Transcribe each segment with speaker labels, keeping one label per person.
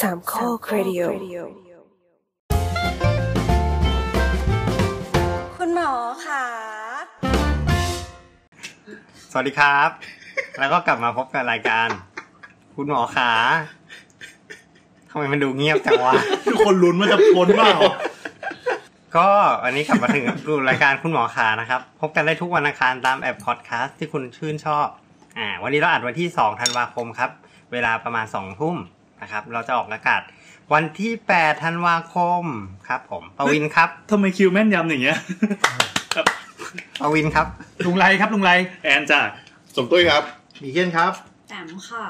Speaker 1: สามข้อครดิโอ
Speaker 2: คุณหมอค่ะ
Speaker 3: สวัสดีครับ แล้วก็กลับมาพบกับรายการ คุณหมอขาทำไมมันดูเงียบจังวะ
Speaker 4: ทุกคนลุ้นว่าจะพ้นเปล่า
Speaker 3: ก็อันนี้กลับมาถึงดูรายการคุณหมอขานะครับ พบกันได้ทุกวันอังคารตามแอปพอดแคสต์ที่คุณชื่นชอบ อ่า วันนี้เราอัดวันที่ 2 ธันวาคมครับ เวลาประมาณ 2 ทุ่มนะครับ เราจะออกอากาศวันที่ 8 ธันวาคมครับผมปวินครับ
Speaker 4: ทำไมคิวแม่นยำอย่างเงี้ย
Speaker 3: ปวินครับ
Speaker 5: ลุงไรครับลุงไร
Speaker 4: แอนจ้ะ
Speaker 6: สมตุ้ยครับ
Speaker 5: บีเกียนครับ
Speaker 2: แอมค่ะ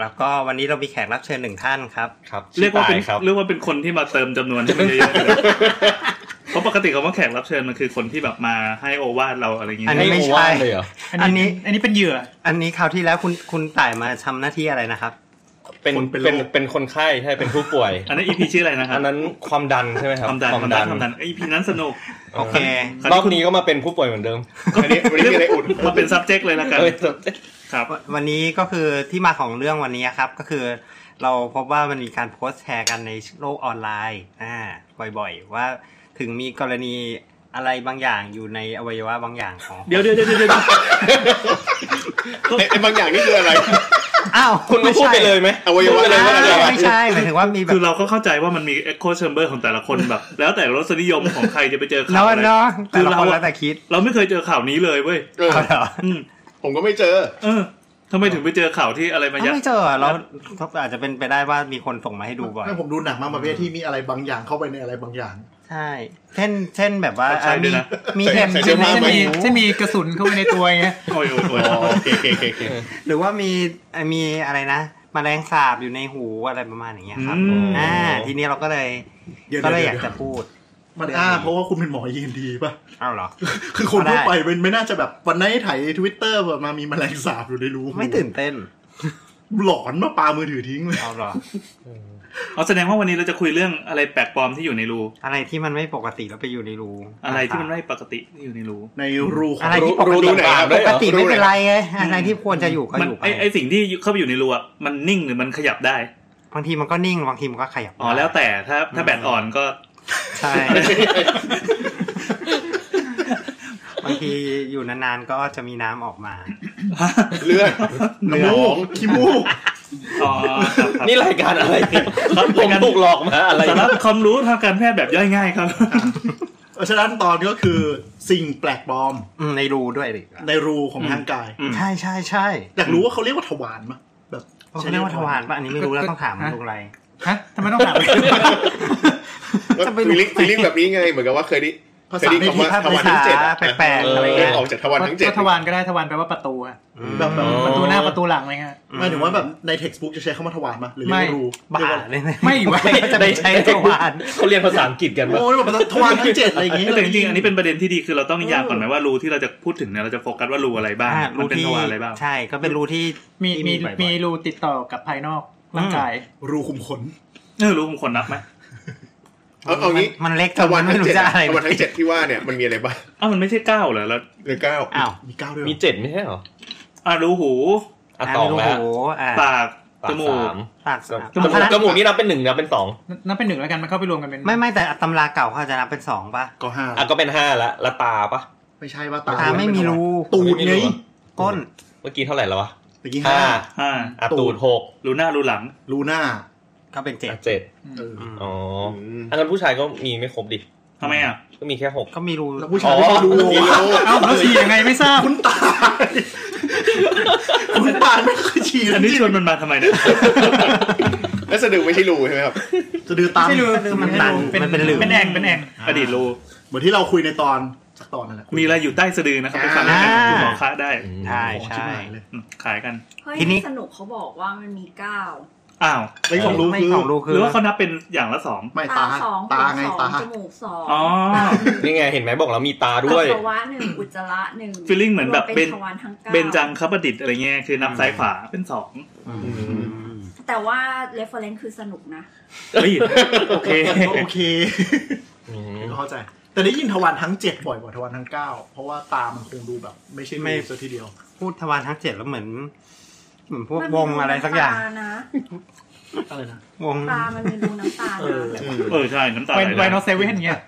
Speaker 3: แล้วก็วันนี้เรามีแขกรับเชิญหนึ่งท่านครับ
Speaker 6: ครับ
Speaker 4: เรียกว่าเป็น
Speaker 6: ชื่อตยครับ
Speaker 4: เรียกว่าเป็นคนที่มาเติมจำ นวนให้มันเยอะๆเพราะปกติคำว่าแขกรับเชิญมันคือคนที่แบบมาให้โอวาทเราอะไรอย่างเงี้
Speaker 3: อัน
Speaker 4: ย
Speaker 3: นี้ไม่
Speaker 6: โอวา
Speaker 3: ใช่
Speaker 6: ทเลยเหรอ
Speaker 3: อันนี้
Speaker 5: อันนี้เป็นเหยื่อ
Speaker 3: อันนี้คราวที่แล้วคุณคุณต่ายมาทำหน้าที่อะไรนะครับ
Speaker 6: เป็น
Speaker 4: คนเป็นโร
Speaker 6: เป็น
Speaker 4: ค
Speaker 6: เป็นคนไข้ใช่เป็นผู้ป่วย
Speaker 4: อันนั้นอีพีชื่ออะไรนะครั
Speaker 6: อั
Speaker 4: บ
Speaker 6: นนั้นความดันใช่ไหมครับ
Speaker 4: ความดันความดันความดันไอีพีนั้นสนุก
Speaker 3: โอเค
Speaker 4: ความดัน
Speaker 6: รอบนี้ก็มาเป็นผู้ป่วยเหมือนเดิม
Speaker 4: อันนี้วันนี้มีอะไรอุดมาเป็น subject เลยละกัน
Speaker 6: เอ้ยแต่
Speaker 4: ครับ
Speaker 3: วันนี้ก็คือที่มาของเรื่องวันนี้ครับ ก็คือเราพบว่ามันมีการโพสต์แชร์กันในโลกออนไลน์อ่าบ่อยๆ ว่าถึงมีกรณีอะไรบางอย่างอยู่ในอวัยวะบางอย่างของ
Speaker 4: เดี๋ยวเดี๋ยวเดี๋ยวเดี๋ยว
Speaker 7: ไอ้บางอย่างนี่คืออะไร
Speaker 3: อ้าว
Speaker 6: คุณก็พูดไปเลยไหม
Speaker 7: อวัยวะ
Speaker 6: พูดไปเลย
Speaker 3: ไม่
Speaker 6: ว่าอะไร
Speaker 3: ใช่
Speaker 6: วะ
Speaker 3: ไม่ใช่หมายถึงว่ามีแบ
Speaker 4: คื
Speaker 3: บ
Speaker 4: อเราก็เข้าใจว่ามันมี echo chamber ของแต่ละคนแบบ แล้วแต่รสนิยมของใครจะไปเจอข่า
Speaker 3: แล้วว
Speaker 4: อะไร
Speaker 3: เนาะแต่
Speaker 4: คือ
Speaker 3: ละ
Speaker 4: เรา
Speaker 3: คน
Speaker 4: อะ
Speaker 3: แล้วแต่คิด
Speaker 4: เราไม่เคยเจอข่าวนี้เลยเว้ย
Speaker 7: เออ
Speaker 3: เอาเหรอ
Speaker 4: อืม
Speaker 7: ผมก็ไม่เจอ
Speaker 4: เออทำไมถึงไปเจอข่าวที่อะไรมายั
Speaker 3: อ้าว
Speaker 4: ด
Speaker 3: ไม่เจอเราอาจจะเป็นไปได้ว่ามีคนส่งมาให้ดูบ่อย
Speaker 8: ถ้าผมดูหนังมาประเภทที่มีอะไรบางอย่างเข้าไปในอะไรบางอย่าง
Speaker 3: ใช่ เช่น เช่นแบบว่า
Speaker 4: ใช่ด้วยนะ
Speaker 3: มี
Speaker 7: ใส่
Speaker 3: เห็บ
Speaker 7: ใส่เสื้
Speaker 3: ใช่
Speaker 7: อ
Speaker 3: ไหม
Speaker 7: ผ้า
Speaker 5: จะ
Speaker 7: ไ
Speaker 5: มีจะมีกระสุนเข้าไปในตัวไง
Speaker 4: โอ้ยโอ้ยโอ้ย
Speaker 7: โอเคโอเคโอเค
Speaker 3: หรือว่ามีเอ่อมีอะไรนะมแมลงสาบอยู่ในหูอะไรประมาณอย่างเงี้ยครับ
Speaker 4: อืม
Speaker 3: อ่า ทีนี้เราก็เลย
Speaker 8: เดี๋ยว
Speaker 3: ก็เลย
Speaker 8: เดี๋
Speaker 3: อ
Speaker 8: ยว
Speaker 3: ยากจะพูด
Speaker 8: มันอ้าเพราะว่าคุณเป็นหมอยีนดีป่ะ
Speaker 3: เอ้าเหรอ
Speaker 8: คือคน
Speaker 3: ได้
Speaker 8: ทั่วไปมันไม่น่าจะแบบวันไหนถ่ายทวิตเตอร์มามีแมลงสาบอยู่ในรู
Speaker 3: ไม่ตื่นเต้น
Speaker 8: หลอนมาปามือถือทิ้งเลย
Speaker 3: เอาเหรอ
Speaker 4: เอาแสดงว่าวันนี้เราจะคุยเรื่องอะไรแปลกปลอมที่อยู่ในรู
Speaker 3: อะไรที่มันไม่ปกติแล้วไปอยู่ในรู
Speaker 4: อะไรที่มันไม่ปกติที่อยู่ในรู
Speaker 8: ในรูขอ
Speaker 3: อะ
Speaker 8: ง
Speaker 3: ไร
Speaker 8: รู
Speaker 3: ที่ปก
Speaker 6: รู้
Speaker 3: ติ
Speaker 6: รู้ไหนครับ
Speaker 3: ป
Speaker 6: ได้
Speaker 3: ก
Speaker 6: เหรอ
Speaker 3: ติไม่เป็นไรไงอะไรที่ควรจะอยู่ก็
Speaker 4: มัน
Speaker 3: อยู่ไป
Speaker 4: ไอไอสิ่งที่เข้าไปอยู่ในรูอะมันนิ่งหรือมันขยับได้
Speaker 3: บางทีมันก็นิ่งบางทีมันก็ขยับ
Speaker 4: อ๋อแล้วแต่ถ้าถ้าแบตอ่อนก็
Speaker 3: ใช่ บางทีอยู่นานๆก็จะมีน้ำออกมา
Speaker 7: เลือด
Speaker 8: น้ำมูกขี้มูก
Speaker 4: อ๋อครับครับ
Speaker 6: นี่รายการอะไรเนี่ย
Speaker 4: ครับ
Speaker 6: ผมถูกหลอกมาอะไร
Speaker 4: สาระความรู้ทางการแพทย์แบบย่อยง่ายครับ
Speaker 8: เพราะฉะนั้นตอนนี้ก็คือสิ่งแปลกปลอม
Speaker 3: อืมในรูด้วยดิ
Speaker 8: ในรูของร่างกาย
Speaker 4: อืม
Speaker 3: ใช่ใช่ใช่
Speaker 8: อยากรู้ว่าเขาเรียกว่าทวารมั้ยแบบ
Speaker 3: เขาเรียกว่าทวารป่ะอันนี้ไม่รู้แล้วต้องถามลุงไร
Speaker 5: ฮะทำไมต้องถาม
Speaker 3: จะไปรู้
Speaker 7: ฟีลิ่งฟีลิ่งแบบนี้ไง เหมือนกับว่าเคยได้
Speaker 8: ภา
Speaker 7: เคย
Speaker 8: ษา
Speaker 7: ได้
Speaker 8: ไม่
Speaker 7: คำ
Speaker 8: ผิ
Speaker 7: ว่า
Speaker 8: ด
Speaker 7: ทวารทั้งเจ็ด
Speaker 3: ภาษาแปลกๆอะไรเงี้ย
Speaker 7: เออกจากทวารทั้งเจ็ด
Speaker 5: ก็ทวารก็ได้ทวารแปลว่าประตูอะ
Speaker 8: แบบแบบ
Speaker 5: ประตูหน้าประตูหลังอะไรเงี้ย
Speaker 8: หมายถึงว่าแบบในเท็กซ์บุ๊กจะใช้คำว่าทวารมั้ยหรือเรียกว่ารู
Speaker 3: บ้า
Speaker 8: เรียกว่า
Speaker 3: เลยนะ
Speaker 5: ไม่ว่า
Speaker 6: ไม่
Speaker 3: จะไปใช้ทวาร
Speaker 6: เขาเรียนภาษาอังกฤษกันปะ
Speaker 8: โอ้ยแบบทวารทั้งเจ็ดอะไรอย่างงี้
Speaker 4: แต่จริงๆอันนี้เป็นประเด็นที่ดีคือเราต้องนิยามก่อนไหมว่ารูที่เราจะพูดถึงเนี่ยเราจะโฟกัสว่ารูอะไรบ้าง
Speaker 3: อ่า
Speaker 4: มั
Speaker 3: รู
Speaker 4: นเป็น
Speaker 3: ที่
Speaker 4: ทวารอะไรบ้าง
Speaker 3: ใช่ก็เป็นรูที่
Speaker 5: มีมี
Speaker 3: บ่อยๆ
Speaker 5: มีรูติดต่อกับภายนอกร่างกาย
Speaker 8: รูขุมขน
Speaker 4: เออรูของคนนับไหม
Speaker 7: เอาเอางี้
Speaker 3: มันเล็ก
Speaker 7: ทวาว
Speaker 3: ทาร รไม่
Speaker 7: ทั้ง
Speaker 3: รู้
Speaker 7: เจ็ด
Speaker 3: จะอะไร
Speaker 7: ทวารทั้งเจ็ดที่ว่าเนี่ยมันมีอะไรบ้าง
Speaker 4: อ้าวมันไม่ใช่เก้าเหรอแล้ว
Speaker 7: หรือเก้า
Speaker 3: อ้าว
Speaker 8: มีเก้าด้วยเหร
Speaker 6: มี
Speaker 8: อ
Speaker 6: เจ็ดไม่ใช่เหรอ
Speaker 4: อ่ะรูหู
Speaker 6: อ่ะสอง
Speaker 3: ไม่
Speaker 6: แล้
Speaker 3: รู้
Speaker 6: ว
Speaker 3: โอ้โหอ่ะ
Speaker 4: ปากจมูก
Speaker 6: สาม
Speaker 3: ปากสาม
Speaker 6: จมูกจมูกนี่นับเป็นหนึ่งนับเป็นสอง
Speaker 5: นับเป็นหนึ่งแล้วกันมันเข้าไปรวมกันเป็น
Speaker 3: ไม่ไม่แต่ตำราเก่าเขาจะนับเป็นสองป่ะ
Speaker 8: ก็ห้า
Speaker 6: อ่ะก็เป็นห้าละละตาปะ
Speaker 8: ไม่ใช่ว่าตา
Speaker 3: ตาไม่มีรู
Speaker 8: ตูดไง
Speaker 3: ก้น
Speaker 6: เมื่อกี้เท่าไหร่แล้ววะ
Speaker 8: ตะกี้ห้า
Speaker 6: ห้า
Speaker 4: อ่า
Speaker 6: อ่ะตูดหก
Speaker 4: รูหน้ารูหลัง
Speaker 8: รูหน้า
Speaker 3: ก็เป็นเจ็ด
Speaker 6: อ่ะเจ็ด
Speaker 8: เออ
Speaker 3: อืม
Speaker 6: อ๋ออันนั้นผู้ชายก็มีไม่ครบดิ
Speaker 4: ทำไมอ่ะ
Speaker 6: ก็มีแค่หก
Speaker 3: ก็มีรู
Speaker 8: แล้วผู้ชายไม่ใช่รู
Speaker 6: อ๋อ
Speaker 5: เอ้าแล้วฉี่ยังไงไม่ทรา บ
Speaker 8: คุณตาคุณตาไม่เคยฉี่
Speaker 4: อั
Speaker 8: อั
Speaker 4: น
Speaker 8: น
Speaker 4: นี้
Speaker 8: นี้
Speaker 4: ชวนมันมาทำไมเนี่ย
Speaker 7: แล้วสะดือไม่ใช่รูใช่ไหมครับ
Speaker 8: จะดือตาม
Speaker 5: ไม่รู
Speaker 3: มันตันมันเป็นรู
Speaker 5: เป็นแอ่งเป็นแอ่ง
Speaker 8: อ่า
Speaker 4: อดีตรู
Speaker 8: เหมือนที่เราคุยในตอนสักตอนนั่นแหละ
Speaker 4: มีอะไรอยู่ใต้สะดือนะครับไปฟังกันคุณหมอคะได้
Speaker 3: ใช่
Speaker 8: อ๋อชิบ
Speaker 3: ใช่
Speaker 8: หายเลย
Speaker 4: อืมขายกัน
Speaker 2: เฮ้ย
Speaker 3: ทีนี้
Speaker 2: สนุกเขาบอกว่ามันมีเก้า
Speaker 4: อ้าว
Speaker 8: ไม่ของรู้
Speaker 3: ไม่
Speaker 8: คือ
Speaker 3: ของรูคื
Speaker 4: หรือ อว่าเขานับเป็นอย่างละสอง
Speaker 8: ไม่
Speaker 2: ตา
Speaker 8: ตา
Speaker 2: สอง
Speaker 8: ตา
Speaker 2: หู
Speaker 8: ไง
Speaker 2: สอง
Speaker 8: ตา
Speaker 2: จมูกสอง
Speaker 4: อ๋อ
Speaker 6: นี่ไงเห็นไหมบอกเรามีตา
Speaker 2: ปัส
Speaker 6: ด้วย
Speaker 2: สาวะหนึ่งอุจจาระหนึ่ง
Speaker 4: feeling เหมือนแบบ
Speaker 2: เบ
Speaker 4: เบ
Speaker 2: น
Speaker 4: น
Speaker 2: ทวารทั้งเก้า
Speaker 4: เบนจังครับประดิษฐ์อะไรเงี้ยคือนับซ้ายขวาเป็นสอง
Speaker 2: แต่ว่า reference คือสนุกนะ
Speaker 4: เฮ้ยโอเค
Speaker 8: ก็โอเคเข้าใจ แต่ได้ยินทวารทั้งเจ็ดบ่อยกว่าทวารทั้งเก้าเพราะว่าตามันคงดูแบบ ไม่ใช่
Speaker 3: ไม่
Speaker 8: รูซะทีเดียว
Speaker 3: พูดทวารทั้งเจ็ดแล้วเหมือน เหมือนพวก
Speaker 2: มัน
Speaker 3: วงอะไรสักอย่าง
Speaker 2: ตนะ
Speaker 8: อะไรนะ
Speaker 3: วง
Speaker 2: ตามันมีรูน้ำตา
Speaker 8: เออ
Speaker 2: นะ
Speaker 7: อืม
Speaker 4: เออใช่น้ำตาไห
Speaker 5: ไว
Speaker 4: ล
Speaker 5: ไว
Speaker 4: ได้
Speaker 5: โนเซเว่นเงี้ย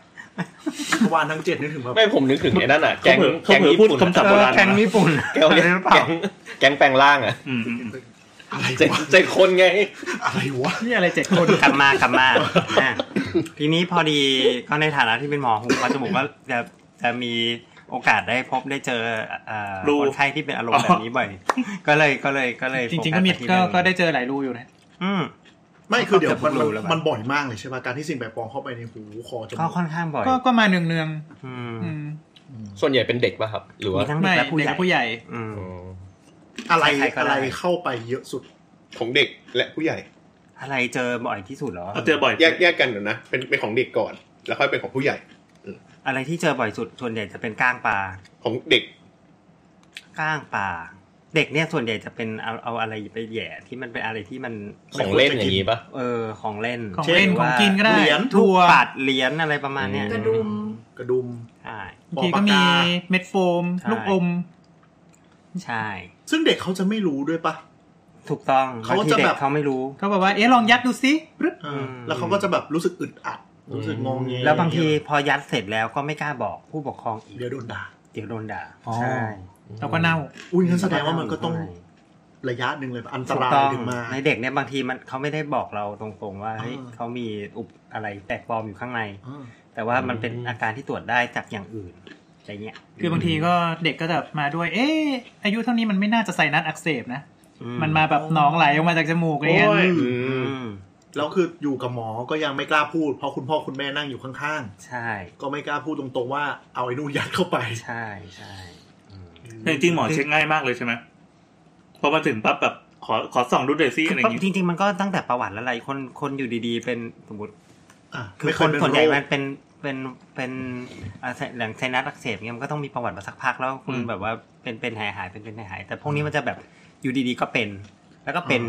Speaker 8: ทวารทั้งเจ็ดนึกถึงแบบ
Speaker 6: ไม่ผมนึกถึงไอ้นั่นอ่ะ แก
Speaker 4: เขา
Speaker 6: ง
Speaker 4: เผลอเขา
Speaker 6: แกง
Speaker 4: เผลอ
Speaker 6: ญี่
Speaker 4: พูด
Speaker 6: ปุ่น
Speaker 4: คำศัพท์โบราณ
Speaker 3: แกง
Speaker 4: นะ
Speaker 3: ญี่ปุ่น
Speaker 6: แกง
Speaker 3: อะไรหรือเปล่า
Speaker 6: แกงแปลงร่างอ่ะ
Speaker 4: อืมอืมอืม
Speaker 7: อะไร
Speaker 6: เจ็ด
Speaker 7: วะ
Speaker 6: เจ็ดคนไง
Speaker 7: อะไรวะ
Speaker 5: นี่อะไรเจ็ดคน
Speaker 3: กลับมากลับมาอ่ะทีนี้พอดีก็ในฐานะที่เป็นหมอหูคอจมูกก็จะจะมีโอกาสได้พบได้เจอเอ่อ
Speaker 4: รู
Speaker 3: คนไข้ที่เป็นอารมณ์แบบนี้บ่อย ก็เลยก็เลยก็เลย
Speaker 5: จริง
Speaker 3: โฟ
Speaker 5: ๆ ก็มี
Speaker 3: สไปที่
Speaker 5: ก็
Speaker 3: เรื่อง
Speaker 5: ก็ได้เจอหลายรูอยู่นะ
Speaker 3: อืม
Speaker 8: ไม่คือเดี๋ยวมัน
Speaker 3: จะรู้แล้วมั้ย
Speaker 8: มันบ่อยมากเลยใช่ป่ะการที่สิ่งแปลกปลอมเข้าไปในหูคอจมู
Speaker 3: ก็
Speaker 8: ก
Speaker 3: ค่อนข้างบ่อย
Speaker 5: ก็ก็มาเนืองๆ
Speaker 3: อืม
Speaker 5: อืม
Speaker 6: ส่วนใหญ่เป็นเด็กป่ะครับ หรือว่า
Speaker 3: มีทั้งเด็
Speaker 5: ไม่
Speaker 3: ก
Speaker 5: เด็
Speaker 3: และผู้ใหญ่
Speaker 5: กและผู้ใหญ่
Speaker 3: อืม
Speaker 6: อืม
Speaker 8: อะไร
Speaker 3: ใครๆก็
Speaker 8: อะไร
Speaker 3: ได้
Speaker 8: เข้าไปเยอะสุด
Speaker 7: ของเด็กและผู้ใหญ่
Speaker 3: อะไรเจอบ่อยที่สุดเหรอ
Speaker 4: เขาเจอบ่อย
Speaker 7: แยกแยกกันเดี๋ยวนะ เป็นเป็นของเด็กก่อน แล้วค่อยเป็นของผู้ใหญ่
Speaker 3: อะไรที่เจอบ่อยสุดส่วนใหญ่จะเป็นก้างปลา
Speaker 7: ของเด็ก
Speaker 3: ก้างปลาเด็กเนี่ยส่วนใหญ่จะเป็นเอาเอาอะไรไปแหย่ที่มันเป็นอะไรที่มัน
Speaker 6: ของเล่นอย่างนี้ป่ะ
Speaker 3: เออของเล่น
Speaker 5: ของเล่น
Speaker 3: หรื
Speaker 5: ของกินก็ได้
Speaker 8: เหรียญ
Speaker 3: ลู
Speaker 5: ถั่
Speaker 3: ก
Speaker 5: ว
Speaker 3: ปัดเหรียญอะไรประมาณเนี้ย
Speaker 2: กระดุม
Speaker 8: กระดุม
Speaker 3: ใช่
Speaker 5: บางทีก็
Speaker 8: ปอกปา
Speaker 5: มี
Speaker 8: กกา
Speaker 5: เม็ดโฟม
Speaker 3: ใช่
Speaker 5: ลูกอม
Speaker 3: ใช่
Speaker 8: ซึ่งเด็กเขาจะไม่รู้ด้วยป่ะ
Speaker 3: ถูกต้องบา
Speaker 8: เขา
Speaker 3: งที
Speaker 8: จะ
Speaker 3: เด็
Speaker 8: แบ
Speaker 3: ก
Speaker 8: บ
Speaker 3: เขาไม่รู้
Speaker 5: ก็บอกว่า เอ๊ะ ลองยัดดูสิปรึ๊บ
Speaker 8: เอออ
Speaker 3: ม
Speaker 8: แล้วเขาก็จะแบบรู้สึกอึดอัด รู้สึกงงเงย
Speaker 3: แล้วบางทีพอยัดเสร็จแล้วก็ไม่กล้าบอกผู้ปกครองอีก
Speaker 8: เดี๋ยวโดนด่า
Speaker 3: เดี๋ยวโดนด่า
Speaker 5: อ๋อ
Speaker 3: ใช่
Speaker 5: แล้วก็เน่า
Speaker 8: อุ้ยงั้นแสดงว่ามันก็ต้องระยะหนึ่งเลยอันต
Speaker 3: ถูก
Speaker 8: ราย
Speaker 3: ต้อง
Speaker 8: ถึงมา
Speaker 3: ในเด็กเนี่ยบางทีมันเขาไม่ได้บอกเราตรงๆว่าเฮ้ย
Speaker 8: อ่า
Speaker 3: เขามีอุปอะไรแปลกปลอมอยู่ข้างใน
Speaker 8: อ่า
Speaker 3: แต่ว่ามัน
Speaker 6: อืม
Speaker 3: เป็นอาการที่ตรวจได้จากอย่างอื่นอะไรเงี้ย
Speaker 5: คือบางทีก็เด็กก็แบบมาด้วย เอ๊ะ อายุเท่านี้มันไม่น่าจะไซนัสอักเสบนะ
Speaker 3: อื
Speaker 5: มันมาแบบหนองไหลออกมาจากจมูกอะไรเงี้ย
Speaker 4: โอ้ย
Speaker 7: อื
Speaker 3: อื
Speaker 7: ม
Speaker 3: ม
Speaker 8: แล้วคืออยู่กับหมอก็ยังไม่กล้าพูด เพราะคุณพ่อคุณแม่นั่งอยู่ข้าง
Speaker 3: ใช่
Speaker 8: ๆ ก็ไม่กล้าพูดตรงๆว่าเอาไอ้นู่นยัดเข้าไป
Speaker 3: ใช่ใช่อืม
Speaker 4: แต่จริงๆหมอเช็คง่ายมากเลยใช่ไหมพอมาถึงปั๊บแบบขอขอส่องดูเดซี่อยสิอะไรอย่าง
Speaker 3: จ
Speaker 4: งี้
Speaker 3: ริง ๆ มันก็ตั้งแต่ประวัติแล้วอะไรคนคนอยู่ดีๆ เป็นสมมติ
Speaker 8: อ่ะ
Speaker 3: คือ
Speaker 8: ไม่เค
Speaker 3: คน
Speaker 8: ยเป็น
Speaker 3: ส่วน
Speaker 8: โร
Speaker 3: ใหญ่
Speaker 8: ค
Speaker 3: มันเป็นเป็นเป็นอ่าไซหลังไซนัสอักเสบเนี่ยมันก็ต้องมีประวัติมาสักพักแล้วคุณแบบว่าเป็นเป็นหายหายเป็นเป็นหายหายแต่พวกนี้มันจะแบบอยู่ดีๆก็เป็น แล้วก็เป็น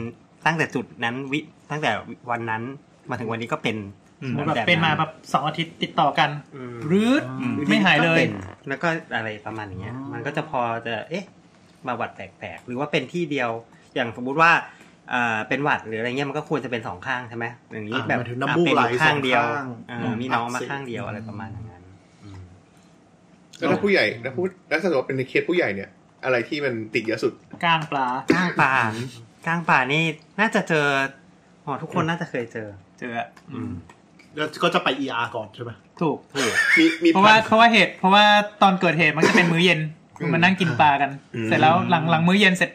Speaker 3: ตั้งแต่จุดนั้นวิตั้งแต่วันนั้นมาถึงวันนี้ก็เป็น
Speaker 4: อื
Speaker 5: ส
Speaker 4: ม
Speaker 5: มมติแบบเป็นมาแบบสองอาทิตย์ติดต่อกัน
Speaker 3: อืม
Speaker 5: ปรื๊ด
Speaker 4: อืม
Speaker 5: ไม่หายเล
Speaker 3: ก็
Speaker 5: ย
Speaker 3: ป็นแล้วก็อะไรประมาณอย่างเงี้ย มันก็จะพอจะเอ๊ะมาหวัดแปลกๆหรือว่าเป็นที่เดียวอย่างสมมุติว่าอ่าเป็นหวัดหรืออะไรเงี้ยมันก็ควรจะเป็นสองข้างใช่ไหมอย่างนี้
Speaker 8: อ่ะ
Speaker 3: แบบ
Speaker 8: หมายถึงน้ำมูก
Speaker 3: อ่ะ
Speaker 8: ไหล
Speaker 3: เป็นข้างเดียว
Speaker 8: สองข้าง
Speaker 3: อ่า
Speaker 8: อืม
Speaker 3: มีน้องมา
Speaker 8: อักเสบ
Speaker 3: ข้างเดียวอะไรประมาณอย่างนั้น
Speaker 7: แล้วถ้าผู้ใหญ่แล้วผู้แล้วถ้าสมมติเป็นในเคสผู้ใหญ่เนี่ย อะไรที่มันติดเยอะสุด
Speaker 5: ก้างปลา
Speaker 3: ก้างป่าก้างป่านี่น่าจะเจอหมอทุกคนน่าจะเคยเจอ
Speaker 5: เจออ่ะ
Speaker 3: อืม
Speaker 8: แล้วก็จะไป ER ก่อนใช่ไหม
Speaker 5: ถูก
Speaker 3: ถูก
Speaker 7: มีมี
Speaker 5: เพราะว่า
Speaker 7: พัน
Speaker 5: เพราะว่าเหตุ เพราะว่าตอนเกิดเหตุมันจะเป็นมื้อเย็นคือมันนั่งกินปลากัน
Speaker 7: อืม
Speaker 5: เสร็จแล้วหลังหลังมื้อเย็นเสร็จ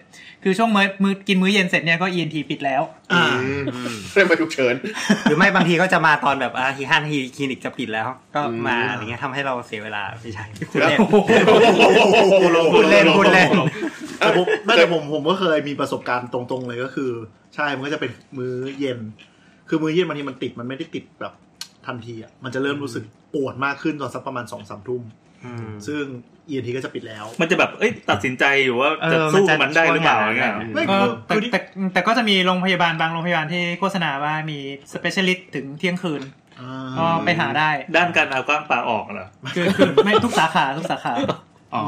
Speaker 5: คือช่วงมื้อมื้อกินมื้อเย็นเสร็จเนี่ยก็ ENT ปิดแล้ว
Speaker 8: อ่า
Speaker 7: อืมเรื่องมาฉุกเฉิน
Speaker 3: หรือไม่บางทีก็จะมาตอนแบบอ่าทีห้านาทีคลินิกจะปิดแล้ว ก็มา
Speaker 7: อืม
Speaker 3: อะไรเงี้ยทำให้เราเสียเวลาไม่ใช่พูด
Speaker 7: แล้ว
Speaker 3: เล่น
Speaker 7: พูด
Speaker 3: เล่ นพูดเล่น
Speaker 8: แต่ผมไม่แต่ผมผมก็เคยมีประสบการณ์ตรงๆเลยก็คือ ใช่มันก็จะเป็นมื้อเย็น คือมื้อเย็นบางทีมันติดมันไม่ได้ติดแบบทันทีอ่ะมันจะเริ่มรู้สึกปวดมากขึ้นตอนสักประมาณสองสามทุ่ม
Speaker 3: อืม
Speaker 8: ซึ่ง ENT ก็จะปิดแล้ว
Speaker 4: มันจะแบบเอ้ยตัดสินใจอยู่ว่า
Speaker 3: เออ
Speaker 4: จะ
Speaker 3: มัน
Speaker 4: สู้
Speaker 3: จะ
Speaker 4: มันได้หรือเปล่า
Speaker 3: ช่
Speaker 4: อ
Speaker 3: วย
Speaker 4: ย่าง
Speaker 3: งาน
Speaker 4: เงี้ย
Speaker 8: ไม่
Speaker 5: ก็
Speaker 8: คือ
Speaker 5: แต่
Speaker 8: คือที่
Speaker 5: แต่แต่ก็จะมีโรงพยาบาลบางโรงพยาบาลที่โฆษณาว่ามี specialist ถึงเที่ยงคืน
Speaker 8: อ่
Speaker 5: ก็
Speaker 8: า
Speaker 5: ไปหาได้
Speaker 4: ด้านการเอากว้างปลาออกเหรอ
Speaker 5: คือคือไม่ทุกสาขาทุกสาขา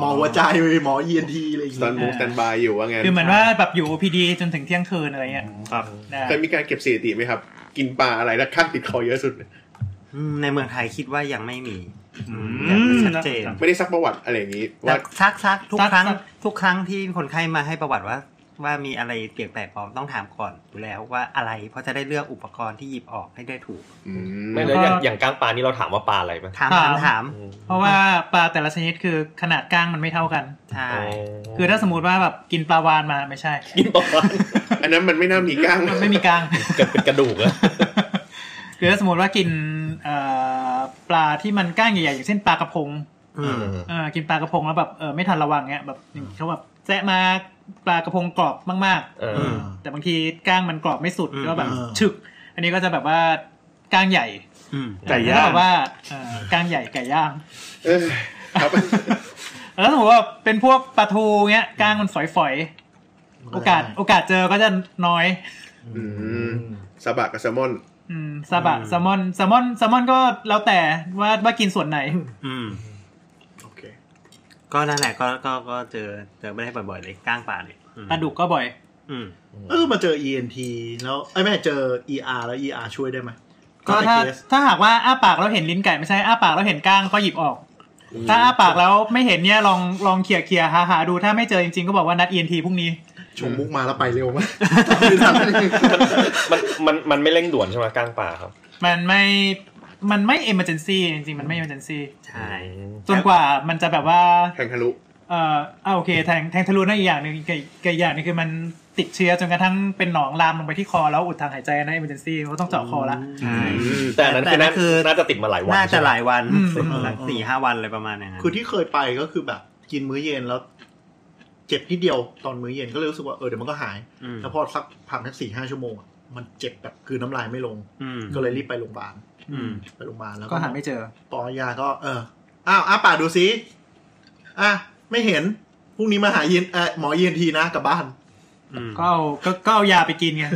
Speaker 8: หมอหัวใจหมอ ENT อะไรอย่าง
Speaker 7: ตอน
Speaker 8: เงี้ย
Speaker 7: มูสแตนบายอยู่ว่าไงน
Speaker 5: คือเหมือนว่าแบบอยู่ OPD จนถึงเที่ยงคืนอะไรเงี้ย
Speaker 4: ครับ
Speaker 5: ได้
Speaker 7: เคยมีการเก็บสถิติไหมครับ กินปลาอะไรแล้วข้างติดคอเยอะสุด
Speaker 3: อืมในเมืองไทยคิดว่ายังไม่มี
Speaker 4: อืม
Speaker 3: ยังไม่ชัดเจน
Speaker 7: ไม่ได้ซักประวัติอะไรอย่างนี้
Speaker 3: แต่
Speaker 7: ว่า
Speaker 3: ซักซักทุกครั้ง ทุกครั้งที่คนไข้มาให้ประวัติว่า ว่ามีอะไรเปลี่ยนแปลกปลอมต้องถามก่อนอยู่แล้วว่าอะไรเพราะจะได้เลือกอุปกรณ์ที่หยิบออกให้ได้ถูก
Speaker 7: อื
Speaker 6: ไม่แล้วอย่างอย่างก้างปลานี่เราถามว่าปลาอะไรป่ะ
Speaker 3: ถามถามถาม
Speaker 6: อืม
Speaker 5: เพราะว่าปลาแต่ละชนิดคือขนาดก้างมันไม่เท่ากัน
Speaker 3: ใช่
Speaker 5: คือถ้าสมมติว่าแบบกินปลาวานมาไม่ใช่
Speaker 6: กินปลา
Speaker 7: อันนั้นมันไม่น่ามีกล้าง
Speaker 5: มันไม่มีกลาง
Speaker 6: เกิดเป็นกระดูกอะ
Speaker 5: คือถ้าสมมติว่ากินเอ่อปลาที่มันก้างใหญ่ๆอย่างเช่นปลากระพง
Speaker 3: อืม
Speaker 5: เอ่อกินปลากระพงแล้วแบบเออไม่ทันระวังเงี้ยแบบเขาแบบแซะมาปลากระพงกรอบมาก
Speaker 6: เออ
Speaker 3: ม
Speaker 8: อ่า
Speaker 5: ๆ แต่บางทีก้างมันกรอบไม่สุด
Speaker 3: อืม
Speaker 5: ก็แบบ
Speaker 8: อ่า
Speaker 5: ฉึก อันนี้ก็จะแบบว่าก้างใหญ่
Speaker 3: อืม
Speaker 4: ไก่
Speaker 5: แล้ว
Speaker 4: ย่า
Speaker 5: ก็
Speaker 4: ง
Speaker 5: แบบว่าเอ่อก้างใหญ่ไก่ย่าง
Speaker 7: เออครับ
Speaker 5: แล้วถ้าสมมติว่าเป็นพวกปลาทูเงี้ยก้างมันฝอยๆ โอกาสโอกาสเจอก็จะน้อย
Speaker 7: อืมซาบะกับแซลมอน
Speaker 5: อืมซาบะ
Speaker 3: อืม
Speaker 5: แซลมอนแซลมอนแซลมอนก็แล้วแต่ว่าว่ากินส่วนไหน
Speaker 3: อืม
Speaker 8: โอเค
Speaker 3: ก็นั่นแหละก็ก็ก็เจอเจอไม่ได้บ่อยๆเลยก้างป่าเนี่ยอืม
Speaker 5: ปลาดุกก็บ่อย
Speaker 3: อืม
Speaker 8: เออมาเจอ ENT แล้วไอ้ยไม่เจอ ER แล้ว ER ช่วยได้ไหม
Speaker 5: ก็
Speaker 8: ใน
Speaker 5: ถ้า
Speaker 8: เคส
Speaker 5: ถ้าหากว่าอ้าปากแล้วเห็นลิ้นไก่ไม่ใช่อ้าปากแล้วเห็นก้างก็หยิบออก ถ้าอ้าปากแล้วไม่เห็นเนี่ยลองลองเขี่ยเขี่ยหาหาดูถ้าไม่เจอจริงๆก็บอกว่านัด ENT พรุ่งนี้
Speaker 8: ชงมุกมาแล้วไปเร็วมาก
Speaker 6: มันมันมันไม่เร่งด่วนใช่ไหมกลางป่าครับ
Speaker 5: มันไม่มันไม่ emergency จริงๆมันไม่ emergency
Speaker 3: ใช่
Speaker 5: จนกว่ามันจะแบบว่า
Speaker 7: แทงทะลุ
Speaker 5: เอ่ออ่าโอเคแทงแทงทะลุนั่นอีกอย่างหนึ่งอีกอีกอย่างหนึงคือมันติดเชื้อจนกระทั่งเป็นหนองลามลงไปที่คอแล้วอุดทางหายใจนะ emergency ก็ต้องเจาะคอละ
Speaker 3: ใช่
Speaker 6: แต่อันนั้น
Speaker 3: แต่
Speaker 6: คือน่า
Speaker 3: คือ
Speaker 6: น่าจะติดมาหลายวัน
Speaker 3: น่าจะ
Speaker 6: ใช่ไห
Speaker 3: ห
Speaker 6: ม
Speaker 3: ลายวัน
Speaker 5: อืม
Speaker 3: สักสักสี่ห้าวันอะไรประมาณอย่างนั้น
Speaker 8: คือที่เคยไปก็คือแบบกินมื้อเย็นแล้ว เจ็บนิดเดียวตอนมื้อเย็นก็เลยรู้สึกว่าเออเดี๋ยวมันก็หาย
Speaker 3: อืม
Speaker 8: แล้วพอสักผ่านสักสี่ห้าชั่วโมงอะมันเจ็บแบบคือน้ำลายไม่ลง
Speaker 3: อืม
Speaker 8: ก็เลยรีบไปโรงพยาบาล
Speaker 3: อืม
Speaker 8: ไปโรงพยาบาลแล้ว
Speaker 5: ก็หาไม่เจอ
Speaker 8: ปอยาก็ เอออ้าวอ้าปากดูสิอ่ะไม่เห็นพรุ่งนี้มาหาเย็นเออหมอเย็นทีนะกลับบ้าน
Speaker 3: อืม
Speaker 5: ก็เอาก็ก็เอายาไปกินไง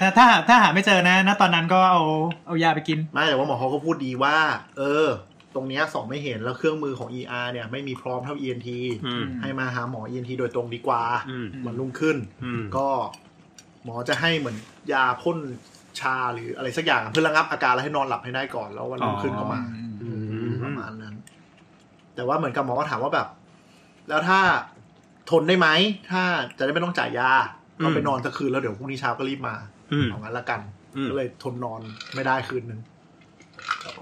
Speaker 5: ถ้าถ้าหาถ้าหาไม่เจอนะณตอนนั้นก็เอาเอายาไปกิน
Speaker 8: ไม่แต่ว่าหมอเขาก็พูดดีว่า เออ ตรงเนี้ยสองไม่เห็นแล้วเครื่องมือของ ER เนี่ยไม่มีพร้อมเท่า ENT
Speaker 3: อืม
Speaker 8: ให้มาหาหมอ ENT โดยตรงดีกว่า
Speaker 3: อืม
Speaker 8: วันรุ่งขึ้น
Speaker 3: อืม
Speaker 8: ก็หมอจะให้เหมือนยาพ่นชาหรืออะไรสักอย่างเพื่อระงับอาการแล้วให้นอนหลับให้ได้ก่อนแล้ววันรุ่งขึ้นก็มา
Speaker 3: ม
Speaker 8: ประมาณนั้น แต่ว่าเหมือนกับหมอก็ถามว่าแบบ แล้วถ้าทนได้ไหม ถ้าจะได้ไม่ต้องจ่ายยาก็ไปนอนสักคืนแล้วเดี๋ยวพรุ่งนี้เช้าก็รีบมา
Speaker 3: อืม
Speaker 8: เอางั้นละกัน
Speaker 3: อืม
Speaker 8: ก็เลยทนนอนไม่ได้คืนหนึ่ง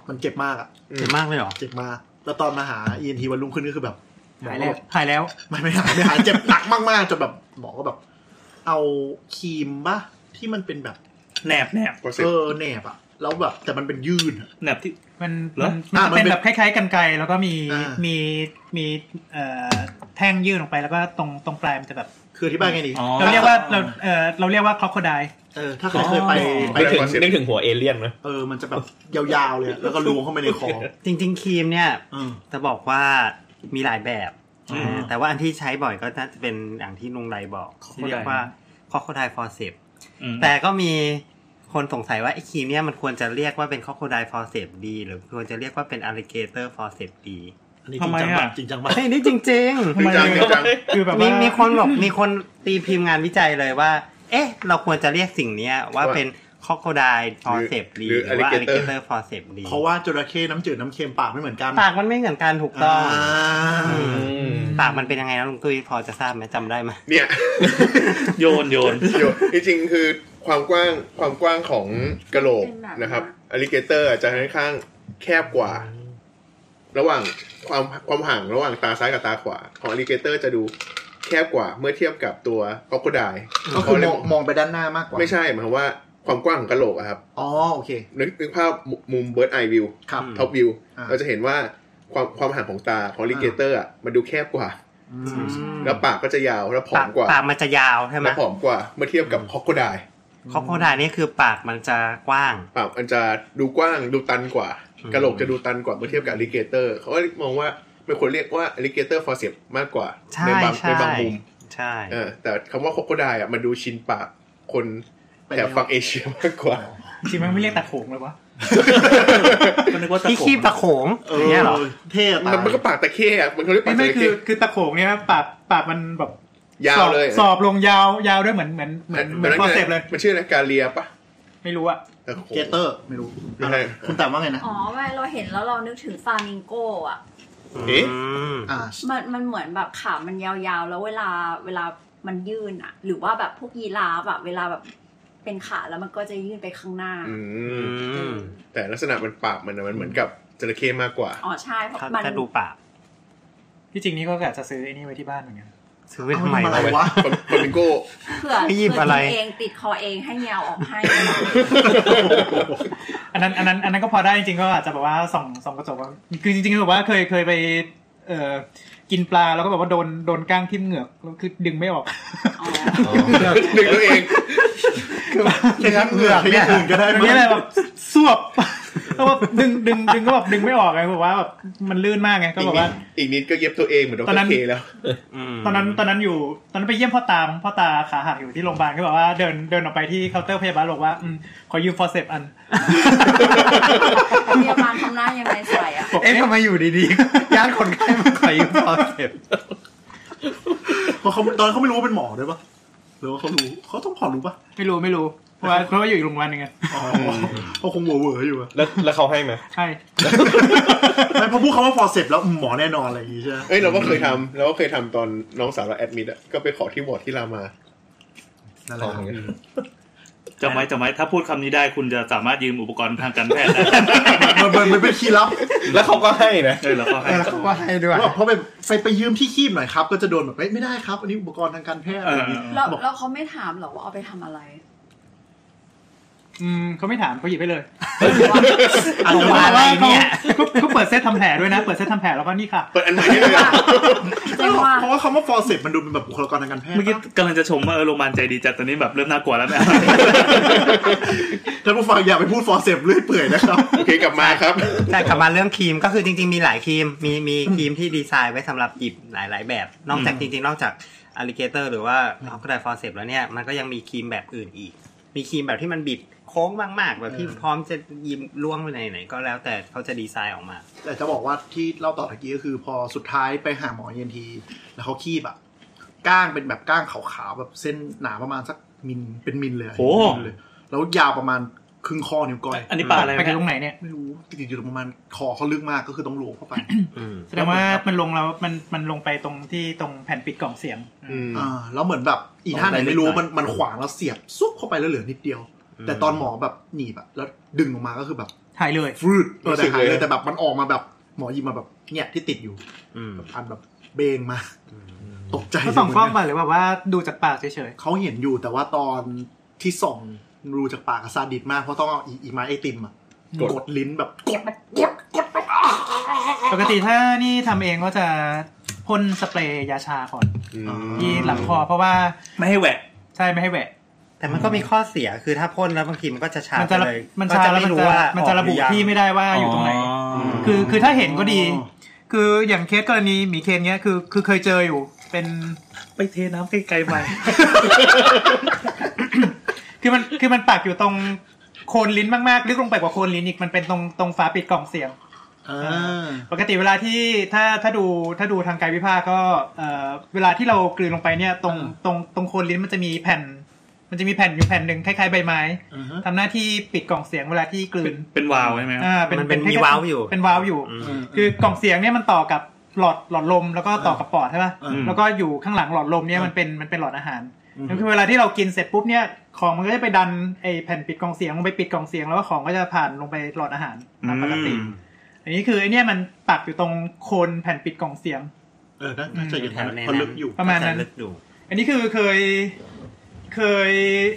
Speaker 8: มันเจ็บมากอะ
Speaker 3: เจ็บมากเลยเหรอ
Speaker 8: เจ็บมากแล้วตอนมาหา ENT วันรุ่งขึ้นก็คือแบบหมอ
Speaker 5: หาย
Speaker 8: ก็
Speaker 5: แล้ว
Speaker 8: แบบ
Speaker 5: หายแล้ว
Speaker 8: ไม่ไม่หายไม่หายเจ็บหนักมากๆจนแบบหมอก็แบบ เอาครีมปะที่มันเป็นแบบ
Speaker 4: แหนบแหนบ
Speaker 8: เออแหนบอะแล้วแบบแต่มันเป็นยืดอะ
Speaker 4: แหนบที่
Speaker 5: มัน
Speaker 4: เหร
Speaker 5: มั
Speaker 4: อ
Speaker 5: นมัน
Speaker 8: อ่ะ
Speaker 5: จะ
Speaker 8: มัน
Speaker 5: เป็น
Speaker 8: เป็น
Speaker 5: แบบคล้ายๆกันไกลแล้วก็มี
Speaker 8: อ่ามี
Speaker 5: มีมีเอ่อแท่งยื่นออกไปแล้วก็ตรงตรงปลายมันจะแบบ
Speaker 8: คืออธิบายไงดี
Speaker 4: อ๋อ
Speaker 5: เราเรียกว่าเราเอ่อเราเรียกว่าครอกโคได
Speaker 8: เออถ้าใครเคยไปไป
Speaker 6: นึกถึง
Speaker 7: ไปก่อนสิ
Speaker 6: นึกถึงหัวเอเลี่ยนนะ
Speaker 8: เออ มันจะแบบยาวๆเลยอะแล้วก็ล้วงเข้าไปในคอ
Speaker 3: จริง ๆ ครีมเนี่ย
Speaker 8: เออ
Speaker 3: จะบอกว่ามีหลายแบบ
Speaker 8: อืม
Speaker 3: เออแต่ว่าอันที่ใช้บ่อยก็น่าจะเป็นอย่างที่ลุงไดบอกที่เรียกว่าคอโคไดฟอร์เซป
Speaker 4: อืม
Speaker 3: แต่ก็มีคนสงสัยว่าไอ้ครีมเนี่ยมันควรจะเรียกว่าเป็นคอโคไดฟอร์เซปดี หรือควรจะเรียกว่าเป็นอ l ลิเกเตอร์ฟอร์เซปดี
Speaker 8: อันนี้จริงจังปะจริงจังปะ
Speaker 3: ใช่นี่จริง ๆ
Speaker 7: จริงจังจริงจัง
Speaker 5: คือแบบ
Speaker 3: มี
Speaker 5: ว่าม
Speaker 3: มีคนบอก มีคนตีพิมพ์งานวิจัยเลยว่า เอ๊ะ เราควรจะเรียกสิ่งเนี้ยว่า
Speaker 7: ว่า
Speaker 3: เป็นคอ c โคไดฟอร์เซปดี
Speaker 7: หรือ
Speaker 3: หรือว่า a l ลิเก
Speaker 7: alligator
Speaker 3: เตอร์ฟอร์เซปดี
Speaker 8: เพราะว่าจระเข้น้ำจืดน้ำเค็มปากไม่เหมือนกัน
Speaker 3: ปากมันไม่เหมือนกันถูกต้
Speaker 8: อ่า
Speaker 3: องปากมันเป็นยังไงนะลุงตุ้ยพอจะทราบไหมจำได้ไหม
Speaker 7: เนี่ย
Speaker 4: โยนโยน
Speaker 7: เดี๋ยวจริงๆคือความกว้างความกว้างของกระโหลก
Speaker 2: เป็นแบบ
Speaker 7: นะครับอลิเกเตอร์จะค่อนข้างแคบกว่า ระหว่างความความห่างระหว่างตาซ้ายกับตาขวา ของอลิเกเตอร์จะดูแคบกว่าเมื่อเทียบกับตัวก็โคดาย
Speaker 8: ก็คือมองมองไปด้านหน้ามากกว่า
Speaker 7: ไม่ใช่หมายความว่าความกว้างของกระโหลกอะครับ
Speaker 8: อ๋อโอเค
Speaker 7: นึกนึกภาพมุมเบิร์ดไอวิว
Speaker 8: ครับ
Speaker 3: อืม
Speaker 7: ท็อปวิว
Speaker 8: อ่า
Speaker 7: เราจะเห็นว่าความความห่างของตาของอลิเกเตอร์อะมันดูแคบกว่า แล้วปากก็จะยาวแล้วผอ
Speaker 3: ปาม ก
Speaker 7: กว่า
Speaker 3: ปากมันจะยาวใช่ไหม
Speaker 7: และผอมกว่า เมื่อเทียบกับคอกโคดาย
Speaker 3: คอ c โคไดนี่คือปากมันจะกว้าง
Speaker 7: ปากมันจะดูกว้างดูตันกว่า
Speaker 3: อืม
Speaker 7: กระโหลกจะดูตันกว่าเมื่อเทียบกับอลิเกเตอร์เขาก็มองว่ามันควรเรียกว่าอลิเกเตอร์ฟอสเซมากกว่า
Speaker 3: ใช่
Speaker 7: ในบาง
Speaker 3: ใช่
Speaker 7: ในบางมุม
Speaker 3: ใช่
Speaker 7: เออแต่คำว่าโคโคไดอะมันดูชินปากคน
Speaker 8: ไปแล้
Speaker 7: แต่
Speaker 8: ว
Speaker 7: ฝั่งเอเชียมากกว่า
Speaker 5: จริงๆมันไม่เรียกตะโขงเลยวะ
Speaker 4: ก็นึกว่าตะ
Speaker 3: ที่
Speaker 4: โข
Speaker 3: ขี้
Speaker 4: ง
Speaker 3: ตะโขง
Speaker 8: เอ
Speaker 3: อย่างเงี้ยเหรอ
Speaker 8: อเท่ตา
Speaker 7: มันมันก็ปากตะเข้อะมันเขาเรียกปา
Speaker 5: ไม่
Speaker 7: ก
Speaker 5: ไม่
Speaker 7: ตะ
Speaker 5: คื
Speaker 7: เข้
Speaker 5: อคือตะโขงเนี่ยปากปากมันแบบ
Speaker 7: ยา
Speaker 5: สอ
Speaker 7: ว
Speaker 5: บ
Speaker 7: เลย
Speaker 5: สอบลงยาวยาวด้วยเหมือนเหมือนเหมือนเหมือนคอนเซป
Speaker 7: ต
Speaker 5: ต์เลย
Speaker 7: มันชื่ออะไรกาเลียปะ
Speaker 5: ไม่รู้อะ
Speaker 7: ตะโขง
Speaker 8: เกเตอร์ไม่รู้
Speaker 7: ไม่ใช่
Speaker 8: คุณแต่ว่าไงนะ
Speaker 2: อ๋อไม่เราเห็นแล้วเรานึกถึงฟามิงโกอ่ะ
Speaker 7: เอ๊ะ
Speaker 3: ม
Speaker 8: อ่า
Speaker 2: มันมันเหมือนแบบขามันยาวๆ แล้วเวลาเวลามันยื่นอ่ะ หรือว่าแบบพวกยีราฟอะเวลาแบบเป็นขาแล้วมันก็จะยื่นไปข้างหน้า
Speaker 7: อื
Speaker 3: อื
Speaker 7: ม
Speaker 3: ม
Speaker 7: แต่ลักษณะมันปากมันอะมันเหมือนกับจระเข้มากกว่า
Speaker 2: อ๋อใช่เพราะ
Speaker 3: เขา
Speaker 2: มัน
Speaker 3: จะดูปาก
Speaker 5: ที่จริงนี่ก็อยากจะซื้อไอ้นี่ไว้ที่บ้านเหมือนกัน
Speaker 3: ซื้อไปทำไม
Speaker 8: เอา
Speaker 3: วะ
Speaker 8: ปทำอะไรวะ
Speaker 7: ฟลามิงโก้
Speaker 2: เผื่อ
Speaker 3: ไม่หยิบ
Speaker 2: เผื่
Speaker 3: อะไร
Speaker 2: กินเองติดคอเองให้เมียเอาออกให้
Speaker 5: อันนั้นอันนั้นอันนั้นก็พอได้จริงๆก็อาจจะแบบว่าส่องส่องกระจกว่าคือจริงๆแบบว่าเคยเคยไปเอ่อกินปลาแล้วก็แบบว่าโดนโดนก้างทิ่มเหงือกแล้วคือดึงไม่ออก
Speaker 2: อ๋อ
Speaker 7: หนึ่งตัวเอง
Speaker 8: แค่นั้นเหงือกเนี่ยอื่นก็ได้
Speaker 5: มันนี่อะไรแบบสวบ แล้วแบบดึงดึงดึงก็แบบดึงไม่ออกไงแบบว่าแบบมันลื่นมากไงก็
Speaker 7: อี
Speaker 5: แบ
Speaker 7: ก
Speaker 5: บ
Speaker 7: นิ
Speaker 5: ว่า
Speaker 7: ดอีกนิดก็เย็บตัวเองเหมือนด
Speaker 5: ตอนนั้
Speaker 7: ร
Speaker 5: น
Speaker 7: เคแล้ว
Speaker 3: อืม
Speaker 5: ตอนนั้นตอนนั้นอยู่ตอนนั้นไปเยี่ยมพ่อตาพ่อตาขาหักอยู่ที่โรงพยาบาลก็แบบว่าเดินเดินออกไปที่เคาน์เตอร์พยาบาลบอกว่าอืมขอยืมฟอร์เซปอัน
Speaker 2: พยาบาลทำหน้ายังไงใส่อ่ะ
Speaker 5: บอก
Speaker 3: เอ๊ะทำไมอยู่ดีๆ ญาติคนไข้มาขอยืมฟอร์เซป
Speaker 8: เพราะเขาตอนนนเขาไม่รู้ว่าเป็นหมอด้วยปะ หรือว่าเขารู้เขาต้องพอรู้ปะ
Speaker 5: ไม่รู้ไม่รู้เพราะว่าเพราะว่าอยู่อีกโรงพยาบาลหนึงไง
Speaker 8: อ๋อเขาคงเหวอร์ๆอยู่อะ
Speaker 6: แล้วแล้วเขาให้ไหม
Speaker 5: ใช่
Speaker 8: ไม่พอพูดคำว่า forceps แล้วอืมหมอแน่นอนอะไรอย่างงี้ใช่ไหม
Speaker 7: เอ้ยเราก็เคยทำเราก็เคยทำตอนน้องสาวเราแอดมิดอะก็ไปขอที่วอร์ดที่รามา
Speaker 8: นั่นแหละครับ
Speaker 4: จำไว้จำไว้ถ้าพูดคำนี้ได้คุณจะสามารถยืมอุปกรณ์ทางการแพทย์ได้
Speaker 8: มันมันมันเป็นคีย์ลับ
Speaker 6: แล้วเขาก็ให้นะ
Speaker 4: เออแล้วก็ให้
Speaker 3: แล้วเขาก็ให้ด้วย
Speaker 8: ว่าพอไปไปไปยืมที่คีบหน่อยครับ ก็จะโดนแบบเอ้ยไม่ได้ครับ อันนี้อุปกรณ์ทางการแพทย์
Speaker 4: เอ
Speaker 8: อะไรอ
Speaker 4: อย่าง
Speaker 8: งี้
Speaker 2: แล้วแล้วเขาไม่ถามเหรอว่าเอาไปทำอะไร
Speaker 5: อืมเขาไม่ถามเขาหยิบไปเลย
Speaker 8: อัน
Speaker 5: เขา
Speaker 8: นี้
Speaker 5: บ
Speaker 8: ว่า
Speaker 5: อกว่า
Speaker 3: เนี่
Speaker 5: เขา
Speaker 3: ย
Speaker 5: เขาเขาเปิดเซตทำแผลด้วยนะ เปิดเซตทำแผลแล้วก็นี่ค่ะ
Speaker 7: เปิดอันใหม่ได้เลย อะ
Speaker 2: จริงว่า
Speaker 8: เพราะว่าคำว่า forceps มันดูเป็นแบบบุคลากรทางการแพทย์
Speaker 4: เมื่อกี้กำลังจะชมว่าเออโรงพยาบาลใจดีจัดตอนนี้แบบเริ่มน่ากลัวแล้วเนี่ย
Speaker 8: ท่านผู้ฟังอย่าไปพูด forceps เรื่อยเปื่อยนะครับ
Speaker 7: โอเคกลับมาครับ
Speaker 3: แต่กลับมาเรื่องครีมก็คือจริงๆ มีหลายครีม มีมีครีมที่ดีไซน์ไว้สำหรับหยิบหลายๆ แบบ นอกจากจริงๆ นอกจากอ l ลิเกเตอร์หรือว่าฮอกไดฟอร์เซปแล้วเนี่ย มันก็ยังมีครีมแบบอื่นอีก มีครีมแบบที่มันบิดโค้งมากๆ แบบที่พร้อมจะยิมล่วงไปไหนๆ ก็แล้วแต่เขาจะดีไซน์ออกมา
Speaker 8: แต่จะบอกว่าที่เล่าต่อตะกี้ก็คือ พอสุดท้ายไปหาหมอเย็นที แล้วเขาคีบอ่ะก้างเป็นแบบก้างขาวๆแบบเส้นหนาประมาณสักมิลเป็นมิลเลยอะ
Speaker 4: โอ้
Speaker 8: มิลเลยแล้วยาวประมาณครึ่งข้อนิ้วก้อย
Speaker 4: อันนี้ปลาอะไร
Speaker 5: ไป
Speaker 4: วะ
Speaker 5: ถึ
Speaker 4: เนี่
Speaker 5: ง
Speaker 4: ย
Speaker 5: ตรงไหนเนี่ย
Speaker 8: ไม่รู้ติดอยู่ประมาณคอเขาลึกมากก็คือต้องหลวงเข้าไป
Speaker 3: อืม
Speaker 5: แสดงว่ามันลงแล้วมันมันลงไปตรงที่ตรงแผ่นปิดกล่องเสียง
Speaker 7: อืม
Speaker 8: อ่าแล้วเหมือนแบบอีท่าไหนไม่รู้มันมันขวางแล้วเสียบซุบเข้าไปแล้วเหลือนิดเดียว แต่ตอนหมอแบบหนีบอะแล้วดึงออกมาก็คือแบบ
Speaker 5: ถ่ายเลย
Speaker 8: ฟืดเออแต่หายเลยแต่แบบมันออกมาแบบหมอหยิบมาแบบเนี่ยที่ติดอยู่
Speaker 3: อืม
Speaker 8: พันแบบเบงมา ตกใจ
Speaker 5: เขาส่องกล้อง
Speaker 8: เหมืนน
Speaker 5: มาหรือแบบว่าดูจากปากเฉย
Speaker 8: เขาเห็นอยู่แต่ว่าตอนที่ส่องรูจากปากอะซาดิสมากเพราะต้องเอาอีอีไม้ไอติมอะ
Speaker 7: กด
Speaker 8: กดลิ้นแบบกดกดกดแบบ
Speaker 5: ๆ ปกติถ้านี่ทำเองก็จะพ่นสเปรย์ยาชาก่อน
Speaker 7: อืม
Speaker 5: ที่หลังคอเพราะว่า
Speaker 4: ไม่ให้แหวะ
Speaker 5: ใช่ไม่ให้แหวะ
Speaker 3: แต่มันก็มีข้อเสียคือถ้าพ่นแล้วบางทีมันก็จะชา
Speaker 5: มัน
Speaker 3: ไป
Speaker 5: จะระ
Speaker 3: เลย
Speaker 5: มัน
Speaker 3: ก็
Speaker 5: ชา
Speaker 3: จะ
Speaker 5: แล้ว
Speaker 3: ไม่
Speaker 5: มัน
Speaker 3: รู้
Speaker 5: จะ
Speaker 3: ว่า
Speaker 5: มั
Speaker 3: มัน
Speaker 5: จะระบุที่ไม่ได้ว่าอยู่ตรงไหน คือคือถ้าเห็นก็ดี คืออย่างเคสกรณีหมีเคนเนี้ยคือคือเคยเจออยู่ เป็น
Speaker 4: ไปเทน้ำไกลๆไป
Speaker 5: คือมันคือมันปักอยู่ตรงโคนลิ้นมากๆลึกลงไปกว่าโคนลิ้นอีกมันเป็นตรงตรงฝาปิดกล่องเสียง
Speaker 8: อ่า
Speaker 5: ปกติเวลาที่ถ้าถ้าดูถ้าดูทางกายวิภาคก็เอ่อเวลาที่เรากลืนลงไปเนี่ยตรง
Speaker 8: อ่า
Speaker 5: ตรงตรงโคนลิ้นมันจะมีแผ่น มันจะมีแผ่นอยู่แผ่นหนึ่งคล้ายๆใบไม้
Speaker 8: อ่าฮะ
Speaker 5: ทำหน้าที่ปิดกล่องเสียงเวลาที่กลื
Speaker 4: เป็น
Speaker 5: น
Speaker 4: เป็นวาวใช่ไหมครับ
Speaker 5: อ่า
Speaker 3: มันเป็น
Speaker 5: คล้
Speaker 3: มี
Speaker 5: ยๆ
Speaker 3: วาล์วอยู่
Speaker 5: เป็นวาล์วอยู่
Speaker 3: อืม
Speaker 5: คือกล่องเสียงเนี่ยมันต่อกับหลอดหลอดลมแล้วก็ต่อกับปอดใช่ป่ะ
Speaker 8: อืม
Speaker 5: แล้วก็อยู่ข้างหลังหลอดลมเนี่ย
Speaker 8: อืม
Speaker 5: มันเป็นมันเป็นหลอดอาหาร
Speaker 8: อืม
Speaker 5: นั่นคือเวลาที่เรากินเสร็จปุ๊บเนี่ยของมันก็จะไปดันไอแผ่นปิดกล่องเสียงลงไปปิดกล่องเสียงแล้วก็ของก็จะผ่านลงไปหลอดอาหารตามปกติ
Speaker 4: อืม
Speaker 5: อันนี้คือไอเนี่ยมันปักอยู่ตรงโคนแผ่นปิดกล่องเสียง
Speaker 8: เออน่าน่าจะอย่างนั้น
Speaker 3: แถว
Speaker 8: พอน
Speaker 3: แนะำ
Speaker 8: ลึกอยู่
Speaker 5: ประมาณนั้น
Speaker 3: ลึกอยู่
Speaker 5: อันนี้คือเคยเคย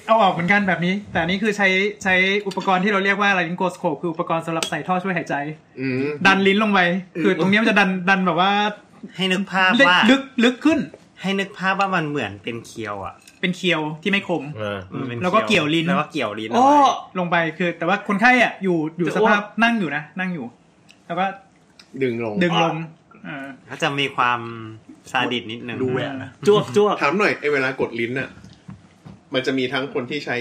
Speaker 5: เอาออกเหมือนกันแบบนี้ แต่อันนี้คือใช้ใช้อุปกรณ์ที่เราเรียกว่าอะไรลิงโกสโคปคืออุปกรณ์สำหรับใส่ท่อช่วยหายใจ
Speaker 7: อืม
Speaker 5: ดันลิ้นลงไปคือตรงเนี้ยมันจะดันดันแบบว่า
Speaker 3: ให้นึกภาพว่า
Speaker 5: ลึกลึกขึ้น
Speaker 3: ให้นึกภาพว่ามันเหมือนเป็นเคียวอ่ะ
Speaker 5: เป็นเคียวที่ไม่คม
Speaker 6: อ่า
Speaker 3: มันเป็น
Speaker 5: แล้วก็เกี่ยวลิ้น
Speaker 3: แล้วก็เกี่ยวลิ้น
Speaker 4: โอ้
Speaker 3: เอาไว้
Speaker 5: ลงไปคือ แต่ว่าคนไข้อ่ะอยู่อยู่
Speaker 4: จะ
Speaker 5: ส
Speaker 4: อ้วก
Speaker 5: ภาพนั่งอยู่นะ นั่งอยู่ แล้วก็
Speaker 7: ดึงลง
Speaker 5: ดึงลงเออ
Speaker 3: ก็จะมีความซาดิสนิดนึง
Speaker 8: ดูแหวะนะ
Speaker 4: จ้วกจ้วก
Speaker 7: ถามหน่อยไอ้เวลากดลิ้นอะมันจะมีทั้งคนที่ใช้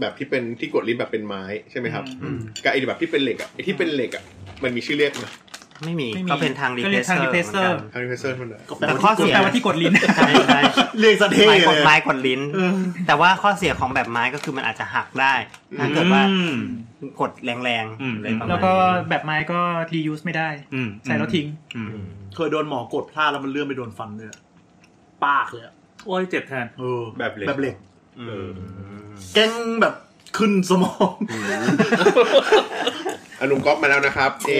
Speaker 7: แบบที่เป็นที่กดลิ้นแบบเป็นไม้ใช่ไหมครับ
Speaker 3: อืม
Speaker 7: กับไอ้แบบที่เป็นเหล็กอะไอ้ที่เป็นเหล็กอะมันมีชื่อเรียกไหม
Speaker 3: ไม่มี
Speaker 5: ไม่มี
Speaker 3: ก็เป็นทางรี
Speaker 5: ก็
Speaker 3: เพ
Speaker 5: รี
Speaker 3: รส
Speaker 5: ยก
Speaker 3: เซ
Speaker 5: ทางรีเพรสเซ
Speaker 3: อ
Speaker 5: อ
Speaker 3: ร์
Speaker 5: ร์
Speaker 7: ทางรีเพรสเซอร์มันอะ
Speaker 3: แต่ข้อเสีย
Speaker 5: แต่ว่าที่กดลิ้น
Speaker 3: ใช่ใช่
Speaker 8: เรียกสะเท่
Speaker 3: ไม้ก
Speaker 8: เล
Speaker 3: ด
Speaker 8: ย
Speaker 3: ไม้กดลิ้น
Speaker 8: เออ
Speaker 3: แต่ว่าข้อเสียของแบบไม้ก็คือมันอาจจะหักได้ถ้าเกิดว่า
Speaker 4: อืม
Speaker 3: กดแรง
Speaker 4: อืม
Speaker 3: ๆอะไรประมาณนี้
Speaker 5: แล้วก็แบบไม้ก็ reuse ไม่ได้
Speaker 4: อืม
Speaker 5: ใส่แล้วทิ้ง
Speaker 4: อืม
Speaker 3: อืม
Speaker 8: เคยโดนหมอกดพลาดแล้วมันเลื่อนไปโดนฟันเลยอะปากเลยอะ
Speaker 4: โอ้ยเจ็บแทน
Speaker 8: เออ
Speaker 6: แบบเหล็ก
Speaker 8: แบบเหล็ก
Speaker 3: อืม
Speaker 8: แกล้งแบบขึ้นสมอง
Speaker 7: อนุมก๊อฟมาแล้วนะครับ เอ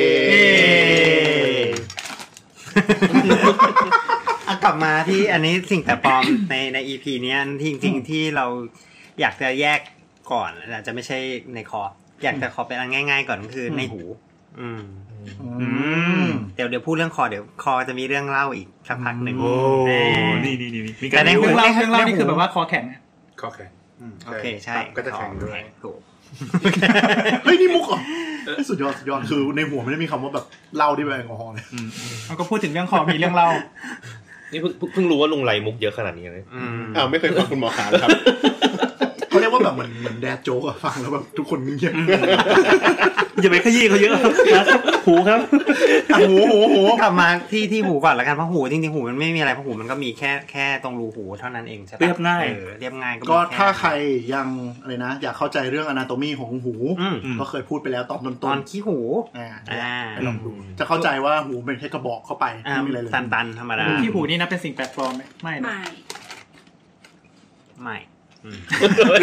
Speaker 3: อ่ะกลับมาที่อันนี้สิ่งแต่ปลอม ในใน EP เนี้ยที่จริงๆที่เราอยากจะแยกก่อนอาจจะไม่ใช่ในคอ อยากจะขอเป็นอันง่าย ๆ ก่อนก็คือในหู อืม
Speaker 8: อืม
Speaker 3: เดี๋ยวเดี๋ยวพูดเรื่องคอเดี๋ยวคอจะมีเรื่องเล่าอีกสักพักหนึ่ง
Speaker 8: โอ้
Speaker 3: แหม
Speaker 4: นี่นี่นี่มี
Speaker 3: แต่
Speaker 4: การ
Speaker 3: ใน
Speaker 4: นิ้ว
Speaker 5: เรื่องเล่า
Speaker 3: ไม่
Speaker 5: เรื่องเล่า
Speaker 3: ไม่
Speaker 5: นี่คือ
Speaker 3: หู
Speaker 5: แบบว่าคอแข็ง
Speaker 1: ก็แข็ง
Speaker 3: โอเคใช่
Speaker 1: ตับก็จะแข็งด้วย
Speaker 3: ถูก
Speaker 8: เฮ้ยนี่มุกเหรอเฮ้ยสุดยอดสุดยอดคือในหัวไม่ได้มีคำว่าแบบเหล้าที่เป็นแอลกอฮอล์เลย
Speaker 5: มันก็พูดถึงเรื่องคอมีเรื่องเล่า
Speaker 6: นี่เพิ่งเพิ่งรู้ว่าลุงไรมุกเยอะขนาดนี้เลย
Speaker 3: อืม
Speaker 7: อ้าวไม่เคยฟังคุณหมอขานะครับ
Speaker 8: เขาเรียกว่าแบบเหมือนเหมือนแดดโจ๊กอะฟังแล้วแบบทุกคนเงียบ
Speaker 4: อย่าไปขยี้เขาเยอะนะครับหูครับ
Speaker 3: อ่ะหูหูหูกลับมาที่ที่หูก่อนละกันเพราะหูจริงๆหูมันไม่มีอะไรเพราะหูมันก็มีแค่แค่ตรงรูหูเท่านั้นเองใช่ปะ
Speaker 4: เรียบง่าย
Speaker 3: เออเรียบง่ายก็มี
Speaker 8: ก็
Speaker 3: แ
Speaker 8: ถ้าใครยังอะไรนะ อยากเข้าใจเรื่องอนาโตมีของหู
Speaker 3: อืม
Speaker 8: ก็เคยพูดไปแล้วตอนต้น
Speaker 3: ตอนขี้หู
Speaker 8: ๆอ่า
Speaker 3: อ่า
Speaker 8: ไปลองดูจะเข้าใจว่าหูเป็นแค่กระบอกเข้าไป
Speaker 3: อ่า
Speaker 8: ไม่มีอะไรเลย
Speaker 3: ตันตันๆธรรมดา
Speaker 5: ที่หูนี่นะเป็นสิ่งแปลกปลอมไหมไม่นะ
Speaker 2: ไม่
Speaker 3: ไม่อืม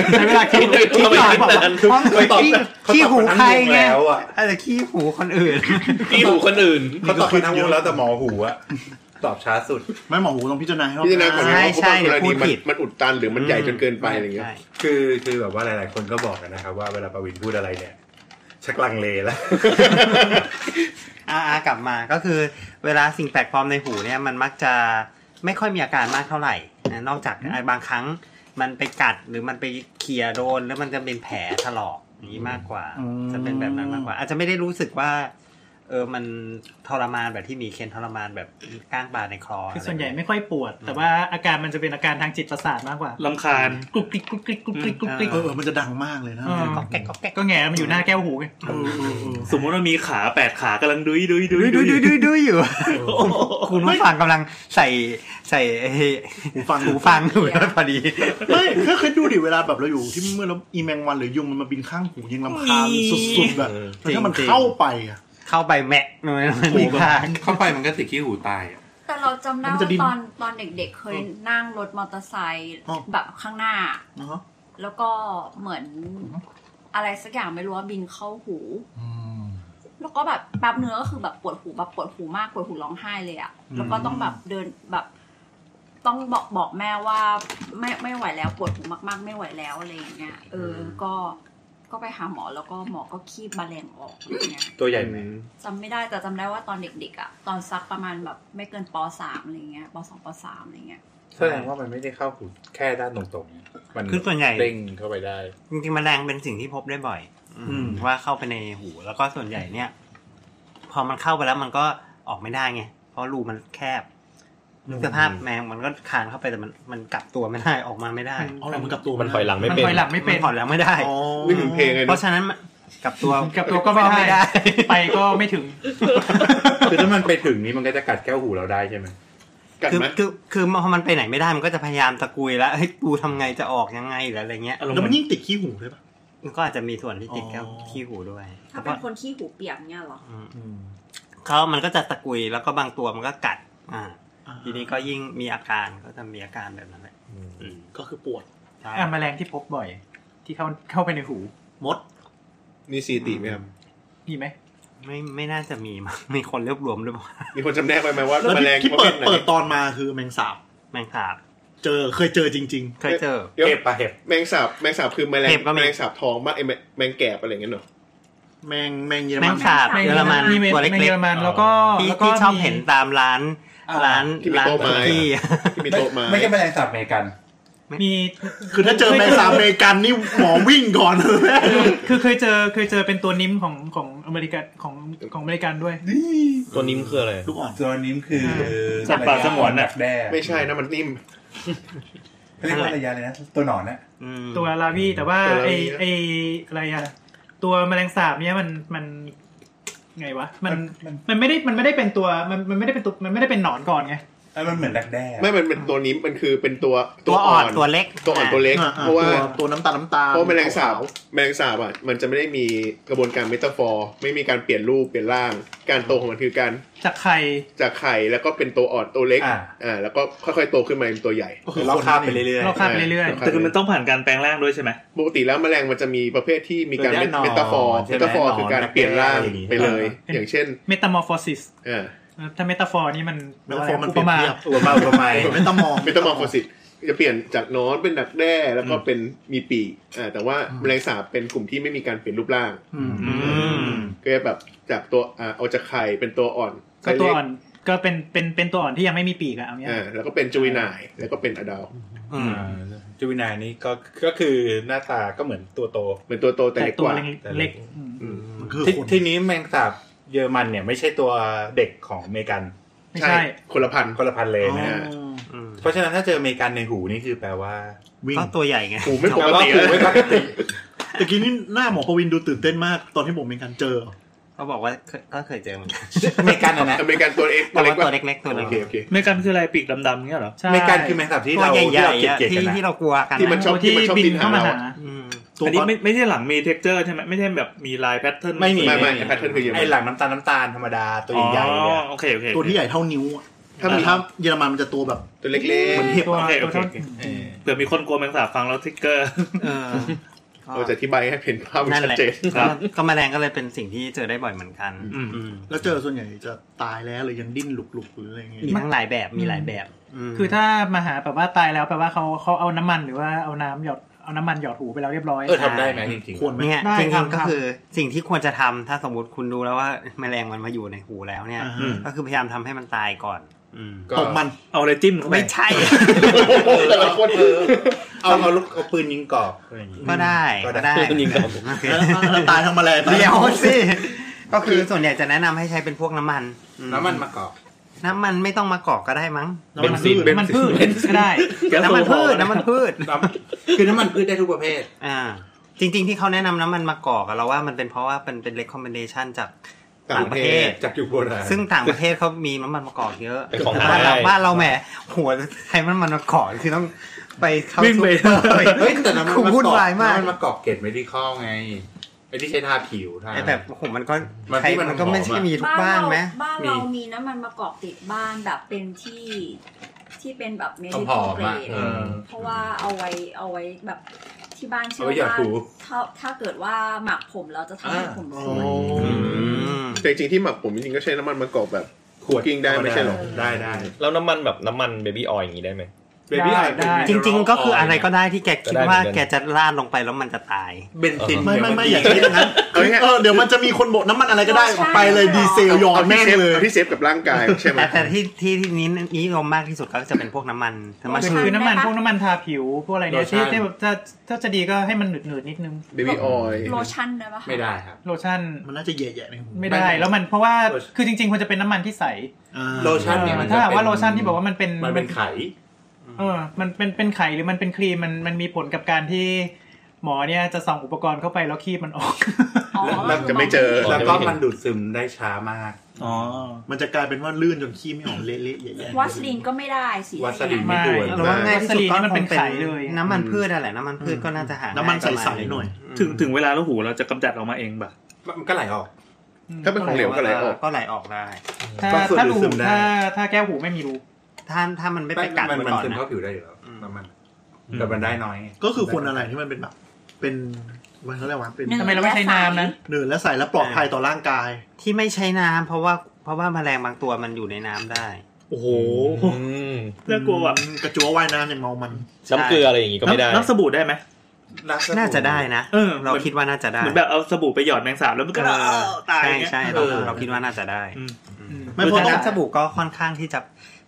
Speaker 5: ใช้เวลาคิดคิดก่อนบอกว่า
Speaker 3: เพราะ
Speaker 6: เขาตอบ
Speaker 3: ขี้
Speaker 6: แบบ
Speaker 3: ขี้หูใครไง
Speaker 1: เขาตอบคนทั้งวงแล้วอะ
Speaker 3: อาจจะขี้หูคนอื่น
Speaker 6: พี่หูคนอื่น
Speaker 1: เขาตอบไปทั้งวงแล้วแต่หมอหูอะตอบช้าสุด
Speaker 8: ไม่หมอหูต้องพิจารณาให้รอบ
Speaker 7: พิจารณาก่อน
Speaker 8: ด้าน
Speaker 7: นะว่า
Speaker 3: ใช่
Speaker 7: เพราะบางกร
Speaker 3: พูด
Speaker 7: ณีมัน
Speaker 3: ผิด
Speaker 7: มันอุดตันหรือมันใหญ่จนเกินไปอะไรอย่างเงี้ย
Speaker 3: ใช่
Speaker 1: คือคือแบบว่าหลาย ๆ คนก็บอกกันนะครับว่าเวลาประวินพูดอะไรเนี่ย ชักลังเลแล้ว
Speaker 3: อ่าอ่ากลับมาก็คือ เวลาสิ่งแปลกปลอมในหูเนี่ยมันมักจะไม่ค่อยมีอาการมากเท่าไหร่นะนอกจากบางครั้งมันไปกัดหรือมันไปเขี่ยโดนแล้วมันจะเป็นแผลถลอกอย่างนี้มากกว่า จะเป็นแบบนั้นมากกว่า อาจจะไม่ได้รู้สึกว่า เออมันทรมานแบบที่มีเคนทรมานแบบก้างปลาในคลอ
Speaker 5: คือ
Speaker 3: อะไร
Speaker 5: ส่วนใหญ่ไม่ค่อยปวด แต่ว่าอาการมันจะเป็นอาการทางจิตประสาทมากกว่า
Speaker 4: ลำคาญ
Speaker 5: กรุบกริบกรุบกริบกรุบกริบกรุบกริบ
Speaker 8: เออเออมันจะดังมากเลยนะ
Speaker 5: เออ
Speaker 3: ก็แก๊กก็แก๊ก
Speaker 5: ก็แง่มันอยู่หน้าแก้วหูไง
Speaker 8: เออเออเออ
Speaker 4: สมมติว่ามีขาแปดขากำลังดุยดุยดุย
Speaker 3: ดุยดุยดุยดุยดุยอยู่ คุณผู้ฟังกำลังใส่ใส่ไอ้
Speaker 8: หูฟัง
Speaker 3: หูฟังอยู่ด้วยพอดี
Speaker 8: ไม่เคยเคยดูดิเวลาแบบเราอยู่ที่เมื่อเราอีแมงวันหรือยุงมันมาบินข้างหูยังลำคาญสุดๆแบบ
Speaker 1: เออ
Speaker 8: แล้วถ้ามัน
Speaker 3: จริงๆ
Speaker 8: เข้าไปอ่ะ
Speaker 3: เข้าไปแมะหน่อยมันมีทาง
Speaker 1: เข้าไปมันก็ติดขี้หูตายอะ
Speaker 2: แต่เราจำได้
Speaker 8: มันจะ
Speaker 2: ว่า
Speaker 8: ดิ้น
Speaker 2: ตอนตอนเด็กๆเคยนั่งรถมอเตอร์ไซค์
Speaker 8: อ๋อ
Speaker 2: แบบข้างหน้า
Speaker 8: นะฮะ
Speaker 2: แล้วก็เหมือนอะไรสักอย่างไม่รู้ว่าบินเข้าหู
Speaker 8: อืม
Speaker 2: แล้วก็แบบแป๊บเนื้อก็คือแบบปวดหูแบบปวดหูมากปวดหูร้องไห้เลยอะแล้วก็ต้องแบบเดินแบบ ต้องบอกบอกแม่ว่าไม่ไม่ไหวแล้วปวดหูมาก ๆ ไม่ไหวแล้วอะไรอย่างเงี้ยเออ ก็ก็ไปหาหมอแล้วก็หมอก็คีบบาแรงออกอะไรเงี้ย
Speaker 6: ตัวใหญ่ไหม
Speaker 2: จำไม่ได้แต่จำได้ว่าตอนเด็กๆอะตอนซักประมาณแบบไม่เกินปสามอะไรเงี้ยปสองปสามอะไรเงี้ย
Speaker 1: แสดงว่ามันไม่ได้เข้าหูแค่ด้านตรงๆ มัน
Speaker 3: คือส่วนใหญ่
Speaker 1: เด้งเข้าไปได้
Speaker 3: จริงๆแมลงเป็นสิ่งที่พบได้บ่อย อืม
Speaker 8: อืม
Speaker 3: ว่าเข้าไปในหูแล้วก็ส่วนใหญ่เนี่ย พอมันเข้าไปแล้วมันก็ออกไม่ได้ไง เพราะรูมันแคบนึกสภาพแมงมันก็คานเข้าไปแต่มันมันกลับตัวไม่ได้ออกมาไม่ได้
Speaker 8: เอาอะไรมันกลับตัว
Speaker 6: มันถอยหลังไม่
Speaker 5: มัน
Speaker 6: เป็น
Speaker 5: ถอยหลังไม่เป็
Speaker 3: มัน นถอดแล้วไม่ได้
Speaker 8: อ๋อ
Speaker 7: วิ่งถึงเพลงไง
Speaker 3: เพ ราะฉะนั้นมันกลับตัว
Speaker 5: กับตัวก็ไม่
Speaker 3: ไม่ ได้
Speaker 5: ได้ ไปก็ไม่ถึง
Speaker 1: คือถ้ามันไปถึงนี้มันก็จะกัดแก้วหูเราได้ใช่ไหม
Speaker 7: กัด
Speaker 3: คือ
Speaker 7: ไหม
Speaker 3: คือคือพอมันไปไหนไม่ได้มันก็จะพยายามตะกุยแล้วเฮ้ยกูทำไงจะออกยังไงหรืออะไรเงี้ย
Speaker 4: อารม
Speaker 8: แล้ว
Speaker 4: ณ์
Speaker 8: มันยิ่งติดขี้หูด้วยปะ
Speaker 3: มันก็อาจจะมีส่วนที่ติดแก้ว
Speaker 8: อ๋อ
Speaker 3: ขี้หูด้วย
Speaker 2: ถ้า
Speaker 3: แล้ว
Speaker 2: เป็
Speaker 3: ก็
Speaker 2: นคนขี้หูเปียกเนี่ยเหรอ
Speaker 3: อืมเขามันก็จะตะกุยแล้วก็บางตัวมันก็กัด อ่า ทีนี้ก็ยิ่งมีอาการก็จะมีอาการแบบนั้นแหละอืม
Speaker 8: ก็คือปวด
Speaker 3: ใช่
Speaker 5: อ่ะแมลงที่พบบ่อย ที่เข้าเข้าไปในหู
Speaker 8: มด
Speaker 7: มีสีติไหมครับ
Speaker 5: มีไหม
Speaker 3: ไม่ไม่น่าจะมีมั้ง มีคนรวบรวมหรือเปล่า
Speaker 7: มีคนจำแนกไปไหมว่า
Speaker 8: แล้ว
Speaker 7: แมลง
Speaker 8: ที่
Speaker 7: ประ
Speaker 8: เปิ
Speaker 7: เภ
Speaker 8: ด
Speaker 7: ทไหน
Speaker 8: เปิดตอนมาคือแมงสาบ
Speaker 3: แมงสาบ
Speaker 8: เจอเคยเจอจริง
Speaker 3: เคยเจอ
Speaker 7: เดี๋ยว
Speaker 1: เห็บปะเห็บ
Speaker 7: แมงสาบแมงสาบคือแมลง
Speaker 3: เห็บก็มี
Speaker 7: แมงสาบทองบ้างไอแมงแมงแกบอะไรอย่างเงี้ยเนอะ
Speaker 8: ๆ แมงแมงเยอร
Speaker 3: แม
Speaker 8: มั
Speaker 3: ง
Speaker 8: น
Speaker 3: สาบเยอรมัน
Speaker 5: แมง
Speaker 3: ตัวเล็
Speaker 5: แมงเย
Speaker 3: ก
Speaker 5: อรมัน
Speaker 1: อ๋อ
Speaker 5: แล้วก็
Speaker 3: ๆที่
Speaker 5: แล้วก็
Speaker 3: ที่ชอบ
Speaker 5: มี
Speaker 3: เห็นตามร้าน ร้าน
Speaker 7: ที่มี
Speaker 3: ร้าน
Speaker 7: โต๊ะไม้
Speaker 3: ที่
Speaker 7: ที่มีโต๊ะไม้
Speaker 1: ไม่ใช่แมลงสาบอเมริกัน
Speaker 5: มี
Speaker 8: คือถ้าเจอแมงสาบอเมริกันนี่หมอวิ่งก่อน เลย
Speaker 5: คือเคยเจอเคยเจอเป็นตัวนิ้มของของอเมริกันของของอเมริกันด้วย
Speaker 6: ตัวนิ่มคืออะไร
Speaker 8: ลูกอ่อน
Speaker 1: ตัวนี้คือ
Speaker 4: สัตว์ป่าสงวน
Speaker 1: หนั
Speaker 4: น่ะ
Speaker 1: กแด้
Speaker 7: ไม่ใช่นะมันนิ่ม
Speaker 1: เขาเรียกว่าอะไรยาเลยนะ ตัวหนอนนะ
Speaker 3: อืม
Speaker 5: ตัวลาวีแต่ว่า
Speaker 7: ตัวลาวี่
Speaker 5: ไอไออะไรอะตัวแมลงสาบเนี่ยมันมันไงวะมัน
Speaker 1: มัน
Speaker 5: มันไม่ได้มันไม่ได้เป็นตัวมันมันไม่ได้เป็นตัวมันไม่ได้เป็นหนอนก่อนไง
Speaker 1: เอ้ยมันเหมือนดักแด้
Speaker 7: ไม่มันเป็นตัวนิ่มมันคือเป็นตัว
Speaker 3: ตัวอ่อนตัวเล็ก
Speaker 7: ตัวอ่อนตัวเล็ก
Speaker 8: อ่
Speaker 7: เพราะว่า
Speaker 8: ตัวตัวน้ำตาลน้ำตาล
Speaker 7: เพราะแมลงสาบแมลงสาบอ่ะมันจะไม่ได้มีกระบวนการเมตาฟอร์ ไม่มีการเปลี่ยนรูปเปลี่ยนร่าง การโตของมันคือการ
Speaker 5: จากไข่
Speaker 7: จากไข่แล้วก็เป็นตัวอ่อนตัวเล็ก
Speaker 1: อ่ะ
Speaker 7: อ่าแล้วก็ค่อยๆโตขึ้นมาเป็นตัวใหญ่
Speaker 8: ก็คือเราคาบไปเลย
Speaker 5: เราคาบไปเรื่อย
Speaker 7: าคาบ
Speaker 4: แต่คือ
Speaker 7: ไป
Speaker 4: มันต้องผ่านการแปลงร่างด้วยใช่ไหม
Speaker 7: ปกติแล้วแมลงมันจะมีประเภทที่มีการ
Speaker 1: ตัวแน่นอน
Speaker 7: เมตาฟอร์
Speaker 1: ใช่
Speaker 7: เม
Speaker 1: ไหม
Speaker 7: ตาฟอร์
Speaker 1: หนอน
Speaker 7: คือการเปลี่ยนร่าง
Speaker 1: อย่างนี้
Speaker 7: ไปเลย อย่างเช่น
Speaker 5: ๆเมตา m อร์ฟอซิส
Speaker 7: อ่า
Speaker 5: ถ้าเมตาฟอร์นี่มัน
Speaker 8: metamorph มัน
Speaker 5: อุ
Speaker 8: เปรียบ
Speaker 5: ปมา
Speaker 8: เทียบ
Speaker 1: ตัวเบาตัวไม่
Speaker 8: ไม่ต้องมอง
Speaker 7: เมตามอร์ฟอสิตจะเปลี่ยนจากหนอนเป็นดักแด้แล้วก็เป็นมีปีกอ่าแต่ว่าแมลงสาบเป็นกลุ่มที่ไม่มีการเปลี่ยนรูปร่าง
Speaker 8: อืม
Speaker 3: อืม
Speaker 7: ก็จะแบบจากตัวอ่าเอาจากไข่เป็นตัวอ่อน
Speaker 5: ก็ตัวอ่อน
Speaker 7: ไซส์เล็
Speaker 5: ก็เป็นเป็นเป็นตัวอ่อนที่ยังไม่มีปีกอะเอา
Speaker 7: ก
Speaker 5: เนี้ย
Speaker 7: อ่าแล้วก็เป็นจุลินายแล้วก็เป็นอดาล
Speaker 3: อืม
Speaker 1: จูวินายนี่ก็ก็คือหน้าตาก็เหมือนตัวโต
Speaker 7: เป็นตัวโตแต่
Speaker 5: แต่
Speaker 7: เล็ก
Speaker 5: ตั
Speaker 7: ก
Speaker 5: ว
Speaker 7: ว่า
Speaker 5: เล็กๆ
Speaker 1: แต่เล็ก
Speaker 5: อืม
Speaker 7: อืม
Speaker 8: มันคือ
Speaker 1: ที่
Speaker 8: คน
Speaker 1: ที่นี้แมงสาบเยอรมันเนี่ยไม่ใช่ตัวเด็กของอเมริกัน
Speaker 5: ไม่ใช่
Speaker 7: คนละพัน
Speaker 1: คนละพันเลยนะฮะ
Speaker 8: อ๋อ
Speaker 3: อืม
Speaker 1: เพราะฉะนั้นถ้าเจออเมริกันในหูนี่คือแปลว่า
Speaker 8: วิ่ง
Speaker 3: ก็ตัวใหญ่ไง
Speaker 7: หูไม่ป
Speaker 1: แปล
Speaker 7: ก
Speaker 1: ว่า
Speaker 7: ติ
Speaker 1: หูไม่ปกติ
Speaker 8: ตะกี้นี่หน้าหมอประวินดูตื่นเต้นมาก ตอนที่ผมมีการเจอ
Speaker 3: เขาบอกว่าเคยก็เคยเจอเหมือนกัน
Speaker 9: อเมริกันอะนะ
Speaker 7: อเมริกันตัวเอก
Speaker 3: แต่ว่า
Speaker 7: ว่า
Speaker 3: ตัวเล็กๆตัว
Speaker 1: โอ
Speaker 3: เล็ก
Speaker 1: เคโอเค
Speaker 4: เมกันคืออะไรปีกดำๆเนี่ยเหรอ
Speaker 5: ใช่
Speaker 9: อเมริกันคือแมงสาบที่
Speaker 3: ตัว
Speaker 9: เรา
Speaker 3: ใ
Speaker 9: ที่
Speaker 3: หญ่
Speaker 9: เราเกลียด
Speaker 3: ๆ
Speaker 9: เกลียด
Speaker 3: ที่
Speaker 9: กันนะ
Speaker 3: ที่เรากลัวกัน
Speaker 7: ที่มันชอบที่
Speaker 5: ที่
Speaker 7: มันชอบ
Speaker 5: บิ
Speaker 7: บิ
Speaker 5: น
Speaker 7: น
Speaker 5: เข้า
Speaker 7: หา
Speaker 5: มา
Speaker 7: เรา
Speaker 5: หา
Speaker 7: อะ
Speaker 3: อืม
Speaker 8: ตัว
Speaker 4: อันนี้
Speaker 8: บัส
Speaker 4: ไม่ไม่ใช่หลังมีเท็กเจอร์ใช่ไหมไม่ใช่แบบมีลายแพทเทิร์น
Speaker 9: ไม่มี
Speaker 7: ไม่ไม่
Speaker 9: มี
Speaker 7: แพทเทิร์นคือเยอรมัน
Speaker 9: ไอหลังน้ำตาลน้ำตาลธรรมดาตัว
Speaker 4: อ๋อ
Speaker 9: ใหญ่ๆเลยอะ
Speaker 4: โอเคโอเค
Speaker 8: ตัวที่ใหญ่เท่านิ้วอะ
Speaker 7: ถ้ามี
Speaker 8: ถ้าเยอรมันมันจะตัวแบบ
Speaker 7: ตัวเล็ก
Speaker 9: เหมือนเห็บ
Speaker 5: ตัว
Speaker 9: อะ
Speaker 4: โอเคโอ
Speaker 5: ตัว
Speaker 4: เค
Speaker 5: เท่า
Speaker 4: โอเค
Speaker 9: เออ
Speaker 4: เผื่อมีคนกลัวแมงสาบฟังแล้วทิกเก อร์
Speaker 3: เออ
Speaker 7: ๆเราจะอธิบายให้เห็นภาพ
Speaker 3: นั่น
Speaker 7: ชัด
Speaker 3: แหละ
Speaker 7: เจน
Speaker 4: ครับ
Speaker 3: ก็แมลงก็เลยเป็นสิ่งที่เจอได้บ่อยเหมือนกัน
Speaker 4: อืม
Speaker 3: อืม
Speaker 8: แล้วเจอส่วนใหญ่จะตายแล้วหรือยังดิ้นหลุกๆหรืออะไรเงี้ย
Speaker 3: มีทั้งหลายแบบมีหลายแบบม
Speaker 5: คือถ้ามาหาแบบว่าตายแล้วแปลว่าเขาเขาเอาน้ำมันหรือว่าเอาน้ำหยอดเอาน้ำมันหยอดหูไปแล้วเรียบร้อย
Speaker 9: เออทำได้ไหมจริงๆ
Speaker 8: ควรไหม
Speaker 3: เนี่ย
Speaker 5: ได้
Speaker 3: จ
Speaker 5: ครั
Speaker 3: ริง
Speaker 5: บ
Speaker 3: ๆก็
Speaker 5: ครับ
Speaker 3: คือสิ่งที่ควรจะทำถ้าสมมติคุณดูแล้วว่าแมลงมันมาอยู่ในหูแล้วเนี่ย
Speaker 8: อ่า
Speaker 4: อื
Speaker 8: ฮะ
Speaker 4: ม
Speaker 3: ก็คือพยายามทำให้มันตายก่อน อืม
Speaker 9: ก็
Speaker 8: ตบมัน
Speaker 4: เอาอะไรจิ้มเข้าป
Speaker 3: ไม่ใช่
Speaker 7: แต่ละคน
Speaker 9: เออเอาเอาลูกเอาปืนยิงกรอบอะไรอย่างงี้
Speaker 3: ก็ได้
Speaker 9: ก็
Speaker 3: ก็
Speaker 9: ได้
Speaker 3: ได้
Speaker 9: ยิงกรอบ
Speaker 3: โอเค
Speaker 8: แล้วแล้วตายทั้งแมลง
Speaker 3: เดี๋ยวสิก็คือส่วนใหญ่จะแนะนำให้ใช้เป็นพวกน้ำมันอื
Speaker 9: น้ำมันมะกอก
Speaker 3: น้ำมันไม่ต้องมากอกก็ได้มั้ง
Speaker 8: แล้วมันพืช
Speaker 5: มันพืชก็ได้
Speaker 4: แก๊ส
Speaker 3: น้ำมัน
Speaker 4: โซ
Speaker 3: พื
Speaker 4: ฮอ
Speaker 3: ช
Speaker 4: ล์ะ
Speaker 3: น้ำมันพืช
Speaker 9: น้ำคือน้ำมันพืชได้ทุกประเภท
Speaker 3: อ่า จริง ๆ ที่เขาแนะนำน้ำมันมะกอกอะเราว่ามันเป็นเพราะว่ามันเป็น recommendation จาก
Speaker 7: ต่างประเทศ
Speaker 9: จากยุคโบราณ
Speaker 3: ซึ่งต่างประเทศเขามีน้ำมันมะกอกเยอะ
Speaker 6: เป็นของ
Speaker 3: บ้านเรา
Speaker 6: ได้
Speaker 3: บ้านเราแหมโหัวใช้น้ำมันมะกอกคือต้องไปเข้า
Speaker 4: วิ่งไป
Speaker 3: ซุปเปอร์
Speaker 9: เฮ้ยแต่น้ำมัน
Speaker 3: คุณ
Speaker 9: มะ
Speaker 3: วุ่น
Speaker 9: กอก
Speaker 3: วายมาก
Speaker 9: น้ำมันมะกอกเกล็ดไม่ได้ข้อไงไอ้ที่ใช้ทาผิวทา
Speaker 3: ไอ้แบบโอ้โหมันก็
Speaker 9: มัน
Speaker 3: ใคร
Speaker 9: ที่มัน
Speaker 3: มันก็ไม่ใช่
Speaker 9: หอมอะ
Speaker 3: มีทุกบ้านไหม
Speaker 2: บ้านเรา
Speaker 9: มี
Speaker 2: มีน้ำมันมะกอกติดบ้านแบบเป็นที่ที่เป็นแบบเม
Speaker 9: ต้อ
Speaker 2: ดิ
Speaker 9: หอ
Speaker 2: คอล
Speaker 9: ม
Speaker 2: เกร
Speaker 9: อ่ะ
Speaker 2: ด
Speaker 9: เออ
Speaker 2: เพราะว่าเอาไว้เอาไว้แบบที่บ้านเชื่อ
Speaker 9: เอาไว้หยอด
Speaker 2: ว่า
Speaker 9: หู
Speaker 2: ถ้าถ้าเกิดว่าหมักผมเราจะทำให้ผมสวย
Speaker 3: อืม
Speaker 7: แต่จริงๆที่หมักผมจริงๆก็ใช้น้ำมันมะกอกแบบ
Speaker 9: ขวด
Speaker 7: กิ้งได้ไม่ใช่หรอ
Speaker 9: ได้ได้
Speaker 6: แล้วน้ำมันแบบน้ำมันเบบี้ออยอย่างงี้ได้ไหม
Speaker 9: Baby Oil
Speaker 5: ได้
Speaker 9: เป็น
Speaker 3: จริง
Speaker 9: mineral
Speaker 3: ๆ ก็คืออะไรก็
Speaker 9: oil
Speaker 3: ได้ที่แกคิด
Speaker 6: ก็ได้เหมื
Speaker 3: ว่า
Speaker 6: อนกัน
Speaker 3: แกจะลาดลงไปแล้วมันจะตาย
Speaker 9: เบนซิน
Speaker 8: ไม่ไม่ไม่อ
Speaker 9: เดี๋
Speaker 8: ย่าว ใช้อย่างนั้น
Speaker 7: เอาอย่างเงี้ย
Speaker 8: เออเดี๋ยวมันจะมีคนบอกน้ำมันอะไรก็ได้
Speaker 2: ใช่
Speaker 8: ไปเลยดีเซลยอม
Speaker 7: เอาที่
Speaker 8: แม่ง
Speaker 7: เซฟ
Speaker 8: เลย
Speaker 7: เอาที่เซฟกับร่าง กายใช่ไหม
Speaker 3: แต่แต่ที่ที่ที่นี้นิยมมากที่สุดก็จะเป็นพวกน้ำมันน้ำมัน
Speaker 2: ใช่
Speaker 3: พื
Speaker 5: คื
Speaker 3: ช
Speaker 5: อน้ำมันพวกน้ำมันทาผิวพวกอะไรเนี่ยที่ที่แบบถ้าถ้าจะดีก็ให้มันหนืดๆนิดนึง
Speaker 7: เบบี้ออย
Speaker 2: โลชั่นได้ปะคะ
Speaker 9: ไม่ได้ครับ
Speaker 5: โลชั่น
Speaker 8: มันน่าจะแย่ๆในหู
Speaker 5: ไม่ได้แล้วมันเพราะว่า
Speaker 9: โลชั่น
Speaker 5: คือจริง ๆควรจะเป็นน้ำมันที่ใส
Speaker 8: อ่า
Speaker 9: โลชั่นเนี่ยมันจะ
Speaker 5: ถ้าหาก
Speaker 9: เป็
Speaker 5: ว่าโลชั่นที่บอกว่ามันเป็น
Speaker 9: มันเป็นไข
Speaker 5: เออมันเป็นเป็นไขหรือมันเป็นครีมมันมันมีผลกับการที่หมอเนี่ยจะส่องอุปกรณ์เข้าไปแล้วคีบมันออก
Speaker 2: อ๋อ
Speaker 9: แล้ว
Speaker 7: จะไม่เจอ
Speaker 9: แล้วก็มันดูดซึมได้ช้ามาก
Speaker 8: อ๋อ มันจะกลายเป็นว่าลื่นจนขี้ไม่ออกเละๆแย่ๆ
Speaker 2: วัสลินก็ไม่ได้สิ
Speaker 9: วัสลินไม่
Speaker 5: ไม่
Speaker 9: ควร
Speaker 3: หรือว่าง่ายที่สุดก็
Speaker 5: วัสลีนนี่มัน
Speaker 3: ค
Speaker 5: เป็น
Speaker 3: งเป็น
Speaker 5: ไข่เลยอะ
Speaker 3: น้ำมันพืชนั่นแหละน้ำมันพืชก็น่าจะหา
Speaker 8: น้ำมันใ
Speaker 3: ง่ายประ
Speaker 8: ส
Speaker 3: มาณ
Speaker 8: ๆหน่อย
Speaker 4: ถึงถึงเวลาแล้วหูเราจะกำจัดออกมาเองป่ะ
Speaker 9: มันก็ไหลออก
Speaker 7: ถ้าเป็นของเหลวก็ไหลออก
Speaker 3: ก็ไหลออกได้
Speaker 5: ถ้า
Speaker 9: บางส่วน
Speaker 5: ถ้ารู
Speaker 9: ดูดซึมได้
Speaker 5: ถ้าถ้าแก้วหูไม่มีรู
Speaker 3: ถ้าถ้ามันไม่ไปกัด
Speaker 9: มันมั
Speaker 3: มัน
Speaker 9: น
Speaker 3: ก่อน
Speaker 9: ซึม
Speaker 3: นะ
Speaker 9: เข้าผิวได้อยู่แล้ว
Speaker 3: อืม
Speaker 9: น้ำมัน
Speaker 4: อืม
Speaker 9: แต่มันได้น้อยไง
Speaker 8: ก็คือคนอะไรที่มันเป็นแบบ เป็นมันเขาเรียกว่าเป็น
Speaker 2: หนึ่ง
Speaker 5: ทำไมเราไม่ใช้น้ำนั้น
Speaker 8: เนืดและใสและปลอดภัยต่อร่างกาย
Speaker 3: ที่ไม่ใช้น้ำเพราะว่าเพราะว่าแมลงบางตัวมันอยู่ในน้ำได้
Speaker 4: โอ้โห
Speaker 6: อืม
Speaker 4: น่ากลัวว่ะ
Speaker 8: อืมกระจัวว่ายน้ำอย่างเมามัน
Speaker 6: น้ำเกลืออะไรอย่างงี้ก็ไม่ได้
Speaker 4: น้ำน้ำสบู่ได้ไหม
Speaker 3: น่าจะได้นะ
Speaker 4: เออ
Speaker 3: เราคิดว่าน่าจะได้
Speaker 4: เหมือนแบบเอาสบู่ไปหยอดแมงสาบแล้วมันก็
Speaker 3: เอ
Speaker 4: เอ
Speaker 3: อ
Speaker 4: อตายอ
Speaker 3: ใช่
Speaker 4: ย่างเงี้ย
Speaker 3: ใช่เราเราคิดว่าน่าจะได้
Speaker 4: อืม
Speaker 8: ไม่เพราะต้อง
Speaker 3: น้ำสบู่ก็ค่อนข้างที่จะ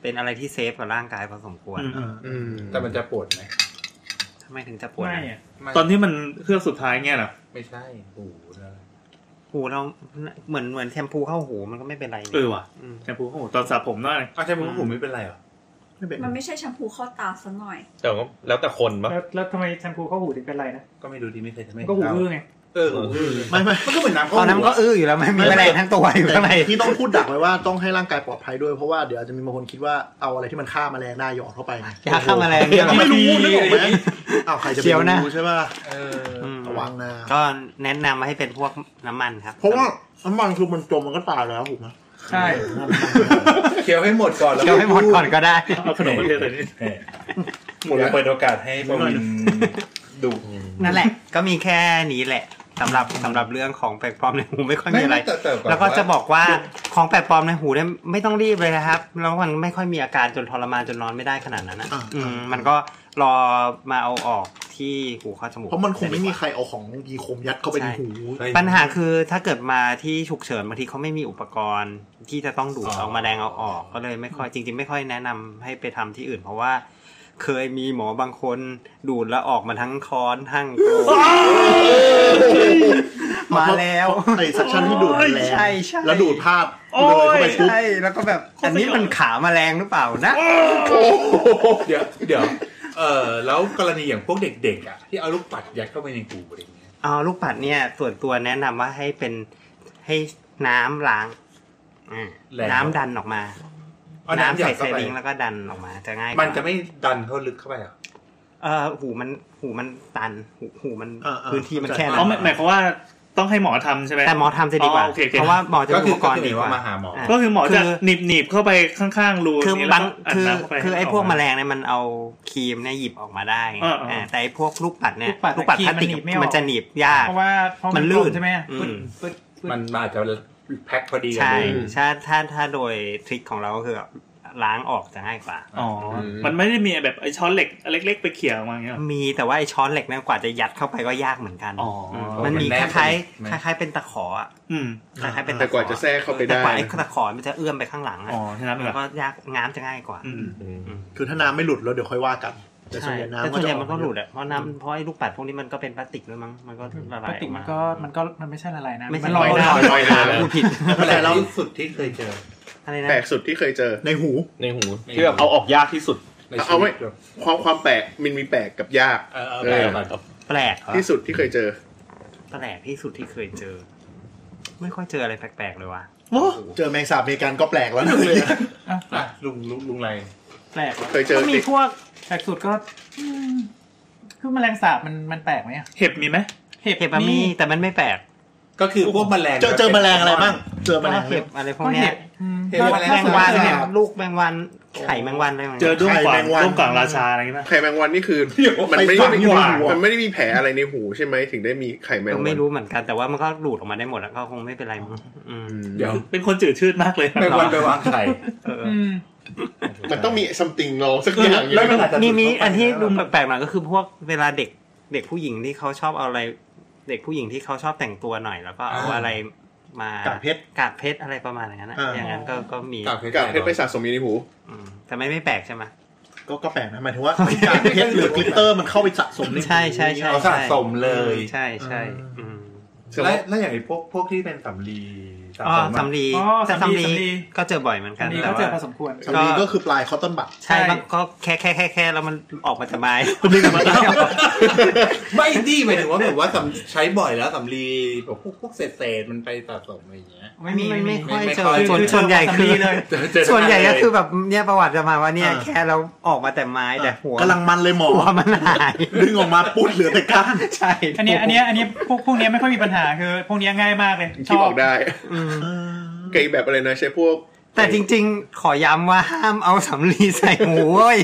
Speaker 3: เป็นอะไรที่เซฟกับร่างกายพอสมควร
Speaker 4: อืม
Speaker 8: เออ
Speaker 7: อืม
Speaker 9: แต่มันจะปวดไหม
Speaker 3: ทำไมถึงจะปวด
Speaker 5: ไม่
Speaker 3: อ่ะ
Speaker 5: อะ
Speaker 9: ไม่
Speaker 4: ตอนที่มันเครื่องสุดท้ายเงี้ยนะ
Speaker 9: ไม่ใช่หูนะ
Speaker 3: หูเราเหมือนเหมือนแชมพูเข้าหูมันก็ไม่เป็นไรนี่
Speaker 4: เออว่ะ
Speaker 3: ม
Speaker 4: แชมพูโอ้โหตอนสระผมน่าเลย
Speaker 9: อ้าวใช่มึงหูไม่เป็นไรเหรอ
Speaker 8: ไม่เป็น
Speaker 2: มันไม่ใช่แชมพูเข้าตาซะหน่อย
Speaker 6: แต่ก็แล้วแต่คนมั้ง
Speaker 5: แล้วแล้วทำไมแชมพูเข้าหูถึงเป็นไรนะ
Speaker 9: ก็ไม่ดูดีไม่เคยทำไม่
Speaker 5: มันก็หูอื้อไง
Speaker 9: เออหูอื้อ
Speaker 8: ไม่ไม่
Speaker 9: มันก็เหมือนน้ำ
Speaker 3: ตอนนั้นก็อื้ออยู่แล้วไม่มี
Speaker 8: ไม่
Speaker 3: แม
Speaker 8: ไม่
Speaker 3: ลงทั้งตัวอยู่
Speaker 8: แต่
Speaker 3: ข้างใน
Speaker 8: ที่ต้องพูดดักไว้ว่าต้องให้ร่างกายปลอดภัยด้วยเพราะว่าเดี๋ยวอาจจะมีบางคนคิดว่าเอาอะไรที่มันฆ่าแมลงได้หยอดเข้าไป
Speaker 3: ยาฆ่าแมลงเนี่ยเหรอ
Speaker 8: ไม่รู้นึกออกไหมอ้าวใครจะไป
Speaker 3: เสียวนะ
Speaker 8: รู้ใช่ป่ะ
Speaker 9: เออ
Speaker 3: อืม
Speaker 8: ระวังนะ
Speaker 3: ก็แนะนำให้เป็นพวกน้ำมันครับ
Speaker 8: เพราะว่าน้ำมันคือมันจมมันก็ตายแล้วถูกไหม
Speaker 5: ใช่
Speaker 9: เคี้ยวให้หมดก่อนแล้ว
Speaker 3: เคี้ยวให้หมดก่อนก็ได้
Speaker 4: เอาขนมประเทศอะไรนี่
Speaker 9: เออหมดแล้วเปิดโอกาสให้บอมินดู
Speaker 3: นั่นแหละ ก็มีแค่นี้แหละสำหรับสำหรับเรื่องของแปลกปลอมในหูไม่ค่อยมีอะไร
Speaker 9: ไม่ไม่แต่แต่อน
Speaker 3: แล้วก็จะบอกว่าของแปลกปลอมในหูเนี่ยไม่ต้องรีบเลยนะครับ แล้วมันไม่ค่อยมีอาการจนทรมานจนนอนไม่ได้ขนาดนั้นนะอืมมันก็รอมาเอาออกที่หูเข้อจมูก
Speaker 8: เพราะมันคงไม่มีใครเอาของมีคมยัดเข้าไปในหู
Speaker 3: ปัญหาคือถ้าเกิดมาที่ฉุกเฉินบางทีเขาไม่มีอุปกรณ์ที่จะต้องดูด
Speaker 9: อ๋อ
Speaker 3: เอามาแดงเอาออก ก็เลยไม่ค่อยจริง ๆ ไม่ค่อยแนะนำให้ไปทำที่อื่น เพราะว่า เคยมีหมอบางคนดูดแล้วออกมาทั้งค้อนทั้งโกรงมาแล้ว
Speaker 8: ไอ้สักชั่นที่ดูดแรง
Speaker 3: ใช่ใช่
Speaker 8: แล้วดูดภาพเลยเข้าไปปุ๊บ
Speaker 3: ใช่แล้วก็แบบอันนี้มันขาแมาแรงหรือเปล่านะ
Speaker 9: เดี๋ยวเดี๋ยว เออแล้วกรณีอย่างพวกเด็กๆอ่ะที่เอาลูกปัดยัดเข้าไปในหูอะไรเงี้ย
Speaker 3: เอาลูกปัดเนี่ย ส่วนตัวแนะนำว่าให้เป็นให้น้ำล้างอ่า
Speaker 9: แล้ว
Speaker 3: น้ำดันออกมา
Speaker 9: เอา
Speaker 3: น้ำ
Speaker 9: น้ำหยา
Speaker 3: ใส่
Speaker 9: ด
Speaker 3: เซ
Speaker 9: เข้าไป
Speaker 3: ริงแล้วก็ดันออกมาจะง่ายกว่า
Speaker 9: มันจะไม่ดันเข้าลึกเข้าไปเหรอ
Speaker 3: เออหูมันหูมันตันหูหูมัน
Speaker 8: เออเออ
Speaker 3: พื้นที่มัน
Speaker 8: เข้าใจ
Speaker 3: แค่
Speaker 4: อ๋อ
Speaker 3: นั้น
Speaker 4: หมายหมายความว่าต้องให้หมอทำใช่ไหม
Speaker 3: แต่หมอทำจะดีกว่า
Speaker 4: อ๋อโอเคโอเค
Speaker 3: เพราะว่าหมอจะ
Speaker 9: ก็คื
Speaker 3: มี
Speaker 9: อ
Speaker 3: อุปก
Speaker 9: ก็
Speaker 3: รณ์
Speaker 9: คือ
Speaker 3: ดี
Speaker 9: ห
Speaker 3: ก
Speaker 9: มายความ
Speaker 3: ว่า
Speaker 9: ว่าหาหมออ่
Speaker 3: ะ
Speaker 4: ก็คือหมอจะหนีบหนีบเข้าไปข้างๆรู
Speaker 3: คือ
Speaker 4: นี้
Speaker 3: บาง
Speaker 4: แล้ว
Speaker 3: คือ
Speaker 4: ก็ดน้ำเข้าป
Speaker 3: คือไอ้
Speaker 4: ให้
Speaker 3: พวก
Speaker 4: ก
Speaker 3: แม
Speaker 4: มา
Speaker 3: ลงเนี่ยมันเอาครีมเนี่ยหยิบออกมาได้
Speaker 4: เออเอออ่
Speaker 3: าแต่ไอ้พวกลูกปัดเนี่ย
Speaker 5: ลู
Speaker 3: ลู
Speaker 5: ก
Speaker 3: ก
Speaker 5: ปั
Speaker 3: ปั
Speaker 5: ด
Speaker 3: ดพ
Speaker 5: อะ
Speaker 3: ลาสติก
Speaker 5: ครีมมันหนีบไม่ออก
Speaker 3: มันจะหนีบยาก
Speaker 5: เพราะว่าเพราะมัน
Speaker 3: มันลื่
Speaker 5: ลื่น
Speaker 3: น
Speaker 5: ใช่ไหม
Speaker 3: อืม
Speaker 5: ปึ๊ดปึ๊ดปึ๊ด
Speaker 9: มันอาจจะแพ็คพอดีกัน
Speaker 3: ใช่
Speaker 9: เลย
Speaker 3: ถ้าถ้าถ้าโดยทริคของเราก็คือล้างออกจะง่ายกว่า
Speaker 4: อ๋ออมันไม่ได้มีแบบไอ้ช้อนเหล็กอันเล็ก ๆ ไปเขี่ยออกมาอย่างเงี้ยหรอ
Speaker 3: มีแต่ว่าไอ้ช้อนเหล็กเนี่ยกว่าจะยัดเข้าไปก็ยากเหมือนกัน
Speaker 4: อ๋ออื
Speaker 3: มมันมีคล้ายๆคล้ายๆเป็นตะขออะ
Speaker 4: อืม
Speaker 3: คล้ายๆเป็น
Speaker 7: แต่กว่าจะแทรกเข้าไป
Speaker 3: แต่ก
Speaker 7: ได้
Speaker 3: ว่าไอ้ตะขอมันจะเอื้อมไปข้างหลังอะ
Speaker 4: อ๋อใช่ไหม
Speaker 3: มัน
Speaker 4: แบบ
Speaker 3: ก็ยากง้ามจะง่ายกว่า
Speaker 4: อืม
Speaker 6: อืม
Speaker 8: คือถ้าน้ำไม่หลุดแล้วเดี๋ยวค่อยว่ากัน แต่ส่ว
Speaker 3: ใช่
Speaker 8: นใหญ่น้ำ
Speaker 3: แต่ส่วนใหญ่มันก็
Speaker 8: จะออมา
Speaker 3: หลุด
Speaker 8: เยอ
Speaker 3: อะเพราะน้ำเพราะไอ้ลูกปัดพวกนี้มันก็เป็นพลาสติกด้วยมั้งมันก็ละ
Speaker 5: ป
Speaker 3: ลาก ยอ
Speaker 5: ติ
Speaker 3: อก
Speaker 5: มั
Speaker 3: มา
Speaker 5: นก็มันก็มันไม่ใช่ละลายนะ
Speaker 3: ไม่ใช่
Speaker 5: มันลอย
Speaker 3: ลอย
Speaker 5: น้ำ
Speaker 3: น้ำ
Speaker 7: ลอยน้
Speaker 3: พูดผิด
Speaker 9: แปลกที่สุดที่เคยเจอ
Speaker 3: อะไร
Speaker 7: ำ
Speaker 3: นะ
Speaker 7: แปลกสุดที่เคยเจอ
Speaker 8: ะในหู
Speaker 6: ในหูที่แบบเอาออกยากที่สุด
Speaker 9: ใน
Speaker 7: เอาไว้
Speaker 9: ชีต
Speaker 7: ความความแปลกมันมีแปลกกับยาก
Speaker 9: เออเอา
Speaker 7: เอ
Speaker 9: แปล
Speaker 7: อ
Speaker 9: กก่อน
Speaker 3: แปลกเหรอ
Speaker 7: ที่สุดที่เคยเจอ
Speaker 3: แปลกที่สุดที่เคยเจอ ไม่ค่อยเจออะไรแปลกๆเลยว่ะ
Speaker 8: เจอแมงสาบอเมริกันก็แปลกแล้วนะเลย
Speaker 9: อ่ะลุงลุงลุงไร
Speaker 5: แปลกเหรอ
Speaker 7: เคยเจอ
Speaker 3: ก็มี
Speaker 7: ติด
Speaker 3: พวก
Speaker 5: แปลกสุดก็อืมคือแมลงสาบมันมันแปลกไหมอะ
Speaker 4: เห็บมีไหม
Speaker 5: เห็บ
Speaker 3: เห็บอะมีแต่มันไม่แปลก
Speaker 9: ก็คือพวกแมลง
Speaker 8: เจอเจอแมลงอะไรบ้างเจอแมลง
Speaker 3: เห็บอะไรพวก
Speaker 5: ก็
Speaker 3: เนี้
Speaker 5: เห็
Speaker 3: ย
Speaker 5: บอืม
Speaker 9: เห็บแมล
Speaker 3: แม
Speaker 9: ง
Speaker 3: งวัน
Speaker 9: สาบ
Speaker 3: เนี่ยลูกแมงวันไข่แมงวันอะไรมัน
Speaker 4: เจอด้วงกวา
Speaker 9: ไข่
Speaker 4: ง
Speaker 9: แมงวัน
Speaker 4: ด้วงกวางราชาอะไรอย่างเงี้ยป่ะ
Speaker 7: ไข่แมงวันนี่คือ มันไม่
Speaker 8: ปฝัง
Speaker 7: ได้
Speaker 8: อยู่ในหัว
Speaker 7: มันไม่ได้มีแผลอะไรในหูใช่ไหมถึงได้มีไข่แมง
Speaker 3: ก็
Speaker 7: วัน
Speaker 3: ไม่รู้เหมือนกันแต่ว่ามันก็หลุดออกมาได้หมดแล้วก็คงไม่เป็นไรมั้งอืม
Speaker 7: อืม
Speaker 9: เดี๋ยว
Speaker 4: เป็นคนจืดชืดมากเลย
Speaker 9: แมงวันไปวางไข่
Speaker 3: เออ
Speaker 5: อืม
Speaker 7: มันต้องมี something ลองสักอย่างอยู่
Speaker 9: แล้วมันอาจจะ
Speaker 3: มีมีอันที่
Speaker 9: ลุ
Speaker 3: ดู
Speaker 9: ง
Speaker 3: แปลกๆหน่อยก็คือพวกเวลาเด็กเด็กผู้หญิงที่เขาชอบเอาอะไร เด็กผู้หญิงที่เขาชอบแต่งตัวหน่อย แล้วก็เอาอะไรมาก
Speaker 8: ากเพชร
Speaker 3: กากเพชรอะไรประมาณอย่างนั้นอะ
Speaker 8: อ่า
Speaker 3: อย่างนั้นก็ก็มี
Speaker 9: กากเพชร
Speaker 7: กากเพชรไปสะสมอยู่ในหู
Speaker 3: อืมแต่ไม่ไม่แปลกใช่ไหม
Speaker 8: ก็ก็แปลกนะหมายถึงว่าการเพชรหรือกลิตเตอร์มันเข้าไปสะสมใน
Speaker 3: ใช่ใช่ใช่
Speaker 9: เอาสะสมเลย
Speaker 3: ใช่ใช่อืม
Speaker 9: และและอย่างไอ้พวกพวกที่เป็นสำลีสะ
Speaker 3: อ๋อ
Speaker 9: สมอะ
Speaker 3: สำลี
Speaker 5: อ๋อ
Speaker 3: แต่
Speaker 5: สำลี
Speaker 3: สำลี
Speaker 5: สำลี
Speaker 3: ก็เจอบ่อยเหมือนกัน
Speaker 5: สำลี
Speaker 3: แต่
Speaker 5: ก็เจอ
Speaker 3: ว่า
Speaker 5: พอสมควร
Speaker 8: สำลีก็คือปลายคอตตอนบัด
Speaker 3: ใช่
Speaker 5: ใช่
Speaker 3: บางก็แค่แค่แค่แค่แล้วมันออกมาจากไม้
Speaker 8: ดึงออกมาแล้ว
Speaker 9: ไม่ดีหมายถึงว่าแบบว่าสำใช้บ่อยแล้วสำลีแบบพวกพวกเศษเศษๆมันไปสะสมอะไรอย่างเงี้ย
Speaker 5: ไม่มี
Speaker 3: ไม่
Speaker 5: ไม่
Speaker 3: ไม่
Speaker 5: มี
Speaker 3: ค่อย
Speaker 9: ไม่
Speaker 3: เจ
Speaker 9: ค่
Speaker 3: อ
Speaker 9: อย
Speaker 3: ส่วน
Speaker 5: คือ
Speaker 3: ส่วนใหญ่
Speaker 5: สำลี
Speaker 3: คือ
Speaker 5: เลย
Speaker 9: เจอทั้ง
Speaker 3: ส่วนใหญ่ก็คือ
Speaker 9: เลย
Speaker 3: แบบเนี่ยประวัติจะมาว่าเนี่ย
Speaker 8: อ่า
Speaker 3: แค่เราออกมาแต่ไม้แต่หัว
Speaker 8: กำลังมันเลยหมอ
Speaker 3: หัวมันหาย
Speaker 8: ดึงออกมาปุ๊ดเหลือแต่ก้าน
Speaker 3: ใช่
Speaker 5: อันเนี้ยอันเนี้ยอันเนี้ยพวกพวกเนี้ยไม่ค่อยมีปัญหาคือ พวกเนี้ยง่ายมากเลยช
Speaker 7: คิด
Speaker 5: อ
Speaker 7: อบ อกได้
Speaker 3: อืม
Speaker 8: เออ
Speaker 7: เกยแบบอะไรนะใช้พวก
Speaker 3: แต่จริง ๆ ขอย้ำว่าห้ามเอาสำลีใส่หูเว้ย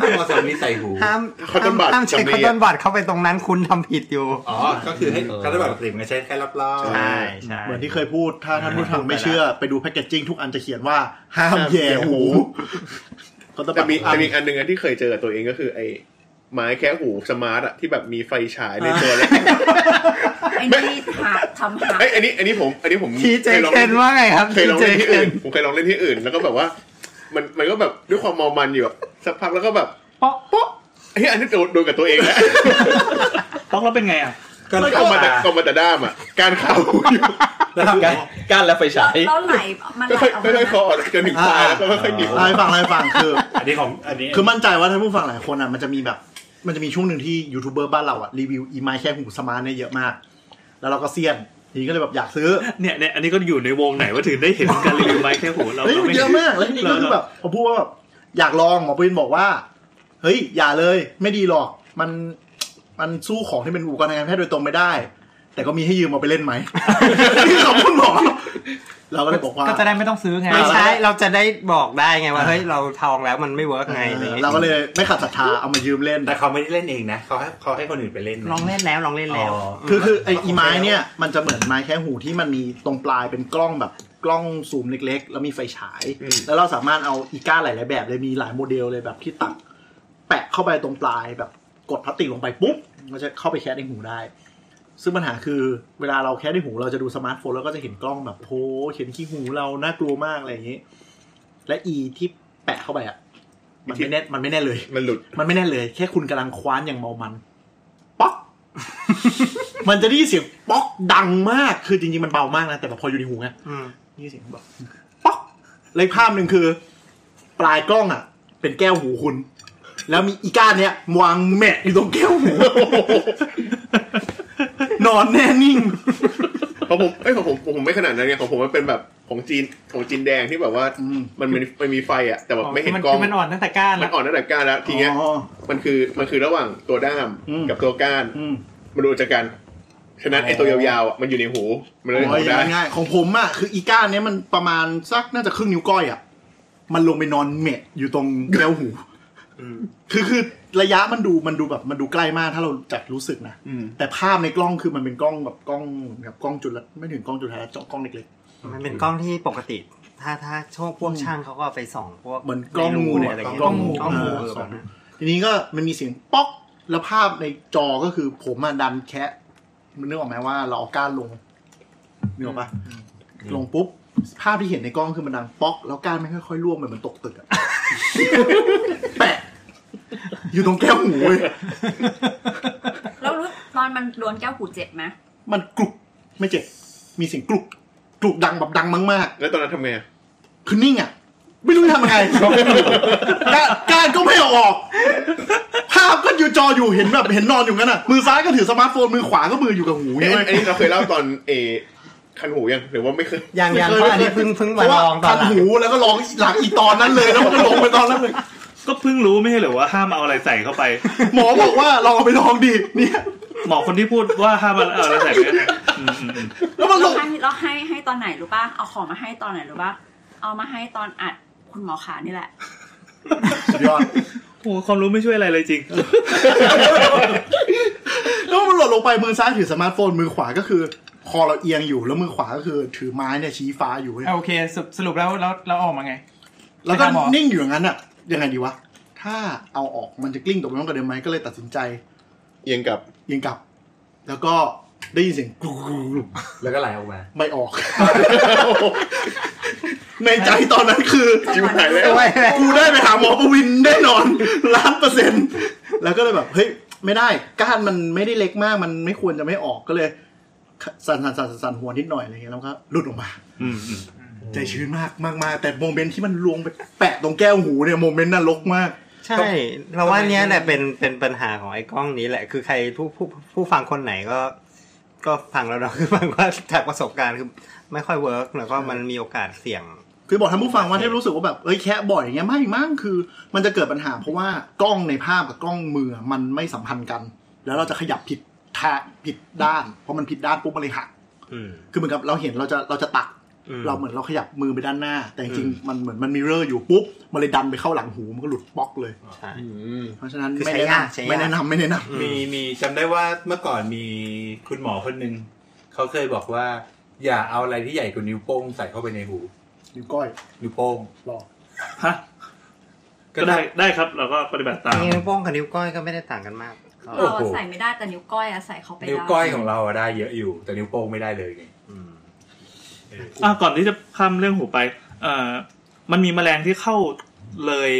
Speaker 9: ห้ามเอาสำลีใส่หู
Speaker 3: ห้าม
Speaker 7: คอตตอนบัด
Speaker 3: ห้ามใช้
Speaker 7: สำลี
Speaker 3: คอ
Speaker 7: อะ
Speaker 3: นตอนบัดเข้าไปตรงนั้นคุณทำผิดอยู่
Speaker 9: อ๋อ ก็คือให้การระบาดกลิ่นมันใช้แค่รอบ
Speaker 7: ใช่
Speaker 9: ๆ
Speaker 3: ใช่ใช่
Speaker 8: เหมือนที่เคยพูดถ้าท่านผู้ฟังไม่เชื่อไปดูแพคเกจจิ้งทุกอันจะเขียนว่าห้ามแย่หูคอตตอน
Speaker 7: แต่
Speaker 8: บัด
Speaker 7: มีแต่มีอีกอันหนึ่งอันที่เคยเจอตัวเองก็คือไอ้ไม้แค่หูสมาร์ทอะที่แบบมีไฟฉายในตัวเลย
Speaker 2: ไอ้นี่หักทำหัก
Speaker 7: ไอ้ยอันนี้อันนี้ผมอันนี้ผม
Speaker 3: ทีเจ
Speaker 7: ยลอง
Speaker 3: เคนว่าไงครับ
Speaker 7: เคยลอง
Speaker 3: เจ
Speaker 7: เล่นที่
Speaker 3: เคน
Speaker 7: อื่นผมเคยลองเล่นที่อื่นแล้วก็แบบว่า มันมันก็แบบด้วยความเมามันอยู่แบบสักพักแล้วก็แบบ
Speaker 5: เปาะโป๊ะ
Speaker 7: เฮ้ยอันนี้โดนโดนกับตัวเองแล้ว
Speaker 4: ต้องแล้วเป็นไงอ่ะ
Speaker 9: ก็
Speaker 7: มัน
Speaker 9: เข้า
Speaker 7: เข้า
Speaker 9: มา
Speaker 7: มาแต่เข้ามาแต่ด้ามอะการเข่าอยู่
Speaker 9: แล้วทำไง
Speaker 6: ก้านและไฟฉาย
Speaker 2: แล้วไหลมันไหลออก
Speaker 7: ค่อยค่อยค่อยๆคอ
Speaker 2: มา
Speaker 7: อ่อนจนถึงปลายแล้วก็ค่อยๆหนีบ
Speaker 8: ลายฟังลายฟังคือ
Speaker 9: อันนี้ของอันนี้
Speaker 8: คือมั่นใจว่าท่านผู้ฟังหลายคนอ่ะมันจะมีแบบ มันจะมีช่วงหนึ่งที่ยูทูบเบอร์บ้านเราอ่ะรีวิวอีไม้แค่หูสมาร์ทเนี่ยเยอะมาก แล้วเราก็เซียนทีนี้ก็เลยแบบอยากซื้อ
Speaker 4: เนี่ยเนี่ยอันนี้ก็อยู่ในวงไหนว่าถึงได้เห็นการรีวิวไม้แค่หูเรา
Speaker 8: เฮ้ย
Speaker 4: เรา
Speaker 8: มัน
Speaker 4: ไม่
Speaker 8: เย
Speaker 4: เห็น
Speaker 8: อะมากแล้วทีนี้ก็คือแบบพอพูดว่าแบบอยากลองหมอปรินบอกว่า เฮ้ยอย่าเลยไม่ดีหรอก มันมันสู้ของที่เป็นอุปกรณ์ทางการแพทย์โดยตรงไม่ได้ แต่ก็มีให้ยืมมาไปเล่นไหม นี่คือคำพูดหมอเราก็เลยบอกว่า
Speaker 5: ก็จะได้ไม่ต้องซื้อไง
Speaker 3: ไม่ใช่เราจะได้บอกได้ไงว่าเฮ้ยเราทองแล้วมันไม่เวิร์กไงอะไรงี้
Speaker 8: เราก็เลยไม่ขัดศรัทธาเอามายืมเล่น
Speaker 9: แต่เขาไม่ได้เล่นเองนะเขาให้เขาให้คนอื่นไปเล่นนะ
Speaker 3: ลองเล่นแล้วลองเล่นแล้ว
Speaker 9: อ๋อ
Speaker 8: คือคือไอ้อีไม้เนี่ยมันจะเหมือนไม้แค่หูที่มันมีตรงปลายเป็นกล้องแบบกล้องซูมเล็กๆ แล้วมีไฟฉาย แล้วเราสามารถเอาอีก้าหลาย ๆ แบบเลยมีหลายโมเดลเลยแบบที่ตัก แปะเข้าไปตรงปลายแบบกดพลาสติกลงไปปุ๊บมันจะเข้าไปแคสในหูได้ ซึ่งปัญหาคือเวลาเราแคสในหูเราจะดูสมาร์ทโฟนแล้วก็จะเห็นกล้องแบบโพเห็นขี้หูเราน่ากลัวมากอะไรอย่างนี้ และอีที่แปะเข้าไปอ่ะมันไม่แน่มันไม่แน่เลย
Speaker 7: มันหลุด
Speaker 8: มันไม่แน่เลย แค่คุณกำลังคว้านอย่างเมามัน ป๊อก มันจะได้ยินเสียงป๊อกดังมาก คือจริงๆ มันเบามากนะ แต่แบบพออยู่ในหูไง
Speaker 3: อืม
Speaker 8: ได้ยินเสียงแบบป๊อกเลยภาพหนึ่งคือ ปลายกล้องอ่ะ เป็นแก้วหูคุณ แล้วมีอีก้านเนี้ยวางแมะอยู่ตรงแก้วหู น นอนแน่นิ่ง
Speaker 7: เพราะผมเอ้ยของผมของผมไม่ขนาดนั้นไงของผมมันเป็นแบบของจีนของจีนแดงที่แบบว่า
Speaker 8: อืม
Speaker 7: มันมันมันมีไฟอ่ะแต่แบบไม่เห็น
Speaker 5: มัน
Speaker 7: กล้อง
Speaker 5: คือมันอ่อนตั้งแต่ก้าน
Speaker 7: มั
Speaker 5: แล้
Speaker 7: น
Speaker 5: ว
Speaker 7: อ่อนตั้งแต่ก้านแล้วทีเนี้ย
Speaker 8: อ๋อ
Speaker 7: มันคือมันคือระหว่างตัวด้าม
Speaker 8: อืม
Speaker 7: กับตัวก้าน
Speaker 8: อืม
Speaker 7: มันดูจากกันฉะนั้นไอ้ตัวยาวๆอ่ะมันอยู่ในหูมันเลย
Speaker 8: โอ้ย
Speaker 7: หูได้
Speaker 8: ง่ายๆของผมอะคืออีก้านเนี้ยมันประมาณสักน่าจะครึ่งนิ้วก้อยอะมันลงไปนอนเมะอยู่ต รงแก้วหูคือคือระยะมันดูมันดูแบบมันดูใกล้มากถ้าเราจับรู้สึกนะแต่ภาพในกล้องคือมันเป็นกล้องแบบกล้องแบบกล้องจุลไม่ถึงกล้องจุลทรรศน์กล้องเล็ก
Speaker 3: มันเป็นกล้องที่ปกติ ถ้าถ้าช่วงพวกช่างเขาก็เอาไปส่องพวก
Speaker 8: เหมือนกล้อง
Speaker 3: ในรู
Speaker 8: งู
Speaker 3: เนี่ยอะไรอย่างเงี้ย
Speaker 8: กล้องงู
Speaker 3: กล้องงู
Speaker 8: เออ
Speaker 3: เออแบบนั้น
Speaker 8: ๆทีนี้ก็มันมีเสียงป๊อกแล้วภาพในจอก็คือผมอะดันแคะมันนึกออกไหมว่าเราเอาก้านลงนึกออกปะลงปุ๊บภาพที่เห็นในกล้องคือมันดังป๊อก แล้วก้านไม่ค่อยๆร่วงเหมือนมันตก ตึกอะ แปะ อยู่ตรงแก้วหูเว้ย
Speaker 2: แล้วรู้ตอนมันโดนแก้วหูเจ็บไหม
Speaker 8: มันกรุกไม่เจ็บ มีเสียงกรุกกรุกดังแบบดังมาก
Speaker 7: แล้วตอนนั้นทำไงอะ
Speaker 8: ๆคือนิ่งอะไม่รู้จะทำยังไง ก้านก้านก็ไม่เอาออก ภาพก็อยู่จออยู่เห็นแบบเห็นนอนอยู่งั้นอ่ะ มือซ้ายก็ถือสมาร์ทโฟน มือขวาก็มืออยู่กับหู
Speaker 7: เอ้ย
Speaker 8: ใช่ไหม
Speaker 7: อันนี้เราเคยเล่าตอนเออคันหูยังหรือว่าไม่เคย
Speaker 3: ยังยังเพราะอันนี้เพิ่งเพิ่งมาลองตอนหลัง
Speaker 8: หูแล้วก็ลองหลังอีตอนนั้นเลยแล้วมันก็ลงไปตอนนั้นเลย
Speaker 4: ก็เพิ่งรู้ไม่ใช่เหรือว่าห้ามเอาอะไรใส่เข้าไป
Speaker 8: หมอบอกว่าลองเอาไปลองดีเนี่ย
Speaker 4: หมอคนที่พูดว่าห้ามเอาอะไรใส่ไปก็ได้อืมอืมอืม
Speaker 8: แล้วมันล
Speaker 2: เรา
Speaker 8: ง
Speaker 2: ให้เราให้ให้ตอนไหนรู้ป่ะเอาของมาให้ตอนไหนรู้ป่ะเอามาให้ตอนอัดคุณหมอขานี่แหละ
Speaker 8: สุดยอด
Speaker 4: โอ้ความรู้ไม่ช่วยอะไรเลยจริง
Speaker 8: แล้วมันหล่นลงไปมือซ้ายถือสมาร์ทโฟนมือขวาก็คือ คอเราเอียงอยู่แล้วมือขวาก็คือถือไม้เนี่ยชี้ฟ้าอยู่เว้ย
Speaker 5: อ่ะโอเคสรุปสรุปแล้วแล้วเราออกมาไง
Speaker 8: แล้วก็
Speaker 5: ไปหาหมอ
Speaker 8: นิ่งอยู่อย่างนั้นอ่ะยังไงดีวะถ้าเอาออกมันจะกลิ้งตกไปน้องกับเดิมไหมก็เลยตัดสินใจ
Speaker 7: เอียงกับ
Speaker 8: ยิงกลับ แล้วก็ได้ยินเสียงกรุกๆ
Speaker 9: แล้วก็ไหลออกมา
Speaker 8: ไม่ออก ในใจตอนนั้นคือ
Speaker 7: จิ้มหายแล้ว
Speaker 8: กูได้ไปหาหมอประวินแน่นอน ล้านเปอร์เซ็นต์แล้วก็เลยแบบ เฮ้ย ไม่ได้ ก้านมันไม่ได้เล็กมาก มันไม่ควรจะไม่ออกก็เลย สั่นสั่นสั่นสั่นหัวนิดหน่อยอะไรเงี้ยแล้วก็หลุดออกมา
Speaker 4: อืมอืม
Speaker 8: ใจชื้นมากมากมากแต่โมเมนต์ที่มันลวงไปแปะตรงแก้วหูเนี่ยโมเมนต์น่ารกมาก
Speaker 3: ใช่ เราว่าเนี้ยแหละเป็นเป็นปัญหาของไอ้กล้องนี้แหละ คือใครผู้ผู้ผู้ฟังคนไหนก็ ก็ฟังแล้วเนาะ คือฟังว่าจากประสบการณ์คือไม่ค่อยเวิร์กแล้วก็มันมีโอกาสเสี่ยง
Speaker 8: คือบอกท่านผู้ฟังว่าที่รู้สึกว่าแบบเอ้ยแค่บ่อยอย่างเงี้ยไม่มั่งคือ มันจะเกิดปัญหาเพราะว่ากล้องในภาพกับกล้องมือมันไม่สัมพันธ์กัน แล้วเราจะขยับผิดทางผิดด้านเพราะมันผิดด้านปุ๊บมันเลยหัก
Speaker 3: อืม
Speaker 8: คือเหมือนกับเราเห็นเราจะเราจะตัก
Speaker 3: อืม
Speaker 8: เราเหมือนเราขยับมือไปด้านหน้า แต่จริงๆมันเหมือนมันมิเรอร์อยู่ปุ๊บมันเลยดันไปเข้าหลังหูมันก็หลุดป๊อกเลย
Speaker 3: ใช่
Speaker 8: เพราะฉะนั้น
Speaker 3: คือ
Speaker 8: ไม่
Speaker 3: ใช้
Speaker 8: แนะ
Speaker 3: ยากใช้ยา
Speaker 8: นำ
Speaker 3: ก
Speaker 8: ไม่แนะนำไม่แนะน
Speaker 3: อืม
Speaker 9: มีมีจำได้ว่าเมื่อก่อนมีคุณหมอคนหนึ่งเขาเคยบอกว่า อย่าเอาอะไรที่ใหญ่กว่านิ้วโป้งใส่เข้าไปในหู
Speaker 8: ำนิ้วก้อย
Speaker 9: นิ้วโป้ง
Speaker 8: รอ
Speaker 4: ฮะก็ได้ได้ครับเราก็ปฏิบัติตาม
Speaker 3: นิ้วโป้งกับนิ้วก้อยก็ไม่ได้ต่างกันมากก็
Speaker 9: โอ้
Speaker 2: เรา
Speaker 9: โห
Speaker 2: อะใส่ไม่ได้แต่นิ้วก้อยอะใส่เขาไปได้
Speaker 9: นิ้วก้อยของเราอะได้เยอะอยู่ แต่นิ้วโป้งไม่ได้เลยไง
Speaker 3: อืม
Speaker 4: อ่ะก่อนที่จะข้ามเรื่องหูไป เอ่อ มันมีแมลงที่เข้าเลย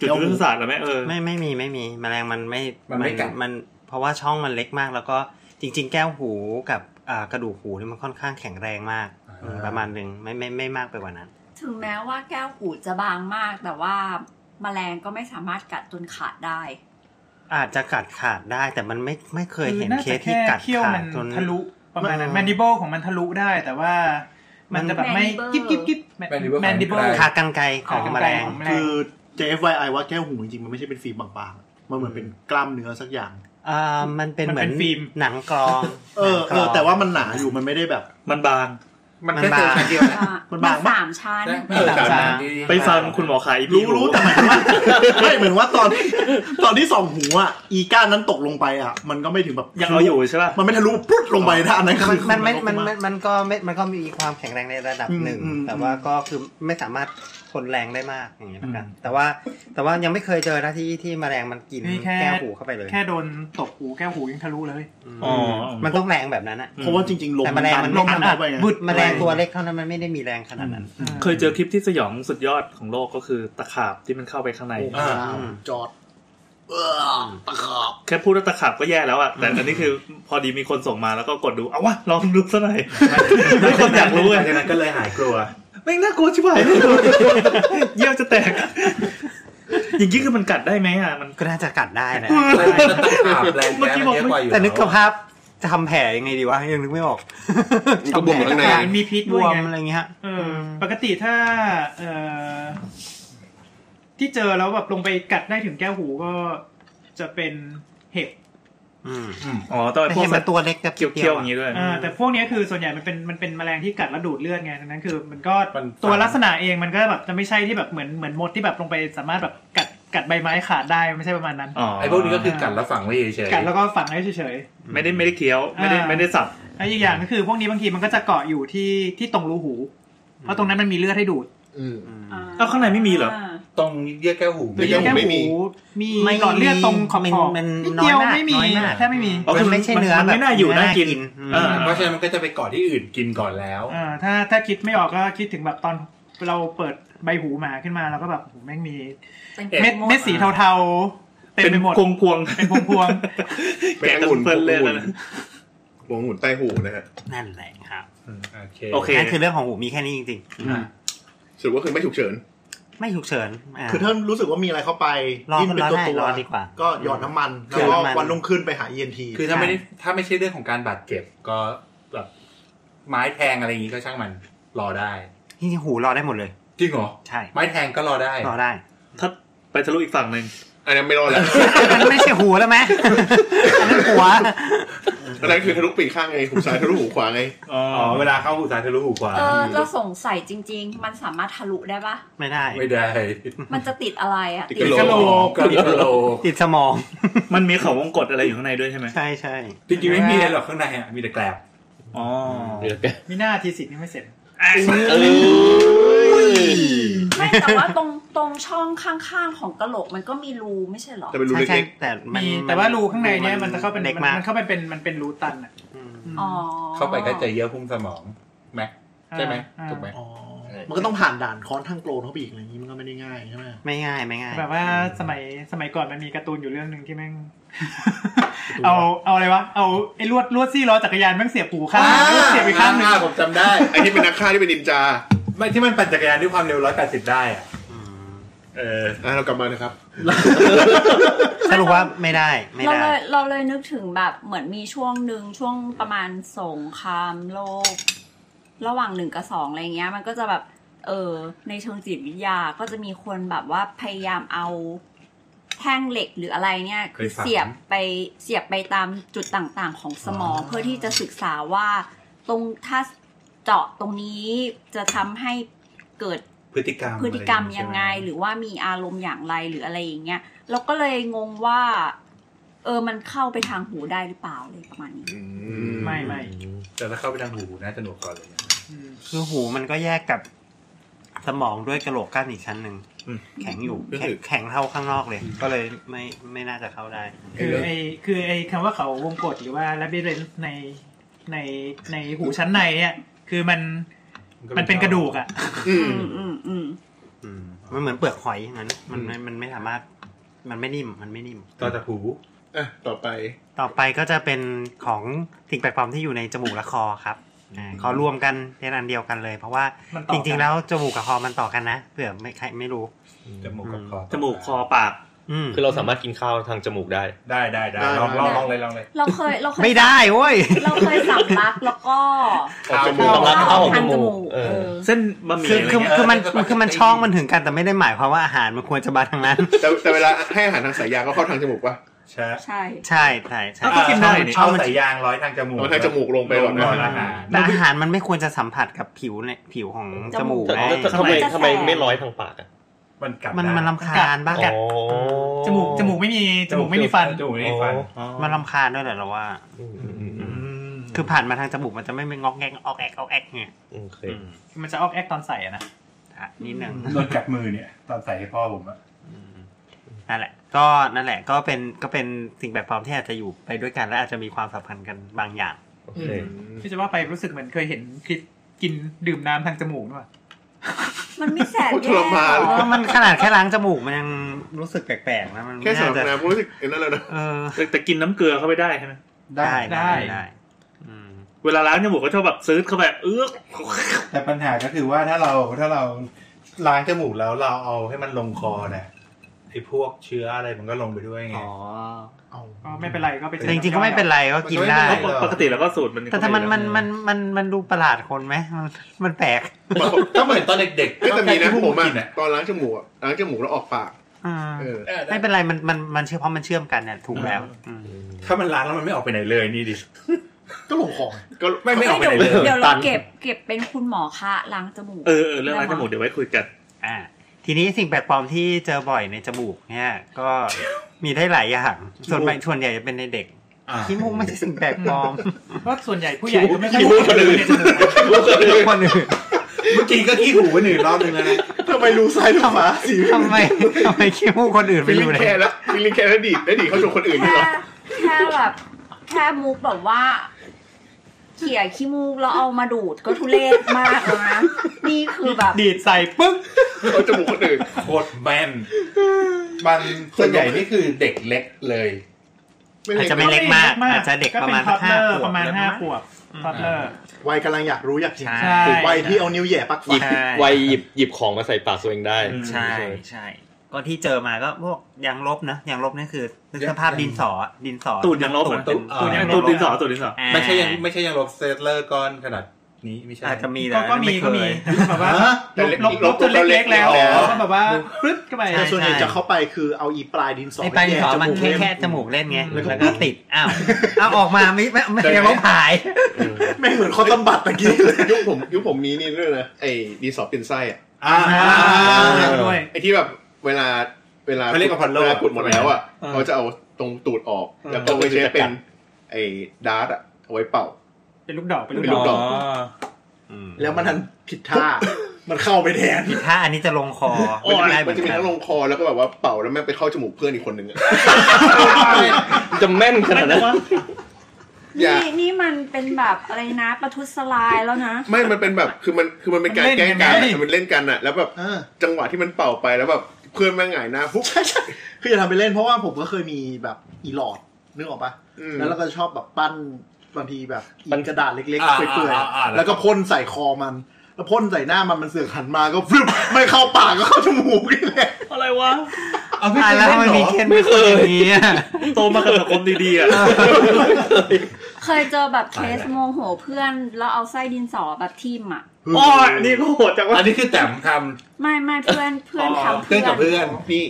Speaker 4: จุดยุทธศาสตร์หรือไม่เออ
Speaker 3: ไม่ไม่มีไม่มีแมลงมันไม่
Speaker 9: มันไม่กัด
Speaker 3: มันเพราะว่าช่องมันเล็กมาก แล้วก็จริง ๆ แก้วหูกับอ่ากระดูกหูนี่มันค่อนข้างแข็งแรงมากอืมประมาณหนึ่งไม่ไม่ไม่มากไปกว่านั้น
Speaker 2: ถึงแม้ว่าแก้วหูจะบางมาก แต่ว่าแมลงก็ไม่สามารถกัดจนขาดได้
Speaker 3: อาจจะกัดขาดได้แต่มันไม่ไม่เคยเห็น
Speaker 5: น่า
Speaker 3: เค
Speaker 5: จะ
Speaker 3: สที่
Speaker 5: แค่
Speaker 3: กัด
Speaker 5: เขี้ยว
Speaker 3: ขา
Speaker 5: มั
Speaker 3: ด
Speaker 5: น
Speaker 3: จน
Speaker 5: ทะลุประมาณนั้น
Speaker 3: เออ
Speaker 5: แมนดิเบลของมันทะลุได้แต่ว่า มันจะแบบไม่
Speaker 2: Mandible
Speaker 5: กิ๊บกิ๊บกิ๊บ
Speaker 9: Mandible
Speaker 5: แมนดิเบล
Speaker 9: ของ
Speaker 3: ขากรรไกรขาง
Speaker 5: ขากรร
Speaker 3: แมล
Speaker 5: ไกร
Speaker 3: ง
Speaker 5: แรง
Speaker 8: คือ JFYI ว่าแก้วหูจริงๆมันไม่ใช่เป็นฟิล์มบางๆมันเหมือนเป็นกล้ามเนื้อสักอย่าง
Speaker 3: อ่ามันเป็น
Speaker 5: มัน
Speaker 3: เหมือ
Speaker 5: เป็
Speaker 3: น
Speaker 5: นฟิล์ม
Speaker 3: หนังกรอง
Speaker 8: เออ
Speaker 3: หนังก
Speaker 8: เอ
Speaker 3: ร
Speaker 8: อง แต่ว่ามันหนาอยู่มันไม่ได้แบบ
Speaker 4: มันบาง
Speaker 9: มันแค่เจอชั้นเดียวนะ
Speaker 2: อ่ะ
Speaker 8: มันบางปะ
Speaker 2: สามชั้น
Speaker 9: เออ
Speaker 5: สามชั้น
Speaker 4: ไปฟังคุณหมอขายอีพี
Speaker 8: รู้รู้แต่หมายถึงว่า ไม่เหมือนว่าตอนตอนที่สองหูอ่ะอีก้านนั้นตกลงไปอ่ะ มันก็ไม่ถึงแบบ
Speaker 4: ยังเอาอยู่ใช่ป่ะ
Speaker 8: มันไม่ทะลุปุ๊บลงไปนะอันนั้นคือ
Speaker 3: มันไม่
Speaker 8: คือ
Speaker 3: มัน
Speaker 8: ลงา
Speaker 3: มันมันก็ไม่มันก็มีความแข็งแรงในระดับหนึ่ง
Speaker 8: อืมอืม
Speaker 3: แต่ว่าก็คือไม่สามารถทนแรงได้มากอย่างเงี้ยนะครับแต่ว่าแต่ว่ายังไม่เคยเจอนะที่ที่แมลงมันกิน
Speaker 5: นี่แค่
Speaker 3: แก้วหูเข้าไปเลย
Speaker 5: แค่โดนตบหูแก้วหูยังทะลุเลย
Speaker 3: ม
Speaker 4: อ๋อ
Speaker 3: มันต้องแรงแบบนั้นอะ
Speaker 8: เพราะว่าจริงๆลม
Speaker 3: แต่แมลง
Speaker 8: ดั
Speaker 3: มันไม่
Speaker 8: ดัเข้าไปไง
Speaker 5: บึด
Speaker 3: แมลงตัวเล็กเท่านั้นมันไม่ได้มีแรงขนาดนั้น
Speaker 5: ออ
Speaker 4: เคยเจอคลิปที่สยองสุดยอดของโลกก็คือตะขาบที่มันเข้าไปข้างใน
Speaker 8: อ่าจอดเออตะขาบ
Speaker 4: แค่พูดว่าตะขาบก็แย่แล้วอะแต่อันนี้คือพอดีมีคนส่งมาแล้วก็กดดู เอาวะลองดูซะหน่อยไม่คนอยากรู้
Speaker 9: หลัง
Speaker 4: ไง
Speaker 9: จากนั้นก็เลยหายกลัว
Speaker 4: ไม่งน่ากลัวชิบหาย เลยเยี่ยวจะแตก อย่างนี้คือมันกัดได้ไหมอะมัน
Speaker 3: ก็น่าจะกัดได้นะ
Speaker 9: แต่ตะขาบแรง
Speaker 4: เมื่อกี้
Speaker 9: แรง
Speaker 4: บอก
Speaker 9: เยอะกว่าอยู่
Speaker 3: แต่นึกสภาพ จะทำแผลยังไงดีวะยังนึกไม่ออก
Speaker 6: มันก็บวมอยู่ข้างใน
Speaker 5: แต่มันมีพิษ
Speaker 3: บ
Speaker 5: ด้วย
Speaker 3: วม
Speaker 5: ไง
Speaker 3: อะไรเงี้ย
Speaker 5: เออปกติถ้าเออที่เจอแล้วแบบลงไปกัดได้ถึงแก้วหูก็จะเป็นเห็บ
Speaker 3: อืม
Speaker 4: อ๋อต้องไอ้พวก
Speaker 3: เห็น
Speaker 4: สั
Speaker 3: มั
Speaker 4: ต
Speaker 3: น
Speaker 4: ว์
Speaker 3: ตัวเล็กจะ
Speaker 4: เคี้ยวๆอย่างนี้ด้วย
Speaker 5: อ่าแต่พวกเนี้ยคือส่วนใหญ่มันเป็นมันเป็นแมลงที่กัดแล้วดูดเลือดไงดังนั้นคือ มันก็
Speaker 9: มัน
Speaker 5: ตัวลักษณะเองมันก็แบบจะไม่ใช่ที่แบบเหมือนเหมือนมดที่แบบลงไปสามารถแบบกัดกัดใบไม้ขาดได้ไม่ใช่ประมาณนั้น
Speaker 4: อ๋อ
Speaker 9: ไอ้พวกนี้ก็คือกัดแล้วฝังไว้เฉยๆ
Speaker 5: กัดแล้วก็ฝังไว้เฉย
Speaker 4: ไม่ได้ไม่ได้เคี้ยว ไม่ได้
Speaker 5: อ่า
Speaker 4: ไม่ได้สับ
Speaker 5: ๆแล้วอีกอย่างก็คือพวกนี้บางทีมันก็จะเกาะอยู่ที่ที่ตรงรูหู เพราะตรงนั้นมันมีเลือดให้ดูด
Speaker 7: อืม
Speaker 2: อ่
Speaker 4: เอ้าข้างในไม่มีเหรอ
Speaker 2: า
Speaker 9: ตรงเยื่อแก้วหู
Speaker 7: เยื่ แก้ว
Speaker 5: แก้ว
Speaker 7: ไม่มี
Speaker 5: หูมีหลอดเลือดตรงขอบ
Speaker 3: มัน
Speaker 5: ขอบ
Speaker 3: มัน
Speaker 5: นิด
Speaker 3: น้อ
Speaker 5: เดี
Speaker 3: ย
Speaker 5: ยว
Speaker 3: มาก
Speaker 5: ไม่มี
Speaker 3: น้อยาก
Speaker 5: แทบไม่มี
Speaker 4: อ๋อคือ
Speaker 3: มันไม่ใช่เนื้อ
Speaker 4: มันไม่น่าอยู่น่ากิน
Speaker 3: อืม
Speaker 4: เออ
Speaker 9: เพราะฉะนั้นมันก็จะไปเกาะที่อื่นกินก่อนแล้ว
Speaker 5: เอ่อถ้าถ้าคิดไม่ออกก็คิดถึงแบบตอนเราเปิดใบหูหมาขึ้นมาเราก็แบบโอ้โหแม่งมีเม็ดเม็ดสีเทาๆเต็มไปหมด
Speaker 4: พวงพวง
Speaker 5: เป็นพวง
Speaker 4: ๆแกะกันเพลินเลยนะ
Speaker 7: วงหมุนใต้หูนะฮะ
Speaker 3: นั่นแหละครับ
Speaker 9: โอเค
Speaker 4: โอเค
Speaker 3: นั่นคือเรื่องของหูมีแค่นี้จริง
Speaker 7: สรุปก็คือไม่ฉุกเฉิน
Speaker 3: ๆ ไม่ฉุกเฉินอ่า
Speaker 8: คือถ้ารู้สึกว่ามีอะไรเข้าไป
Speaker 3: รอ
Speaker 8: ดิ้นเป็นตัว
Speaker 3: ให้
Speaker 8: ตัว
Speaker 3: รอดีกว่า
Speaker 8: ก็หยอดน้ำมัน
Speaker 3: ห
Speaker 8: แล้
Speaker 3: ยอด
Speaker 8: วก็
Speaker 3: น้ำมัน
Speaker 8: วันรุ่งขึ้นไปหา ENT
Speaker 9: คือถ้าไม่ได้ถ้าไม่ใช่เรื่องของการบาดเจ็บก็แบบไม้แทงอะไรอย่างงี้ก็ช่างมันรอได้
Speaker 3: ที่หูรอได้หมดเลย
Speaker 9: จริงเหรอ
Speaker 3: ใช่
Speaker 9: ไม้แทงก็รอได้
Speaker 3: รอได้
Speaker 4: ถ้าไปทะลุอีกฝั่งหนึ่ง
Speaker 7: อันนั้นไม่รอด แล้ว
Speaker 3: อันนั้นไม่ใช่หูแล้วไหมอันนั้นหัว
Speaker 7: อันนั้นคือทะลุปีกข้างไงหูซ้ายทะลุหูขวาไง
Speaker 4: อ๋อ
Speaker 9: อ๋อเวลาเข้าหูซ้ายทะลุหูขวา
Speaker 2: เออเราสงสัยจริง ๆ มันสามารถทะลุได้ปะ
Speaker 3: ไม่ได้
Speaker 9: ไม่ได้
Speaker 2: มันจะติดอะไรอะ
Speaker 7: ติดกะโหล
Speaker 9: กระโหลก
Speaker 3: ติดสมอง
Speaker 4: มันมีเขาวงกดอะไรอยู่ข้างในด้วยใช่ไหม
Speaker 3: ใช่ใช่
Speaker 9: จริงๆไม่มีอะไรหรอกข้างในอ่ะมีแต่แกลบ
Speaker 4: อ๋อ
Speaker 6: เดี๋ยวแก
Speaker 5: ๆมีหน้าทีสิทธิ์นี่ไม่เสร็จ
Speaker 6: เอ้ย
Speaker 2: ไม่แต่ว่าตรงตรงช่องข้างๆของกะโหลกมันก็มีรูไม่ใช่เหรอ
Speaker 7: จะเป็นรู
Speaker 3: ใช่ใช่
Speaker 7: เล็ก
Speaker 3: แต่มัน
Speaker 5: มีแต่ว่ารูข้างในเนี้ยมันจะเข้าเป็น
Speaker 3: เล็ก
Speaker 5: มัน
Speaker 3: มาก
Speaker 5: มันเข้าไปเป็นมันเป็นรูตันอ่ะ
Speaker 3: อืม
Speaker 2: อ๋อ
Speaker 9: เข้าไปก็เจอเยื่อหุ้มสมองแม็กใช่ไหม
Speaker 5: อ่า
Speaker 9: ถูกไหม
Speaker 8: อ๋อมันก็ต้องผ่านด่านค้อนทางโกลนเข้าไปอีกอะไรอย่างนี้มันก็ไม่ได้ง่ายใช่ไหม
Speaker 3: ไม่ง่ายไม่ง่าย
Speaker 5: แบบว่าสมัยสมัยก่อนมันมีการ์ตูนอยู่เรื่องหนึ่งที่แม่ง เอาเอาอะไรวะเอาไอ้ลวดลวดซี่ล้อจักรยานแม่งเสียบหูข้างหนึ่งแล้วเสียบอีกข้างหนึ่ง
Speaker 9: อ่ผมจำได้
Speaker 7: ๆไอ้ที่เป็นนักฆ่าที่เป็นนินจา
Speaker 9: ไม่ที่มันปั่นจักรยานด้วยความเร็ว 180 ได้อะ
Speaker 3: อืม
Speaker 9: เออ
Speaker 7: อ่ะเรากลับมานะครับ
Speaker 3: สรุปว่าไม่ได้ไม่
Speaker 2: เรา
Speaker 3: ได้
Speaker 2: เลยเราเลยนึกถึงแบบเหมือนมีช่วงหนึ่งช่วงประมาณสงครามโลก ระหว่างหนึ่งกับสองอะไรเงี้ย มันก็จะแบบเออในเชิงจิตวิทยาก็จะมีคนแบบว่าพยายามเอาแท่งเหล็กหรืออะไรเนี่ย
Speaker 9: เคยฝัง
Speaker 2: เสียบไปเสียบไปตามจุดต่างๆ ของสมองเพื่อที่จะศึกษาว่า ตรงถ้าเจาะตรงนี้จะทำให้เกิด
Speaker 9: พฤติกรรม
Speaker 2: พฤติกรรมยังไง
Speaker 9: อะ
Speaker 2: ห
Speaker 9: รอา
Speaker 2: รือว่ามีอารมณ์อย่างไรหรืออะไรอย่างเงี้ยเราก็เลยงงว่า เออมันเข้าไปทางหูได้หรือเปล่าเลยประมาณนี้
Speaker 5: ไม่ไม่
Speaker 9: ใช่หแต่ถ้าเข้าไปทางหูน่าจะหนวกก่อนเลยนะ
Speaker 5: อืม
Speaker 3: คือหูมันก็แยกกับสมองด้วยกระโหลกกั้นอีกชั้นหนึ่งแข็งอยู่
Speaker 7: ก็
Speaker 3: แข็
Speaker 7: คื
Speaker 3: ง
Speaker 7: อ
Speaker 3: แข็งเท่าข้างนอกเลย ก็เลยไม่ไม่น่าจะเข้าได้
Speaker 5: คือไอคือไอคำว่าเขาวงกฏหรือว่า l a b y r i n t h ในในในหูชั้นในเนี่ยคือมันมันเป็นกระดูกอ่ะ
Speaker 7: อื
Speaker 2: อื
Speaker 7: ม
Speaker 2: มอืมอืม
Speaker 3: อืมมันเหมือนเปลือกหอยอย่างนั้น มันไม่มันไม่สามารถ มันไม่นิ่ม มันไม่นิ่ม
Speaker 9: ต่อจากหู
Speaker 7: อ่ะ ต่อไป
Speaker 3: ต่อไปก็จะเป็นของสิ่งแปลกปลอมที่อยู่ในจมูกและคอครับอ่าเขารวมกันเป็นอันเดียวกันเลย เพราะว่า
Speaker 5: มันต่อ
Speaker 3: จ
Speaker 5: กัน
Speaker 3: ริงๆแล้วจมูกกับคอมันต่อกันนะเผื่อไม่ใครไม่รู้
Speaker 9: จมูกกับคอ
Speaker 4: จมูกคอปาก
Speaker 3: อืม
Speaker 6: คือเราสามารถกินข้าวทางจมูกได้
Speaker 9: ได้ได้ได้
Speaker 7: ได้
Speaker 9: ลองลองลองเลยลองเลย
Speaker 2: เราเคยเราเคย
Speaker 3: ไม่ได้เว้ย
Speaker 2: เราเคยสำลักแล้วก็
Speaker 7: ออกจมูก
Speaker 6: สำลัก เข้า
Speaker 2: ทางจมู
Speaker 6: จมู
Speaker 2: ก
Speaker 6: ก
Speaker 2: เอ
Speaker 6: เออ
Speaker 2: อ
Speaker 4: เส้นบะหมี่
Speaker 3: คือ
Speaker 4: อะไร
Speaker 3: คือ
Speaker 4: เงี้ย
Speaker 3: คือมัน
Speaker 9: เออ
Speaker 3: คือมันช่องมันถึงกันแต่ไม่ได้หมายความว่าอาหารมันควรจะมาทางนั้น
Speaker 7: แต่แต่เวลาให้อาหารทางสายยางก็เข้าทางจมูกป่ะ
Speaker 9: ใช่
Speaker 2: ใช่
Speaker 3: ใช่ใช่ใช่
Speaker 4: เอ้าก็กินได้นี่
Speaker 9: เอาสายยางร้อยทางจมูก
Speaker 7: เอาทางจมูกลงไปก่อน
Speaker 9: ล
Speaker 7: นะ
Speaker 9: งก่อนนะ
Speaker 3: แต่อาหารมันไม่ควรจะสัมผัสกับผิวเนี่ยผิวของจมูก
Speaker 6: แต่
Speaker 3: ไง
Speaker 6: แต่ทำไมทำไมไม่ร้อยทางปากอ่ะ
Speaker 9: มันกัด
Speaker 3: มันมัน
Speaker 9: ได้
Speaker 3: ลำคาญบ้าง
Speaker 6: อ๋อ
Speaker 5: จมูกจมูกไม่มีจมูกไม่มีฟัน
Speaker 9: จมูกไม่มีฟัน
Speaker 6: อ๋อ
Speaker 3: มันลำคาญด้วยแหละเราว่า
Speaker 6: อืมอืมอืมอืม
Speaker 3: คือผ่านมาทางจมูกมันจะไม่ไม่งอกแงกออกแอกออกแอกไง
Speaker 6: อืมโอเค
Speaker 3: อืม
Speaker 5: มันจะออกแอคตอนใส่อะนะ
Speaker 3: อ่ะนิดนึง
Speaker 9: โดนกัดมือเนี่ย ตอนใส่ให้พ่อผมอะ
Speaker 3: นั่นแหละ ก็นั่นแหละ ก็เป็น ก็เป็นสิ่งแบบความที่อาจจะอยู่ไปด้วยกันและอาจจะมีความสัมพันธ์กันบางอย่าง
Speaker 6: โอเค
Speaker 5: พี่จะว่าไปรู้สึกเหมือนเคยเห็นคลิปกินดื่มน้ำทางจมูกด้วย
Speaker 2: มันไม่แสบ
Speaker 7: โคตรท
Speaker 2: แย่
Speaker 7: รมาน
Speaker 2: หรอ
Speaker 3: ก็มันขนาดแค่ล้างจมูกมันยังรู้สึกแปลกๆนะ มัน
Speaker 7: แค่
Speaker 3: ไม่
Speaker 7: สำห
Speaker 3: น่า
Speaker 7: รับ
Speaker 3: จะ
Speaker 7: น้ำก็รู้สึกเอ็นนั่นแล้วนะ
Speaker 3: เออ
Speaker 4: แต่แต่กินน้ำเกลือเข้าไปได้ใช่ไหม
Speaker 3: ได้ได้ได้อืม
Speaker 4: เวลาล้างจมูกก็ชอบแบบซื้อเข้าไปเอื้อก
Speaker 9: แต่ปัญหาก็คือว่าถ้าเราถ้าเราล้างจมูกแล้วเราเอาให้มันลงคอเนี่ยไอ้พวกเชื้ออะไรมันก็ลงไปด้วยไง
Speaker 3: อ๋อ
Speaker 8: เอา
Speaker 5: ก็ไม่เป็นไรก็ไป
Speaker 3: แต่จริงๆก็ไม่เป็นไรก็กินได้
Speaker 4: เพราะปกติเราก็สูตรมัน
Speaker 3: แต่ถ้ามันมันมันมันมันดูประหลาดคนไหมมันมันแปลก
Speaker 9: ก็เหมือนตอนเด็กๆ
Speaker 7: ก็จะมีนะ
Speaker 9: ที่พวก
Speaker 7: ผม
Speaker 9: กิ
Speaker 7: อะ
Speaker 9: อะ
Speaker 7: ตอนล้างจมูกอะล้างจมูกแล้วออกปาก
Speaker 3: อ่า
Speaker 7: เออ
Speaker 3: ไม่เป็นไรมันมันมันเชื่อเพราะมันเชื่อมกันเนี่ยถูกแล้วอืม
Speaker 1: ถ้ามันล้างแล้วมันไม่ออกไปไหนเลยนี่ดิ
Speaker 8: ก็ลงของ
Speaker 1: ก็ไม่ไม่ออกไปไหน
Speaker 2: เดี๋ยว
Speaker 1: เลย
Speaker 2: เดี๋ยวเรา
Speaker 1: ตัน
Speaker 2: เก็บเก็บเป็นคุณหมอคะล้างจมูก
Speaker 4: เออเออเรื่องล้างจมูกเดี๋ยวไว้คุยกัน
Speaker 3: อ่าทีนี้สิ่งแปลกปลอมที่เจอบ่อยในจมูกเนี่ย ก็มีได้หลายอย่างส่วนใหญ่ส่วนใหญ่จะเป็นในเด็ก
Speaker 9: อ่า
Speaker 3: ขี้มูกไม่ใช่สิ่งแปลกปลอม
Speaker 5: เพราะส่วนใหญ่ผู้ใหญ่ก็ไม่ค่อย
Speaker 7: คิ้วคิ้วคนอื่น
Speaker 3: คนอื่น
Speaker 9: เมื่อกี้ก็ขี้หูไปหนึ่งรอบหนึ่งแล้วนะ
Speaker 7: ทำไมรู้ซ้ายรู้ขวาสี
Speaker 3: ทำไมทำไมขี้มูกคนอื่นไปอ
Speaker 7: ฟิลลิ่ง
Speaker 3: ยู่ใน
Speaker 7: แคร์แล้วฟิลลิ่งแคร์แล้วดีดแล้วดีดเข้าสู่คนอื่นด้วย
Speaker 2: แค่แค่
Speaker 7: เหรอ
Speaker 2: แบบแค่มุกแบบว่าเขี่ยขี้มูกแล้วเอามาดูดก็ทุเรศมากแล้วนะนี่คือแบบ
Speaker 5: ดีดใส่ปึ๊ก
Speaker 7: เข้าจมูกคนอื่น
Speaker 9: โคตรแม่น มันส่วนใหญ่นี่คือเด็กเล็กเลย
Speaker 3: อาจจะไม่เล็กมาก อาจจะเด็กประมาณสักห้าขว
Speaker 5: ป
Speaker 3: บ
Speaker 5: ระมาณห้าขวบ
Speaker 3: ป
Speaker 5: พั
Speaker 3: ระ
Speaker 5: บ
Speaker 3: มาณ
Speaker 5: เล
Speaker 3: ห้า
Speaker 5: อ
Speaker 3: ขวบ
Speaker 5: ร์
Speaker 8: วัยกำลังอยากรู้อยากกิน
Speaker 5: ใช่
Speaker 8: คือวัยที่เอานิ้วแหย่ปัก
Speaker 6: หยิบ
Speaker 3: ใช่
Speaker 6: วัยหยิบหยิบของมาใส่ปากตัวเองได้
Speaker 3: ใช่ใช่ก็ที่เจอมาก็พวกยางลบนะยางลบนี่คือนึกสภาพดินสอดินสอ
Speaker 4: ตูดยังลบเหมือนตูด
Speaker 9: อ่า
Speaker 4: ตูดยังตูดดินสอตูดดินสอ
Speaker 3: อ่า
Speaker 9: ไม่ใช่ยังไม่ใช่ยังลบเซตเลอร์ก้อนขนาดนี้ไม่ใช่
Speaker 3: อาจจะมีแต่
Speaker 5: ก็ก็มี
Speaker 3: ไเค
Speaker 5: ก็
Speaker 3: ย
Speaker 5: มีแบบว่า
Speaker 9: ฮะ
Speaker 5: ลบลบลบจนเล็กๆแล้ว
Speaker 9: อ๋อ
Speaker 5: แล้วก็แบบว่าปรึ๊ดเข้าไป
Speaker 3: ใช่
Speaker 8: แต่ส่วนใหญ่จะเข้าไปคือเอาอีปลายดินสอ
Speaker 3: ไอ้ปลายดินสอมันแค่
Speaker 8: ไปหย่
Speaker 3: แค่
Speaker 8: จ
Speaker 3: จ
Speaker 8: มูก
Speaker 3: มูกเล่นไง
Speaker 8: แล้
Speaker 3: แล้ว ว
Speaker 8: ก็
Speaker 3: ก็ติดอ้าวเอาออกมาไม่ไม่ไม่ยังไม่หาย
Speaker 8: ไม่งเหมือนข้อตำบัดตะกี้เลย
Speaker 7: ยุคผมยุคผมมีนี่ด้วยนะไอ้ดีสอปินไส้อะ
Speaker 9: อ่า
Speaker 5: ด้วย
Speaker 7: ไอ้ที่แบบเวลาเวลา
Speaker 9: เขาเรียกว่าพันโล
Speaker 7: เวลากดหมดแล้วอ่ะ
Speaker 4: เออ
Speaker 7: เขาจะเอาตรงตูดออก แล้วก็ไปใช้เป็นไอ้ดาร์ตอะเอาไว้เป่า
Speaker 5: เป็นลูกดอกเป็นลูก
Speaker 7: เป็น
Speaker 5: ด
Speaker 7: ลู
Speaker 5: อกก
Speaker 7: ดอก
Speaker 8: แล้วมันทันผิดท่า มันเข้าไปแทน
Speaker 3: ผิดท่าอันนี้จะลงคอ
Speaker 7: โอ้ย
Speaker 3: ได้เห
Speaker 7: มั
Speaker 3: มือ
Speaker 7: นจะ
Speaker 3: น
Speaker 7: มี
Speaker 3: กัน
Speaker 7: ทั้งลงคอแล้วก็แบบว่าเป่าแล้วแม่งไปเข้าจมูกเพื่อนอีกคนนึงอะ
Speaker 6: จะแม่นขนาดนั้น
Speaker 7: อย่า
Speaker 2: นี่นี่มันเป็นแบบอะไรนะประทุษร้ายแล้วนะ
Speaker 7: ไม่ มันเป็นแบบ คือมัน คือมันเป็นการแกล้งกันอะมันเล่นกันอะแล้วแบบ
Speaker 8: เออ
Speaker 7: จังหวะที่มันเป่าไปแล้วแบบ เพื่อนแม่งหงายหน้าฟุ๊บ
Speaker 8: คืออย่าทำไปเล่นเพราะว่าผมก็เคยมีแบบอีหลอดนึกออกปะ
Speaker 7: อืม
Speaker 8: แล้วเราก็ชอบแบบปั้นบางทีแบบอี
Speaker 6: ปั้น
Speaker 8: กระดาษเล็ก
Speaker 9: อ่า
Speaker 8: ๆเปื่อย
Speaker 9: อ่าอ่า
Speaker 8: ๆแล้วก็พ่นใส่คอมัน แล้วพ่นใส่หน้ามันมันเสือกหันมาก็ฟลุปไม่เข้าปากก็เข้าจมูกนี่แหละ
Speaker 4: อะไรวะ
Speaker 9: เอาไม่
Speaker 3: ตาย
Speaker 9: ใช่
Speaker 3: แล้ว
Speaker 9: เล่น
Speaker 3: มัน
Speaker 9: เหร
Speaker 3: มี
Speaker 9: อ
Speaker 3: เคนไม่เคยอย่างนี้อะ
Speaker 4: โตมากับสังคมดีๆอ่ะ
Speaker 2: เคยเจอแบบเคสโมโหเพื่อนแล้วเอาไส้ดินสอแบบทิ่มอ่ะ
Speaker 4: โอ้ยนี่ก็โหดจังวะ
Speaker 9: อันนี้คือแต้มท
Speaker 2: ไม่ไม่เพื่อนเพื่อนทำ
Speaker 9: ำเพื่อนกับเพื่อน
Speaker 7: นี่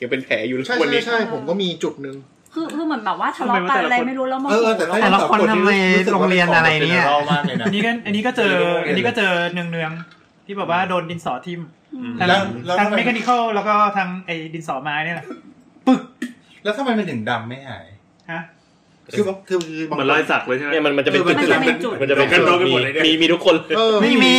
Speaker 7: ยังเป็นแผลอยู่แล้ว
Speaker 8: ใช่
Speaker 7: ทุกวัน
Speaker 8: ใช่
Speaker 7: นี้
Speaker 8: ใช่ผมก็มีจุดหนึ่ง
Speaker 2: คือคือเหมือนแบบว่าทะเลาะกันอะไรไม่รู้แล้วโม
Speaker 9: เอ
Speaker 2: โห
Speaker 9: อแต่
Speaker 3: แต่ละคนทำไมโรงเรียนอะไรเนี่ย
Speaker 9: มากเลยนะ
Speaker 5: อันนี้ก็อันนี้ก็เจออันนี้ก็เจอเนืองเนืองๆที่แบบว่าโดนดินสอทิ่มทั้ง
Speaker 9: แล้วแล้ว
Speaker 5: ทั้ง
Speaker 9: ทำไม
Speaker 5: เมคานิคอลแล้วก็ทั้งไอ้ดินสอไม้เนี่ยแหละ
Speaker 9: แล้วทำไมมันถึงดำไม่หาย
Speaker 5: ฮะ
Speaker 9: คือคือคือ
Speaker 4: เหมือนรอยสักเลยใช่ไหม
Speaker 6: เนี่ยมันมันจะเป็นจุด
Speaker 2: มันจะเป็นจุด
Speaker 6: มันจะเป็นจุดมีมีมีทุกคนเลย
Speaker 8: เออ
Speaker 3: ไม่มี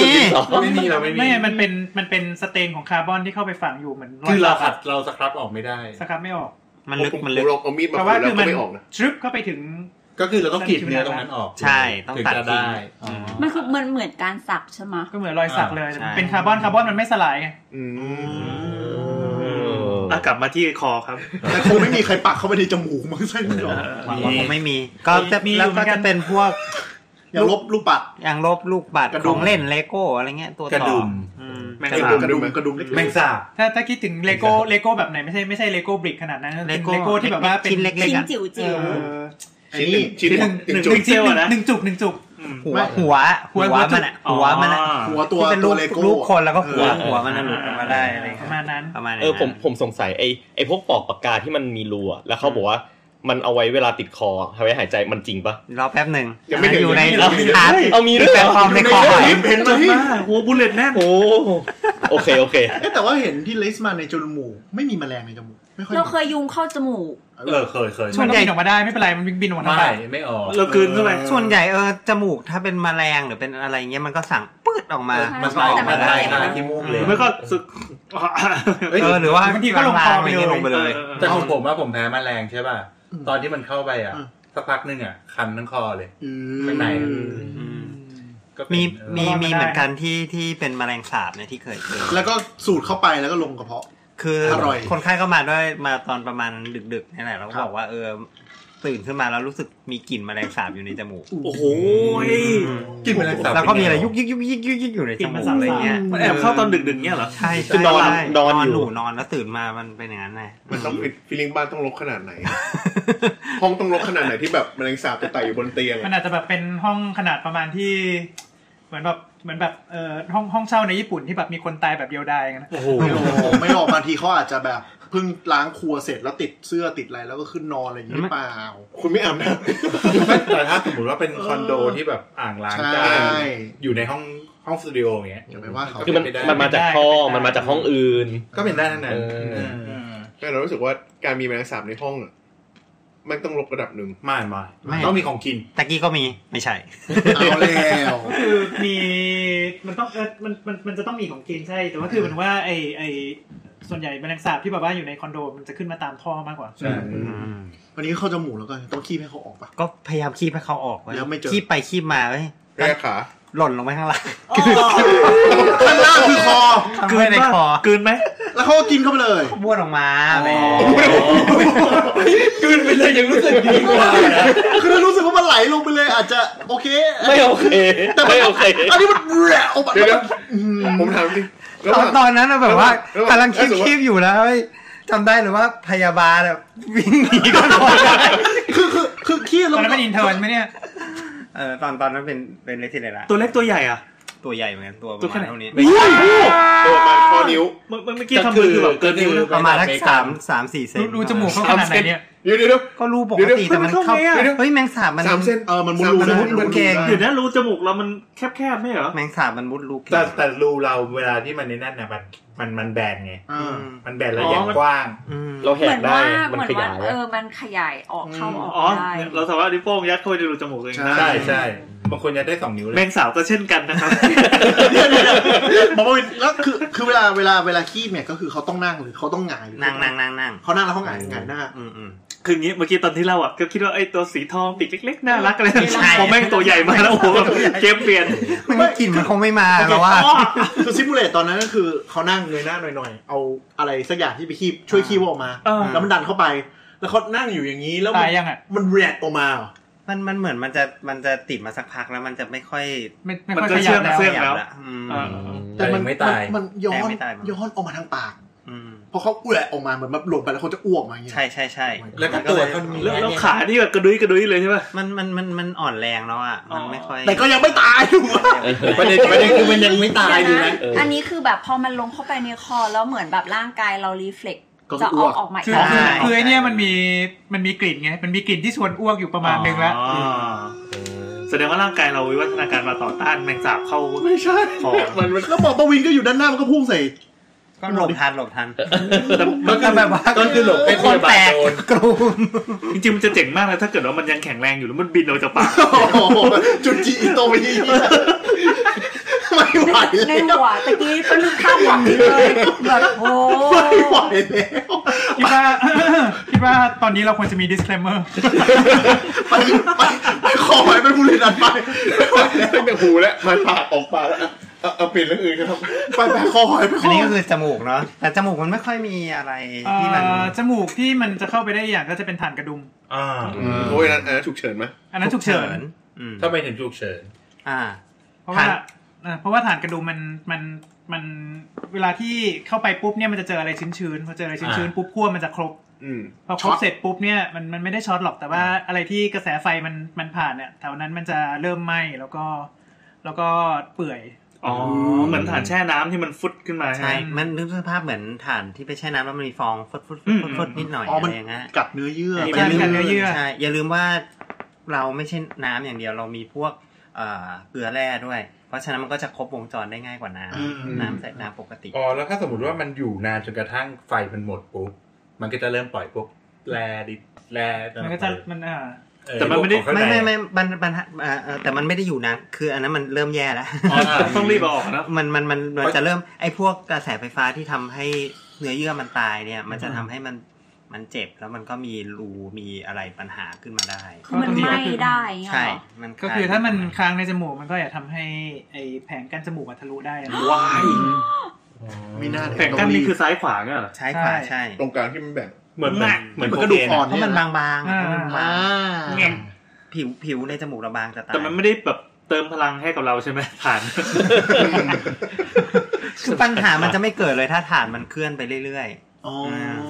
Speaker 9: ไม่มีเราไม่มี
Speaker 5: ไม่ไงมันเป็นมันเป็นสเตนของคาร์บอนที่เข้าไปฝังอยู่เหมือน
Speaker 9: คือเราขั
Speaker 5: สั
Speaker 9: ดเราสครับออกไม่ได้
Speaker 5: สครับไม่ออก
Speaker 3: มัน
Speaker 7: ผ
Speaker 3: ลึก
Speaker 7: ม
Speaker 3: มันลึก
Speaker 7: ลองเอามีดมา
Speaker 5: แต่
Speaker 7: ขู
Speaker 5: ว่า
Speaker 7: ดแล้ว
Speaker 5: คือ
Speaker 7: ก็
Speaker 5: มัน
Speaker 7: ไม่ออกนะ
Speaker 5: ทริปเข้าไปถึง
Speaker 9: ก็คือเราต้องกรีดเนื้อตรงนั้นออก
Speaker 3: ใช่ต้อง
Speaker 9: ถึง
Speaker 3: ตัด
Speaker 9: จะ
Speaker 3: ทิ้ง
Speaker 9: ได้อ๋อ
Speaker 2: มันคือมันเหมือนการสักใช่ไหม
Speaker 5: ก็เหมือนรอยสักเลย
Speaker 3: อ่าใช่
Speaker 5: เป็นคาร์บอนคาร์บอนมันไม่สลายไง
Speaker 7: อืม
Speaker 4: อ่ะกลับมาที่คอครับ
Speaker 8: แต่คงไม่มีใครปักเข้าไปในจมูกมั้งใช่ไหมหรอ
Speaker 3: หวังว่าคงไม่มี ก็จะแล้วก็จะเป็นพวก
Speaker 8: อย่าลบรูปปัด
Speaker 3: อย่างลบลูกบาดของเล่นเลโก้อะไรเงี้ยตัว
Speaker 9: กระ
Speaker 3: ต่อ
Speaker 9: ดุม
Speaker 3: อืม
Speaker 4: แมง
Speaker 8: กระ
Speaker 4: สา
Speaker 8: ดุ
Speaker 4: บ
Speaker 8: มกระดุมกระดุมเล็ก
Speaker 9: แมงสาบ
Speaker 5: ถ้าถ้าคิดถึงเลโก้เลโก้แบบไหนไม่ใช่ไม่ใช่เลโก้บริกขนาดนั้นเป็น
Speaker 3: Lego
Speaker 5: เลโก้ที่แบบว่าเป็น
Speaker 3: ชิ้นเล็ก
Speaker 2: ชิ้นจิ๋ว
Speaker 5: เอ
Speaker 2: จิ๋ว
Speaker 5: อ
Speaker 8: ๆอันนี้
Speaker 7: ชิ้นหนึ่ง
Speaker 5: ห
Speaker 7: ชิ้น
Speaker 5: นึ่ง
Speaker 7: จุ
Speaker 5: ห
Speaker 7: ด
Speaker 5: นึ่ง
Speaker 4: เซลล์อะนะ
Speaker 5: หนึ่งจุกหนึ่งจุก
Speaker 3: หัวหัวหัวมันอะหัวมันอะ
Speaker 8: หัวตัว
Speaker 3: ที่เป็นรู
Speaker 8: ตัว
Speaker 3: ป
Speaker 8: เลโก้
Speaker 3: รูปคนแล้วก็หัว
Speaker 5: เออ
Speaker 3: หัวมันอะหลุดออกมาได้อะไร
Speaker 5: ป
Speaker 3: เงี้
Speaker 5: ระ
Speaker 3: ย
Speaker 5: มาณนั้น
Speaker 3: ประมาณนั้น
Speaker 6: เออผมผมสงสัยไอ้ไอ้พวกปอกปากกาที่มันมีรูอะแล้วเขาบอกว่ามันเอาไว้เวลาติดคอเอาไว้หายใจมันจริงปะ
Speaker 3: รอแป๊บหนึ่ง
Speaker 7: ยังไม่ถึง
Speaker 3: อยู่ใน
Speaker 4: ยังไม่ถึง
Speaker 3: ฮาร์ด
Speaker 6: เอามีด้วยเหรอ
Speaker 3: แพลตฟอร์มในคอหอย
Speaker 8: เห็นไหม
Speaker 4: บ้าหัวบุลเลตแน่น
Speaker 6: โอ้โอเคโอเค
Speaker 8: เอ๊ะแต่ว่าเห็นที่ลิสต์มาในจมูกไม่มีแมลงในจมูกไม่ค่อย
Speaker 2: เรา
Speaker 8: มี
Speaker 2: เคยยุงเข้าจมูก
Speaker 9: เออเคยเคย
Speaker 3: ส่
Speaker 5: มั
Speaker 3: วน น
Speaker 5: ก็
Speaker 3: ใหญ่
Speaker 5: บินออกมาได้ไม่เป็นไรมันบินออกมาทาง
Speaker 9: ไม่
Speaker 5: ปาก
Speaker 9: ไม่ออก
Speaker 4: เรากลืนเข้าไป
Speaker 3: ส่วนใหญ่เออจมูกถ้าเป็นแมลงหรือเป็นอะไรเงี้ยมันก็สั่งปื๊ดออกมา
Speaker 2: ใช
Speaker 9: มัน
Speaker 2: ่
Speaker 9: ก็ออกมาได้หน้าที่มูกเลย
Speaker 4: ไม่ก็สึก
Speaker 3: เออหรือว่า
Speaker 5: บางทีก็ลงคอไป
Speaker 3: างๆะไร
Speaker 5: เล
Speaker 3: งี้
Speaker 5: ย
Speaker 3: ลงไปเลย
Speaker 9: แต่ของผมว่าผมแพ้แมลงใช่ป่ะ ตอนที่มันเข้าไปอ่ะ สักพักหนึงอ่ะ คันทั้งคอเลย
Speaker 8: อื
Speaker 9: ข้างใน
Speaker 3: อืม
Speaker 9: ก็เป็น
Speaker 3: มี
Speaker 9: เออ
Speaker 3: มีมีเหมือนกันที่ที่เป็นแมลงสาบเนี่ยที่เคยเจอ
Speaker 8: แล้วก็สูดเข้าไปแล้วก็ลงกระเพาะ
Speaker 3: คือ
Speaker 8: ร่อย
Speaker 3: คนไข้ก็มาด้วยมาตอนประมาณดึกๆนี่แหละแล้วก็
Speaker 8: ครับ
Speaker 3: บอกว่าเออ ตื่นขึ้นมาแล้วรู้สึกมีกลิ่นแมลงสาบอยู่ในจมูก
Speaker 4: โอ้โหย
Speaker 9: กินไปแล้ว
Speaker 3: แล้วก็มีอะไรยุกยิกยุกยิกยุกยิกอยู่ในจมูกอะไรเงี้ย
Speaker 4: มันแอบเข้าตอนดึกๆเนี่ยเหรอ
Speaker 3: ใช่ใช่
Speaker 6: คือนอน
Speaker 3: ใช่
Speaker 6: นอนอยู่
Speaker 3: หนอนแล้วตื่นมามันเป็นอย่างนั้นไง
Speaker 7: มันต้องฟีลิ่งบ้านต้องรกขนาดไหน ห้องต้องรกขนาดไหนที่แบบแมลงสาบจะไต่อยู่บนเตียง
Speaker 5: มัน
Speaker 7: อะ
Speaker 5: อาจจะแบบเป็นห้องขนาดประมาณที่ เหมือนแบบเหมือนแบบเอ่อห้องห้องเช่าในญี่ปุ่นที่แบบมีคนตายแบบเดียวดายกันนะ
Speaker 4: โอ้โห
Speaker 8: ไม่หรอกไม่หรอกบางทีเขาอาจจะแบบเพิ่งล้างครัวเสร็จแล้วติดเสื้อติดอะไรแล้วก็ขึ้นนอนอะไรอย่างนี้หรือเปล่า
Speaker 7: คุณไม่อาบน้
Speaker 9: แต่ถ้าสมมติว่าเป็นคอนโดที่แบบอ่างล้างจา
Speaker 7: ใช่
Speaker 9: นอยู่ในห้องห้องสตูดิโออย่างเงี้ย
Speaker 8: ำอย่าไปว่าเขา
Speaker 6: คือมัน
Speaker 9: เป็นไปได้
Speaker 6: มันมาจากท่อมันมาจากห้องอื่น
Speaker 9: ก็เป็นได้ทั้งนั้น
Speaker 6: เออ
Speaker 9: เออ
Speaker 7: ำแต่เรารู้สึกว่าการมีแมลงสาบในห้องอะมันต้องรกระดับหนึ่ง
Speaker 9: ไม่ไม่ไม่ต้องมีของกิน
Speaker 3: ตะกี้ก็มีไม่ใช่
Speaker 8: เอาแล้ว
Speaker 5: คือมีมันต้องเออมันมันมันจะต้องมีของกินใช่ แต่ว่าคือเหมันว่าไอไอส่วนใหญ่แมลงสาบที่แบบว่าอยู่ในคอนโดมันจะขึ้นมาตามท่อมากกว่า
Speaker 9: ใช่
Speaker 8: วันนี้เข้าจมูกแล้วก็ต้องคีบให้เขาออกปะ
Speaker 3: ก็พยายามคีบให้เขาออกไว้
Speaker 8: แล้วไม่เจอ
Speaker 3: คีบไปคีบมาเว้ย
Speaker 7: แก้ขา
Speaker 3: หล่นลงไปข้างล่าง
Speaker 8: ข้างล่างคือคอ
Speaker 3: กลืนในคอ
Speaker 4: กินไหม
Speaker 8: แล้วเขาก็กินเข้าไปเลย
Speaker 3: บ้วนออกมาแหม
Speaker 9: กินไปเลยยังรู้สึกดีกว่านะ
Speaker 8: คือรู้สึกว่ามันไหลลงไปเลยอาจจะโอเค
Speaker 6: ไม่โอเค
Speaker 8: แต่มัน
Speaker 6: ไม่โอเค
Speaker 8: อันนี้มันแหละออกมา
Speaker 7: เดี๋ยวเดี๋ยวผมถามจริงระห
Speaker 3: ตอนต
Speaker 7: ว่าง
Speaker 3: อนนั้นน่ะแบบว่า
Speaker 7: แล้วแบบ
Speaker 3: กำลังคีบ
Speaker 7: แล้วแบบ
Speaker 3: คีบอยู่แล้วเว้ยจำได้เลยว่าพยาบาลแบบ วิ่งหนีก็รอด
Speaker 8: คือคือคือขี้
Speaker 5: ต
Speaker 8: แล้ว
Speaker 5: อน
Speaker 8: มั
Speaker 5: นั้นนเป็นอินเทอร์นไหมเนี่ย
Speaker 3: เออตอนตอนนั้นเป็นเป็นเลสิเดละ
Speaker 4: ตัวเล็กตัวใหญ่อ่ะ
Speaker 3: ตัวใหญ่เหมือนกันตัวป
Speaker 4: ตั
Speaker 3: ระมา
Speaker 4: ว
Speaker 3: ณ
Speaker 4: ขนาด
Speaker 3: เท่านี้
Speaker 7: ตัวประมาณข้อนิ้ว
Speaker 4: เมื่อเมื่อเมื่อกี้ทำมือคือแบบเกินนิ้วนะ
Speaker 3: ประมาณทักสามสามสี่เซน
Speaker 5: ดูดูจมูกเขาขนาดไหนเนี่ย
Speaker 7: เดี๋ยวเดี๋ยวเดี๋ยว
Speaker 3: ก็รูปปกติ
Speaker 7: เดี๋
Speaker 3: แต่
Speaker 7: ยวๆ
Speaker 3: มันเข้า
Speaker 4: เดี๋ยวๆ
Speaker 3: เฮ้ยแมงสาบมัน
Speaker 7: สามเส้น
Speaker 8: เออมันมุดรู
Speaker 7: สาม
Speaker 8: ได้
Speaker 7: สาม
Speaker 8: มุดรู
Speaker 3: เก่ง
Speaker 8: ได้
Speaker 4: เดี๋ยวนะรูจมูกเรามันแคบๆไม่เหรอ
Speaker 3: แมงสาบมันมุดลูก
Speaker 9: แต่แต่รูเราเวลาที่มันในนั่นนะมันมันมันแบนไง
Speaker 8: อ่า
Speaker 9: มันแบนระ
Speaker 4: อ๋
Speaker 9: ยะ
Speaker 4: อมัน
Speaker 9: กว้าง
Speaker 3: อืม
Speaker 6: เราแห
Speaker 2: เหมื
Speaker 6: ก
Speaker 2: อน
Speaker 6: ได้
Speaker 2: ว่า
Speaker 6: มัน
Speaker 2: เหมือนว่าย
Speaker 6: ขาย
Speaker 2: เออมันขยายออกเข้าออก
Speaker 4: อ๋อ
Speaker 2: ได้
Speaker 4: เราสามารถเอานิ้วโป้งยัดเข้าไปในรูจมูกตัวเอง
Speaker 8: ใช่
Speaker 4: ได้
Speaker 9: ใช่ใช่บางคนจะได้สองนิ้วเล
Speaker 4: แม
Speaker 9: ย
Speaker 4: งสาวก็เช่นกันนะครับ
Speaker 8: หมอประวินแล้วคือคือเวลาเวลาเวลาขี้เนี่ยก็คือเขาต้องนั่งหรือเขาต้องหงายหรือ
Speaker 3: นั่งนั่งนั่งนั่ง
Speaker 8: เขานั่งแล้วเขาหงายหงายหน้า
Speaker 3: อืมอืม
Speaker 4: คืองี้เมื่อกี้ตอนที่เล่าอ่ะก็คิดว่าไอ้ตัวสีทองปีกเล็กๆน่ารักอะไร
Speaker 3: ใช่
Speaker 4: พอแม่งตัวใหญ่มาแล้วโอ้โหแบบเกมเปลี่ยน
Speaker 3: มันกลิ่นมันคงไม่มาแล้วว่า
Speaker 8: คือซิมูเลตตอนนั้นก็คือเขานั่งเงยหน้าหน่อยๆ เอาอะไรสักอย่างที่ไปคีบช่วยคีบออกมา
Speaker 4: เออ
Speaker 8: แล้วมันดันเข้าไป แล้วเขานั่งอยู่อย่างนี้แล้วมั
Speaker 5: ตาน ยยังอ่ะ
Speaker 8: มันแรกออกมาเหรอ
Speaker 3: มันมันเหมือนมันจะมันจะติดมาสักพักแล้วมันจะไม่ค่อย
Speaker 5: ไม่ไม่
Speaker 4: มัน
Speaker 5: ค่อย
Speaker 4: ก็
Speaker 5: ข
Speaker 4: เชื่
Speaker 5: ยั
Speaker 4: อบ ม
Speaker 5: แล้ว
Speaker 4: เชื่อม
Speaker 3: ขยับละอืม
Speaker 4: เออ
Speaker 9: แต่
Speaker 8: มั
Speaker 9: ยังไม่ตาย
Speaker 8: มันย้อน
Speaker 3: แต่ไม่ตายมั้ง
Speaker 8: ย้อนออกมาทางปาก
Speaker 3: อืม
Speaker 8: พอเขาแหวกออกมาเหมือนแบบหล่นไปแล้วเขาจะอ้วกมาอย่างเงี้ย
Speaker 3: ใช่ใช่ใช่
Speaker 9: แล้วก็ตัวเท่านี้
Speaker 4: แล้วแล้วขานี่แบบกระดุยกระดุยเลยใช่ป่ะ
Speaker 3: มันมันมันมันอ่อนแรงแล้วอ่ะมันไม่ค่อย
Speaker 8: แต่ก็ยังไม่ตายอยู่อะ
Speaker 3: เดี๋ยว
Speaker 9: ประเด็นประเด็นคือมันยังไม่ตายดี
Speaker 2: เดี๋ยวนะ
Speaker 9: นะ
Speaker 6: เอออั
Speaker 2: อันนี้คือแบบพอมันลงเข้าไปในคอแล้วเหมือนแบบร่างกายเรารีเฟล็กจะออกออกมาอี
Speaker 5: คื
Speaker 2: ก
Speaker 5: อ
Speaker 2: แล้ว
Speaker 5: คือคือไอเนี่ยมันมีมันมีกลิ่นไง มันมีกลิ่นที่ชวนอ้วกอยู่ประมาณนึงแล้ว
Speaker 4: อ๋อแสดงว่าร่างกายเราวิวัฒนาการมาต่อต้านแมงสาบเข้า
Speaker 8: ไม่ใช่
Speaker 4: ของ
Speaker 8: มันมันแล้วหมอประวินก็อยู่ด้านหน้ามันก็พุ่งใส่
Speaker 3: ก็หลบทันหลบทัน
Speaker 9: ก็คือแบบว่าก็คือหลบไป
Speaker 3: ค
Speaker 9: คน น
Speaker 3: แต
Speaker 9: แต
Speaker 3: ก
Speaker 9: ก
Speaker 3: กลุ่ม
Speaker 4: จริงๆมันจะเจ๋งมากเลยถ้าเกิดว่ามันยังแข็งแรงอยู่แล้วมันบินออกจากปาก
Speaker 8: โอ้โหจุดจีอีโตไปยี่ไม่ไหว
Speaker 2: ใน
Speaker 8: แล้ว
Speaker 2: หัวตะกี้เป็นภาพหวังเลยแบบโอ้
Speaker 8: ไม่ไหวแล้ว
Speaker 5: คิดว่า คิดว่าตอนนี้เราควรจะมี disclaimer
Speaker 8: ไปไปไปขอไว้เป็นผู้เรียนอันไปไม่ไหวแล้ว
Speaker 7: ตั้งแต่หูแล้วมันปากออกปากแล้วอ่ะเอาเอาเปลี่ยนเรื่องอื่นครับ
Speaker 8: ไปไปขอไว้ไปข
Speaker 3: อัน
Speaker 8: อ
Speaker 3: นี้ก็คือจมูกเนาะแต่จมูกมันไม่ค่อยมีอะไร
Speaker 5: เอ่
Speaker 3: ที่มัน
Speaker 5: อจมูกที่มันจะเข้าไปได้อย่างก็จะเป็นฐานกระดุม
Speaker 9: อ่า
Speaker 7: โอ้ยนั่นอันนั้นฉุกเฉินไหม
Speaker 5: อันนั้นฉุกเฉิน
Speaker 3: อืม
Speaker 9: ถ้าไปถึงฉุกเฉิน
Speaker 3: อ่า
Speaker 5: เพราะว่า
Speaker 3: ฐาน
Speaker 5: อ่าเพราะว่าฐานกระดูมมันมันมันเวลาที่เข้าไปปุ๊บเนี่ยมันจะเจออะไรชื้นๆพอเจออะไรชื้น
Speaker 9: อ่า
Speaker 5: ๆปุ๊บขั้วมันจะครบ
Speaker 7: อืม
Speaker 5: พอครบเสร็จปุ๊บเนี่ยมันมันไม่ได้ช็อตหรอกแต่ว่าอะไรที่กระแสไฟมันมันผ่านเนี่ยแถวนั้นมันจะเริ่มไหม้แล้วก็ แล้วก็เปื่อย
Speaker 4: อ๋อ เหมือนฐานแช่น้ำที่มันฟุดขึ้นมาใช่ไห
Speaker 3: ใช่
Speaker 4: ม
Speaker 3: มันนึกสภาพเหมือนฐานที่ไปแช่น้ำแล้วมันมีฟองฟดฟดฟ
Speaker 4: อื
Speaker 3: ด
Speaker 4: ม
Speaker 3: ฟดฟดนิดหน่อย
Speaker 8: อ๋อ
Speaker 3: อะ
Speaker 8: มัน
Speaker 3: ไรอย่างเงี้ย
Speaker 8: กัดเนื้อเยื่อ
Speaker 5: ไอ้
Speaker 8: ไป
Speaker 5: การ
Speaker 8: เรื่
Speaker 5: กัดเนื้
Speaker 8: อ
Speaker 5: อย เยื่อ
Speaker 3: ใช่ อย่าลืมว่าเราไม่ใช่น้ำอย่างเดียวเรามีพวกเอ่อเกลือแร่ด้วย เพราะฉะนั้นมันก็จะครบวงจรได้ง่ายกว่าน้
Speaker 8: อืม
Speaker 3: ำน้ำใส่น้ำปกติ
Speaker 9: อ๋อแล้วถ้าสมมติว่ามันอยู่นานจนกระทั่งไฟมันหมดปุ๊บมันก็จะเริ่มปล่อยพวกแร่ดิแร่
Speaker 5: มันก็จะมันอ่า
Speaker 9: เออ
Speaker 4: แต่มันไม่ได้
Speaker 9: พวกของข้าง
Speaker 3: ไม่
Speaker 9: ใน
Speaker 3: ไม่ไม่มันมันเอ่อเอ่อแต่มันไม่ได้อยู่นานคืออันนั้นมันเริ่มแย่แล้ว
Speaker 4: อ๋อต้องรีบเอาออกนะ
Speaker 3: มันมันมันมันจะเริ่มไอ้พวกกระแสไฟฟ้าที่ทำให้เนื้อเยื่อมันตายเนี่ย มันจะทำให้มันมันเจ็บแล้วมันก็มีรูมีอะไรปัญหาขึ้นมาได้
Speaker 2: คือมันไหม้ได้เงี้ย
Speaker 3: ใช่
Speaker 2: เหรอ
Speaker 3: มัน
Speaker 5: ก็คือถ้ามันค้างในจมูกมันก็อาจทำให้ไอแผงกั้นจมูกอะทะลุได้นะ
Speaker 4: ว้าย
Speaker 8: มีหน้า
Speaker 4: แผงกั้นนี่คือซ้ายขวาเงี้ยเหรอ
Speaker 3: ใช้ขวา
Speaker 5: ใช่
Speaker 3: ใช่
Speaker 7: ตรงกลางที่มันแบ่ง
Speaker 1: เหมือนแบบ
Speaker 8: เหมือนกระดูกอ่อน
Speaker 3: เพราะ
Speaker 8: เนี่ย
Speaker 3: มัน
Speaker 8: นะ
Speaker 3: บางๆ
Speaker 5: อ่า
Speaker 3: เพราะมันบา
Speaker 8: อ่าง
Speaker 3: ผิวผิวในจมูกเราบางจะตาย
Speaker 4: แต่มันไม่ได้แบบเติมพลังให้กับเราใช่ไหม ผ่าน
Speaker 3: คือปัญหามันจะไม่เกิดเลยถ้าฐานมันเคลื่อนไปเรื่อย
Speaker 8: อ๋อ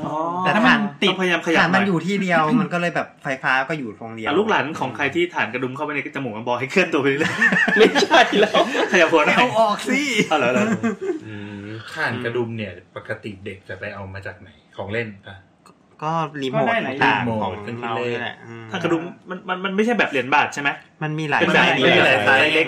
Speaker 5: อ๋อ
Speaker 3: แต่
Speaker 5: ถ้า
Speaker 3: ถ้ามั
Speaker 5: มัน น
Speaker 4: ติ
Speaker 5: ติ
Speaker 4: ด
Speaker 5: ด
Speaker 4: พยายามข
Speaker 3: ๆ
Speaker 4: ยั
Speaker 3: ฐา
Speaker 4: บ
Speaker 3: น
Speaker 4: หน่
Speaker 3: มัน
Speaker 4: อย
Speaker 3: อยู่ที่เดี ยว มันก็เลยแบบไฟฟ้าก็อยู่ตรงเดียว
Speaker 4: อ่ะลูกหลานของใครที่ฐ านกระดุมเข้าไปในจมูกมันบอกให้เคลื่อนตัวไปเรื่อย
Speaker 6: ไม่ใช่แล้ว
Speaker 4: ๆขยับหัวหน่อย
Speaker 3: เอาออกสิ
Speaker 4: เอาเหรอเอาเหรอ
Speaker 9: ข่านกระดุมเนี่ย ปกติเด็กจะไปเอามาจากไหนของเล่นปะ
Speaker 3: ก็รีโมท
Speaker 5: ก็ได้หลาย
Speaker 3: ต่าง
Speaker 9: รี
Speaker 3: ๆ
Speaker 9: โม
Speaker 3: ของ
Speaker 9: ทเป็นที่
Speaker 3: เรา
Speaker 9: เล่น
Speaker 3: เนี่ยแหละอืม
Speaker 4: ถ้ากระดุมมันมันมันไม่ใช่แบบเหรียญบาทใช่ไหม
Speaker 3: มันมีหลาย
Speaker 4: เป็นแบบ
Speaker 3: นี้
Speaker 4: ไม่มีหลาย
Speaker 3: สา
Speaker 4: สาย ย
Speaker 3: เล็ก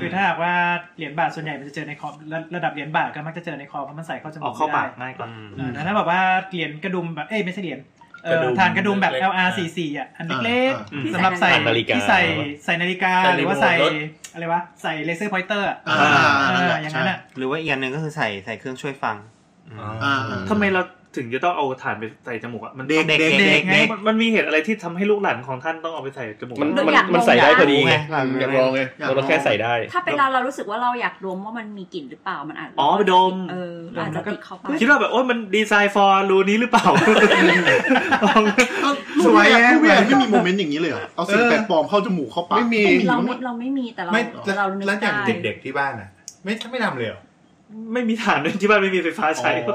Speaker 5: คือถ้าหากว่าเหรียญบาทส่วนใหญ่มันจะเจอในคอมระระดับเหรียญบาทก็มักจะเจอในคอมเพราะมันใส่เข้าจมู
Speaker 4: ออก
Speaker 5: ก
Speaker 4: เข้า
Speaker 5: ไม่ได้
Speaker 4: ปากง่ายกว่า
Speaker 5: เออแล้วถ้าแบบว่าเหรียญกระดุมแบบเอ้ยไม่ใช่เหรียญเอ่อก
Speaker 9: ระดุม
Speaker 5: ฐานกระดุมแบบ
Speaker 9: เล็กๆ
Speaker 5: LR 4 4อ่ะอันเล็ก
Speaker 4: อืม
Speaker 5: ๆสำหรับใส่
Speaker 6: ฐานนาฬิกา
Speaker 5: ที่ใส่ใส่นาฬิกา
Speaker 9: ใส่
Speaker 5: หรือว่าใส่
Speaker 9: รีโมทรถ
Speaker 5: อะไรวะใส่เลเซอร์พอยเตอร์อ่ะ
Speaker 8: อ่า
Speaker 5: เอ
Speaker 8: นั่น
Speaker 5: อ
Speaker 8: แหละ
Speaker 5: อย่าง
Speaker 8: ใช่
Speaker 5: นั้นอ่ะ
Speaker 3: หรือว่าอีกอันหนึ่งก็คือใส่ใส่เครื่องช่วยฟังอืม
Speaker 8: อ่า
Speaker 4: ทำไมเราถึงจะต้องเอาถ่านไปใส่จมูกอ่ะมัน
Speaker 8: เด็ก
Speaker 3: เด็กเด็กเด็ก
Speaker 4: มันมันมันมีเหตุอะไรที่ทำให้ลูกหลานของท่านต้องเอาไปใส่จมูก
Speaker 6: มัน
Speaker 4: อ่ะ
Speaker 6: มันมันใส่ได้พอดีไง
Speaker 8: อ
Speaker 6: อ
Speaker 8: าย
Speaker 6: ยาก ก
Speaker 8: ล
Speaker 6: ล
Speaker 8: อ
Speaker 6: อง ง
Speaker 8: ไง
Speaker 6: ไง
Speaker 8: อยากลอง
Speaker 6: เราแค่ใส่ได้
Speaker 2: ถ้าเป็นเราเรารู้สึกว่าเราอยากดมว่ามันมีกลิ่นหรือเปล่ามันอาจ
Speaker 4: อ๋อไปดม
Speaker 2: เอออาจจะติดเข้าไป
Speaker 4: คิดว่าแบบโอ้ยมันดีไซน์ฟอร์รูนี้หรือเปล่า
Speaker 8: สวยแูกแม่ไม่มีโมเมนต์อย่างนี้เลยเหรอเอาสิ่งแปลกปลอมเข้าจมูกเข้าปาก
Speaker 9: ไม่มี
Speaker 2: เราไม่เราไม่มีแต่เรา
Speaker 9: ไม่
Speaker 2: เรานึก
Speaker 9: แล้วอย่าง
Speaker 2: ได้
Speaker 9: เด็กๆที่บ้านอ่ะ ไม่ไม่ทำเลยเหรอ
Speaker 4: ไม่มีฐานด้วยที่บ้านไม่มีไฟฟ้าใช้
Speaker 9: ก็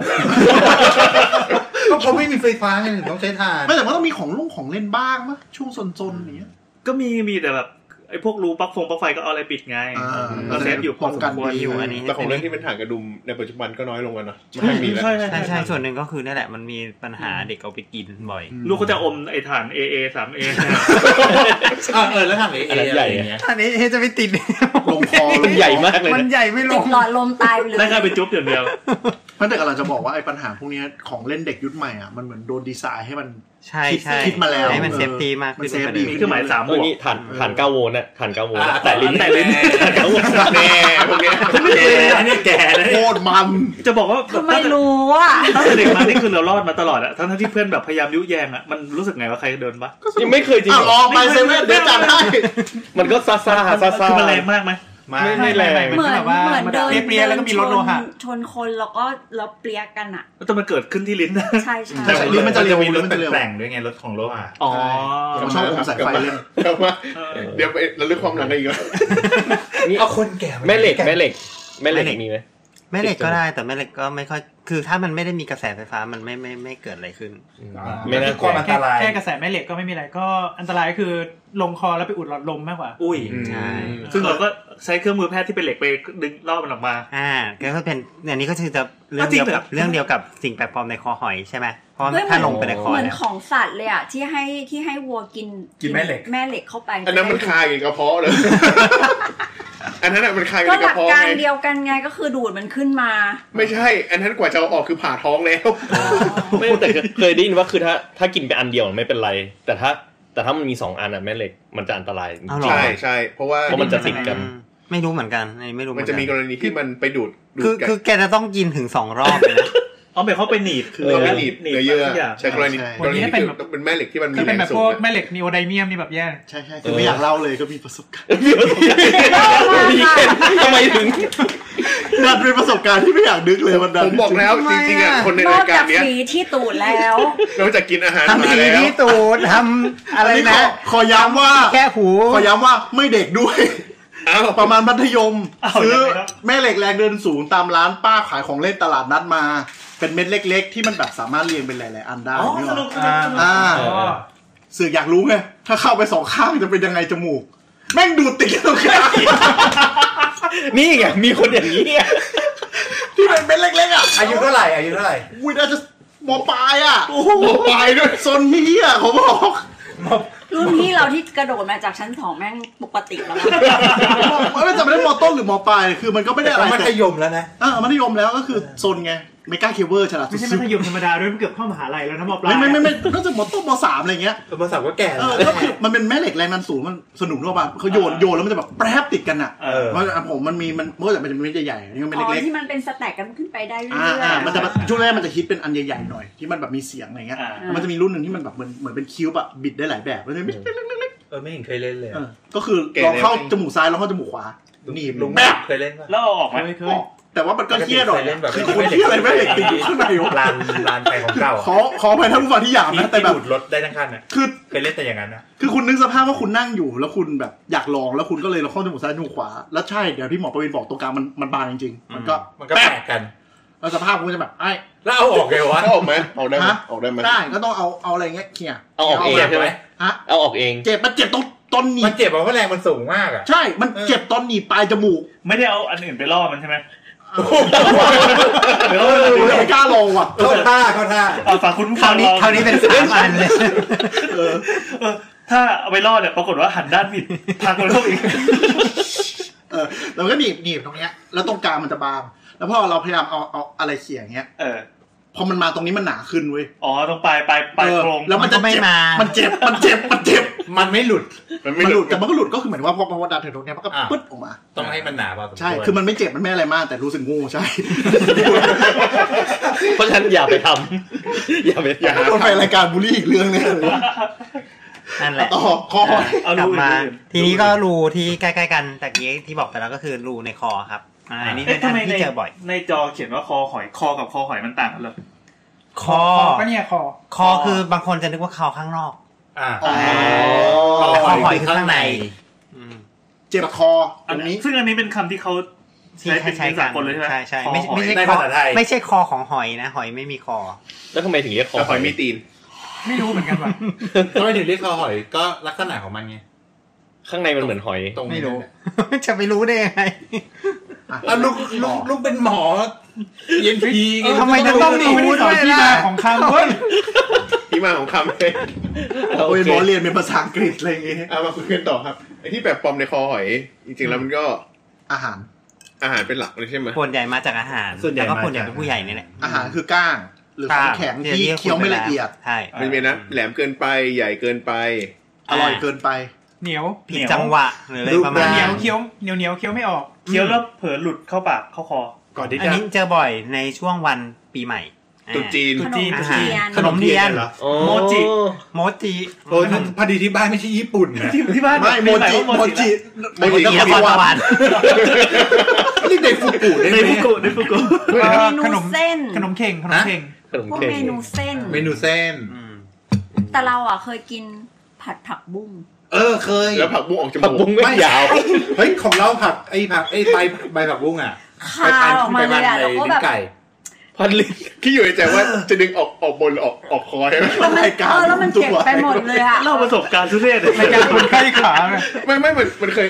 Speaker 9: เขาะไม่มีไฟฟ้าไงถึงต้องใช้ถ่าน
Speaker 8: ไม่แต่ว่าต้องมีของลุ่งของเล่นบ้างมะช่วงซนๆอย่างเงี้ย
Speaker 4: ก็มีมีแต่แบบไอ้พวกรูปลั๊กฟงปลั๊กไฟก็เอาอะไรปิดไง
Speaker 8: อ่า
Speaker 4: เราเซฟอยู่พอสมควร
Speaker 8: ดี
Speaker 3: อยู่อันนี้
Speaker 7: แต่ของเรื่องที่เป็นฐานกระดุมในปัจจุบันก็น้อยลงแล้วนะไม่ค่อยมีแล้ว
Speaker 4: ใช่
Speaker 3: ใช่
Speaker 4: ใช่
Speaker 3: ใช่ส่วนหนึ่งก็คือนี่แหละมันมีปัญหาเด็กเอาไปกินบ่อย
Speaker 4: ลูกก็จะอมไอ้ฐาน AA 3A
Speaker 9: อ่ะเออแล้วทำเอ
Speaker 6: อัน
Speaker 9: เอ
Speaker 6: นั้น
Speaker 9: อะ
Speaker 6: ให
Speaker 9: ไร
Speaker 6: ญ่
Speaker 9: อ
Speaker 6: อะ
Speaker 9: ย่างเงี้ย
Speaker 3: อันนี้จะไม่ติด
Speaker 8: ลงคอลงคอ
Speaker 6: มันใหญ่มากเลย
Speaker 3: มัน
Speaker 6: นะ
Speaker 3: ใหญ่ไม่ล
Speaker 2: ติ
Speaker 3: ง
Speaker 2: ดหลอดลมตายไปเลย
Speaker 4: นั่นก็เป็นจุ๊บอย่างเดียว
Speaker 8: มันแต่กำลังจะบอกว่าไอ้ปัญหาพวกเนี้ยของเล่นเด็กยุคใหม่อ่ะมันเหมือนโดนดีไซน์ให้มัน
Speaker 3: ใช่ใช่
Speaker 8: คิดมาแล้ว
Speaker 3: ให้มัน
Speaker 8: เออ
Speaker 3: เซฟตี้มากขึ้
Speaker 8: มัน
Speaker 3: น
Speaker 8: เซฟ
Speaker 3: กว่า
Speaker 8: ดี
Speaker 3: เดิม
Speaker 4: มีเครื่องหมายสามบ
Speaker 6: เออ
Speaker 4: วก
Speaker 6: นี่ฐานฐานเก้าโวลต์นะฐานเก้าโวลต์นะแต่ลิ้น
Speaker 9: แต่ลิ้น
Speaker 6: ฐานเก้าโวลต์
Speaker 9: แน่พวกเนี้ย
Speaker 4: แก่นะเนี่ยแก่นะ
Speaker 8: โค
Speaker 4: เนี่ย
Speaker 8: ตรมัน
Speaker 4: จะบอกว่า
Speaker 2: ทำไมรู้อ่ะ
Speaker 4: ตั้งแต่เด็กมานี่คือเรารอดมาตลอดอะทั้งๆที่เพื่อนแบบพยายามยุแยงอะมันรู้สึกไงว่าใครเดินปะ
Speaker 6: ยังไม่เคยจริง
Speaker 8: อ้าว
Speaker 6: เห
Speaker 8: ล
Speaker 6: รอ
Speaker 8: องไปเซเว่นเดี๋ยวจัดให้
Speaker 6: มันก็ซาซาซาซา
Speaker 4: คือมันแรงมากไหม
Speaker 9: มา
Speaker 6: ไม่แรง
Speaker 2: เหมือน
Speaker 5: แบบว่า
Speaker 2: เหมือนเดิน
Speaker 5: เปรียๆแล้วก็มีรถโลหะ
Speaker 2: ชนชนคนแล้วก็แล้วเปรียกันอ่ะ
Speaker 4: แต่มันเกิดขึ้นที่ลิ้นนะ
Speaker 2: ใช่ใช่
Speaker 8: แต่ลิ้นมันจะเร็ว
Speaker 9: มีรถ
Speaker 8: มันจะเร็ว
Speaker 9: แปลงๆด้วยไงรถของโลหะ
Speaker 4: อ๋อ
Speaker 8: ผมชอบผมสายไฟเล่น
Speaker 7: กลับมาเดี๋ยวไประลึกความหลังกันอีกแล้ว
Speaker 6: นี่
Speaker 9: เอาคนแก่า
Speaker 6: แม่เหล็กแม่เหล็กแม่เหล็ก
Speaker 3: แม่เหล็ก
Speaker 6: มีไหม
Speaker 3: แม่เหล็กก็ได้แต่แม่เหล็กก็ไม่ค่อย คือถ้ามันไม่ได้มีกระแสไฟฟ้ามันไม่ไม่ไม่เกิดอะไรขึ้น
Speaker 9: อ่า
Speaker 6: ไม่น่า
Speaker 9: ค
Speaker 6: กลั
Speaker 9: ว วามอัน
Speaker 5: แค่
Speaker 9: ตราย
Speaker 5: แค่กระแสแม่เหล็กก็ไม่มีอะไรก็อันตรายก็คือลงคอแล้วไปอุดหลอดลมมากกว่า
Speaker 4: อุ้ย
Speaker 3: ใช่
Speaker 4: ซึ่งเราก็ใช้เครื่องมือแพทย์ที่เป็นเหล็กไปดึงลอกมันออกมา
Speaker 3: อ่าก็เป็นอันนี้ก็คือจะเรื่อง
Speaker 4: จริ
Speaker 3: เดีย
Speaker 4: ง
Speaker 3: ว
Speaker 4: เหรอ
Speaker 3: กับเรื่องเดียวกับสิ่งแปลกปลอมในคอหอยใช่ไหมเพราะ
Speaker 2: ด้วย
Speaker 3: ถ้าลงไปในคอ
Speaker 2: เหมือน
Speaker 3: แล้ว
Speaker 2: ของสัตว์เลยอ่ะที่ให้ที่ให้วัวกิน
Speaker 9: กินแม่เหล็ก
Speaker 2: แม่เหล็กเข้าไป
Speaker 7: อันนั้นมันคาอยู่ในกระเพาะเลย อันนั้นอะมันคาอยู่
Speaker 2: ก็ห
Speaker 7: ในก
Speaker 2: ลั
Speaker 7: ระ
Speaker 2: ก
Speaker 7: เพาะ
Speaker 2: การ
Speaker 7: ไง
Speaker 2: เดียวกันไงก็คือดูดมันขึ้นมา
Speaker 7: ไม่ใช่ อันนั้นกว่าจะเอาออกคือผ่าท้องแล้ว
Speaker 6: ไม่ แต่เคยเคยได้ยินว่าคือถ้าถ้ากินไปอันเดียวไม่เป็นไร แต่ถ้าแต่ถ้ามันมีสองอันอะแม่เหล็กมันจะอันตรายจริง
Speaker 3: เอาหรอ
Speaker 7: ใช่ใช่ เพราะว่า
Speaker 6: เพราะมันจะติดกัน
Speaker 3: อืมไม่รู้เหมือนกันอันนี้ไม่รู้เห
Speaker 7: มัน
Speaker 3: อน
Speaker 7: จะ
Speaker 3: กั
Speaker 7: มีกรณีที่มันไปดูดดู
Speaker 3: คือ
Speaker 7: ดกัน
Speaker 3: คือแกจะต้องกินถึงสองรอบเลยนะ
Speaker 4: เอาไปเขาไปหนีบคือ
Speaker 7: เราไม่หนีบเนื้อเยื่อ
Speaker 4: ทุกย่าง
Speaker 7: ใช่กรณี
Speaker 8: ใช่
Speaker 7: กรณีที่ต้องเป็นแม่เหล็กที่มันมี
Speaker 5: ถ้า
Speaker 7: แร
Speaker 5: เป็น
Speaker 7: ง
Speaker 5: แบบ
Speaker 7: สู
Speaker 5: พ
Speaker 7: ง
Speaker 5: วก
Speaker 7: อะ
Speaker 5: แม่เหล็กนิโอไดเมียมนี่แบบแย่
Speaker 8: ใช่ใช่คือไม่อยากเล่าเลยก็มีประสบการณ์
Speaker 6: ทำไมถึง
Speaker 8: มันเป็นประสบการณ์ที่ไม่อยากนึกเลยวันนั้น
Speaker 7: ผมบอกแล้ว
Speaker 3: ทำไม
Speaker 7: จ
Speaker 3: อะ
Speaker 7: ริงๆอะคนใน
Speaker 2: นอ
Speaker 7: ราก ยกา
Speaker 2: จาร ก
Speaker 7: เนี้ย
Speaker 2: สีที่ตูดแล้ว
Speaker 7: นอกจากกินอาหาร
Speaker 3: ทำ
Speaker 7: มา
Speaker 3: สี
Speaker 7: แล้ว
Speaker 3: ที่ตูดทำอะไร
Speaker 8: อันนี้ข
Speaker 3: นะ
Speaker 8: อขอย้ำว่า
Speaker 3: แค่หู
Speaker 8: ขอย้ำว่าไม่เด็กด้วย
Speaker 7: อ้าว
Speaker 8: ประมาณมัธยม
Speaker 4: เอา
Speaker 8: ซื้อ
Speaker 4: ยังไงครับ
Speaker 8: แม่เหล็กแรงเดินสูงตามร้านป้าขายของเล่นตลาดนัดมา เป็นเม็ดเล็ก ๆ ที่มันแบบสามารถเรียงเป็นหลายๆอันได้
Speaker 4: อ๋อ
Speaker 8: นี่ห
Speaker 4: ส
Speaker 8: ร
Speaker 4: นุกส
Speaker 8: อ
Speaker 4: นุกสนุก
Speaker 8: อ่า
Speaker 6: เออ
Speaker 8: สื่ออยากรู้ไงถ้าเข้าไปสองข้างจะเป็นยังไงจมูก แม่งดูดติดกันตรงข้าง
Speaker 6: นี่ไงมีคนอย่างนี้ไง
Speaker 8: ที่เป็นเม็ดเล็กๆอ่ะ
Speaker 9: อายุเท่าไหร่อายุเท่าไหร่
Speaker 8: อุ้ยน่าจะมอปลายอ่ะ
Speaker 7: โอ้ตายด้วย
Speaker 8: โซนเฮียเขาบอก
Speaker 2: รุ่นพี่เราที่กระโดดมาจากชั้นสองแม่งปกติแล้วนะ
Speaker 8: ไม่ไม่จำไม่ได้มอต้นหรือมอปลายคือมันก็ไม่ได้อะไร
Speaker 9: แต่มัธ
Speaker 8: แต่
Speaker 9: ยมแล้วนะ
Speaker 8: อ่ามัธยมแล้วก็คือโซนไงไม่กล้าเคเบิลฉลาด
Speaker 5: ไม่ใช่
Speaker 8: สุ
Speaker 5: มั
Speaker 8: ด
Speaker 5: ธยมธรรมดาด้วยมันเกือบเข้ามหาลัยแล้วนะมอป
Speaker 8: ๆ
Speaker 5: ลาย
Speaker 8: ไม่ไม่ไม่ไม่น่าจะมอต้นมอสามอะไรเงี้ย
Speaker 9: สมศักดิ์ก็แก่
Speaker 8: เอ
Speaker 9: แล้ว
Speaker 8: อก็คือมันเป็นแม่เหล็กแรงดันสูงมันสนุกด้วยป่ะเขาโยนโยนแล้วมันจะแบบแปรบติดกันอ่ะ
Speaker 9: เออ
Speaker 8: มันอ่ะผมมันมีมันเมื่อแต่มันจะเป็นเม็ดใหญ่ๆอันนี่ก็เป็น
Speaker 2: อ๋อ
Speaker 8: เล็ก
Speaker 2: ที่มันเป็นสแต็กกันขึ้นไปได้
Speaker 8: ๆ
Speaker 2: เรื่อ
Speaker 8: อ่า
Speaker 2: ย
Speaker 8: อ่า
Speaker 2: ๆ
Speaker 8: มันจะแบบช่วงแรกมันจะฮิตเป็นอันใหญ่ๆหน่อยที่มันแบบมีเสียงอะไรเงี้ย
Speaker 4: อ่า
Speaker 8: แล้วมันจะมีรุ่นหนึ่งที่มันแบบเหมือนเหมือนเป็นคิวบอะบิดได้หลายแบบมันจะมี
Speaker 9: เออไม่เห็นเคยเล่นเลย
Speaker 8: เออก็คือ
Speaker 7: แก่
Speaker 8: ลองเข้า
Speaker 7: แล้วไง
Speaker 8: จมูกซ้ายลองเข้าจมูกขวาหนีบ
Speaker 9: ลุง
Speaker 8: แป๊บ
Speaker 9: เคยเล่นปะ
Speaker 4: แล้วเอาออกไหม
Speaker 8: ออก แต่ว่ามันก็เที่ยหน่อย
Speaker 1: เล่นแบบ
Speaker 8: คือคุณเที่ยอะไรไม่เห็นติดอยู่ข้างในวะ
Speaker 1: ลานลานไปของเก่า
Speaker 8: ขอขอไปท่านผู้ฟังที่หยาบ
Speaker 1: ที่
Speaker 8: นะแต่แบบ
Speaker 1: ดูดรถได้ทั้งคันอ่ะ
Speaker 8: คือ
Speaker 1: เคยเล่นแต่อย่างนั้นนะ
Speaker 8: คือคุณนึกสภาพว่าคุณนั่งอยู่แล้วคุณแบบอยากลองแล้วคุณก็เลยเราเข้าจมูกซ้ายจมูกขวา แล้วใช่เดี๋ยวที่หมอประวินบอกตรงกลางมันมันบานจริงๆ มันก็
Speaker 1: มันก็แปลกกัน
Speaker 8: แล้วสภาพคุณก็จะแบบไอ้
Speaker 1: แล้วเอาออกไงวะ
Speaker 7: เอาออกไหมออกได้ไหม
Speaker 8: ฮะ
Speaker 7: ออกได้ไหม
Speaker 8: ได้ก็ต้องเอาเอาอะไรเงี้ยเขี่ย
Speaker 6: เอาออกเองใช่ไหม
Speaker 8: ฮะ
Speaker 6: เอาออกเอง
Speaker 8: เจ็บมันเจ็บตรงตอนหนี
Speaker 1: มัน
Speaker 8: บ
Speaker 1: เจ็บอะเพราะแรงมันสูงมากอ่ะ
Speaker 8: ใช่ มันเจ็บตอนหนีบปลายจมูก
Speaker 4: ไม่ได้เอาอันอื่นไปล่อมันใช่ไหมเดี๋ยว
Speaker 8: เออไม่กล้าลองว่ะ
Speaker 1: เข้าท่าเข้าท่า
Speaker 4: เอาฝากคุณผู้
Speaker 3: ค
Speaker 4: ฟั
Speaker 3: ราว
Speaker 4: ง
Speaker 3: นี้
Speaker 4: ลอง
Speaker 3: คราวนี้เป็นสามอันเลย
Speaker 4: เออถ้าเอาไปล่อเนี่ยปรากฏว่าหันด้านผิดทางคนเข้าอีก
Speaker 8: เออแล้วก็หนีบหนีบตรงเนี้ยแล้วตรงกลางมันจะบาง แล้วพอเราพยายามเอาเอาอะไรเขี่ยเงี้ย
Speaker 4: เออ
Speaker 8: พอมันมาตรงนี้มันหนาขึ้นเว้ย
Speaker 4: อ๋อตรงปลายปลายปลายโครง
Speaker 8: เออแล้วมัน
Speaker 3: มั
Speaker 8: จะ
Speaker 3: นก็ไม่
Speaker 8: เจ็บ
Speaker 3: มา
Speaker 8: มันเจ็บมันเจ็บมันเจ็บ
Speaker 1: มันไม่หลุด
Speaker 7: มันไม่
Speaker 8: มัน
Speaker 7: ห
Speaker 8: ห
Speaker 7: ลุ
Speaker 8: ลุ
Speaker 7: ด
Speaker 8: ดแต่มันก็หลุดก็คือเหมือนว่าพอมันดันถึงตรงเนี้ยมันก็
Speaker 1: อ่ะ
Speaker 8: ปึ๊ดออกมา
Speaker 1: ต้องให้มันหนาพอสมควร
Speaker 8: ใช่ คือมันไม่เจ็บมันไม่อะไรมากแต่รู้สึกงูใช่
Speaker 6: เพราะฉะนั้นอย่าไปทำอย่าไป
Speaker 8: อย่า
Speaker 6: ทำ
Speaker 8: หา คนไปรายการบูลลี่อีกเรื่องนึงเลย
Speaker 3: นั่นแหละ
Speaker 8: ต่อคอ
Speaker 4: เอา
Speaker 3: กลับ
Speaker 4: รูอื่น
Speaker 3: มา
Speaker 4: รูอื่น
Speaker 3: ทีนี้ก็รูที่ใกล้ๆกันแต่กี้ที่บอกไปแล้วก็คือรูในคอครับอ่าอันนี้
Speaker 4: เอ๊ะ
Speaker 3: เป็น
Speaker 4: ทำ
Speaker 3: อัน
Speaker 4: ไมใน
Speaker 3: ที่เจอบ่อย
Speaker 4: ในจอเขียนว่าคอหอยคอกับคอหอยมันต่างกันเหรอ
Speaker 3: คอ
Speaker 5: คอก็เนี่ยคอ
Speaker 3: คอคือบางคนจะนึกว่าคอข้างนอก
Speaker 1: อ่า
Speaker 8: อ๋อ
Speaker 3: แต่คอหอยคือข้างใน อืม
Speaker 8: เจ็บคอต
Speaker 4: อัน
Speaker 8: รง
Speaker 4: นี้
Speaker 8: นี้
Speaker 4: ซึ่งอันนี้เป็นคำที่เขาใช้เป็นเป็นสากลเลยใช่ไหม
Speaker 3: ใช่ใช่ไม่
Speaker 4: ค
Speaker 3: ไม่
Speaker 4: อหอย
Speaker 3: ใช่
Speaker 1: ใน
Speaker 3: คอ
Speaker 1: ภาษาไทย
Speaker 3: ไม่ใช่คอของหอยนะ หอยไม่มีคอ
Speaker 6: แล้วทำไมถึงเรียกคอ
Speaker 7: แต่
Speaker 6: ห
Speaker 7: ห
Speaker 6: อ
Speaker 7: อย ย
Speaker 6: มี
Speaker 7: มี
Speaker 6: ตี
Speaker 7: ตีน
Speaker 5: ไม่รู้เหมือนกันว่ะ
Speaker 9: ทำไมถึงเรียกคอหอยก็ลักษณะของมันไง
Speaker 6: ข้างในมันเหมือนหอย
Speaker 9: ตรง
Speaker 3: ไม่
Speaker 9: นี้
Speaker 3: รู้ จะไปรู้ได้ ยังไง
Speaker 9: อ่ะลูกลูกลูกเป็นหมอเย็นพีไง
Speaker 3: ทำไมจะต้องรู้ด้วย
Speaker 5: ที่
Speaker 3: ล่ะ
Speaker 5: มาของคำเว้ย
Speaker 7: ที่มาของคำเลย
Speaker 8: โอ้ยหมอเรียนเป็นภาษาอังกฤษอะไรอย่างงี้
Speaker 7: เอามาคุยกันต่อครับไอ้ที่แบบปลอมในคอหอย จริงๆแล้วมันก็
Speaker 8: อาหาร
Speaker 7: อาหารเป็นหลักเลยใช่ไหม
Speaker 3: ส่วนใหญ่มาจากอาหาร
Speaker 1: ส่วนใหญ่
Speaker 3: แล้วก็
Speaker 1: มา
Speaker 3: ส่วนใหญ่
Speaker 1: จาก
Speaker 3: เป็นผู้ใหญ่นี่แหละ
Speaker 8: อาหารคือก้าง หรือของแข็งที่เคี้ยวไม่ละเอียด
Speaker 3: ใช่
Speaker 7: มันมีนะแหลมเกินไปใหญ่เกินไป
Speaker 8: อร่อยเกินไป
Speaker 5: เหนียว
Speaker 3: ผิดจังหวะหรืออะไรประมาณ
Speaker 5: เหนี
Speaker 3: นี้
Speaker 5: ย
Speaker 3: น
Speaker 5: วเคี้ยวเหนียวเหนียวเคี้ยวไม่ออก
Speaker 4: เคี้ยวแล้วเผลอหลุดเข้าปากเข้าคอ
Speaker 1: ก่อนที่
Speaker 3: อัน
Speaker 1: จะ
Speaker 3: นี้เจอบ่อยในช่วงวันปีใหม่อ่า
Speaker 7: ตุ๊จีน
Speaker 2: ขนม
Speaker 3: อาหาร
Speaker 2: เทียน
Speaker 3: ขนมเทียน
Speaker 1: เหรอ
Speaker 4: โมจิ
Speaker 3: โมจิ
Speaker 1: โอ้ยพอดีที่บ้านไม่ใช่ญี่ปุ่นนะ
Speaker 4: ที่ที่บ้าน
Speaker 8: ไม่โมจิโมจิ
Speaker 7: โมจิ
Speaker 3: นครสวรรค์
Speaker 8: เรียกเด็กฟุกุได้ไหม
Speaker 4: ในฟุกุในฟุกุ
Speaker 2: เมนูเส้น
Speaker 5: ขนมเข่งขนมเข่ง
Speaker 6: ขนม
Speaker 2: พวก
Speaker 6: เค้ก
Speaker 2: เมนูเส้น
Speaker 9: เมนูเส้น
Speaker 3: อืม
Speaker 2: แต่เราอ่ะเคยกินผัดผักบุ้ง
Speaker 9: เออเคย
Speaker 7: แล้วผักบุ้งออกจ
Speaker 6: ผัก
Speaker 7: มู
Speaker 6: บุ้ง
Speaker 7: ก
Speaker 6: ไม่ยาว
Speaker 9: เฮ้ยของเราผักไอ้ผักไอ้ใบใบผักบุ้งอ่ะ
Speaker 2: คาออกมาเลยอะ
Speaker 9: ไป
Speaker 2: แล้ว
Speaker 9: พันในลิ้น
Speaker 2: ก็แบบ
Speaker 9: ไก่
Speaker 6: พันลิ้น
Speaker 7: ที่อยู่ในใจว่าจะดึงออกออกบนหรือออกออกคอใช่ไหม
Speaker 2: แล้วมันเออแล้วมันเก็บไปหมดเลยอะ
Speaker 4: เล่าประสบการณ์ทุเรศเลย
Speaker 5: รายการคนไข้ขาเนี่ย
Speaker 7: ไม่ไม่มันมันเคย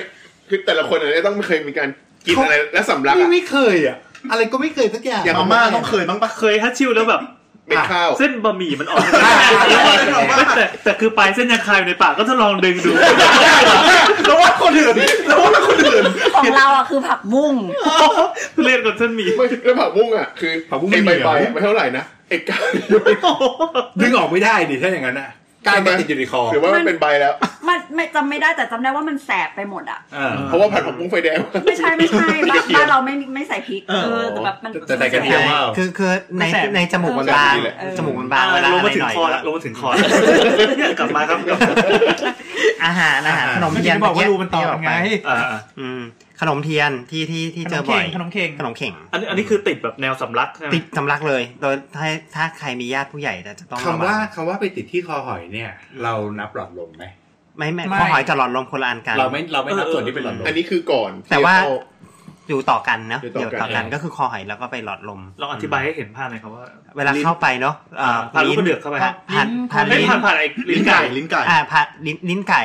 Speaker 7: คือแต่ละคนอาจจะต้องเคยมีการกินอะไรและสำลัก
Speaker 9: ไม่
Speaker 7: อะ
Speaker 9: ไม่เคยอ่ะ อะไรก็ไม่เคยสักอย่าง
Speaker 7: อย่าง
Speaker 8: มา
Speaker 7: มา
Speaker 8: ม่า
Speaker 7: ม่า
Speaker 8: ต้องเคยบ้างปะ
Speaker 4: เคยฮัตชิวแล้วแบบ
Speaker 7: เป็นข้าว
Speaker 4: เส้นบะหมี่มันออก
Speaker 8: อ่าใช่ใช่ใช่
Speaker 4: แต่แต่แต่คือปลายเส้นยังคาอยู่ในปากก็ทดลองดึงดู
Speaker 8: แล้วว่าคนอื่นแล้วว่าคนอื่น
Speaker 2: ของเราอ่ะคือผักบุ้ง
Speaker 4: ทุเรศกับเส้นหมี่
Speaker 7: ไม่แล้วผักบุ้งอ่ะคือ
Speaker 1: ผักบุ้ง
Speaker 7: ไอ้
Speaker 1: เห
Speaker 7: ใบ
Speaker 1: นียว
Speaker 7: ใบๆอะไม่เท่าไหร่นะไอ้ก้าน
Speaker 1: ดึงออกไม่ได้ดิถ้าอย่างนั้นอ่ะกล้ามก็ติดอยู่ในคอ
Speaker 7: หรือว่ามันเป็นใบแล้ว
Speaker 2: มันไม่จำไม่ได้แต่จำได้ว่ามันแสบไปหมดอ่ะ
Speaker 1: เออ
Speaker 7: เพราะว่าผัดผักบุ้งไฟแดง
Speaker 2: ไม่ใช่ไม่ใช่บ้านบ้านเราไม่มีไม่ใส่พริก เออแต่แบบมัน
Speaker 1: แต่ใส่กระเทียม ว่า
Speaker 3: คือคือใน
Speaker 5: แสบ
Speaker 3: ในจมูกมัน
Speaker 7: แสบบ
Speaker 3: าง
Speaker 7: นี่แหละ
Speaker 3: จมูกมันบางเวลา
Speaker 4: ลง
Speaker 3: อะไร
Speaker 4: มาถึ
Speaker 3: ห
Speaker 4: ง
Speaker 3: น่อย
Speaker 4: คอแล้วลงมาถึงคอแล้วเนี่ยกลับมาครับ
Speaker 3: อาหารอาหาร
Speaker 1: อาหาร
Speaker 3: ขนม
Speaker 5: มัน
Speaker 3: เทีย
Speaker 5: จะ
Speaker 3: น
Speaker 5: บอกว่ารูมันต่อ
Speaker 3: ที่บ
Speaker 5: ยั
Speaker 3: ก
Speaker 5: ง
Speaker 3: ป
Speaker 5: ไง
Speaker 4: อ่า
Speaker 3: อืมขนมเทียนที่ที่ที่
Speaker 5: ข
Speaker 3: เจ
Speaker 5: น
Speaker 3: อ
Speaker 5: ม
Speaker 3: บ่
Speaker 5: เข่
Speaker 3: อย
Speaker 5: งขนมเข่ง
Speaker 3: ขนมเข่ง
Speaker 4: อันนี้อันนี้คือติดแบบแนวสำลักใช่ไหม
Speaker 3: ติดสำลักเลย โดยถ้าถ้าใครมีญาติผู้ใหญ่จะต้องระ
Speaker 1: คำ
Speaker 3: วั
Speaker 1: ว่าง คำว่าไปติดที่คอหอยเนี่ย เรานับหลอดลมไหม
Speaker 3: ไม่ไม่
Speaker 5: ไม่
Speaker 3: ข้อหอยกับหลอดลมคนละอันกัน
Speaker 1: เราไม่เราไม่นับส่วนที่เป็นหลอดลม
Speaker 7: อันนี้คือก่อนที่
Speaker 3: แต่ว่า
Speaker 7: จะเข้
Speaker 3: อยู่ต่อกันเนอะ
Speaker 7: อ
Speaker 3: อยู่ ยู่
Speaker 7: ต่
Speaker 3: ต่
Speaker 7: อ
Speaker 3: อ
Speaker 7: กั
Speaker 3: กัน นก็คือคอหอยแล้วก็ไปหลอดลม
Speaker 4: ลองอธิบายให้เห็นภาพหน่อยครับว่า
Speaker 3: เวลาเข้าไปเนาะเอ่อ
Speaker 4: ผ่านลูกกระเดือกเข้าไปฮะ
Speaker 3: ผ่านผ่าน
Speaker 4: ไม่
Speaker 3: ลิ้น
Speaker 4: ผ่านผ่านไอ้ลิ้
Speaker 8: ลิ้
Speaker 4: น
Speaker 8: น
Speaker 4: ไก่
Speaker 8: ไก่ลิ้นไก่
Speaker 3: อ่าผ่าลิ้นลิ้นไก่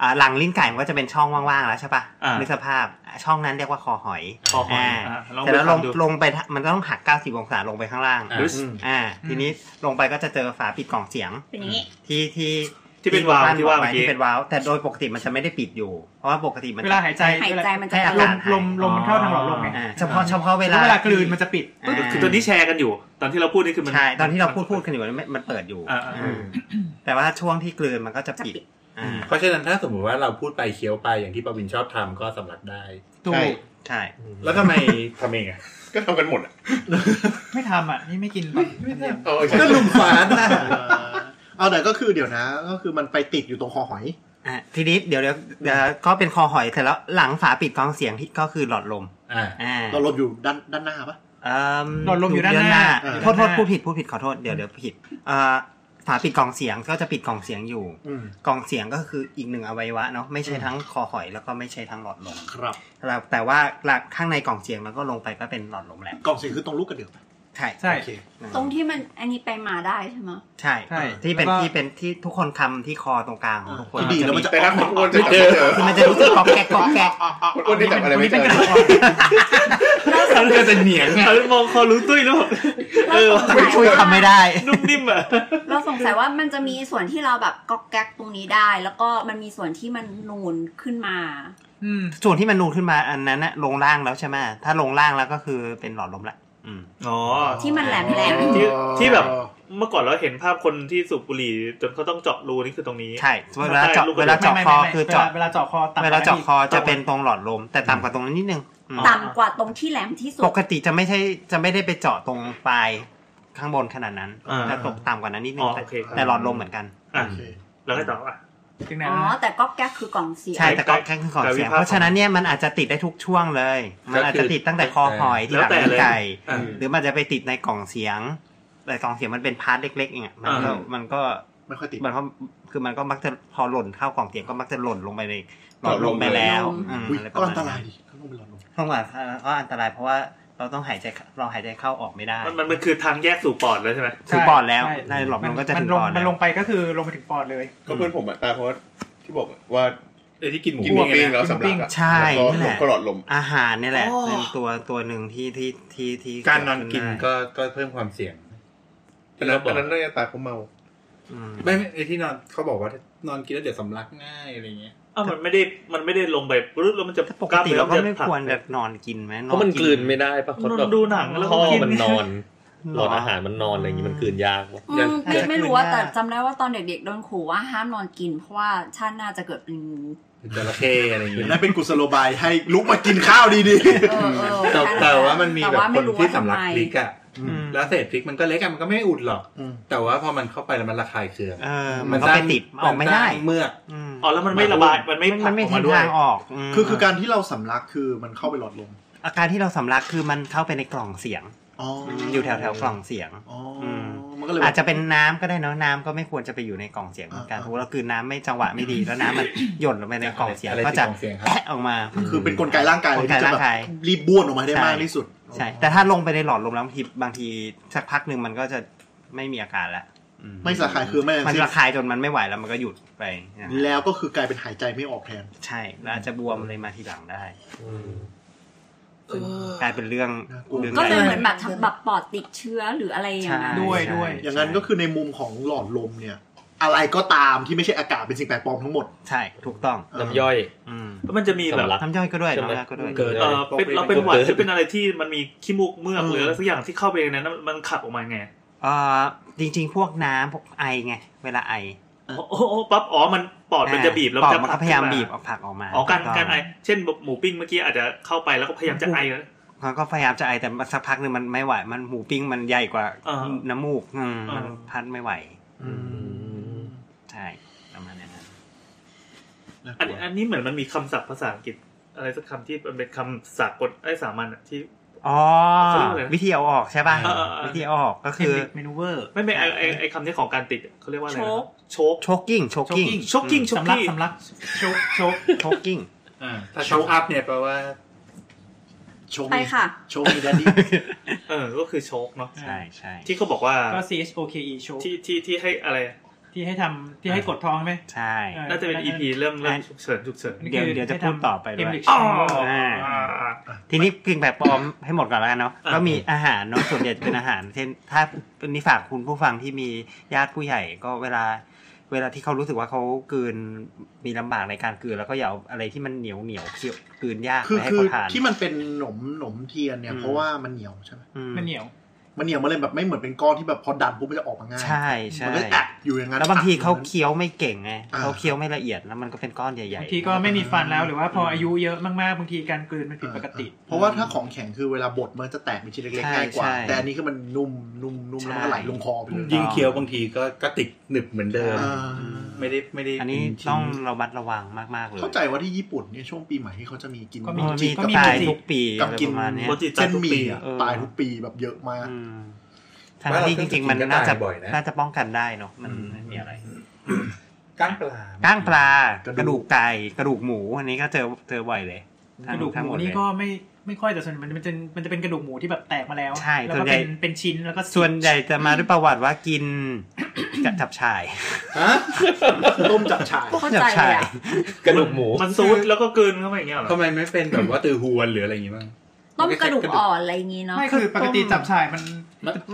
Speaker 3: อ่าหลังลิ้นไก่มันก็จะเป็นช่องว่างๆแล้วใช่ปะ
Speaker 4: อ่านึ
Speaker 3: นึกสภาพอ่าช่องนั้นเรียกว่าคอหอย
Speaker 4: คอหอยอ่าลอง
Speaker 3: แต่แล้ว
Speaker 4: ไป
Speaker 3: ล
Speaker 4: ทำ
Speaker 3: ง
Speaker 4: ดู
Speaker 3: ลงไปทะมันต้องหัก 90 องศาลงไปข้างล่าง
Speaker 1: อ่ะ
Speaker 4: หรือ
Speaker 3: อ่าทีนี้ลงไปก็จะเจอฝาปิดกล่องเสียง
Speaker 2: เป็นอย่างนี้
Speaker 3: ที่ที่
Speaker 4: ที่เป็นวาล์ว
Speaker 3: บ้
Speaker 4: ที่ว่า
Speaker 3: บอ
Speaker 4: เมื่อกี้
Speaker 3: ไที่เป็นวาล์วแต่โดยปกติมันจะไม่ได้ปิดอยู่ เพราะว่าปกติมัน
Speaker 5: เวลาหายใจ
Speaker 2: หายใจมันจะ
Speaker 3: ให้อา
Speaker 5: ล
Speaker 3: กาศ
Speaker 5: มลมลมมันเข้าทางหลอดลมไง
Speaker 3: อ่าเฉพาะเฉพาะเว
Speaker 5: เพ
Speaker 3: ลา
Speaker 5: ราะเวลากลืนมันจะปิด
Speaker 3: อ่า
Speaker 4: คือตอนนี้แชร์กันอยู่ ตอนที่เราพูดนี่คือมัน
Speaker 3: ใช่ตอนที่เราพูดพูดกันอยู่มันมันเปิดอยู่
Speaker 4: อ่าอ่า
Speaker 3: อืมแต่ว่าช่วงที่กลืนมันก็จะปิ
Speaker 2: จะ
Speaker 3: ด
Speaker 2: ปิด
Speaker 3: อ่า
Speaker 1: เพราะฉะนั้นถ้าสมมติว่าเราพูดไปเคี้ยวไปอย่างที่ปาวินชอบทำก็สำลักได้
Speaker 5: ถูก
Speaker 7: ใช่
Speaker 3: ใช่
Speaker 1: แล้วทำไมทำเองอ่ะ
Speaker 7: ก็ทำกันหมดอะ
Speaker 5: ไม่ทำอ่ะ นี่ไม่กินป่ะ
Speaker 7: เอาไอ้
Speaker 1: ก็ลุมฟ้านนะ
Speaker 8: เอาแต่ก็คือเดี๋ยวนะ ก็คือมันไปติดอยู่ตรงคอหอย
Speaker 3: อ่าทีนี้เดี๋ยวเดี๋ยวเดี๋ยวก็เป็นคอหอยเสร็จแล้วหลังฝาปิดกล่องเสียงที่ก็คือหลอดลม
Speaker 9: อ่า
Speaker 3: อ่า
Speaker 8: เราลบอยู่ด้านด้านหน้าปะ
Speaker 3: เอิ่ม
Speaker 5: หลอดลมอยู่ด้านหน้า
Speaker 8: เออ
Speaker 3: โทษโทษผู้ผิดผู้ผิดขอโทษเดี๋ยวเดี๋ยวผิดเอ่อฝาปิดกล่องเสียงก็จะปิดกล่องเสียงอยู่
Speaker 8: อืม
Speaker 3: กล่องเสียงก็คืออีกหนึ่งอวัยวะเนาะไม่ใช่ทั้งคอหอยแล้วก็ไม่ใช่ทั้งหลอดลม
Speaker 8: ครับ
Speaker 3: แล้วแต่ว่าหลักข้างในกล่องเสียงแล้วก็ลงไปก็เป็นหลอดลมแหละ
Speaker 8: กล่องเสียงคือตรงลูกกระเดือกปะ
Speaker 3: ใช่
Speaker 5: ใช่
Speaker 8: โอเค
Speaker 2: ตรงที่มันอันนี้ไปมาได้ใช่ไหม
Speaker 3: ใช่
Speaker 5: ใช่
Speaker 3: ที่เป็น
Speaker 5: แล้วก็
Speaker 3: ที่เป็นที่ทุกคนคำที่คอตรงกลางของทุกคน
Speaker 8: อ่าดีแล้วมันจะ
Speaker 7: แต่นักคนอ้วนจะจับไม่เจอ
Speaker 3: มันจะรู้สึกกรอบแกรกกรอบแกรก
Speaker 7: คนอ้วนได้จับอะไรไม่เจอ
Speaker 9: เขาเรือแต่เหนียง
Speaker 4: เขามองคอรู้ตุ้ยแล้วแบบเออ
Speaker 2: เราสงสัย
Speaker 3: ช่วยทำไม่ได้
Speaker 4: นุ่มนิ่มอ่ะ
Speaker 2: เราสงสัยว่ามันจะมีส่วนที่เราแบบก๊อกแก๊กตรงนี้ได้ แล้วก็มันมีส่วนที่มันนูนขึ้นมา
Speaker 5: อืม
Speaker 3: ส่วนที่มันนูนขึ้นมาอันนั้นน่ะลงล่างแล้วใช่ไหมถ้าลงล่างแล้วก็คือเป็นหลอดลมละอืม
Speaker 4: อ๋อ
Speaker 2: ที่มันแหลมแหลม
Speaker 4: ที่ที่แบบ เมื่อก่อนเราเห็นภาพคนที่สูบบุหรี่จนเขาต้องเจาะรูนี่คือตรงนี้
Speaker 3: ใช่เวลาเจาะ
Speaker 4: ลูกก
Speaker 3: เว
Speaker 4: ระเดื
Speaker 3: ลา
Speaker 4: อก
Speaker 3: เจาะ
Speaker 5: ไม่
Speaker 3: ค
Speaker 5: ไม่
Speaker 3: อ
Speaker 5: ไม่
Speaker 3: คือ
Speaker 5: เวลา
Speaker 3: เจาะ
Speaker 5: เวลาเจาะคอต่ำ
Speaker 3: เวลาเจาะคอจะ
Speaker 5: ต่ำ
Speaker 3: เป็นตรงหลอดลม แต่ต่ำกว่าตรงนั้นนิดนึงอืม
Speaker 2: ๆต่ำกว่าตรงที่แหลมที่สุด
Speaker 3: ปกติจะไม่ใช่จะไม่ได้ไปเจาะตรงปลายข้างบนขนาดนั้น
Speaker 4: อ่า
Speaker 3: จะตกต่ำกว่านั้นนิดนึ
Speaker 4: อ๋
Speaker 3: ง
Speaker 4: อ
Speaker 3: แต่
Speaker 4: โอเคครับ
Speaker 3: แต่หลอดลมเหมือนกัน
Speaker 4: อ่ะ
Speaker 8: โอเค
Speaker 4: แล้วก็ต่ออ่ะ
Speaker 5: ถึงไหน
Speaker 2: อ๋อ
Speaker 5: แล้วนะ
Speaker 2: แต่ก๊อกแก๊กคือกล่องเสียง
Speaker 3: ใช่แต่ก็
Speaker 4: ใกล้
Speaker 3: แค่คือของ
Speaker 4: แต่วิ
Speaker 3: เสียง
Speaker 4: ภาค
Speaker 3: เพราะฉะนั้นเนี่ยมันอาจจะติดได้ทุกช่วงเลย มันอาจจะติดตั้งแต่คอหอยที่หลัง
Speaker 4: แล้วแต่
Speaker 3: นิ้ว
Speaker 4: เลย
Speaker 3: ไก่
Speaker 4: อ่า
Speaker 3: หรือมันจะไปติดในกล่องเสียง แต่กล่องเสียงมันเป็นพาร์ทเล็กๆเองอะมันก็
Speaker 4: อ่า
Speaker 3: มันก็
Speaker 8: ไม่ค่อยติด
Speaker 3: มันก็คือมันก็มักจะพอหล่นเข้ากล่องเสียงก็มักจะหล่นลงไปในหลอดลมไปแล้วอืม
Speaker 8: อุ๊ย
Speaker 3: อะไรประ
Speaker 8: ก็
Speaker 3: มาณ
Speaker 8: อันตราย
Speaker 3: นั้น
Speaker 8: ดิข้างนอกเป็นหลอดลม
Speaker 3: ห้องอัดก็อันตรายเพราะว่าเราต้องหายใจเราหายใจเข้าออกไม่ได้
Speaker 4: มันมันมันคือทางแยกสู่ปอดแล้วใช่ไหม
Speaker 3: ถึงปอดแล้ว
Speaker 5: ใช่
Speaker 3: ในหลอดลมก็จะ
Speaker 5: มั
Speaker 3: ถึ
Speaker 5: น
Speaker 3: ง
Speaker 5: ล
Speaker 3: ป
Speaker 5: ง
Speaker 3: อด
Speaker 5: มั
Speaker 3: แล้
Speaker 5: น
Speaker 3: ว
Speaker 5: ลงไปก็คือลงไปถึงปอดเลย
Speaker 7: ก็เพื่อนผมอะตายเพราะที่บอกว่า
Speaker 9: เอ้ยที่กินหมู
Speaker 7: กินหมู
Speaker 9: ปิ้
Speaker 7: ปิ้ง
Speaker 9: งอะนะ
Speaker 7: แล้วสำลักอะ
Speaker 3: ใช่
Speaker 7: แล้วก็
Speaker 3: นั่นแห
Speaker 7: หลบ
Speaker 3: ละ
Speaker 7: ก็หลอดลม
Speaker 3: อาหารนี่แหละ
Speaker 4: อ๋อ
Speaker 3: เป็นตัวตัวหนึ่งที่ที่ที่ที่
Speaker 9: การนอนกิน
Speaker 3: ได้
Speaker 9: ก็ก็เพิ่มความเสี่ยง
Speaker 7: อันนั้นอันนั้นน่าจะตายเพราะเมา
Speaker 3: อืม
Speaker 9: ไม่ไม่ไอ้ที่นอนเขาบอกว่านอนกินแล้วเดี๋ยวสำลักง่ายอะไรเงี้ย
Speaker 4: อ้าวมันไม่ได้มันไม่ได้ลงไปปุ๊บแล้วมันจะ
Speaker 3: แต่ปกติเราก็ไม่ควรแบบนอนกินไหม
Speaker 6: เพราะมันกลืนไม่ได้ปะ
Speaker 4: น
Speaker 6: แบบ
Speaker 4: นดูหนังแล้ว
Speaker 6: ท่อ
Speaker 4: กิ
Speaker 6: มันนอน หล
Speaker 3: ร
Speaker 6: อดอาหารมันนอนอะไรอย่างงี้มันกลืนยากวะ
Speaker 2: อืมไม่ไม่รู้ว่า
Speaker 3: เกิดขึ้น
Speaker 2: แต่จำ
Speaker 3: ได้
Speaker 2: ได้ว่าตอนเด็กๆโดนขู่ว่าห้ามนอนกิน เพราะว่าชาติหน้าจะเกิดเป็นงู
Speaker 9: จระเข้อะไรอย่าง
Speaker 8: เดี๋
Speaker 9: เงี้
Speaker 8: ย
Speaker 9: ยว
Speaker 8: นั่นเป็นกุศโลบายให้ลุกมากินข้าวดี
Speaker 2: เออเออ
Speaker 9: แต่แต่ว่ามันมี
Speaker 2: ต่
Speaker 9: แบบ
Speaker 2: ว่า
Speaker 9: คน
Speaker 2: ไรู้
Speaker 9: ที่
Speaker 2: ว่า
Speaker 9: สำลัก
Speaker 2: ทำไม
Speaker 9: พริกอะ
Speaker 3: อืม
Speaker 9: แล้วเศษพริกมันก็เล็กอะมันก็ไม่อุดหรอก
Speaker 8: ๆอืม
Speaker 9: แต่ว่าพอมันเข้าไปแล้วมันระคายเคือง
Speaker 3: เออมันก็ไปติดออกไม่
Speaker 9: น
Speaker 3: ได้
Speaker 9: สร้างเมือก
Speaker 3: ม
Speaker 4: อ๋อแล้วมันไม่ระบายมันไม่ผลั
Speaker 3: มั
Speaker 4: ก
Speaker 3: น
Speaker 4: อ
Speaker 3: ไม่
Speaker 4: อก
Speaker 3: ทิ้
Speaker 4: มาง ด้วย
Speaker 3: ทางออกม
Speaker 8: คือคือการที่เราสำลักคือมันเข้าไปหลอดลม
Speaker 3: อาการที่เราสำลักคือมันเข้าไปในกล่องเสียง
Speaker 8: อ๋ออ
Speaker 3: อยู่แถวแถวๆกล่องเสียง
Speaker 8: อ๋ออ
Speaker 3: ม
Speaker 8: มันก็เลย
Speaker 3: อาจจะเป็นน้ำก็ได้เนาะน้ำก็ไม่ควรจะไปอยู่ในกล่องเสียงเหมือนกัน
Speaker 8: อ่า
Speaker 3: เพราะว่าเรากลืนน้ำไม่จังหวะไม่ดีแล้วน้ำมัน หย่นลงไปในกล่องเสียง
Speaker 9: อะไร
Speaker 3: ก็จะ
Speaker 9: ติดกล่องเสียงครับ
Speaker 3: แอะออกมา
Speaker 8: คือเป็นกลไกร่างกายเลยที่
Speaker 3: ก
Speaker 8: จะ
Speaker 3: ลไกร่าง
Speaker 8: แบบ
Speaker 3: กาย
Speaker 8: รีบบ้วนออกมาให้ได้
Speaker 3: ใช่
Speaker 8: มากที่สุด
Speaker 3: ใช่แต่ถ้าลงไปในหลอดลมแล้วบางทีบางทีสักพักหนึ่งมันก็จะไม่มีอาการละอื
Speaker 8: ไม่สาขายคือไม่
Speaker 3: มัน
Speaker 8: สิ้น
Speaker 3: ระคายจนมันไม่ไหวแล้วมันก็หยุดไปนะ
Speaker 8: แล้วก็คือกลายเป็นหายใจไม่ออกแทน
Speaker 3: ใช่แล้วอาจจะบวมเลยมาทีหลังได้กลายเป็นเรื่อง
Speaker 8: น่ากลัว
Speaker 3: เรื่อง
Speaker 2: ก็เลย
Speaker 3: ใหญ่
Speaker 2: เหมือนแบบทำแบบปอดติดเชื้อหรืออะไรอย่างนั้น
Speaker 3: ใช่
Speaker 5: ด้วยด้วย
Speaker 8: อย่างนั้นก็คือในมุมของหลอดลมเนี่ย อะไรก็ตามที่ไม่ใช่อากาศเป็นสิ่งแปลกปลอมทั้งหมด
Speaker 3: ใช่ถูกต้อง
Speaker 6: น้ำย่อย
Speaker 3: อืม
Speaker 4: แล้วมันจะมีแบบ
Speaker 6: สำลัก
Speaker 3: น้ำย่อยก็ด้วย
Speaker 6: ใช่ไหม
Speaker 3: น้ำย่อยก็ด้วย
Speaker 9: เกิด
Speaker 4: เออเป็นเราเป็นหวัดหรือเป็นอะไรที่มันมีขี้มูกเมือก
Speaker 8: เอ
Speaker 4: ห
Speaker 8: อ
Speaker 4: รืออะไรสักอย่างที่เข้าไปในนั้นมันมันขับออกมาไง
Speaker 3: เอ่อจริง ๆ พวกน้ำพวกไอไงเวลาไอ
Speaker 4: โอ้โหปั๊บอ๋อมันปอดมันจะบีบแล้ว
Speaker 3: ป
Speaker 4: มั
Speaker 3: อน ด
Speaker 4: จะ
Speaker 3: มันก็
Speaker 4: ผลั
Speaker 3: พยายาม
Speaker 4: ขึ้น
Speaker 3: บีบเอาผลักออกมา
Speaker 4: อ๋อการ
Speaker 3: ถูต้
Speaker 4: กาง รไอเช่นแบบหมูปิ้งเมื่อกี้อาจจะเข้าไปแล้วก็พยายามจะไอนะ
Speaker 3: มันก็พยายามจะไอแต่สักพักหนึ่งมันไม่ไหว มันหมูปิ้งมันใหญ่กว่า
Speaker 4: อ่า
Speaker 3: น้ำมูกอืม
Speaker 4: อ่ามั
Speaker 3: มันพัดไม่ไหวใช่ประมาณนั้นนะ
Speaker 8: น่าก
Speaker 4: อัน
Speaker 8: ลัว
Speaker 4: อันนี้เหมือนมันมีคำศัพท์ภาษาอังกฤษอะไรสักคำที่มันเป็นคำสากลไอ้สามัญอะที่
Speaker 3: อ๋อ
Speaker 4: เขาเรียกว่าอะไรนะ
Speaker 3: วิธีเอาออกใช่ป่ะ
Speaker 4: เออเออเออ
Speaker 3: วิธีเอาออกก็คือ
Speaker 5: Ended maneuver
Speaker 4: ไม่ไม่ไอไอ้ไอ้คำนี้ของการติดอะเขาเรียกว่าอะไรนะ
Speaker 2: โชค
Speaker 4: โชก
Speaker 3: โชกกิ้งโชกกิ้ง
Speaker 5: choking
Speaker 4: โชกกิ้งโชก
Speaker 5: สำลัก
Speaker 4: กี้
Speaker 5: สำลักโชกโชก
Speaker 3: โชกกิ้ง
Speaker 9: อ่าถ้าช็อกอัพเนี่ยแปลว่า
Speaker 8: โชค
Speaker 2: ไป
Speaker 8: ดี
Speaker 2: ค่ะ
Speaker 8: โชคดีแดด ดี้
Speaker 4: เออก็คือโชกเนาะ
Speaker 3: ใช่ใช่
Speaker 4: ที่เขาบอกว่า
Speaker 5: ก็ C H O K E โชก
Speaker 4: ที่ที่ที่ให้อะไร
Speaker 5: ที่ให้ทำที่ให้กดท้องใช่ไหม
Speaker 3: ใช่
Speaker 5: เออ
Speaker 4: น่าจะเป็น EP เรื่องเรื่องฉุกเฉินฉุกเฉิน
Speaker 5: นี่
Speaker 3: เดี๋ยว
Speaker 5: คือ
Speaker 3: เดี๋ยวจะ
Speaker 5: ให้
Speaker 3: พูด
Speaker 5: ทำ
Speaker 3: ต่อไปด้วย
Speaker 5: Heimlich
Speaker 4: อ๋อ
Speaker 5: Maneuver
Speaker 3: า ทีนี้กึ่งแบบปลอมให้หมดก่อนแล้วกันเนาะ
Speaker 4: อ่า
Speaker 3: ก็มีอาหารเนาะส่วนใหญ่จะเป็นอาหาร เช่นถ้าเป็นนิฝากคุณผู้ฟังที่มีญาติผู้ใหญ่ก็เวลา เวลาที่เขารู้สึกว่าเขากลืนมีลำบากในการกลืนแล้วก็อย่าเอาอะไรที่มันเหนียวเหนียวๆเคี้ยวกลืนยาก
Speaker 8: คือ
Speaker 3: ไปให้
Speaker 8: คือ
Speaker 3: เขาทาน
Speaker 8: ที่มันเป็นหนมหนมเทียนเนี่
Speaker 3: อื
Speaker 8: ย
Speaker 3: ม
Speaker 8: เพราะว่ามันเหนียวใช่ไหม
Speaker 3: อืม
Speaker 5: มันเหนียว
Speaker 8: มันเหนียวมันเลยแบบไม่เหมือนเป็นก้อนที่แบบพอดันปุ๊บมันจะออกมาง่าย
Speaker 3: ใช่ใช่
Speaker 8: มันก็แอะอยู่อย่างนั้น
Speaker 3: แล้วบางทีเขาเคี้ยวไม่เก่งไง
Speaker 8: อ่า
Speaker 3: เขาเคี้ยวไม่ละเอียดแล้วมันก็เป็นก้อนใหญ่
Speaker 5: บางทีก็ไม่มีฟันแล้วหรือว่าพออายุเยอะมากๆบางทีการกลืนมันผิดปกติ
Speaker 8: เพราะว่าถ้าของแข็งคือเวลาบดมันจะแตกเป็นชิ้นเล็กๆง่ายกว่า
Speaker 3: ใช่ใช่
Speaker 8: แต่อันนี้คือมันนุ่มนุ่มนุ่มแล้วมันก็ไหลลงคอไปเลย
Speaker 3: ใช่
Speaker 9: ยิ่งเคี้ยวบางทีก็ก็ติดหนึบเหมือนเดิม
Speaker 8: อ่า
Speaker 3: อืม
Speaker 4: ไม่ได้ไม่ได้
Speaker 3: อันนี้ต้องระมัดระวังมากๆเลย
Speaker 8: เข้าใจว่าที่ญี่ปุ่นเนี่ยช่วงปีใหม่ที่เขาจะมีกิน
Speaker 5: ก็
Speaker 3: มี
Speaker 5: มี
Speaker 3: มี
Speaker 5: ก็
Speaker 3: กระ
Speaker 5: มี
Speaker 3: ต่าย
Speaker 5: โมจิ
Speaker 3: ทุกปี
Speaker 8: กับกิน
Speaker 3: อะไรประมาณเนี้ย
Speaker 8: เส้นหมี่อะ
Speaker 3: เออ
Speaker 8: ตายทุกปีแบบเยอะมาก
Speaker 3: อืมทางที่จริงๆ มันน่าจะ
Speaker 9: บ่อยนะ
Speaker 3: น่าจะป้องกันได้เนาะมันไม่มีอะไร
Speaker 9: ก้างปลา
Speaker 3: ก้างปลาก
Speaker 8: กระดูก
Speaker 3: ระดูกไก่กระดูกหมูอันนี้ก็เจอเจอบ่อยเลย
Speaker 5: ก
Speaker 3: ทั้ง
Speaker 5: ระดูก
Speaker 3: ทั้ง
Speaker 5: หมู
Speaker 3: ด
Speaker 5: นี่
Speaker 3: เลย
Speaker 5: ก็ไม่ไม่ค่อยแต่ส่วนมันมันจะมันจะเป็นกระดูกหมูที่แบบแตกมาแล้ว
Speaker 3: ใช่
Speaker 5: แล้ว
Speaker 3: ส่ว
Speaker 5: ก็
Speaker 3: นใหญ่
Speaker 5: เป็นเป็นชิ้นแล้วก็
Speaker 3: ส่วนใหญ่จะมาด้วยประวัติว่ากิน กับจับฉ่าย
Speaker 9: ฮะ
Speaker 8: ต้มจับฉ่าย
Speaker 2: เข้าใจเลยอะ
Speaker 6: กระดูกหมู
Speaker 4: มันซูดแล้วก็กลืนเข้าไปอย่างเงี้ยเหรอ
Speaker 9: ทำไมไม่เป็นแบบว่าตือฮวนหรืออะไรอย่างงี้บ้าง
Speaker 2: ต้มกระดูกอ่อนอะไรอย่างงี้เนาะ
Speaker 5: ไม่คือปกติจับฉ่ายมัน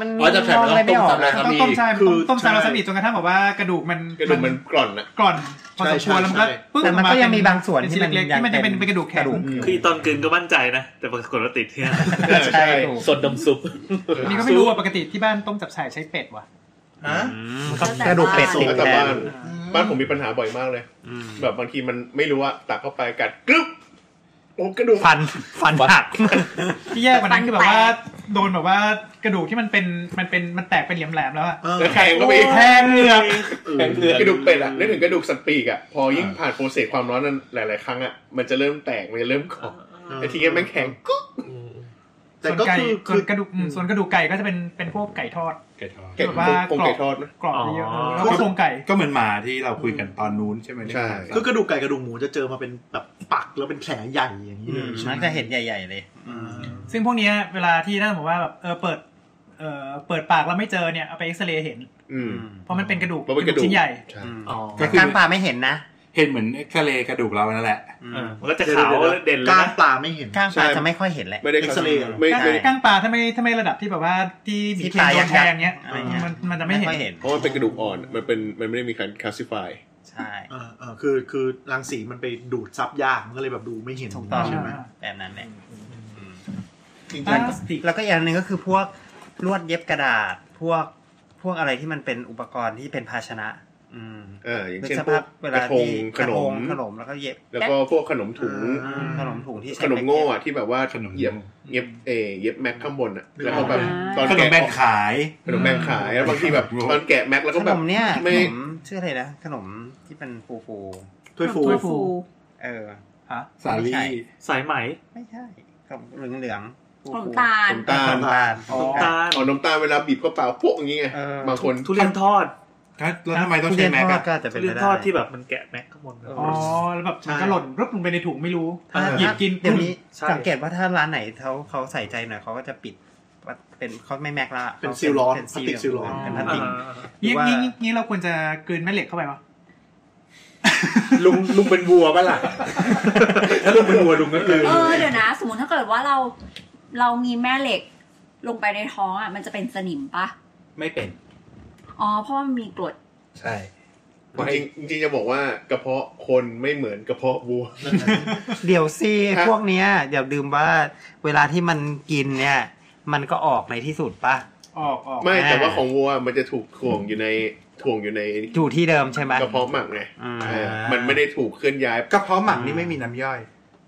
Speaker 3: มัน
Speaker 9: อ๋อจับฉ่าย
Speaker 3: มองอะไรไม่ออก
Speaker 9: มันต้องต้มจับฉ่าย
Speaker 5: ต้
Speaker 9: ซาบิ
Speaker 5: อง
Speaker 8: คือ
Speaker 5: ต้มใช่ต้มต้มซาลา
Speaker 8: ใช่
Speaker 5: ซาบิจนกระทั่งแบบว่ากระดูกมัน
Speaker 7: กระดูกมันกร่อนนะ
Speaker 5: กร่อนพอสมควรแล้วมันก็ปึ้ง
Speaker 3: แต่มัน
Speaker 5: ออ
Speaker 3: ก็ยัง
Speaker 5: เป็
Speaker 3: มีบางส่วน
Speaker 5: เป็
Speaker 3: ที่
Speaker 5: ชิ้
Speaker 3: มัน
Speaker 5: เล็กๆที่มันจะเป็นเป็นกระดูกแข็ง
Speaker 4: คือตอนกลืนก็มั่นใจนะ แต่ปรากฏว่าติดเนี่ย
Speaker 3: ใช่ถูก
Speaker 6: สดดำซุป
Speaker 5: อันนี้ก็ไม่รู้ว่าปกติที่บ้านต้มจับฉ่ายใช้เป็ดว่ะ
Speaker 9: ฮะ
Speaker 3: อืมก็
Speaker 2: แล้วแต่
Speaker 3: กระดูกเป็ด
Speaker 7: ส่ง
Speaker 3: ติด
Speaker 7: แล้วแต่
Speaker 3: แท
Speaker 7: บ้าน น บ้านผมมีปัญหาบ่อยมากเลย
Speaker 3: อืม
Speaker 7: แบบบางทีมันไม่รู้ว่าตักเข้าไปกัดกรึ๊บโอ้กระดูก
Speaker 3: ฟันฟันหัก
Speaker 5: ที่แย่กว่านั้นคือแบบว่า
Speaker 2: แตก
Speaker 5: โดนแบบว่ากระดูกที่มันเป็นมันเป็นมันแตกเป็นเหลี่ยมแหลมแล้วอะ
Speaker 7: แล้วแข็งก็ไปอีก
Speaker 5: แทงเหงือก
Speaker 6: แข็งเหลือก
Speaker 7: ระดูกเป็ดอะนึกถึงกระดูกสัตว์ปีกอะพอยิ่งผ่านโปรเซสความร้อนนั้นหลาย ๆ ครั้งอะมันจะเริ่มแตกมันจะเริ่มขอบไอ้ทีเนี้ยแม่งแข็งกึ๊บ
Speaker 8: แต่ก็
Speaker 5: ส่วนไก่
Speaker 8: คือคื
Speaker 5: ส่ว
Speaker 8: อน
Speaker 5: กระดูกอืมส่วนกระดูกไก่ก็จะเป็นเป็นพวกไก่ทอด
Speaker 9: ไก่ทอด
Speaker 7: เก็บ
Speaker 5: ว่า
Speaker 7: กงไก่ทอดนะ
Speaker 5: กรอบเยอะ
Speaker 4: อ๋อ
Speaker 5: ๆแล้วก็โครงไก่
Speaker 9: ก็เหมือนหมาที่เราคุยกันตอนนู้นใช่ไหมเนี่ย
Speaker 7: ใช่
Speaker 9: ก็
Speaker 8: คือก
Speaker 9: คือ
Speaker 8: ระดูกไก่กระดูกหมูจะเจอมาเป็นแบบปักแล้วเป็นแผลใหญ่อย่างนี้เลยใช่
Speaker 3: มัน
Speaker 8: ไหม
Speaker 3: จะเห็นใหญ่ ๆ เลย
Speaker 5: ซึ่งพวกเนี้ยเวลาที่ถ้าสมมติว่าแบบเออเปิดเออเปิดปากแล้วไม่เจอเนี่ยเอาไปเอ็กซเรย์เห็น
Speaker 7: อืม
Speaker 5: เพราะมันเป็นกระดูก
Speaker 7: มันเป็นกระดูก
Speaker 5: ชิ้นใหญ่
Speaker 7: ช่
Speaker 3: อ๋อแต่ก้างปลาไม่เห็นนะ
Speaker 9: เห็นเหมือนเอ็กซเรย์กระดูกเรานั่นแหละ
Speaker 4: เออมันก็จะขาวเด่นเลย
Speaker 8: ก้าง
Speaker 4: นะ
Speaker 8: ปลาไม่เห็น
Speaker 3: ก้างปลา
Speaker 7: ใช่
Speaker 3: จะไม่ค่อยเห็นแหละ
Speaker 7: ไม่ได้
Speaker 8: เอ็กซเรย์
Speaker 7: ไม่
Speaker 5: ก้าง
Speaker 7: ไม่
Speaker 5: ก้างปลาถ้าไม่ถ้าไม่ระดับที่แบบว่าที่มี
Speaker 3: ที่
Speaker 5: เค
Speaker 3: ป
Speaker 5: น
Speaker 3: ลา
Speaker 5: โด
Speaker 3: ยัก
Speaker 5: น
Speaker 3: ษ์
Speaker 5: แทงเนี้ย
Speaker 3: อะไรเงี้ย
Speaker 5: มันมันจะไม่
Speaker 3: ไม่ค่อย
Speaker 5: เห็น
Speaker 3: เห็น
Speaker 7: เพราะมันเป็นกระดูกอ่อน มันเป็น มันไม่ได้มีการคลาสสิฟาย
Speaker 3: ใช่
Speaker 8: เออเออคือคือรังสีมันไปดูดซับยากมันก็เลยแบบดูไม่เห็น
Speaker 3: ถูกต้อง
Speaker 8: ใช่ไหม
Speaker 3: แบบนั้นแหละ
Speaker 8: จริง
Speaker 5: อ่า
Speaker 8: ๆ
Speaker 3: แล้วก็อย่างหนึ่งก็คือพวกลวดเย็บกระดาษพวกพวกอะไรที่มันเป็นอุปกรณ์ที่เป็นภาชนะ อืม
Speaker 7: เออ อย่าง
Speaker 3: นึก
Speaker 7: เช่น
Speaker 3: ส
Speaker 7: พว
Speaker 3: ภาก พเว
Speaker 7: ก
Speaker 3: ลา
Speaker 7: ระทง
Speaker 3: ที่
Speaker 7: ขนม
Speaker 3: ขนมแล้วก็เย็บ
Speaker 7: แล้วก็พวกขนมถุง
Speaker 3: ขนมถุงที่ใช้
Speaker 7: ขนมโง่
Speaker 3: ไปเก็บ
Speaker 7: อะที่แบบว่า
Speaker 9: ขนมโง่
Speaker 7: เหย็บเย็บเออเย็บแม็กข้างบนอะแล้วก็แบบ
Speaker 2: อ่า
Speaker 7: ตอน
Speaker 9: ขนม
Speaker 7: แกะ
Speaker 9: แบนขาย
Speaker 7: ขนมแบนขาย แล้วบางทีแบบ
Speaker 9: โง่
Speaker 7: ตอนแกะแม็กแล้วก็
Speaker 3: ข
Speaker 7: แบ
Speaker 3: น
Speaker 7: บ
Speaker 3: มเนี่ยข
Speaker 7: ไม่
Speaker 3: นมชื่ออะไรนะขนมที่เป็นฟูฟู
Speaker 8: ถ้วยฟู
Speaker 2: ถั่วฟู
Speaker 3: ๆเออ
Speaker 5: ฮะ
Speaker 9: สาลี่
Speaker 3: ไม่ใช่
Speaker 4: สายไหม
Speaker 3: ไม่ใช่ขนมเหลืองๆฟู
Speaker 2: ขนม
Speaker 3: ๆ
Speaker 2: ตาล
Speaker 7: น้ำตาล
Speaker 3: น้ำตาล
Speaker 8: อ๋อ
Speaker 4: ตาล
Speaker 7: เอาน้ำตาลเวลาบีบกระเป๋าพวกอย่างเงี้ย
Speaker 3: เออบ
Speaker 7: างคน
Speaker 4: ทุเรียนทอด
Speaker 9: แล้วทำไมต้อง
Speaker 3: ทุ
Speaker 9: ใช้
Speaker 3: เรียน
Speaker 9: แม็ก
Speaker 3: ทอด
Speaker 9: อะ
Speaker 3: ก็จะเป็
Speaker 4: ทุ
Speaker 3: น
Speaker 4: เรี
Speaker 3: ไป
Speaker 4: ยน
Speaker 3: ได้
Speaker 4: ทอดที่แบบมันแกะแม็กข้างบนครับ
Speaker 3: เอ
Speaker 5: อ๋อแล้วแบบมันก็หล่นรึบลงไปในถุงไม่รู้
Speaker 3: ถ้า
Speaker 5: หยิบกิน
Speaker 3: เดี๋ยวนี้
Speaker 4: ใช่
Speaker 3: สังเกตว่าถ้าร้านไหนเขาเขาใส่ใจหน่อยเขาก็จะปิดว่าเป็นเขาไม่แม็กละ
Speaker 8: เป็น
Speaker 3: ขา
Speaker 8: ซีลร้อน
Speaker 3: เป็
Speaker 8: พลาสติกซีลร้อน
Speaker 3: เป็นพลาสติก
Speaker 5: นี่
Speaker 3: ว่า
Speaker 5: นี่นี่เราควรจะกลืนแม่เหล็กเข้าไปปะ
Speaker 9: ลุงลุงเป็นวัวป่ะล่ะ ถ้าลุงเป็นวัวลุงก็คือ
Speaker 2: เออเดี๋ยวนะ สมมติถ้าเกิดว่าเราเรามีแม่เหล็กลงไปในท้องอ่ะมันจะเป็นสนิมปะ
Speaker 9: ไม่เป็น
Speaker 2: อ๋อเพราะมันมีกรด
Speaker 9: ใช่
Speaker 7: จริงจริงๆจะบอกว่ากระเพาะคนไม่เหมือนกระเพาะวัว
Speaker 3: เดี๋ยวซี
Speaker 7: ฮะ
Speaker 3: พวกเนี้ยอย่าลืมว่าเวลาที่มันกินเนี่ย มันก็ออกในที่สุดปะ
Speaker 5: ออกออก
Speaker 7: ไม่แต่ว่า
Speaker 3: อ่า
Speaker 7: ของวัวมันจะถูกถ่วงอยู่ในถ่วงอยู่ใน
Speaker 3: อยู่ที่เดิมใช่ไหม
Speaker 7: กระเพาะหมักไง
Speaker 3: อ่า
Speaker 7: เออมันไม่ได้ถูกเคลื่อนย้าย
Speaker 9: กระเพาะหมักนี่ไม่มีน้ำย่อย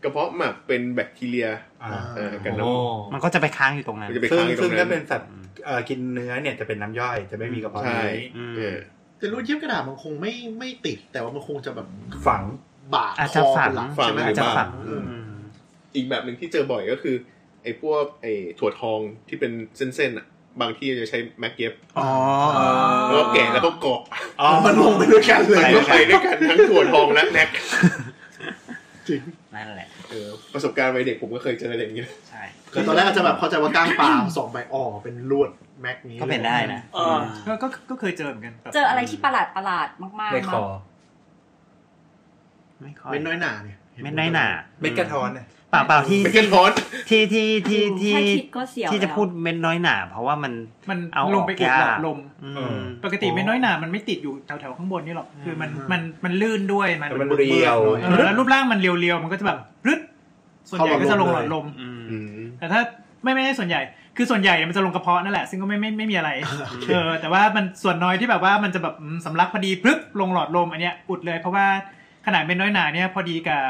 Speaker 7: กระเพาะหมักเป็นแบคทีเรีย
Speaker 9: อ่า
Speaker 7: เออกันน้
Speaker 9: โอ้
Speaker 3: มันก็จะไปค้างอยู่ตรงนั้
Speaker 7: ำ
Speaker 3: น
Speaker 7: มันจะไป
Speaker 9: ซึ่
Speaker 7: ค้าง
Speaker 9: ง
Speaker 7: อยู่ตร
Speaker 9: ซึ่ง
Speaker 7: ง
Speaker 9: ถ้า
Speaker 7: นั้
Speaker 9: เป็น
Speaker 7: น
Speaker 9: สัตว์เอ่อกินเนื้อเนี่ยจะเป็นน้ำย่อย จะไม่มีกระเพาะ
Speaker 7: ใช่
Speaker 9: นี้
Speaker 3: อืม
Speaker 7: เออ
Speaker 8: แต่รูดเย็บกระดาษมันคงไม่ไม่ติด แต่ว่ามันคงจะแบบ
Speaker 9: ฝัง
Speaker 8: บาด
Speaker 3: อาจ
Speaker 8: ค
Speaker 3: จะ
Speaker 8: อ
Speaker 3: ฝัง
Speaker 8: เป็นหลักใช่ไหม
Speaker 3: อาจจะ
Speaker 7: บ้าง
Speaker 3: ฝัง
Speaker 8: เออ
Speaker 3: อืม
Speaker 7: อีกแบบหนึ่งที่เจอบ่อยก็คือ ไอ้พวกไอ้ถั่วทองที่เป็นเส้นๆอ่ะ บางที่จะใช้แม็กเย็บ
Speaker 3: อ๋อ
Speaker 7: แล้วก็แกะแล้วก็เกาะ
Speaker 9: อ๋อ
Speaker 8: มันลงไปด้วยกันเลย
Speaker 7: มันก็ไปด้วยกันทั้งถั่วทองและแม็ก
Speaker 3: นั่นแหละ
Speaker 7: เออประสบการณ์วัยเด็กผมก็เคยเจออะไรอย่างเงี้ย
Speaker 3: ใช่
Speaker 8: คือตอนแรกอาจจะแบบเข้าใจว่าก้างปลาสองใบอ่อเป็นลวดแม็กนี้
Speaker 3: ก็เป็นได้นะ
Speaker 4: เออ
Speaker 5: ก็ก็ก็เคยเจอเหมือนกันแบบ
Speaker 2: เจออะไรที่ประหลาดประหลาดๆมากๆ
Speaker 9: ในคอ
Speaker 2: มั้ง
Speaker 3: ไม่ค่อย
Speaker 8: เม็ดน้อยหนาเนี่ย
Speaker 3: เม็ดน้อยหนา
Speaker 9: เม็ดกระท้อนเนี่ย
Speaker 3: เปล่าเปล่าที่
Speaker 7: เป็นกันร้อน
Speaker 3: ที่ที่ที่ที่
Speaker 2: แค่คิดก็เสียว
Speaker 3: ที่จะ
Speaker 2: แล้ว
Speaker 3: พูดเม็ดน้อยหนา เพราะว่ามัน
Speaker 5: มัน
Speaker 3: เอาอ
Speaker 5: ล
Speaker 3: อง ก
Speaker 5: ไปอุด
Speaker 3: ยา
Speaker 5: หลอก ดลม
Speaker 3: อืม
Speaker 9: เออ
Speaker 5: ปกติไม่น้อยหนา มันไม่ติดอยู่แถวๆข้างบนนี่หรอก คือมันมันมันลื่นด้วย มัน
Speaker 9: แต่มันเรียว
Speaker 5: เออแล้วรูปร่างมันเรียวๆ มันก็จะแบบรึดส่วนใหญ่ก็จะลงหลอดลม
Speaker 3: อืม
Speaker 7: อืม
Speaker 5: แต่ถ้าไม่ไม่ใช่ส่วนใหญ่ คือส่วนใหญ่มันจะลงกระเพาะนั่นแหละ ซึ่งก็ไม่ไม่ไม่มีอะไร เออ แต่ว่ามันส่วนน้อยที่แบบว่ามันจะแบบอืมสำลักพอดีปึ๊บลงหลอดลมอันเนี้ยอุดเลย เพราะว่าขนาดเป็นน้อยหนาเนี่ยพอดีกับ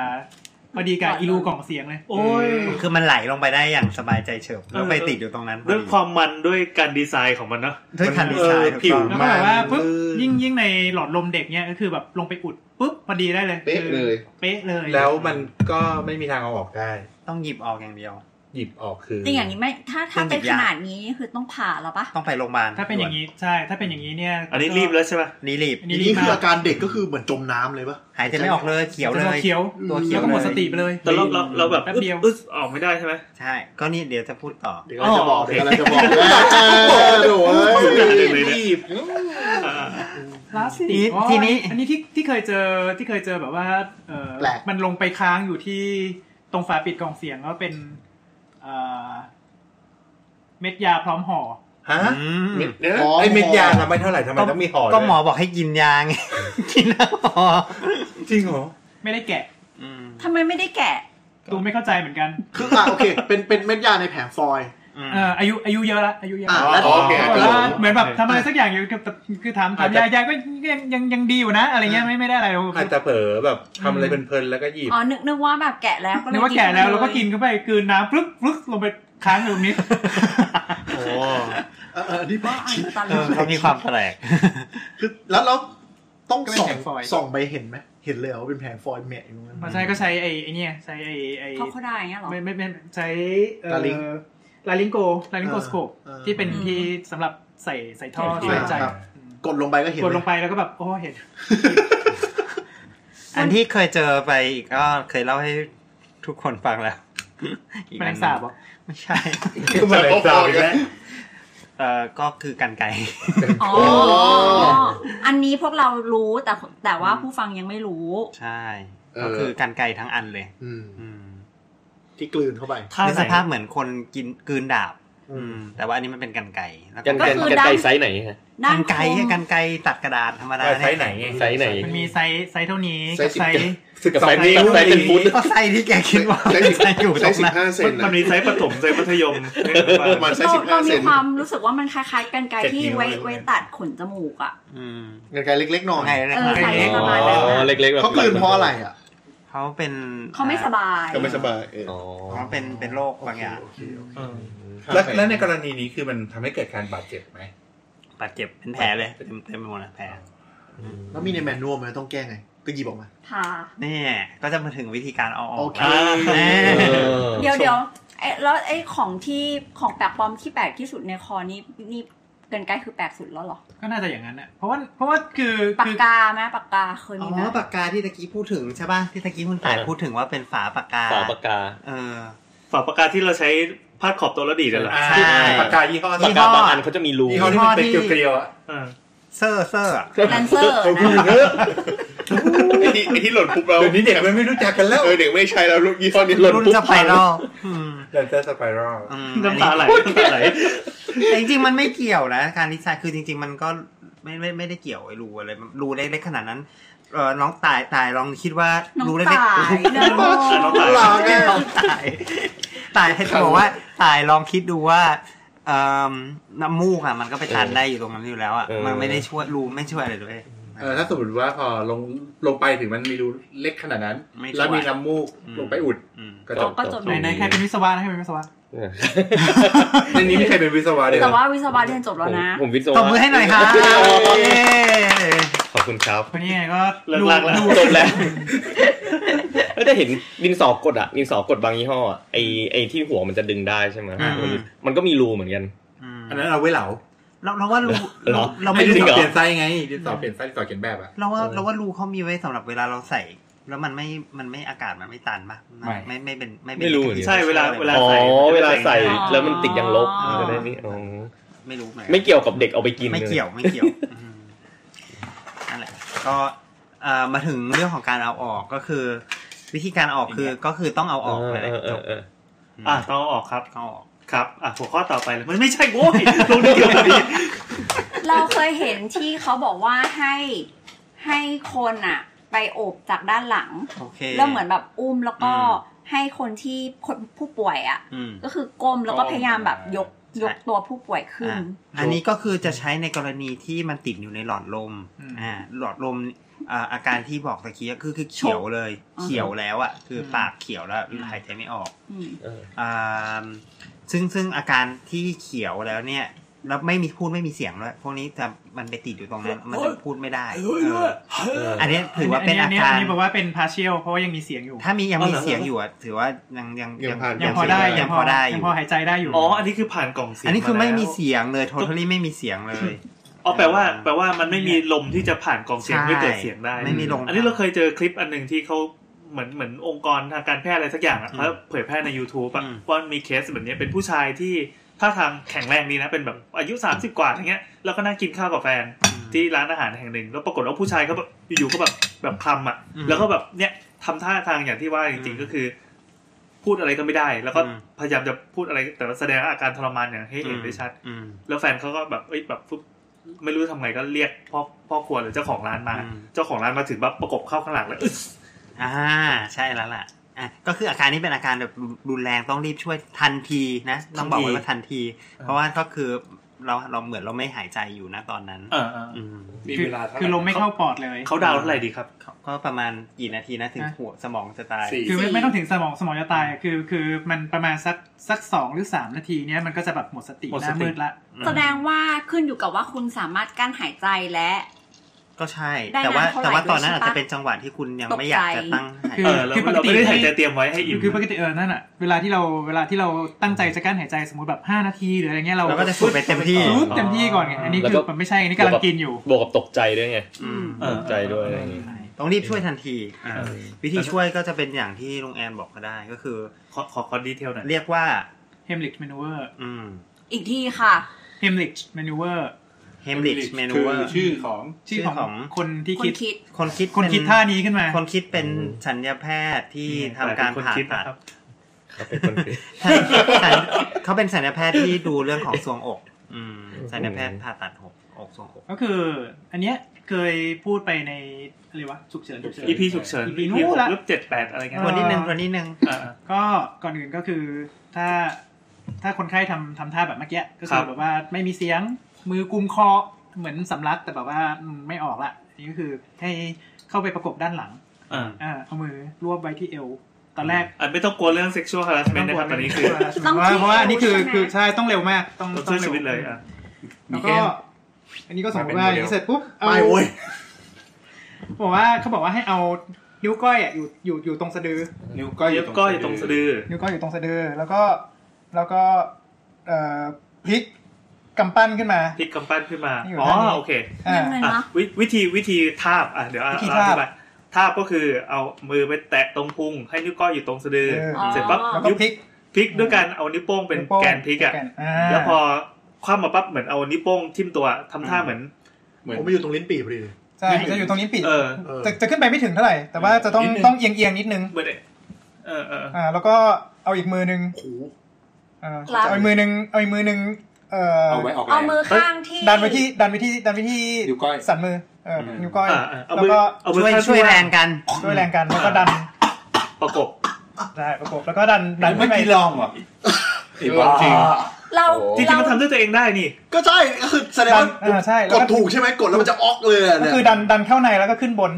Speaker 5: พอดีกับอีลูกล่องเสียงเลย
Speaker 4: โอ้ย
Speaker 3: คือมันไหลลงไปได้อย่างสบายใจเฉิบแล้วไปติดอยู่ตรงนั้นพอ
Speaker 4: ด้วยความมันด้วยการดีไซน์ของมันเนอะ
Speaker 3: ด้วยคันดีไซน์
Speaker 9: ผิว
Speaker 3: ถูก
Speaker 5: แล้ว
Speaker 3: ต้อง
Speaker 5: ก็แบบว่าปุ๊บ
Speaker 9: มันลื่น
Speaker 5: ยิ่งยิ่งในหลอดลมเด็กเนี่ยก็คือแบบลงไปอุดปุ๊บพอดีได้เลย
Speaker 7: เป๊ะเลย
Speaker 5: เป๊ะเลย
Speaker 9: แล้วมันก็ไม่มีทางเอาออกได้
Speaker 3: ต้องหยิบออกอย่างเดียว
Speaker 9: หยิบออกคือ
Speaker 2: จริงอย่างนี้ไม่ถ้าถ้า
Speaker 3: ต้องหยิ
Speaker 2: เป็นข
Speaker 3: บยา
Speaker 2: นาดนี้นี่คือต้องผ่าแล้วปะ
Speaker 3: ต้องไปโรงพยาบาล
Speaker 5: ถ้าเป็นอย่างนี้ใช่ ถ้าเป็นอย่างนี้เนี่ย
Speaker 4: อันนี้รีบแล้วใช่ปะ
Speaker 3: นี่รีบ
Speaker 5: อัน
Speaker 8: อ
Speaker 5: นี้
Speaker 8: ย่างนี้
Speaker 5: รีบ
Speaker 8: คือ
Speaker 5: มา
Speaker 8: อาก การเด็กก็คือเหมือนจมน้ำเลยปะ
Speaker 3: หายใจไม่ออกเลยเขียวเลย
Speaker 5: ตัวเขียว
Speaker 3: ตัวเขียว
Speaker 5: แล้วก็หมดสติไปเลย
Speaker 4: แต่เราเราเราแบบ
Speaker 5: แป๊บ
Speaker 4: อึด
Speaker 5: เดียว
Speaker 4: อึดออกไม่ได้ใช่ไหม
Speaker 3: ใช่ ก็นี่เดี๋ยวจะพูดต่อ
Speaker 8: เดี๋ยวเราจะบอก
Speaker 4: อ๋อโอเค
Speaker 8: เดี๋ยวเราจะบอกแล้วโอ้ย
Speaker 9: รีบ
Speaker 4: อ่า
Speaker 5: พลาสติ
Speaker 3: ที
Speaker 5: กอ๋อ
Speaker 3: ทีนี้
Speaker 5: อันนี้ที่ที่เคยเจอที่เคยเจอแบบว่าเออ
Speaker 8: แปลก
Speaker 5: มันลงไปค้างอยู่ที่ตรงฝาปิดกล่องเสียงแล้วเป็นเอ่อเม็ดยาพร้อมห่อ
Speaker 9: ฮะ
Speaker 3: อืม
Speaker 9: เดี๋ยวนะไอเม็ดยาทำไม่เท่าไหร่ทำไมต้องมีห่อด้วย
Speaker 3: ก็หมอบอกให้กินยาไง กินแล้วหมอ
Speaker 9: จริงเหรอ
Speaker 5: ไม่ได้แกะ
Speaker 3: อืม
Speaker 2: ทำไมไม่ได้แกะ
Speaker 5: ดูไม่เข้าใจเหมือนกัน
Speaker 8: คืออ่ะโอเค เป็นเป็นเม็ดยาในแผงฟอยล์
Speaker 5: เอ่ออายุอายุเยอะละอายุเยอะ
Speaker 8: อ่ะ
Speaker 5: ละ
Speaker 8: แล้ว
Speaker 9: อ๋อโอเค
Speaker 5: แต่ว่าเหมือนแบบทำอะไร
Speaker 8: ะ
Speaker 5: สักอย่างอยู่คือคือถามถามยายยายก็ยังยังยังดีอยู่นะ อะไรเงี้ยไม่ไม่ได้อะไรหรอก
Speaker 9: อาจจะเผลอแบบทำอะไรเพลินๆแล้วก็หยิบ
Speaker 2: อ๋อ นึกนึกว่าแบบแกะแล้วก็เลย
Speaker 5: นึกว่าแก่แล้วเราก็กิน
Speaker 2: เย
Speaker 5: เข้าไปกลืนน้ำปลึ๊กปลึ๊กลงไปค้างอยู่ตรงนี้
Speaker 3: โอ้
Speaker 8: เออเออนี่บ้า
Speaker 2: บ้าอันต
Speaker 3: เอ
Speaker 2: ลาด
Speaker 3: อเขามีความแปลก
Speaker 8: คือแล้วเราต้อง
Speaker 5: ก็เป็น
Speaker 8: ส่อง
Speaker 5: แผงฟอยล์
Speaker 8: ส่องไปเห็นไหมเห็นเลยเหรอว่าเป็นแผงฟอยล์แหมะอยู่ตรงนั้น
Speaker 5: มาใช้ก็ใช้ไอ้ไอ้เนี่ยใช้ไอ้ไอ้
Speaker 2: เขาเขาได้อย่างเงี้ยเหรอ
Speaker 5: ไม่ไม่ไม่ใช้เอ่อ
Speaker 8: ลาลิง
Speaker 5: ลาลิงโกลาลิงโก
Speaker 8: เออ
Speaker 5: สโคป
Speaker 8: เออ
Speaker 5: ที่เป็น
Speaker 2: อืม
Speaker 5: ที่สำหรับใส่ใส่ท่อ
Speaker 9: ใช่
Speaker 5: ช่วยหายใจ
Speaker 8: ครับ กดลงไปก็เห็น
Speaker 5: กดลงไปแล้วก็แบบโอ้เห็น
Speaker 3: อันที่เคยเจอไปอีกก็เคยเล่าให้ทุกคนฟังแล้วอีก
Speaker 5: แมล
Speaker 3: อันห
Speaker 5: ง
Speaker 3: นึ่
Speaker 5: สาบเหรอ
Speaker 3: ไม่ ใช่
Speaker 9: ก็มาเลยจ้าอีกแล้ว
Speaker 3: เอ่อก็คือกันไก่
Speaker 2: อ๋อ อันนี้พวกเรารู้แต่แต่ว่าผู้ฟังยังไม่รู้
Speaker 3: ใช่ ก็คือกันไก่ทั้งอันเลย
Speaker 8: อืม
Speaker 3: อืม
Speaker 8: ที่กลืนเข้าไป
Speaker 4: ท่า
Speaker 3: นึก
Speaker 4: ไห
Speaker 3: ส
Speaker 4: น
Speaker 3: ภาพเหมือนคนกินกลืนดาบ
Speaker 8: อื
Speaker 3: อื
Speaker 8: ม
Speaker 3: ม แต่ว่าอันนี้มันเป็นกันไก่แล้ว
Speaker 6: กั
Speaker 3: ก็
Speaker 6: น
Speaker 2: ก็
Speaker 6: ไกล
Speaker 2: คือ
Speaker 6: กันไกล
Speaker 2: ด้าน
Speaker 6: ไซส์ไหนฮะ
Speaker 2: ด้า
Speaker 3: กัน นไก่
Speaker 2: คม
Speaker 3: กันไก่ตัดกระดาษธรรมดา
Speaker 9: ใช้ไหนไง
Speaker 6: ไซส์ไหน
Speaker 5: มันมีไซส์ไซส์เท่านี้
Speaker 7: ไซ
Speaker 5: กั
Speaker 7: ส์สิบ
Speaker 5: บไซ
Speaker 7: เจ็ด
Speaker 5: ส์
Speaker 9: สึก
Speaker 6: กับ
Speaker 9: กับ
Speaker 6: ไซ
Speaker 9: ไซ
Speaker 6: ส์
Speaker 9: ส์นิ้ว
Speaker 6: นี้กับไซส์เป็นฟุต
Speaker 3: ก็ไส้ที่แกคิดว่า
Speaker 7: ใช้สิบ
Speaker 3: ไส้อยู่ต
Speaker 7: ใช้
Speaker 3: รง
Speaker 7: สิบ
Speaker 3: นั้น
Speaker 7: ห้าเซน
Speaker 4: มั
Speaker 7: อะ
Speaker 4: นมีไซส์ประถมไซส์มัธยม
Speaker 7: ประมาณใช้
Speaker 2: เรา
Speaker 7: สิบห้า
Speaker 2: เรา
Speaker 7: เซ
Speaker 2: มี
Speaker 7: น
Speaker 2: ความรู้สึกว่ามันคล้ายๆกันไกลที่ไว้ไว้ตัดขนจมูกอ่ะ
Speaker 3: อืม
Speaker 8: เงินไกลเล็กๆหน่อย
Speaker 3: ไงเล็ก
Speaker 2: เออ
Speaker 3: น้อย
Speaker 2: ใส่ประมาณ
Speaker 6: อ๋
Speaker 2: นั้น
Speaker 6: อ
Speaker 2: อะ
Speaker 6: เล็กๆแบบ
Speaker 8: เขากลืนเพราะอะไรอ่ะ
Speaker 3: เขาเป็น
Speaker 2: เขาไม่สบาย
Speaker 7: ก็ไม่สบายเออ
Speaker 6: อ๋อ
Speaker 3: เขาเป็นเป็นโรคบางอย่าง
Speaker 8: โอเคโอเค
Speaker 9: แล้วแล้วในกรณีนี้คือมันทำให้เกิดการบาดเจ็บไหม
Speaker 3: บาดเจ็บเป็นแผลเลยเต็มเต็มไปหมดเลยแผล
Speaker 8: แล้วมีในแมนนวลไหมต้องแก้ไงก็หยิบออกมา
Speaker 2: ผ่า
Speaker 3: นี่ก็จะมาถึงวิธีการเอาออ
Speaker 8: โอก เค
Speaker 3: แล้วแน่
Speaker 2: เดี๋ยวเดี๋ยวไอ้แล้วไอ้ของที่ของแปลกปลอมที่แปลกที่สุดในคอนี่นี่กันไกลคือแปลกสุดแล้วเหรอ
Speaker 5: ก็น่าจะอย่างนั้นแหละเพราะว่าเพราะว่าคือ
Speaker 2: ปาก
Speaker 5: คือ
Speaker 2: กาไหมปากกาเคย
Speaker 3: อ๋
Speaker 2: มีไหม
Speaker 3: อปากกาที่ตะกี้พูดถึงใช่ป่ะที่ตะกี้คุณต่าย
Speaker 6: อ่า
Speaker 3: พูดถึงว่าเป็นฝาปากกา
Speaker 6: ฝาปากกา
Speaker 3: เออ
Speaker 4: ฝาปากกาที่เราใช้พาดขอบตัวแล้วดีดอะเหรอ
Speaker 9: อ่า
Speaker 3: ใช่
Speaker 9: ปากกายี่ห้อ
Speaker 6: ปากกาบางอันเขาจะมีรู
Speaker 9: ยี่ห้อที่มันเป็นเกลียวๆอะ
Speaker 4: อ่า
Speaker 3: เซอร์เซอร์อะ
Speaker 2: แลนเซอร์
Speaker 9: เขาพูด
Speaker 2: นะ
Speaker 9: เยอะ
Speaker 7: ไอ้ที่ไอ้ที่หล่นปุ๊บเรา
Speaker 9: เดี๋ยวนี้เด็กมันไม่รู้จักกันแล้ว
Speaker 7: เออเด็กไม่ใช้แล้วรุ่นยี่ห้อนี้หล่น
Speaker 3: รุ่น
Speaker 7: ปุ๊บ
Speaker 3: สไปรัลอืม
Speaker 9: แลนเซอร์สไปรัล
Speaker 3: อืม
Speaker 4: น้ำตาไหลน้ำตาไหล
Speaker 3: แต่จริงๆมันไม่เกี่ยวนะการดีไซน์คือจริง ๆ มันก็ไม่ไม่ไม่ได้เกี่ยวไอ้รูอะไรรูเล็กๆขนาดนั้นเออน้องตายตายลองคิดว่า
Speaker 2: น้อง
Speaker 3: รู
Speaker 2: ตา
Speaker 3: เล็กๆ
Speaker 2: ยเนอะ
Speaker 4: น้องตาย
Speaker 3: ลองตายตายตายให้บอกว่าตายลองคิดดูว่าเอิ่มน้ำมูกอ่ะมันก็ไปตันได้อยู่ตรงนั้นอยู่แล้วอ่ะ
Speaker 6: เออ
Speaker 3: มันไม่ได้ช่วยรูไม่ช่วยอะไรเลย
Speaker 9: เออถ้าสมมติว่าพอลงลงไปถึงมันมีรูเล็กขนาดนั้น
Speaker 3: ไม่
Speaker 9: แล้วมี
Speaker 3: สวย
Speaker 9: น้ำมูกลงไปอุด
Speaker 3: อืม
Speaker 9: กระจก
Speaker 2: ก็จบ
Speaker 5: ไหนไหนใครเป็นวิศวะนะใครเป็นวิศวะ
Speaker 6: เออ
Speaker 9: ในนี้ไม่ใครเป็นวิศวะเลย
Speaker 2: แต่ว่าวิศวะเรียนจบแล้วนะ
Speaker 6: ผมผมวิศวะ
Speaker 3: ตบมือให้หน่อยครับเย้
Speaker 6: ขอบคุณครับ
Speaker 5: คนนี้ไงก็
Speaker 4: เลิกลากแล้ว
Speaker 5: ดู
Speaker 6: จบแล้วเอ้ยแต่เห็นดินสอกดอ่ะดินสอกดบางยี่ห้ออะไอไอที่หัวมันจะดึงได้ใช่ไหมมันมันก็มีรูเหมือนกัน
Speaker 3: อืม
Speaker 9: อันนั้นเอาไว้เหลา
Speaker 3: เราเราว่ารู
Speaker 6: เหรอ
Speaker 3: เรา
Speaker 9: ไม่
Speaker 3: ไม่
Speaker 9: ได้ดิน
Speaker 3: รู้
Speaker 6: จริงเหร
Speaker 9: ส
Speaker 6: อ
Speaker 9: อเปลี่ยนไซส์ไงดินสอเปลี่ยนไซส์ดินสอเขียนแบบอะ
Speaker 3: เราว่าเราว่ารูเขามีไว้สำหรับเวลาเราใส่ แล้วมันไม่มันไม่อากาศมันไม่ตันปะน
Speaker 9: ไม่
Speaker 3: ไม่ไม่เป็นไม่เป็น
Speaker 6: ไม่รู้เหมือนกัน
Speaker 4: ใช่เวลาเวลา
Speaker 6: อ๋อ
Speaker 4: ใส่
Speaker 6: เวลาใส่
Speaker 2: อ๋อ
Speaker 6: แล้วมันติดยางลบ
Speaker 2: อ๋อ
Speaker 6: มันจะได้นี่อ๋อ
Speaker 3: ไม่รู้เหมือนกัน
Speaker 6: ไม่เกี่ยวกับเด็กเอาไปกิน
Speaker 3: ไม่
Speaker 6: ล
Speaker 3: เกี่ยวไม่เกี่ยวอืมนั่นแหละก็เอ่อมาถึงเรื่องของการเอาออกก็คือ วิธีการเอาออกคือก็คือต้องเอาออกเลย
Speaker 6: เออเอ
Speaker 3: จ
Speaker 6: อบเออ
Speaker 4: อ่ะต้องเอาออกครับ
Speaker 3: เอาออก
Speaker 4: ครับอ่ะหัวข้อต่อไปเลยมันไม่ใช่โว้ยลงดีเกี่ยวกันดี
Speaker 2: เราเคยเห็นที่เขาบอกว่าให้ให้คนอะไปโอบจากด้านหลัง
Speaker 3: โอเค
Speaker 2: แล้วเหมือนแบบอุ้มแล้วก็
Speaker 3: อืม
Speaker 2: ให้คนที่คนผู้ป่วยอะ
Speaker 3: อืม
Speaker 2: ก็คือก้มแล้วก็พยายามแบบยกยกตัวผู้ป่วยขึ้น
Speaker 3: อ่ะอันนี้ก็คือจะใช้ในกรณีที่มันติดอยู่ในหลอดลมอ่าหลอดลม อ่าอาการที่บอกตะกี้ก็คือคือเขียวเลย
Speaker 2: อ่าฮะ
Speaker 3: เขียวแล้วอ่ะคืออ
Speaker 5: ม
Speaker 3: ปากเขียวแล้วหายใจไม่ออก
Speaker 2: อืม
Speaker 6: เออ
Speaker 3: อ่าซึ่งซึ่งอาการที่เขียวแล้วเนี่ยแล้วไม่มีพูดไม่มีเสียงด้วยพวกนี้จะมันไปติดอยู่ตรงนั้น มันจะพูดไม่ได้เอออันนี้ถือว่าเป็นอา
Speaker 5: นี้
Speaker 3: การ
Speaker 5: นี้บอกว่าเป็น partial เพราะว่ายังมีเสียงอยู่
Speaker 3: ถ้ามียัง
Speaker 4: อ๋อ
Speaker 3: มี
Speaker 4: เหรอ
Speaker 3: เสียงอยู่อะถือว่ายังยัง
Speaker 7: ยังผ่าน
Speaker 5: ยังพอได้
Speaker 3: ยังพอได้อ
Speaker 5: ยัง
Speaker 3: ยู่
Speaker 5: พอหายใจได้อยู่
Speaker 4: อ๋อ อันนี้คือผ่านกล่องเสียง
Speaker 3: อันนี้คือไม่มี
Speaker 4: าแล้ว
Speaker 3: เสียงเลย totally ไม่มีเสียงเลย
Speaker 4: อ๋อแปลว่าแปลว่ามันไม่มีลมที่จะผ่านกล่องเสียง
Speaker 3: ใช่
Speaker 4: ไม่เกิดเสียงได้
Speaker 3: ไม่มีลม
Speaker 4: อันนี้เราเคยเจอคลิปอันหนึ่งที่เขาเหมือนเหมือนองค์กรทางการแพทย์อะไรสักอย่างอ่ะเขาเผยแพร่ใน YouTube อ่ะ
Speaker 3: อืม
Speaker 4: ว่ามีเคสแบบเนี้ยเป็นผู้ชายที่ท่าทางแข็งแรงดีนะ เป็นแบบอายุ 30 กว่าอย่างเงี้ยแล้วก็นั่งกินข้าวกับแฟน ที่ร้านอาหารแห่งหนึ่งแล้วปรากฏว่าผู้ชายเขาแบบอยู่ๆก็แบบแบบคลำอ่ะ
Speaker 3: อืม
Speaker 4: แล้วก็แบบเนี่ยทำท่าทางอย่างที่ว่าจริง
Speaker 3: อืม
Speaker 4: ๆก็คือ พูดอะไรก็ไม่ได้ แล้วก็
Speaker 3: อืม
Speaker 4: พยายามจะพูดอะไรแต่ว่าแสดงอาการทรมานอย่างให้เห็นได้ชัด
Speaker 3: อืม
Speaker 4: แล้วแฟนเขาก็แบบเอ้ยแบบปุ๊บไม่รู้ทำไงก็เรียกพ่อพ่อครัวหรือเจ้าของร้านมา
Speaker 3: อืม
Speaker 4: เจ้าของร้านมาถึงแบบประกบเข้าข้างหลังแล้วอึ๊ด
Speaker 3: อ่าใช่แล้วล่ะอ่ะก็คืออาการนี้เป็นอาการแบบรุนแรงต้องรีบช่วยทันทีนะต้องบอกไว้ว่าทันที เพราะว่าก็คือเราเราเหมือนเราไม่หายใจอยู่นะตอนนั้น
Speaker 4: เออเออ
Speaker 3: อืม
Speaker 9: มี
Speaker 5: คือ
Speaker 9: เวลาเท่าไหร่
Speaker 5: คือลมไม่เข้าปอดเลย
Speaker 4: เขาดาวเท่าไหร่ดีครับ
Speaker 3: ก็ก็ประมาณกี่นาทีนะถึง
Speaker 5: นะ
Speaker 3: หัวสมองจะตาย
Speaker 9: สี่
Speaker 5: คือไม่
Speaker 2: สี่
Speaker 5: ไม่ต้องถึงสมองสมองจะตายอะคือคือมันประมาณสักสักสองหรือสามนาทีเนี้ยมันก็จะแบบหมดสติ
Speaker 4: หมด
Speaker 5: ห
Speaker 4: ส
Speaker 5: น้า
Speaker 4: ติ
Speaker 5: มืดละ
Speaker 2: แสดงว่าขึ้นอยู่กับว่าคุณสามารถกั้นหายใจและ
Speaker 3: ก็ใช่
Speaker 2: ได้
Speaker 3: แต่ว่าน
Speaker 2: านเท่าไหร่
Speaker 3: แต่ว่าตอนนั้น
Speaker 2: ด้วย
Speaker 3: อาจ
Speaker 2: ใช่ปะ
Speaker 3: จะเป็นจังหวะที่คุณยัง
Speaker 2: ตกใจ
Speaker 3: ไม่อยากจะตั้งหาย
Speaker 5: คือ
Speaker 4: เออเราเราไม่ได้หายใจเตรียมไว้ให้
Speaker 5: คื
Speaker 4: อิ่
Speaker 5: อ
Speaker 4: ม
Speaker 5: คือปกติเออนั่นอ่ะเวลาที่เราเวลาที่เราตั้งใจจะกั้นหายใจสมมติแบบห้านาทีหรืออะไรเงี้ยเรา
Speaker 3: เราก็จะสูดไปเต็มที่
Speaker 5: ฟึ๊บเต็มที่ก่อนไงอันนี้คือ
Speaker 6: แล้วก็
Speaker 5: มันไม่ใช่อันนี้กำลังกินอยู่
Speaker 6: บวกกับตกใจด้วยไง
Speaker 3: อืม
Speaker 4: เออ
Speaker 6: ตกใจด้วยอะไรอย่างงี้
Speaker 3: ต้องรีบช่วยทันทีอ่า
Speaker 4: เออ
Speaker 3: วิธีช่วยก็จะเป็นอย่างที่ลุงแอนบอกก็ได้ก็คือ
Speaker 4: ขอขอขอดีเทลหน่อย
Speaker 3: เรียกว่า
Speaker 5: Heimlich maneuver
Speaker 3: อืม
Speaker 2: อีกทีค่ะ
Speaker 5: Heimlich maneuver
Speaker 3: Heimlich maneuver
Speaker 9: คือชื่อของ
Speaker 5: ชื่อ
Speaker 3: ชื่อ
Speaker 5: ข
Speaker 3: ข
Speaker 5: อ
Speaker 3: อง ง
Speaker 5: คนที่
Speaker 2: คน
Speaker 5: คิด
Speaker 2: คิด
Speaker 3: คนคิด
Speaker 5: คน
Speaker 3: เป็
Speaker 5: คิดท่านี้ขึ้นมา
Speaker 3: คนคิดเป็นสัญญาแพทย์ที่ทำการ
Speaker 4: เป็นคน
Speaker 3: ผ่า
Speaker 4: คิด
Speaker 3: ตัด
Speaker 4: นะครับ
Speaker 6: เขาเป็นคนผิด
Speaker 3: ใช่ สัญเขาเป็นสัญญาแพทย์ที่ดูเรื่องของทรวงอก อืมสัญญาแพทย์ผ่าตัดอกอกทรวงอก
Speaker 5: ก็คือ อันเนี้ยเคยพูดไปในอะไรวะฉุกเฉินฉุกเฉิน
Speaker 4: EP ฉุกเฉิน
Speaker 5: EP นู้
Speaker 4: EP
Speaker 5: น
Speaker 4: หก
Speaker 5: ละ
Speaker 4: ลบเจ็ดแปดอะไรเงี้ย
Speaker 3: วันนี้หนึ่งวันนี้หนึ่ง
Speaker 4: เออเออ
Speaker 5: ก็ก่อนอื่นก็คือถ้าถ้าคนไข้ทำทำท่าแบบเมื่อกี้ก็คื
Speaker 4: ครั
Speaker 5: อบ แบบว่าไม่มีเสียงมือกุมคอเหมือนสำลักแต่แบบว่าอืมไม่ออกละอันนี่ก็คือให้เข้าไปประกบด้านหลัง
Speaker 4: เออ
Speaker 5: อ่าเอามือรวบไว้ที่เอว ตอนแรก
Speaker 4: อันไม่ต้องกลัวเรื่อง sexual harassment นะครับตอนนี้คือ
Speaker 5: เพราะว่าเพราะว่าอันนี้คือ
Speaker 2: ต้องที่เอวใช่ไหม
Speaker 5: คือใช่ต้องเร็วมากต้อง
Speaker 4: ต้อง
Speaker 5: ต้
Speaker 4: ช่
Speaker 5: อ
Speaker 4: วย
Speaker 5: ง
Speaker 4: ชีวิ
Speaker 5: เร็ว
Speaker 4: ตเลยอ่ะ
Speaker 5: แล้วก็ อันนี้ก็สมมติว่าอย่างนี้เสร็จปุ๊บเอา
Speaker 7: ไปเว้ย
Speaker 5: บอกว่าเขาบอกว่าให้เอานิ้วก้อยอ่ะอยู่อยู่อยู่ตรงสะดือ
Speaker 9: นิ้วก้อย
Speaker 4: เย็บก้อยตรงสะดือ
Speaker 5: นิ้วก้อยอยู่ตรงสะดือ แล้วก็แล้วก็เอ่อพลิกกำปั้นขึ้นมา
Speaker 4: พลิกกำปั้นขึ้นมา
Speaker 5: อยู่
Speaker 4: อ๋อ
Speaker 5: ด้านนี้
Speaker 4: โอเค
Speaker 5: อ่า
Speaker 2: ยังไง
Speaker 4: อ่ะ
Speaker 2: นะ
Speaker 4: วิวิธีวิธีทาบอ่ะเดี๋ยวอ่ะ
Speaker 5: วิธี
Speaker 4: เราอ
Speaker 5: ทาบ
Speaker 4: ธิบายทาบก็คือเอามือไปแตะตรงพุงให้นิ้วก้อยอยู่ตรงสะดือ
Speaker 5: เออ
Speaker 4: เสร็จปั๊บ
Speaker 5: แล้วก็
Speaker 4: นิ้ว
Speaker 5: พลิก
Speaker 4: พลิกด้วยการเอานิ้วโป้งเป็น
Speaker 5: วโง
Speaker 4: แกนพลิกอ่ะ
Speaker 5: แนอ่า
Speaker 4: แล้วพอคว่ำมาปั๊บเหมือนเอานิ้วโป้งทิ่มตัวทำท่าเหมือน
Speaker 9: เหมือน
Speaker 8: ผมไปอยู่ตรงลิ้นปี่พอดีเลย
Speaker 5: ใช่จะอยู่ตรงนี้ปิด
Speaker 4: เออ
Speaker 8: เออ
Speaker 5: จะจะขึ้นไปไม่ถึงเท่าไหร่ แต่ว่าจะต้อง
Speaker 9: นิดนึง
Speaker 5: ต้องเอียงเอียงๆนิดนึง
Speaker 4: เหมือนเออเออ
Speaker 5: อ่าแล้วก็เอาอีกมือนึง
Speaker 8: โอ้โหู
Speaker 5: อ่า
Speaker 2: รับ
Speaker 5: เอาอีกมือนึงเอาอีกมือนึงเอ่อ
Speaker 9: เอาไว้ออกแร
Speaker 2: เอา
Speaker 9: ง
Speaker 2: มือข้างที่
Speaker 5: ดันไปที่ดันไปที่ดันไปที่
Speaker 9: นิ้วก้อย
Speaker 5: สันมือเอออ
Speaker 9: ม
Speaker 5: นิ้วก้อย
Speaker 4: อ่ะอ่ะเอา
Speaker 5: แล้ว
Speaker 4: มือ
Speaker 5: ก็
Speaker 4: เอามือ
Speaker 3: ช่วย
Speaker 4: ข้าง
Speaker 3: ช่วยแรงกัน
Speaker 5: ด้วยแรงกันแล้วก็ดัน
Speaker 4: ประกบ
Speaker 5: ได้ประกบแล้วก็ดันดัน
Speaker 9: เมื่อน
Speaker 5: ขึ้ไป
Speaker 9: กี้ลองเหรออีกรอบจริง
Speaker 2: เรา
Speaker 9: โอ้
Speaker 4: จริง
Speaker 2: เรา
Speaker 4: ๆมันทำด้วยตัวเองได้นี่
Speaker 8: ก็ใช่ก็คือแสดงว่า
Speaker 5: เออใช่แล้ว
Speaker 8: ก
Speaker 5: ก็
Speaker 8: ดถูกใช่ไหมกดแล้วมันจะออกเลยอะ
Speaker 5: ก็
Speaker 8: เนี่ย
Speaker 5: คือดันดันเข้าในแล้วก็ขึ้นบน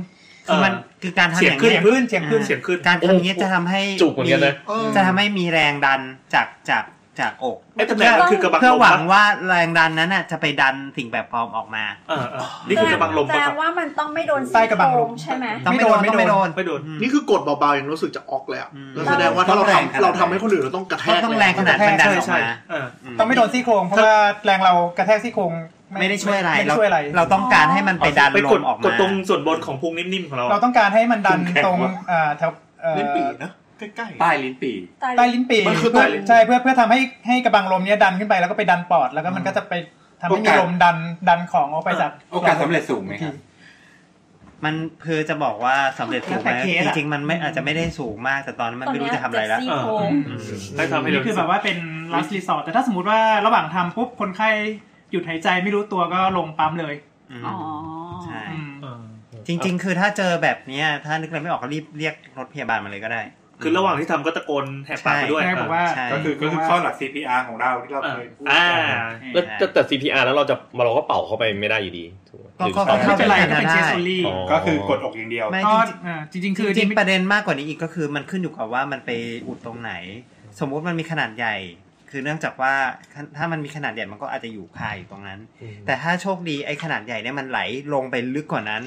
Speaker 3: คือมันคือการทำ
Speaker 4: เสี
Speaker 3: อย
Speaker 4: ง
Speaker 3: ย่าง
Speaker 4: ขึ้น
Speaker 5: เสียง
Speaker 3: เนี้ย
Speaker 5: ขึ้นเสียงขึ้น
Speaker 4: เสียงขึ้น
Speaker 3: การทำอย่างเนี้ยจะทำให้
Speaker 6: จุกเหมือนกันนะ
Speaker 8: เออ
Speaker 3: จะทำให้มีแรงดันจากจากจากอก
Speaker 4: ไอ้ตำแหน่งมันคือกระบัง
Speaker 3: เพื่
Speaker 4: ล
Speaker 3: อ
Speaker 4: ม
Speaker 3: หวัง
Speaker 4: ปะ
Speaker 3: ว่าแรงดันนั้นน่ะจะไปดันสิ่งแปลกปลอมออกมา
Speaker 4: เออเออนี่คือกระบังลม
Speaker 2: แส
Speaker 4: ปะ
Speaker 2: ด
Speaker 4: ครั
Speaker 2: ง
Speaker 4: บ
Speaker 2: ว่ามันต้องไม่โดน
Speaker 5: ใต้กระบังลม
Speaker 2: ซี่โคใช่ไหม
Speaker 3: ต้องไม่โดน
Speaker 5: ไม่
Speaker 3: ต้อง
Speaker 5: โดน
Speaker 3: ไม่โดน
Speaker 4: ไม่โดน
Speaker 8: นี่คือกดเบาๆยังรู้สึกจะออกแล้ว
Speaker 3: อืม
Speaker 8: ก็แสดงว่าถ้าเรา
Speaker 9: ต้องแรงขนาดไหน
Speaker 8: ทำเราทำให้คนอื่นเราต้องกระแทก
Speaker 3: ต้องแรงขนาด
Speaker 5: กระแทก
Speaker 3: มันดันออก
Speaker 4: ใช่
Speaker 3: มา
Speaker 4: เออ
Speaker 5: ต้องไม่โดนซี่โครงเพราะว่าแรงเรากระแทกซี่โครง
Speaker 3: ไม่ได้ช่วยอะไร
Speaker 5: ไม่
Speaker 3: เรา
Speaker 5: ได้ช่วยอะไร
Speaker 3: เราต้องการให้มันไปดัน
Speaker 4: ไป
Speaker 3: ล
Speaker 4: กด
Speaker 3: มออก
Speaker 4: ก
Speaker 3: มา
Speaker 4: ดตรงส่วนบนของพุงนิ่มๆของเรา
Speaker 5: เราต้องการให้มันดันตรงอ่าแถวเอ่อ
Speaker 8: ลิ้นปี่นะใกล้ๆ
Speaker 9: ใต้ลิ้นปี่
Speaker 5: ใต้ลิ้นปี่
Speaker 8: มันคือใต้ลิ้น
Speaker 5: ใช่เพื่อเพื่อทำให้ให้กระบังลมเนี้ยดันขึ้นไปแล้วก็ไปดันปอดแล้วก็มันก็จะไปทำให้มี
Speaker 9: โอกาส
Speaker 5: ลมดันดันของออกไปจาก
Speaker 9: โอกาสสำเร็จสูงไหมครับ
Speaker 3: มันเพื่อจะบอกว่าสำเร็จสูงไหม
Speaker 5: แล้วแต่เคส
Speaker 3: จ
Speaker 5: อะ
Speaker 3: ริงๆมันไม่อาจจะไม่ได้สูงมากแต่ตอนนั้นมันไม่รู้จะทำอะไรแล้ว
Speaker 2: ตนเนี้ยเจ็ดซี่โครง
Speaker 4: ให้ทำให้
Speaker 5: อัน
Speaker 4: เร็
Speaker 5: นี้
Speaker 4: ว
Speaker 5: คือแบบว่าเป็น last resort แต่ถ้าสมมติว่าระหว่างทำปุ๊บคนไข้หยุดหายใจไม่รู้ตัวก็ลงปั๊มเลย
Speaker 2: อ๋อ
Speaker 3: ใช่
Speaker 5: อืม
Speaker 4: เออ
Speaker 3: จริง ๆ คือถ้าเจอแบบเนี้ยถ้านึกอะไรไม่ออกก็รีบเรียกรถพยาบาลมาเลยก็ได้
Speaker 4: คือระหว่างที่ทำก็ตะโกนแหกปากไปด้วย
Speaker 5: แม่บอกว่า
Speaker 3: ใช่
Speaker 1: ก็คือก็คือข้อหลัก CPR ของเราที่เรา
Speaker 4: อ่า
Speaker 1: เคยพูด
Speaker 4: อ่า
Speaker 1: กัน
Speaker 6: แล้วแต่แต่ CPR แล้วเราจะมาเราก็เป่าเข้าไปไม่ได้อยู่ดีถูกไหม
Speaker 3: ก็
Speaker 6: หรือ
Speaker 3: ก็
Speaker 6: ใช่
Speaker 5: ไม่เป็นไรก็เป็น
Speaker 3: ได้
Speaker 5: เชสโซลี่
Speaker 1: ก็คือกดอกอย่างเดียว
Speaker 3: ไม่
Speaker 5: ก็
Speaker 3: จริงๆ
Speaker 5: อ่าจริง ๆ
Speaker 3: คื
Speaker 5: คือ อ
Speaker 3: จริงๆประเด็นมากกว่านี้อีกก็คือมันขึ้นอยู่กับว่ามันไปอุดตรงไหน สมมุติมันมีขนาดใหญ่ คือเนื่องจากว่าถ้ามันมีขนาดใหญ่มันก็อาจจะอยู่คาอยู่ตรงนั้น แต่ถ้าโชคดีไอ้ขนาดใหญ่เนี่ยมันไหลลงไปลึกกว่านั้น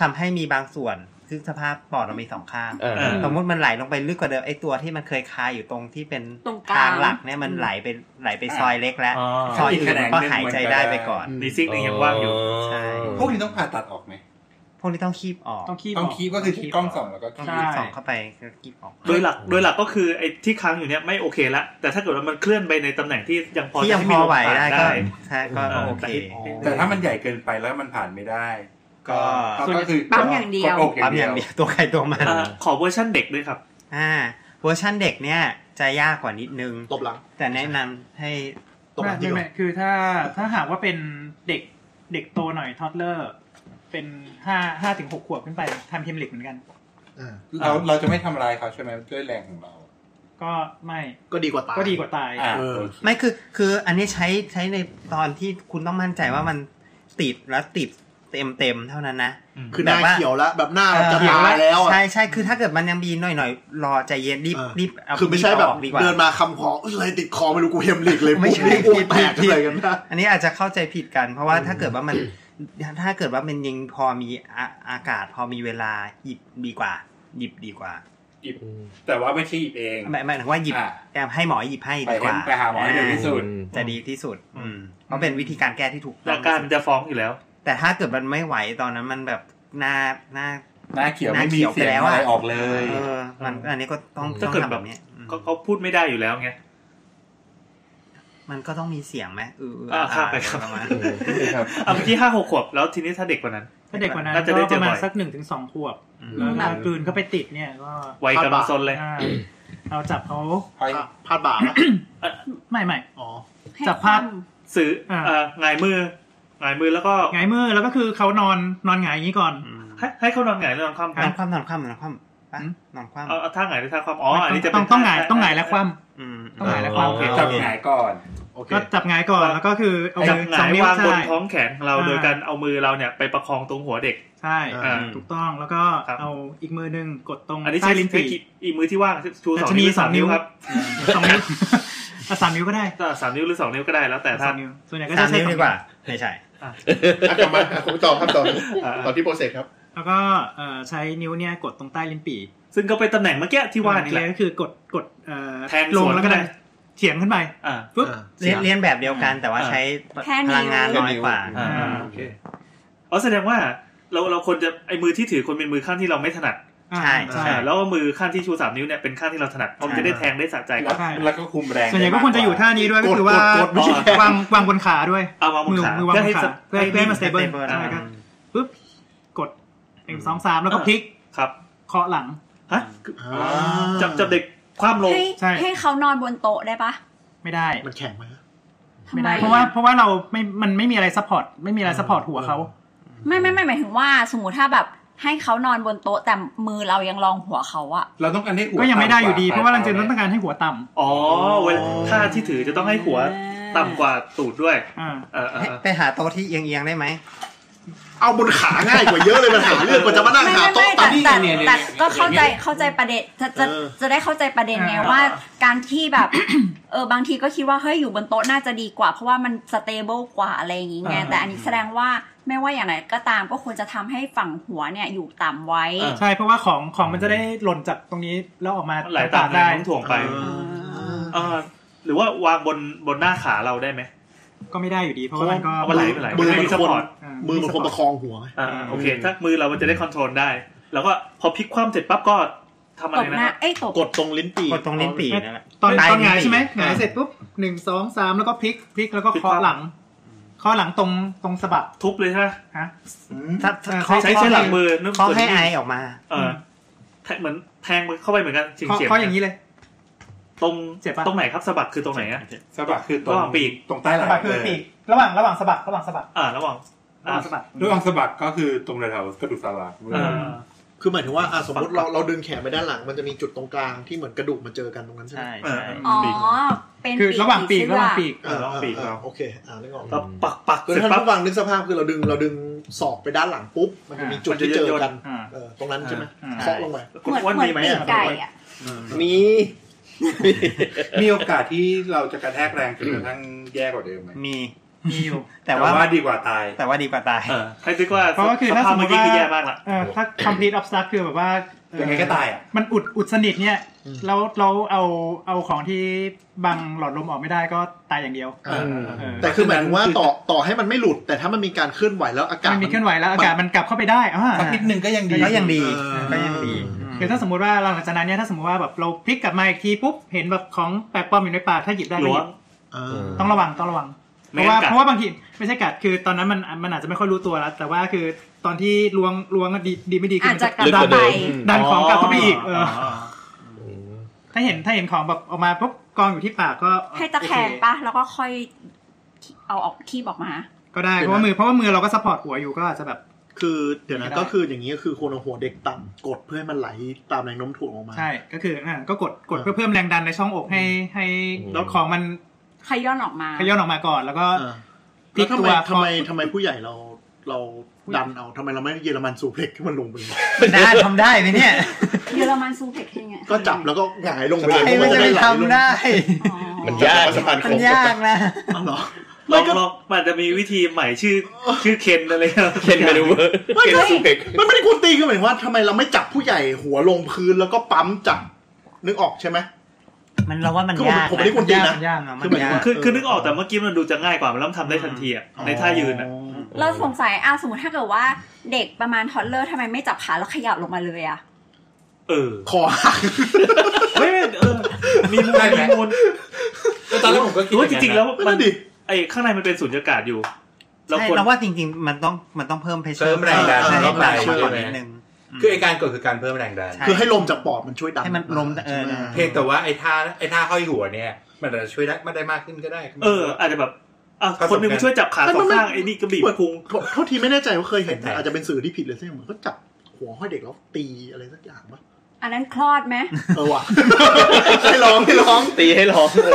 Speaker 3: ทำให้มีบางส่วนคือสภาพปอดเรามีสองข้าง
Speaker 6: เออ
Speaker 3: สมมติมันไหลลงไปลึกกว่าเดิมไอ้ตัวที่มันเคยคาอยู่ตรงที่เป็น
Speaker 2: ตรงกลาง
Speaker 3: ทหลักเนี่ยมันไหลไปไหลไปซอยเล็กแล้ว
Speaker 4: อ๋อ
Speaker 3: ซอยอื่นมันก็หายใจได้ไปก่อน
Speaker 4: มีซิกหนึ่งยังว่างอยู่
Speaker 3: ใช่
Speaker 9: พวกนี้ต้องผ่าตัดออกไหม
Speaker 3: พวกนี้ต้องคีบออก
Speaker 5: ต้องคีบ
Speaker 9: ต้อง
Speaker 5: ก
Speaker 9: คีบก็คือคีบกล้องส่องแล้วก็คี
Speaker 5: ใช่
Speaker 9: บ
Speaker 3: ส่องเข้าไปก็คีบออก
Speaker 4: โดยหลักโดยหลักก็คือไอ้ที่ค้างอยู่เนี่ยไม่โอเคละแต่ถ้าเกิดว่ามันเคลื่อนไปในตำแหน่งที่ยังพอ
Speaker 3: ที่ยัง
Speaker 4: จะ
Speaker 3: พอ
Speaker 4: ให้มีลม
Speaker 3: ไหวได้ก็
Speaker 4: ผ่าน
Speaker 3: ใช่ก็
Speaker 4: เออ
Speaker 3: โอเค
Speaker 4: แต่
Speaker 9: แต่ถ้ามันใหญ่เกินไปแล้วมันผ่านไม่ได้ ก็
Speaker 3: ก็
Speaker 9: ก็คือ
Speaker 2: ปั๊มอย่างเดียว
Speaker 9: กอก
Speaker 3: ปั๊มอ
Speaker 9: อย่า
Speaker 3: ย่าง
Speaker 9: ง
Speaker 3: เดี
Speaker 9: เดีย
Speaker 3: ย
Speaker 9: ว
Speaker 3: วตัวใครตัวมัน
Speaker 4: เอ่อขอเวอร์ชั่นเด็กด้วยครับ
Speaker 3: อ่าเวอร์ชันเด็กเนี่ยจะยากกว่านิดนึง
Speaker 8: ตบหลัง
Speaker 3: แต่แนะนำให้
Speaker 8: ตบห
Speaker 5: ไม่
Speaker 8: ลังที่
Speaker 5: ไม่
Speaker 8: ก่อน
Speaker 5: ไม่คือถ้าถ้าหากว่าเป็นเด็กเด็กโตหน่อยทอดเลอร์เป็นห้าห้าถึงหกขวบขึ้นไปทำพิมลิกเหมือนกัน
Speaker 8: อ่า
Speaker 9: เราเราจะไม่ทำลายเขาใช่ไหมด้วยแรงของเรา
Speaker 5: ก็ไม่
Speaker 8: ก็ดีกว่าตาย
Speaker 5: ก็ดีกว่าตาย
Speaker 9: อ่า
Speaker 8: เออ
Speaker 9: โอเค
Speaker 3: ไม่คือคืออันนี้ใช้ใช้ในตอนที่คุณต้องมั่นใจว่ามันติดและติดเต็มเต็มๆเท่านั้นนะ
Speaker 8: คือหน้า
Speaker 3: แบบว่า
Speaker 8: เขียวแล้วแบบหน้าแบบจะ
Speaker 3: เออ
Speaker 8: ตายแล้วอ่ะ
Speaker 3: ใช่ใช่คือถ้าเกิดมันยังมีหน่อยหน่อยๆรอใจเย็นรีบ
Speaker 8: เออ
Speaker 3: รีบเา
Speaker 8: คือไม่ใช่
Speaker 3: รี
Speaker 8: แบบ
Speaker 3: ออกดีกว่า
Speaker 8: เดินมาคำของอุ๊ยอะไรติดคอไม่รู้กูเฮมลิกเลย
Speaker 3: ไม่
Speaker 8: ปุ๊บ
Speaker 3: ใช่ผิ
Speaker 8: นี่อ้วกแตก
Speaker 3: ด
Speaker 8: เลยกันนะ
Speaker 3: อันนี้อาจจะเข้าใจผิดกัน เพราะว่าถ้าเกิดว่ามันถ้าเกิดว่ามันยังพอมีอาอากาศ พอมีเวลาหยิบดีกว่า หยิบดีกว่า
Speaker 1: แต่ว่าไม่ใช่หยิบเอง
Speaker 3: หมายหมายถึงว่าหยิบ
Speaker 1: อ่า
Speaker 3: แอมให้หมอหยิบให้ดีกว่า
Speaker 1: ไปให้ไปหาหมอให้เร็วที่สุด
Speaker 3: จะดีที่สุด อืมเพราะเป็นวิธีการแก้ที่ถูกต้
Speaker 4: อา
Speaker 3: อง
Speaker 4: การ
Speaker 3: ที่สุด
Speaker 4: จะฟ้องอยู่แล้ว
Speaker 3: แต่ถ้าเกิดมันไม่ไหวตอนนั้นมันแบบหน้าหน้า
Speaker 9: หน้าเขียว
Speaker 3: หน้า
Speaker 9: ไม่
Speaker 3: เขี
Speaker 9: มี
Speaker 3: ยว
Speaker 9: เสีย
Speaker 3: ไปแล้
Speaker 9: ง
Speaker 3: วอะ
Speaker 9: อะไรออกเลย
Speaker 3: เออมันอันนี้ก็ต้อง
Speaker 4: ถ้า
Speaker 3: ต้อง
Speaker 4: เกิด
Speaker 3: ทำ
Speaker 4: แบ
Speaker 3: แบบ บเนี้ยอืม
Speaker 4: ก็เขาพูดไม่ได้อยู่แล้วไง
Speaker 3: มันก็ต้องมีเสียงไหมเออ
Speaker 4: อ่าข้ามไปครับ
Speaker 3: ประมาณ
Speaker 9: ครับ
Speaker 4: เอาเมื่อกี้ห้าหกขวบแล้วทีนี้ถ้าเด็กกว่านั้น
Speaker 5: ถ้าเด็กกว่านั้น
Speaker 4: น่าจะได้
Speaker 5: ก็
Speaker 4: เจ
Speaker 5: ป
Speaker 4: อ
Speaker 5: ระมา
Speaker 4: บ่
Speaker 5: ณ
Speaker 4: อย
Speaker 5: สักหนึ่งถึงสองขวบ
Speaker 3: อืม
Speaker 5: แล้วก็กลืนเข้าไปติดเนี่ยก็
Speaker 4: วัยกำลังซนเลย
Speaker 5: อ่าเราจับเขา
Speaker 9: พอย
Speaker 8: พาดบ่าปะ
Speaker 5: ไม่ไม่
Speaker 8: อ๋อ
Speaker 2: ให้
Speaker 5: จับภาพ
Speaker 2: คว่ำ
Speaker 4: ซื้อ
Speaker 5: อ่า
Speaker 4: เอ่อหงายมือหงายมือแล้วก็
Speaker 5: หงายมือแล้วก็คือเขานอนนอนหงายอย่างนี้ก่อน
Speaker 3: อืม
Speaker 4: ให้ให้เขานอนหงายแล้วนอนค
Speaker 3: น
Speaker 4: ว่ำกั
Speaker 3: อน นคว่ำนอนคว่ำนอนคว่ำปะ
Speaker 5: อืม
Speaker 3: นอนคว่ำ
Speaker 4: เอาเอาท่าหงายหรือท่าคว่ำอ๋ออันนี้จะ
Speaker 5: ต้
Speaker 4: เป็
Speaker 5: อน งต้องหงายต้องหงายและคว่
Speaker 3: อืม
Speaker 5: ต้องหงายแล้วคว่ำ
Speaker 3: โอเ
Speaker 1: จับหงายก่อน
Speaker 8: โอเค
Speaker 5: ำก็จับหงายก่อนแล้วก็คือเอา
Speaker 4: จับหงาย
Speaker 5: มือสองนิ้ว
Speaker 4: วางบน
Speaker 5: ใช่
Speaker 4: ท้องแขนของเราโดยการเอามือเราเนี่ยไปประคองตรงหัวเด็ก
Speaker 5: ใช่
Speaker 8: อ่า
Speaker 5: อ่าถูกต้องแล้วก็
Speaker 4: ครับ
Speaker 5: เอาอีกมือหนึ่งกดตรง
Speaker 4: อันนี้
Speaker 5: ใต้
Speaker 4: ใช้ลิ้
Speaker 5: ลิ้
Speaker 4: น
Speaker 5: นปี่
Speaker 4: อีกมือที่ว่างชูสอง
Speaker 5: จะมี
Speaker 4: นิ้ว
Speaker 5: ส
Speaker 4: สา
Speaker 5: อ
Speaker 4: ม
Speaker 5: ง
Speaker 4: นิ้ว
Speaker 5: นิ้ว
Speaker 4: ครับ
Speaker 5: สองนิ้วอ่ะสามนิ้วก็ได้
Speaker 4: อ่าสามนิ้วหรือสองนิ้วก็ได้แล้วแต่
Speaker 5: สา
Speaker 4: ท่าม น
Speaker 5: นิ้วส่วนใหญ่ก็
Speaker 3: สา
Speaker 5: จะ
Speaker 3: ม
Speaker 5: ใช้
Speaker 3: นิ้วดี
Speaker 5: สองนิ้ว
Speaker 3: กว่าไม่ใช่
Speaker 8: อ่ะกลับมาอ่ะผมต่อครับต่อ
Speaker 4: อ่า
Speaker 8: ต่อที่โปรเซสครับ
Speaker 5: แล้วก็เอ่อใช้นิ้วเนี่ยกดตรงใต้ลิ้นปี่
Speaker 4: ซึ่งก็เป็นตำแหน่งเมื่อกี้ที่ว่านี่แหละ
Speaker 5: ก็คือกดกดเอ่อ
Speaker 4: แทง
Speaker 5: ล
Speaker 4: ส
Speaker 5: ง
Speaker 4: วน
Speaker 5: แล้วก็
Speaker 4: เข้าไป
Speaker 5: ได้เฉียงขึ้นไป
Speaker 4: อ่า
Speaker 5: ปุ๊บ
Speaker 8: อ่า
Speaker 3: เรียนเรียนแบบเดียวกันแต่ว่า
Speaker 4: อ่า
Speaker 3: ใช้
Speaker 2: แค่นิ้ว
Speaker 3: พลังงานน้อยกว่า
Speaker 4: อ่า
Speaker 5: อ่า
Speaker 4: โอเคอ๋อแสดงว่าเราเราควรจะไอ้มือที่ถือคนเป็นมือข้างที่เราไม่ถนัด
Speaker 5: อ่า
Speaker 3: ใช่
Speaker 5: ใช่
Speaker 4: อ่าแล้วมือข้างที่ชูสามนิ้วเนี่ยเป็นข้างที่เราถนัดเพราะมันจะได้แทงได้สะใจก
Speaker 1: แล้ว
Speaker 4: ว่า
Speaker 5: ใช่
Speaker 1: แล้วก็คุมแรง
Speaker 5: ส่วนใหญ่ก็
Speaker 1: ได้
Speaker 5: ค
Speaker 1: มาว
Speaker 5: รจะอยู่ท่านี้ด้วยก็คือว่าก
Speaker 8: ดกดไม่ใช่แทง
Speaker 5: วางวางบนขาด้วย
Speaker 4: เอาวางบน
Speaker 5: มื
Speaker 4: ขา
Speaker 5: มือวางบนขา
Speaker 4: เพื่
Speaker 5: เพื่
Speaker 4: อ
Speaker 5: อ
Speaker 4: ให้
Speaker 5: ให้เพื่อให้มันสเตเบิล
Speaker 3: เบิล
Speaker 5: ใช่ครับ
Speaker 3: อ่า
Speaker 5: ปุ๊บกดหนึ่งสองสามแล้วก็พลิก
Speaker 4: ครับ
Speaker 5: เคาะหลัง
Speaker 4: ฮะ
Speaker 8: อ่า
Speaker 4: จับจับเด็กคว่ำลง
Speaker 2: ให้
Speaker 5: ใช่
Speaker 2: ให้เขานอนบนโต๊ะได้ปะ
Speaker 5: ไม่ได้
Speaker 8: มันแข็งไหม
Speaker 2: ทำ
Speaker 5: ไม่
Speaker 2: ไม
Speaker 5: ได้ เพราะว่าเพราะว่าเราไม่มันไม่มีอะไรซัพพอร์ตไม่มีอะไรซัพพอร์ตหัวเขา
Speaker 2: ไม่ไม่ไม่หมายถึงว่า สมมติถ้าแบบให้เขานอนบนโต๊ะแต่มือเรายังรองหัวเขาอะ
Speaker 9: เราต้องการให้หัว
Speaker 5: ก็ยังไม่ได้อยู่ดี
Speaker 9: ต่ำก
Speaker 5: เพราะว่าเรา
Speaker 9: ป
Speaker 5: จะ
Speaker 9: ลย
Speaker 5: ต้องการให้หัวต่ำ
Speaker 4: อ๋อเวลาท่าที่ถือจะต้องให้หัวต่ำกว่าตูดด้วย
Speaker 5: อ่า
Speaker 4: เออเออ
Speaker 3: ให้ไปหาโต๊ะที่เอียงเอียงๆได้ไหม
Speaker 8: เอาบนขาง่ายกว่าเยอะเลยมันหาเรื่องกว่าจะมานั่ง
Speaker 2: ไม่
Speaker 8: หา
Speaker 2: ไม่
Speaker 8: โต๊ะ
Speaker 2: ไม่
Speaker 8: ตา
Speaker 2: แต่
Speaker 8: มนี่
Speaker 2: แต่แต่ก็เข้าใจเข้าใจประเด็นจะจะ
Speaker 8: เออ
Speaker 2: จะได้เข้าใจประเด็นไง
Speaker 5: อ่า
Speaker 2: ว่า การที่แบบ เออบางทีก็คิดว่าเฮ้ยอยู่บนโต๊ะน่าจะดีกว่า เพราะว่ามันสเตเบิลกว่าอะไรอย่างงี้ไงแต่อันนี้แสดงว่าไม่ว่าอย่างไรก็ตามก็ควรจะทำให้ฝั่งหัวเนี่ยอยู่ต่ำไว้
Speaker 5: ใช่เพราะว่าของของมันจะได้หล่นจากตรงนี้แล้วออกมา
Speaker 4: มันไหลตามแร
Speaker 5: ได้
Speaker 4: งโน้มถ่วงไปเออหรือว่าวางบนบนหน้าขาเราได้ไหม
Speaker 5: ก็ไม่ได้อยู่ดี เพราะว่ามันก็
Speaker 4: เพราะว่ามันไหล
Speaker 8: มือมัน
Speaker 4: ซัพ
Speaker 8: คน
Speaker 4: พอร์ต
Speaker 5: า
Speaker 8: มือมันคนป
Speaker 5: ซัพ
Speaker 8: ระ
Speaker 5: พ
Speaker 8: ค
Speaker 5: อร์ต
Speaker 8: องหัว
Speaker 4: อ่าโอเค
Speaker 5: อืม
Speaker 4: ถ้ามือเรามันจะได้คอนโทรลได้ แล้วก็พอพลิกคว่ำเสร็จปั๊บก็ทำ
Speaker 2: ต
Speaker 4: อะไร
Speaker 2: บ
Speaker 4: นะ
Speaker 2: ห
Speaker 4: ค
Speaker 2: น้า
Speaker 4: รับ
Speaker 2: เอ้ยตบ
Speaker 8: กดตรงลิ้นปี่
Speaker 3: กดตรงลิ้นปี่นั่นแหละ
Speaker 5: ตอน
Speaker 3: ตาย
Speaker 5: ตอนหงายใช่ไหม
Speaker 3: นี่
Speaker 5: หงายเสร็จปุ๊บหนึ่งสองสามแล้วก็พลิกพลิกแล้วก็เคาะหลังเคาะหลังตรงตรงสะบัก
Speaker 4: ทุบเลยใช่ไหม
Speaker 5: ฮะ
Speaker 3: ถ้า
Speaker 5: ใช้
Speaker 4: ใช้ใช้หลังมือนึก
Speaker 3: เขาให้ไอ
Speaker 4: ไอ
Speaker 3: ออกมา
Speaker 4: เออแทงเหมือนแทงเข้าไปเหมือนกันเฉียง
Speaker 5: เคาะ
Speaker 4: เฉียง
Speaker 5: เคาะอย่างนี้เลย
Speaker 4: ตรง
Speaker 5: เจ็บปะ
Speaker 4: ตรงไหนครับสะบักคือตรงไหนอะ
Speaker 1: สะบักคือตรง
Speaker 4: ระหว่างปีก
Speaker 1: ตรงใต้หลั
Speaker 5: สะ
Speaker 1: ง
Speaker 5: บักคือปีกระหว่างระหว่างสะบักระหว่างสะบัก
Speaker 4: อ่าระหว่าง
Speaker 5: ระหว่างสะบัก
Speaker 1: ด้วยองสะบักก็คือตรงแถวๆกระดูกสันหลัง
Speaker 4: อ่า
Speaker 8: คือหมายถึงว่าอ่ะสมมติเราเราดึงแขนไปด้านหลัง มันจะมีจุดตรงกลางที่เหมือนกระดูกมันเจอกันตรงนั้นใช่ไหม
Speaker 3: ใช่
Speaker 4: เออ
Speaker 3: ใช่
Speaker 2: อ๋อ
Speaker 4: เปีก
Speaker 2: เป็น
Speaker 5: คือระหว่างปีก
Speaker 2: ใช่
Speaker 5: ระหว่างปีก
Speaker 8: เออ
Speaker 4: ลองปีกเรา
Speaker 8: โอเคอ่านึกออก
Speaker 4: แล้วปักปัก
Speaker 8: คือ
Speaker 4: เสร็จ
Speaker 8: ถ้า
Speaker 4: ปั๊บ
Speaker 8: ผู้ฟังนึกสภาพคือเราดึงเราดึงศอกไปด้านหลังปุ๊บมันจะมีจุดที่เจอกัน
Speaker 5: อ่า
Speaker 8: เออตรงนั้นใช่ไหม
Speaker 5: อ่า
Speaker 8: เคาะลงไป
Speaker 4: คุณ
Speaker 2: เหมือน
Speaker 4: อ้วน
Speaker 2: เหมือ
Speaker 4: มี
Speaker 2: น
Speaker 4: ไหม
Speaker 2: ปีก
Speaker 4: อ่ะ
Speaker 2: ไก่อะ
Speaker 6: มี
Speaker 1: มีโอกาสที่เราจะกระแทกแรงจนกระทั่งแย่กว่าเดิมไหม
Speaker 3: มี
Speaker 5: มีอยู่
Speaker 3: แต่ว่า
Speaker 1: ดีกว่าตาย
Speaker 3: แต่ว่าดีกว่าตาย
Speaker 4: เออให้นึกว่า
Speaker 5: เพราะว่าคือถ้า
Speaker 4: ส
Speaker 5: ส
Speaker 4: ภาม พ
Speaker 5: ม
Speaker 4: เมื่อ
Speaker 5: ติ
Speaker 4: กี้คื
Speaker 5: ว่า
Speaker 4: อแย่มากละ
Speaker 5: เออถ้า complete obstacle คือแบบว่าเอ่อ
Speaker 1: ยังไงก็ตายอ่ะ
Speaker 5: มันอุดอุดสนิทเนี่ยแล้วเราเอาเอาของที่บังหลอดลมออกไม่ได้ก็ตายอย่างเดียว
Speaker 8: อ่า
Speaker 5: เออ
Speaker 8: แต่คือหมายถึงว่าต่อต่อให้มันไม่หลุด แต่ถ้ามันมีการเคลื่อนไหวแล้วอากาศ
Speaker 5: มันมีเคลื่อนไหวแล้วอากาศมันกลับเข้าไปได้อ่า
Speaker 9: สักนิดหนึ่งก็ยังดี
Speaker 3: ก็ยังดี
Speaker 8: เออ
Speaker 3: ก็ยังดี
Speaker 5: คือถ้าสมมติว่าหลังจากนั้นเนี่ยถ้าสมมติว่าแบบเราพลิกกลับมาอีกทีปุ๊บเห็นแบบของแปลกปลอมอยู่ในปากถ้าหยิบได้ก็หยิบ
Speaker 8: เออ
Speaker 5: ต้องระวังต้องระวัง
Speaker 4: ไม่
Speaker 5: เพ
Speaker 4: งั้กัด
Speaker 5: ราะว่านเพราะว่าบางทีไม่ใช่กัดคือตอนนั้นมันมันอาจจะไม่ค่อยรู้ตัวแล้ว แต่ว่าคือตอนที่ล้วงล้วงอะดีดีไม่ดีคื
Speaker 2: อาจ
Speaker 5: มัน
Speaker 2: จะกลับ
Speaker 6: ลึกกว่าเดิ
Speaker 2: ไป
Speaker 6: ม
Speaker 5: ดันของกลับเข้าไปอีกเออ
Speaker 6: อืม
Speaker 5: ถ้าเห็นถ้าเห็นของแบบออกมาปุ๊บกองอยู่ที่ปากก็
Speaker 2: ให้ตะแคง
Speaker 5: โอเค
Speaker 2: ปะแล้วก็ค่อยเอาออกคีบออกมา
Speaker 5: ก็ได้เพราะว่ามือเพราะว่ามือเราก็ซัพพอร์ตหัวอยู่ก็อาจจะแบบ
Speaker 8: คือเดี๋ยวนะ
Speaker 5: ไม่ได้
Speaker 8: ก็คืออย่างนี้ก็คือคนเอาหัวเด็กต่ำกดเพื่อให้มันไหลตามแรงโน้มถ่วงออกมา
Speaker 5: ใช่ก็คืออ่ะก็กดกด
Speaker 8: เออ
Speaker 5: เพื่อเพิ่มแรงดันในช่องอกให้ให้รถของมัน
Speaker 2: ขย้อนออกมา
Speaker 5: ขย้อนออกมาก่อนแล้วก็
Speaker 8: เออ
Speaker 5: พลิ
Speaker 8: แล้ว
Speaker 5: ก
Speaker 8: ทำ
Speaker 5: ตั
Speaker 8: ไมทำ
Speaker 5: ว
Speaker 8: ไมทำไมผู้ใหญ่เราเราดันเอาทำไมเราไม่เยอรมันสูบเหล็กให้มันลงไปเลย
Speaker 3: ได้ทำได้ไหมเนี่ย
Speaker 2: เยอรมันซูเพ็กยังไง
Speaker 8: ก็จับแล้วก็หงายลงไปเลย
Speaker 3: ไอ้มันจะไปทำได้
Speaker 2: อ๋อ
Speaker 6: มันยาก
Speaker 7: สะพาน
Speaker 3: มั
Speaker 7: โค้
Speaker 3: น
Speaker 7: ง
Speaker 3: ยากนะ
Speaker 8: เอาเหรอ
Speaker 4: ล
Speaker 8: ไม่
Speaker 4: อง
Speaker 8: ก็
Speaker 4: ลองมันอาจจะมีวิธีใหม่ชื่อชื่อเคนอะไรเงี้ย
Speaker 6: เคนเมนูเวอร์
Speaker 8: ไม่ก็
Speaker 7: เกมสูบเด็ก
Speaker 8: มันไม่ได้คุณตีคือหมายถึงว่าทำไมเราไม่จับผู้ใหญ่หัวลงพื้นแล้วก็ปั๊มจับนึกออกใช่ไหม
Speaker 3: มันเราว่ามัน
Speaker 8: คือผม
Speaker 3: ยาก
Speaker 8: ผมไม่ได้
Speaker 5: มันยากมันยาก
Speaker 3: เนอะ
Speaker 8: คื
Speaker 3: มั
Speaker 8: อน หมายถึ
Speaker 3: ยาง ก
Speaker 8: ว่า
Speaker 4: คือคือนึกออกแต่เมื่อกี้มันดูจะง่ายกว่ามันแล้วมันทำได้ทันทีอ่ะในท่ายืนอ่ะ
Speaker 2: เราสงสัยอ้าวสมมติถ้าเกิดว่าเด็กประมาณทอดเลอร์ทำไมไม่จับขาแล้วขยับลงมาเลยอะ
Speaker 4: เออ
Speaker 8: คอหัก
Speaker 4: เฮ้ยเออมีมูลมีมูล
Speaker 9: ตอนแรกผมก็คิด
Speaker 4: รู้ว่าจริงๆแล้ว
Speaker 8: นั่
Speaker 4: มัน
Speaker 8: นดิ
Speaker 4: ไอ้ข้างในมันเป็นสุญญากาศอยู่ เรา
Speaker 3: ใช่
Speaker 4: ควร
Speaker 3: เราว่าจริงๆ มันต้องมันต้องเพิ่มเพชร
Speaker 9: เพิ่มแรงดัน
Speaker 3: ให้
Speaker 9: เข้าไป
Speaker 3: ดันมากกว่านิดนึง
Speaker 9: คือไอการกดคือการเพิ่มแรงดัน
Speaker 3: ใช่
Speaker 8: คือให้ลมจากปอดมันช่วยดัน
Speaker 3: ให้มันลมเออ
Speaker 8: ใช่ไหม
Speaker 9: เพียงแต่ว่าไอท่าไอท่าห้อยหัวเนี่ย มันอาจจะช่วยได้มันได้มากขึ้นก็ได้
Speaker 4: เออ อาจจะแบบอ่ะ
Speaker 9: ผสมกัน
Speaker 4: คนหนึ่งช่วยจับขา
Speaker 8: แต่
Speaker 4: สอ
Speaker 8: มั
Speaker 4: ง
Speaker 8: นไม่
Speaker 4: ข้างไอ้นี่ก็บีบ
Speaker 8: เหมือน
Speaker 4: พุง
Speaker 8: เท่าที่ไม่แน่ใจว่าเคยเห็น
Speaker 9: แต่
Speaker 8: นะอาจจะเป็นสื่อที่ผิดเลยใช่ไหมเหมือนก็จับหัวห้อยเด็กแล้วตีอะไรสักอย่างปะ
Speaker 2: อันนั้นคลอดไหม
Speaker 8: เออว่ะ ให้ร้องให้ร้อง
Speaker 6: ตีให้ร้องโอ้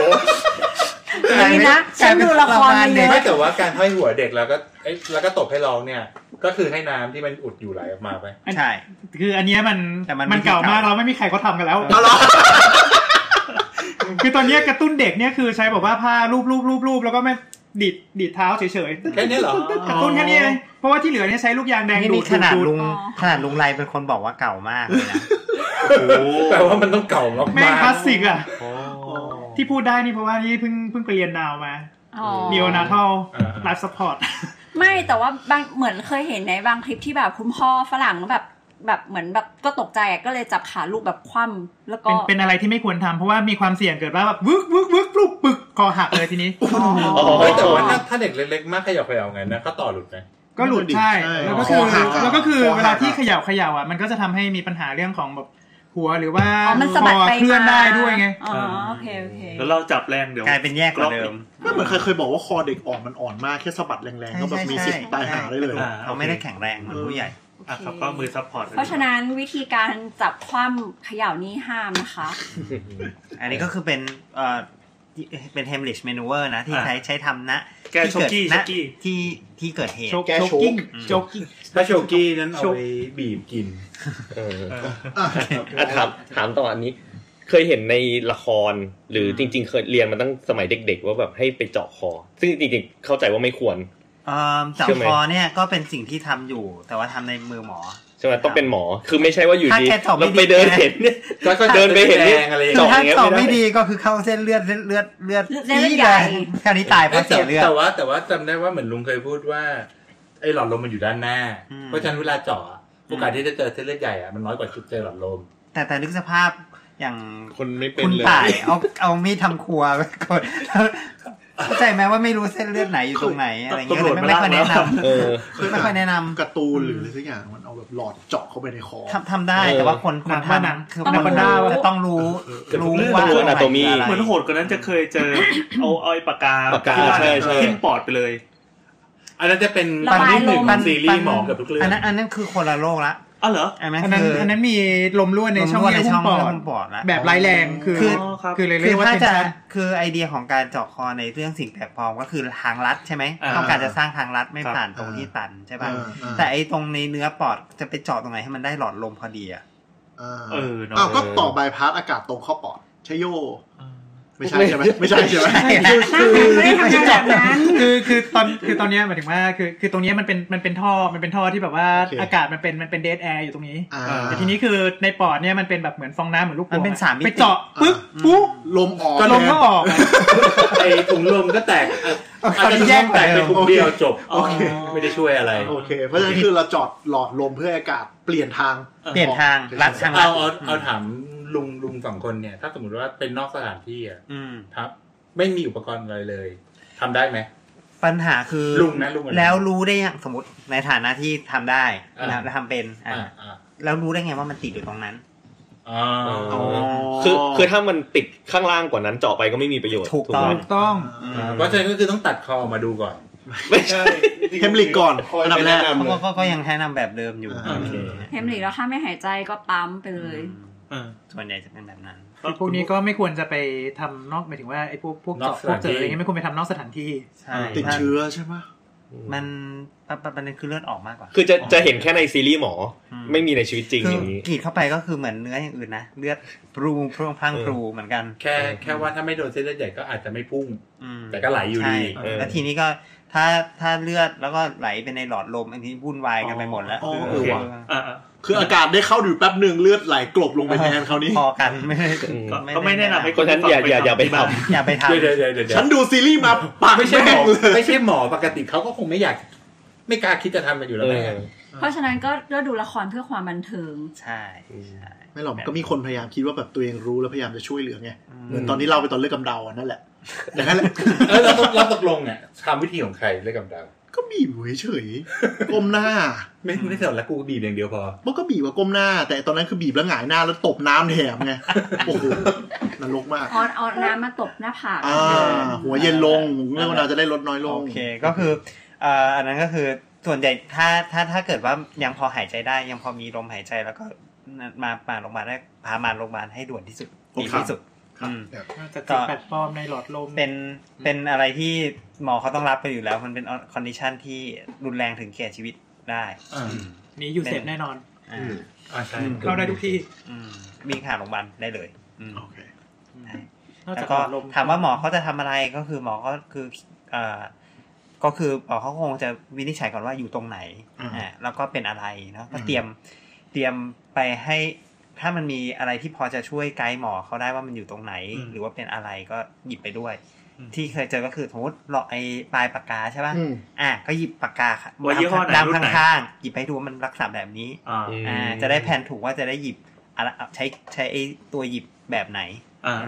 Speaker 2: ดีนะฉันดูละครมาเยอะ
Speaker 9: ไม่แต่ว่าการห้อยหัวเด็กแล้วก็ไอยแล้วก็ตบให้ร้องเนี่ย ก็คือให้น้ำที่มันอุดอยู่ไหลออกมาไป
Speaker 3: ใช่
Speaker 5: คืออันเนี้ยมัน
Speaker 3: แต่มัน
Speaker 5: มันเก่า
Speaker 3: วิธีเก่าม
Speaker 5: มากแล้วไม่มีใครเขาทำกันแล้ว คือตอนเนี้ยกระตุ้นเด็กเนี่ยคือใช้แบบว่าผ้ารูปรูปรูปรูปแล้วก็ไม่ดีดดีดเท้าเฉยๆตึ๊ด
Speaker 9: แค่นี้เหรอ
Speaker 5: ตึ๊ดกระตุ้นแค่นี้เองเพราะว่าที่เหลือเนี่ยใช้ลูกยางแดง
Speaker 3: นี่
Speaker 5: ดู
Speaker 3: นี่
Speaker 5: ด
Speaker 3: ขนาด
Speaker 5: ดูด
Speaker 3: ลุงขนาดลุงไรเป็นคนบอกว่าเก่ามากเลยนะ
Speaker 9: แปลว่ามันต้องเก่ามากๆ
Speaker 5: แม่งคลาสสิกอ่ะ
Speaker 9: อ๋อ
Speaker 5: ที่พูดได้นี่เพราะว่านี่เพิ่งเพิ่งไปเรียนนาวมา
Speaker 2: อ๋อ
Speaker 5: เนียนาทัล
Speaker 9: อ่า
Speaker 5: ไลฟ์สปอร์ต
Speaker 2: ไม่แต่ว่าบางเหมือนเคยเห็นในบางคลิปที่แบบคุณพ่อฝรั่งแบบแบบเหมือนแบบก็ตกใจอะก็เลยจับขาลูกแบบคว่ำแล้วก็
Speaker 5: เป็นเป็นอะไรที่ไม่ควรทำเพราะว่ามีความเสี่ยงเกิดว่าแบบวึกวึกวึกปลุกปึกคอหักเลยทีนี้
Speaker 2: อ๋อ
Speaker 6: อ๋อ
Speaker 9: เฮ้ยแต่ว่าถ้าถ้าเด็กเล็กๆมากขยับขยับงั้นนะเขาต่อหลุดไหม
Speaker 5: ก็หลุด
Speaker 8: มันหลุด
Speaker 5: ใช่
Speaker 8: ใช่
Speaker 5: แล้วก็
Speaker 8: คอ
Speaker 5: คือ
Speaker 8: หักอะ
Speaker 5: แล้วก็คือ
Speaker 8: คอหักอะ
Speaker 5: เวลาที่เขย่าเขย่าอ่ะ มันก็จะทำให้มีปัญหาเรื่องของแบบหัวหรือว่า
Speaker 2: อ๋อมันสะบัดไป
Speaker 5: เคลื่อนได้ด้วยไง
Speaker 2: อ๋อโอเคโอเค
Speaker 4: แล้วเราจับแรงเดี๋ยว
Speaker 3: กลายเป็นแยกกว่าเดิม
Speaker 8: ไม่เหมือนใครเคยบอกว่าคอเด็กอ่อนมันอ่อนมากแค่สะบัดแรงๆก็แบบมีสิทธิ์ตายหาได้เลย
Speaker 4: อ่า
Speaker 3: เขาไม่ได้แข็งแรงเหมือนผู้ใหญ่
Speaker 4: อ่ะครับก็มือซัพพอร์ต
Speaker 2: เพราะฉะนั้นวิธีการจับคว่ำเขย่านี่ห้ามนะคะ
Speaker 3: อันนี้ก็คือเป็นเอ่อเป็นเฮมลิชเมนูเวอร์นะ ที่
Speaker 4: อ่ะ
Speaker 3: ใช้ใช้ทำนะ
Speaker 4: แก
Speaker 3: ที่เด
Speaker 4: โชกี้
Speaker 3: ณ
Speaker 4: โชกี้
Speaker 3: ที่ที่เกิดเหตุ
Speaker 5: โชก
Speaker 8: แก้โช
Speaker 5: โช
Speaker 8: ก
Speaker 5: กิ้งโชกกิ้ง
Speaker 1: ถ้าโชกี้นั้นเอา
Speaker 5: โช
Speaker 1: ไปบีบกิน
Speaker 6: เออ
Speaker 8: อ่ะ
Speaker 6: อ่ะถามถามต่ออันนี้ เคยเห็นในละครหรือจริง ๆ เคยเรียนมาตั้งสมัยเด็ก ๆ ว่าแบบให้ไปเจาะคอ ซึ่งจริงๆเข้าใจว่าไม่ควร
Speaker 3: เอ่อจับ
Speaker 6: เชื่อไหม
Speaker 3: คอเนี่ยก็เป็นสิ่งที่ทำอยู่ แต่ว่าทำในมือหมอ
Speaker 6: ใช่ไหมต้องเป็นหมอ คือไม่ใช่ว่าอยู่
Speaker 3: ถ้า
Speaker 6: ดี
Speaker 3: แกตอบไม่
Speaker 6: เรา
Speaker 3: ดี
Speaker 6: ไปเดินเห็นเนี่ย
Speaker 9: ก็ก็
Speaker 6: เดินไปเห็นนี่
Speaker 9: แดงอะไรอย่าง
Speaker 3: คื
Speaker 9: เงี้
Speaker 3: อย ถ้า
Speaker 6: เจาะอย่างเงี้ย
Speaker 3: ตอบ
Speaker 6: ไม่
Speaker 3: ไม่
Speaker 6: ได้
Speaker 3: ดีก็คือเข้าเส้นเลือดเลือดเลือดเลือด
Speaker 2: เส้นเลือดใหญ่
Speaker 3: จี๊ดเลยคราวนี้ตายเพราะเสียเลือด
Speaker 9: แต่ว่าแต่ว่าจำได้ว่าเหมือนลุงเคยพูดว่า ไอ้หลอดลมมันอยู่ด้านหน้า
Speaker 3: อืม
Speaker 9: เพราะฉะนั้นเวลาเจาะอะโอกาสที่จะเจอเส้นเลือดใหญ่อะมันน้อยกว่าจุดเจอหลอดลม
Speaker 3: แต่แต่นึกสภาพอย่าง
Speaker 7: คนไม่เป็น
Speaker 3: คุณ
Speaker 7: เลย
Speaker 3: ต่ายเอาเอามีดทำครัวไปกดเข้าใจไหมว่าไม่รู้เส้นเลือดไหนอยู่ตรงไหนอะไรเงี้ย
Speaker 4: ตำรวจ
Speaker 3: ไม่ไม่ค่อย
Speaker 4: มาลาก
Speaker 3: แนะน
Speaker 6: เออ
Speaker 3: ำไม่ค่อยแนะนำ
Speaker 8: การ์ตูนหรืออะไรสักอย่างมันเอาแบบหลอดเจาะเข้าไปในคอ
Speaker 3: ทำทำได้แต่ว่าคนค
Speaker 5: หนั
Speaker 3: น
Speaker 5: งว่าหนัง
Speaker 3: ทำคือ
Speaker 2: ต้อง
Speaker 3: คน
Speaker 2: รู้
Speaker 3: รู้จะต้องรู้
Speaker 6: เกือบทุ
Speaker 3: รู้
Speaker 6: กเรื่อง
Speaker 3: ว่า
Speaker 6: รู้ anatomy
Speaker 3: ะไร
Speaker 4: เหมือนโหดกว่านั้นจะเคยเจอ เอาเอาไอ้ปากกา
Speaker 6: ปากกา
Speaker 4: ที่ว่
Speaker 6: ใช่ใช่
Speaker 4: ทิ่มปอดไปเลย
Speaker 9: อันนั้นจะเป็น
Speaker 2: ระบาย
Speaker 9: ที่หนึ่ง
Speaker 2: ลม
Speaker 9: ของซีรีส์หมอเกับทุกเรื่อง
Speaker 3: อันนั้นอันนั้นคือคนละโลกละ
Speaker 4: อ้าวเหรอ
Speaker 3: อันนั้น
Speaker 5: อันนั้น
Speaker 3: คืออั
Speaker 5: อันนั้นมีลมรั่วในช่องเยื่อหุ้มปอด
Speaker 3: ปอดละ
Speaker 5: แบบร้ายแรงคือ
Speaker 3: คือ
Speaker 4: ครับ
Speaker 5: คือเลย
Speaker 3: คื
Speaker 5: เรีย
Speaker 3: อก
Speaker 5: ว่า
Speaker 3: ถ้า
Speaker 5: เป็น
Speaker 3: จะ
Speaker 5: ชา
Speaker 3: คือไอเดียของการเจาะคอในเรื่องสิ่งแปลกปลอมก็คือทางลัดใช่ไหม
Speaker 4: อ่า
Speaker 3: ต้องการจะสร้างทางลัดไม่
Speaker 8: ครับ
Speaker 3: ผ่านตรงที่ตันใช่ป่ะ
Speaker 8: อ่าอ่า
Speaker 3: แต่ไอตรงในเนื้อปอดจะไปเจาะตรงไหนให้มันได้หลอดลมพอดีอะ
Speaker 4: เออเนอะ
Speaker 8: อ้าวก็ต่อบายพาสอากาศตรงเข้าปอดใช่โย ไม่ใช่ใช่ไหมไม่ใช่ใช่ไหมคือคือ
Speaker 2: ไม่ได้ทำงานแบบนั้น
Speaker 5: คือคือตอนคือตอนเนี้ยหมายถึงว่าคือคือตรงเนี้ยมันเป็นมันเป็นท่อมันเป็นท่อที่แบบว่า
Speaker 8: โอเค
Speaker 5: อากาศมันเป็นมันเป็นเดทแอร์อยู่ตรงนี้
Speaker 8: อ่า
Speaker 5: แต่ทีนี้คือในปอดเนี่ยมันเป็นแบบเหมือนฟองน้ำเหมือนลูกโป่ง
Speaker 3: มันเป็น
Speaker 5: อะ
Speaker 3: สามมิติ
Speaker 5: ไปเจาะปึ๊บปุ๊บ
Speaker 8: ลมออก
Speaker 5: ก็ลมก็ออก
Speaker 9: ไอถุงลมก็แตกอ่ะ
Speaker 5: เอา
Speaker 9: อาจจะแยกแตกไปถุงเดียวจบ
Speaker 8: โอเค
Speaker 9: ไม่ได้ช่วยอะไร
Speaker 8: โอเค เพราะฉะนั้นคือเราจอดหลอดลมเพื่ออากาศเปลี่ยนทาง
Speaker 3: เปลี่ยนทางลัดทางลั
Speaker 9: เอา
Speaker 3: ด
Speaker 9: เอาเอาถามลุงลุงสองคนเนี่ย ถ้าสมมติว่าเป็นนอกสถานที่อ่ะ
Speaker 3: อืม
Speaker 9: ครับ ไม่มีอุปกรณ์อะไรเลยทำได้ไหม
Speaker 3: ปัญหาคือ
Speaker 9: ลุงนะลุงอะไร
Speaker 3: แล้วรู้ได้ยังสมมติในฐานะที่ทำได้
Speaker 9: อ่า
Speaker 3: แล้วทำเป็นอ่ะ
Speaker 9: อ่าอ่า
Speaker 3: แล้วรู้ได้ไงว่ามันติดอยู่ตรงนั้น
Speaker 9: อ๋อ
Speaker 6: อ๋อ คือคือถ้ามันติดข้างล่างกว่านั้นเจาะไปก็ไม่มีประโยชน์
Speaker 3: ถูกต้อง
Speaker 6: ไหม
Speaker 5: ถูกต้อง
Speaker 9: อ่าเพราะฉะนั้นก็คือต้องตัดคอออกมาดูก่อน
Speaker 6: ไม่ใช่
Speaker 8: เทมลิกก่อนอันดับแรก
Speaker 3: เขาก็ก็ก็ยังแนะนำแบบเดิมอยู่
Speaker 8: อ่า
Speaker 3: โอเค
Speaker 2: เฮมลิกแล้วถ้าไม่หายใจก็ปั๊มไปเลย
Speaker 4: เออ
Speaker 3: ส่วนใหญ่จะเป็นแบบนั้น
Speaker 5: คือพวกนี้ก็ไม่ควรจะไปทำนอกหมายถึงว่าไอ้พวกพวก
Speaker 9: นอกส
Speaker 5: เจาะพว
Speaker 9: ถาก นที่
Speaker 5: เจออะไรเงี้ยไม่ควรไปทำนอกสถานที่
Speaker 3: ใช่
Speaker 8: ติดเชื้อใช่ไหม
Speaker 3: มันประประประเด็นคือเลือดออกมากกว่า
Speaker 6: คือจะจะเห็นแค่ในซีรีส์หมออ
Speaker 3: ม
Speaker 6: ไม่มีในชีวิตจริง
Speaker 3: คื
Speaker 6: อ
Speaker 3: อย่าง
Speaker 6: นี้
Speaker 3: กรีดเข้าไปก็คือเหมือนเนื้ออย่างอื่นนะเลือดพรูพรูพรังพรูเหมือนกัน
Speaker 9: แค่แค่ว่าถ้าไม่โดนเส้นเลือดใหญ่ก็อาจจะไม่พุ่ง
Speaker 3: อืม
Speaker 9: แต่ก็ไหลอยู่
Speaker 3: ใช่
Speaker 9: ดี
Speaker 6: เออ
Speaker 3: แล้วทีนี้ก็ถ้าถ้าเลือดแล้วก็ไหลไปในหลอดลมอันนี้วุ่นวายกันไปหมดแล้ว
Speaker 8: อ๋อเออว่ะ
Speaker 4: อ่าอ่า
Speaker 8: คืออากาศได้เข้าดูแป๊บหนึ่งเลือดไหลกลบลงไปแทนเขาวนี้
Speaker 3: พอกันไม่ได้
Speaker 6: อืม
Speaker 4: ก็ก็ไม่แนะนำให้
Speaker 6: เพราะฉะนั้นอย่าอย่าอย่าไปทำ
Speaker 3: อย่าไปทำ
Speaker 9: เดี๋ยวเดี๋ยวเดี๋ยวเดี๋ยวเดี๋ย
Speaker 8: ฉั
Speaker 9: วน
Speaker 8: ดูซีรีส์มาปาก
Speaker 9: ไม่
Speaker 8: ไม่
Speaker 9: ใช่ห
Speaker 8: ใช่
Speaker 9: มอ
Speaker 8: เลย
Speaker 9: ไม่ใช่หมอปกติเขาก็คงไม่อยาก ไม่กล้าคิดจะทำกันอยู่แล้วแม่
Speaker 2: เพราะฉะนั้นก็เลือกดูละครเพื่อความบันเทิง
Speaker 3: ใช่ใช่
Speaker 8: ไม่หรอกก็มีคนพยายามคิดว่าแบบตัวเองรู้แล้วพยายามจะช่วยเหลือไงเหมือนตอนที่เราไปตอนเลือดกำเดาอ่ะนั่นแหละอย่างนั้นแหละ
Speaker 9: เออแล้วตกแล้วตกลงเนี่ยทำวิธีของใครเรื่องกำดัง
Speaker 8: ก็บีบเฉยๆก้มหน้า
Speaker 9: ไม่ไม่สนแล้วกูบีบอย่างเดียวพอ
Speaker 8: มันก็บีบกับก้มหน้า แต่ตอนนั้นคือบีบแล้วหงายหน้าแล้วตบน้ำแถมไงโอ้โหนรกมาก
Speaker 2: เอาเอาน้ำมาตบหน้าผาก
Speaker 8: อ่า หัวเย็นลงเรื่องเราจะได้ลดน้อยลง
Speaker 3: โอเคก็คือเอ่ออันนั้นก็คือส่วนใหญ่ถ้าถ้าถ้าเกิดว่ายังพอหายใจได้ยังพอมีลมหายใจแล้วก็มามาโรงพยาบาลได้พามาโรงพยาบาลให้ด่วนที่สุด
Speaker 8: โอ
Speaker 3: ดี
Speaker 8: เค
Speaker 3: ที่สุดอืม
Speaker 5: แต่ติดแปดปลอมในหลอดลม
Speaker 3: เป็นเป็นอะไรที่หมอเขาต้องรับไปอยู่แล้ว มันเป็นคอนดิชันที่รุนแรงถึงแก่ชีวิตได้
Speaker 4: อ่า
Speaker 5: นี้อยู่เสพแน่นอน
Speaker 3: อ่า
Speaker 9: อ่าใช่
Speaker 5: เข้าได้ทุกที่
Speaker 3: อืมวิ่งหาโรงพยาบาลได้เลยอืม
Speaker 8: โอเค
Speaker 3: ใช่
Speaker 5: นอก
Speaker 3: แล้
Speaker 5: จา
Speaker 3: ว
Speaker 5: กห
Speaker 3: ก็
Speaker 5: ลอดลม
Speaker 3: ถามว่าหมอเขาจะทำอะไรก็คือหมอก็คือเอ่อก็คือหมอเขาคงจะวินิจฉัยก่อนว่าอยู่ตรงไหน
Speaker 8: อ่า
Speaker 3: อ่าแล้วก็เป็นอะไรเนาะก็เตรียมเตรียมไปให้ถ้ามันมีอะไรที่พอจะช่วยไกด์หมอเขาได้ว่ามันอยู่ตรงไหน
Speaker 4: อืม
Speaker 3: หรือว่าเป็นอะไรก็หยิบไปด้วย
Speaker 4: อืม
Speaker 3: ที่เคยเจอก็คือสมมติหลอกไอ้ปลายปากกาใช่ป่ะ
Speaker 8: อืม
Speaker 3: อ่ะก็หยิบปากกาค่ะ
Speaker 4: ว่ายี่ห้อไหน
Speaker 3: ด้าม
Speaker 4: รุ่นไหน
Speaker 3: ข้างๆหยิบไปดูว่ามันรักษาแบบนี้
Speaker 4: อ่า
Speaker 3: อ่าจะได้แผนถูกว่าจะได้หยิบอะไรใช้ใช้ไอ้ตัวหยิบแบบไหน
Speaker 4: อ่า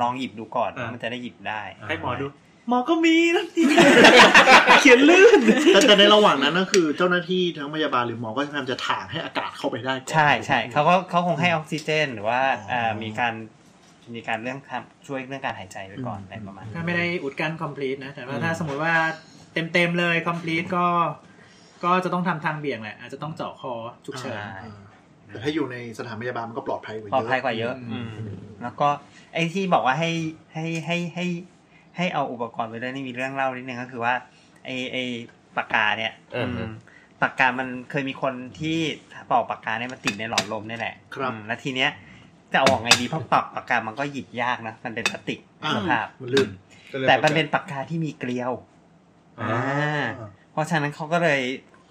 Speaker 3: ลองหยิบดูก่อน
Speaker 4: อ่ามั
Speaker 3: มันจะได้หยิบได้
Speaker 4: ให้หมอดู หมอก็มีนั่นนี่เขียนลื่น
Speaker 8: แต่แต่ในระหว่างนั้นก็คือเจ้าหน้าที่ทั้งพยาบาลหรือหมอก็พยายามจะถ่างให้อากาศเข้าไปได้ก่อน
Speaker 3: ใช่ ใช่เขาก็เขาคงให้ออกซิเจน หรือว่า
Speaker 8: อ๋ออ่
Speaker 3: ามีการมีการเรื่องการช่วยเรื่องการหายใจไปก่อนอะไรประมาณ
Speaker 5: ก็
Speaker 3: นั้น
Speaker 5: ไม่ได้อุดกั้น complete นะ แต่ว่าถ้าสมมติว่าเต็มเต็มๆเลย complete ก็ ก็จะต้องทำทางเบี่ยงแหละ อาจจะต้องเจาะคอฉุกเฉิน
Speaker 3: ใช่
Speaker 8: แต่ถ้าอยู่ในสถานพยาบาลมันก็ปลอดภัยกว่า
Speaker 3: ปลอด
Speaker 8: เย
Speaker 3: ภัย
Speaker 8: อะ
Speaker 3: กว่าเยอะ
Speaker 5: อืม
Speaker 3: อืมแล้วก็ไอ้ที่บอกว่าให้ให้ให้ให้ให้เอาอุปกรณ์ไปด้วยนี่มีเรื่องเล่านิดนึงก็คือว่าไอ้ไอ้ปากกาเนี่ย
Speaker 6: เอออื
Speaker 3: มปากกามันเคยมีคนที่ปอกปากกาเนี่ยมันติดในหลอดลมนี่แหละ
Speaker 8: ครับ
Speaker 3: อืมแล้วทีเนี้ยจะเอาออกไงดีเพราะปอกปากกามันก็หยิบยากนะมันเป็นพลาสติกสภาพ
Speaker 8: มันลื่น
Speaker 3: แต่มันเป็นปากกาที่มีเกลียว
Speaker 9: อ่า
Speaker 3: อ่า เพราะฉะนั้นเขาก็เลย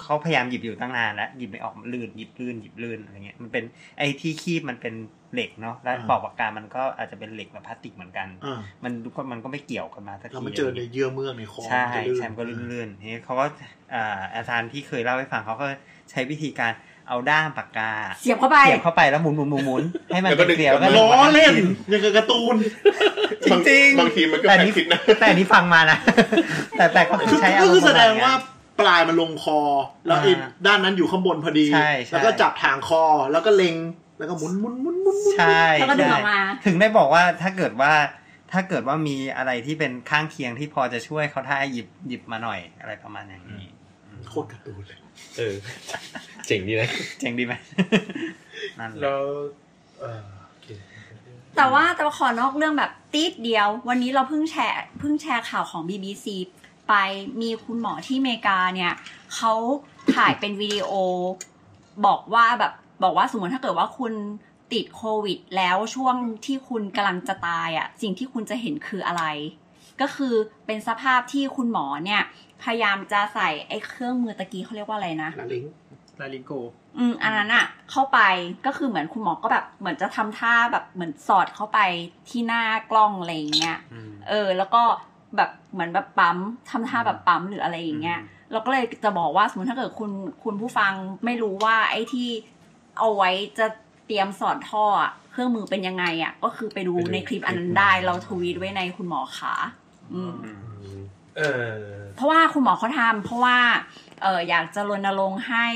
Speaker 3: เขาพยายามหยิบอยู่ตั้งนานแล้วหยิบไม่ออกลื่นหยิบลื่นหยิบลื่นอะไรเงี้ยมันเป็นไอ้ที่คีบมันเป็นเหล็กเนาะแล้ว
Speaker 8: อ่า
Speaker 3: ปอกปากกามันก็อาจจะเป็นเหล็กแบบพลาสติกเหมือนกัน
Speaker 8: อ่า
Speaker 3: มันดูก็มันก็ไม่เกี่ยวกันมาสัก
Speaker 8: แล้ว
Speaker 3: ที
Speaker 8: มันเจอในเยื่อเมือกในคอ
Speaker 3: ใช่
Speaker 8: มันจะลื่น
Speaker 3: ใช่มันก็ลื่นๆทีนี้เขาก็อ่าอาจารย์ที่เคยเล่าให้ฟังเขาก็ใช้วิธีการเอาด้ามปากกา
Speaker 2: เสียบเข้าไป
Speaker 3: เสียบเข้าไปแล้วหมุนหมุนหมุนหมุนให้มันเป็นเกลียวแล้วก็
Speaker 7: แล้วก็ดึง
Speaker 8: ล้อเล่น
Speaker 3: ดึง
Speaker 8: ยังกับการ์ตูน
Speaker 3: จริงๆ
Speaker 7: บางทีมันก็
Speaker 3: แต่
Speaker 7: แป
Speaker 3: อัน
Speaker 7: ล
Speaker 3: นี้
Speaker 7: กคิดนะ
Speaker 3: แต่อันนี้ฟังมานะ แต่แต่ก็คือ
Speaker 8: คือ
Speaker 3: ใช้อาร
Speaker 8: ก็
Speaker 3: มณ์
Speaker 8: คือแสดง
Speaker 3: ประมณเนี้ย
Speaker 8: ว่าปลายมันลงคอ แล้วไอ้
Speaker 3: อ่า
Speaker 8: ด้านนั้นอยู่ข้างบนพอดี
Speaker 3: ใช่ใช่
Speaker 8: แล้วก็จับทางคอแล้วก็เล็งแล้วก็หมุนหมุนหมุนหมุนหมุน
Speaker 3: ใช่
Speaker 2: แล้วก็ดึงออกมา
Speaker 3: ใช่ถึงได้บอกว่าถ้าเกิดว่าถ้าเกิดว่ามีอะไรที่เป็นข้างเคียงที่พอจะช่วยเขาได้หยิบหยิบมาหน่อยอะไรประมาณอย่างนี้
Speaker 8: โคตรการ์ตูนเลย
Speaker 6: เออ เจ๋งดีนะ
Speaker 3: เจ๋งดีไหม นั่นแหละ
Speaker 7: แล้วเอ่อโอเค
Speaker 2: แต่ว่าแต่ว่าขอนอกเรื่องแบบตีดเดียว วันนี้เราเพิ่งแชร์เพิ่งแชร์ข่าวของ BBC ไปมีคุณหมอที่อเมริกาเนี่ยเขาถ่ายเป็นวิดีโอ บอกว่าแบบบอกว่าสมมติถ้าเกิดว่าคุณติดโควิด แล้วช่วงที่คุณกำลังจะตายอะ่ะสิ่งที่คุณจะเห็นคืออะไร ก็คือเป็นสภาพที่คุณหมอเนี่ย พยายามจะใส่ไอ้เครื่องมือตะกี้เขาเรียกว่าอะไรนะ
Speaker 5: ลิงลาลิงโก
Speaker 2: อืมอันนั้นอะเข้าไปก็คือเหมือนคุณหมอก็แบบเหมือนจะทำท่าแบบเหมือนสอดเข้าไปที่หน้ากล้องอะไรอย่างเงี้ยเออ แล้วก็แบบเหมือนแบบปั๊มทำท่าแบบปั๊มหรืออะไรอย่างเงี้ยเราก็เลยจะบอกว่าสมมติถ้าเกิดคุณคุณผู้ฟังไม่รู้ว่าไอ้ที่เอาไว้จะเตรียมสอดท่ออะเครื่องมือเป็นยังไงอะก็คือไปดู
Speaker 7: ไปดู
Speaker 2: ในคลิปอันนั้นได้ เราทวีตไว้ในคุณหมอขาอืม
Speaker 7: เออ
Speaker 2: เพราะว่าคุณหมอเขาทำเพราะว่าเอออยากจะรณรงค์ให้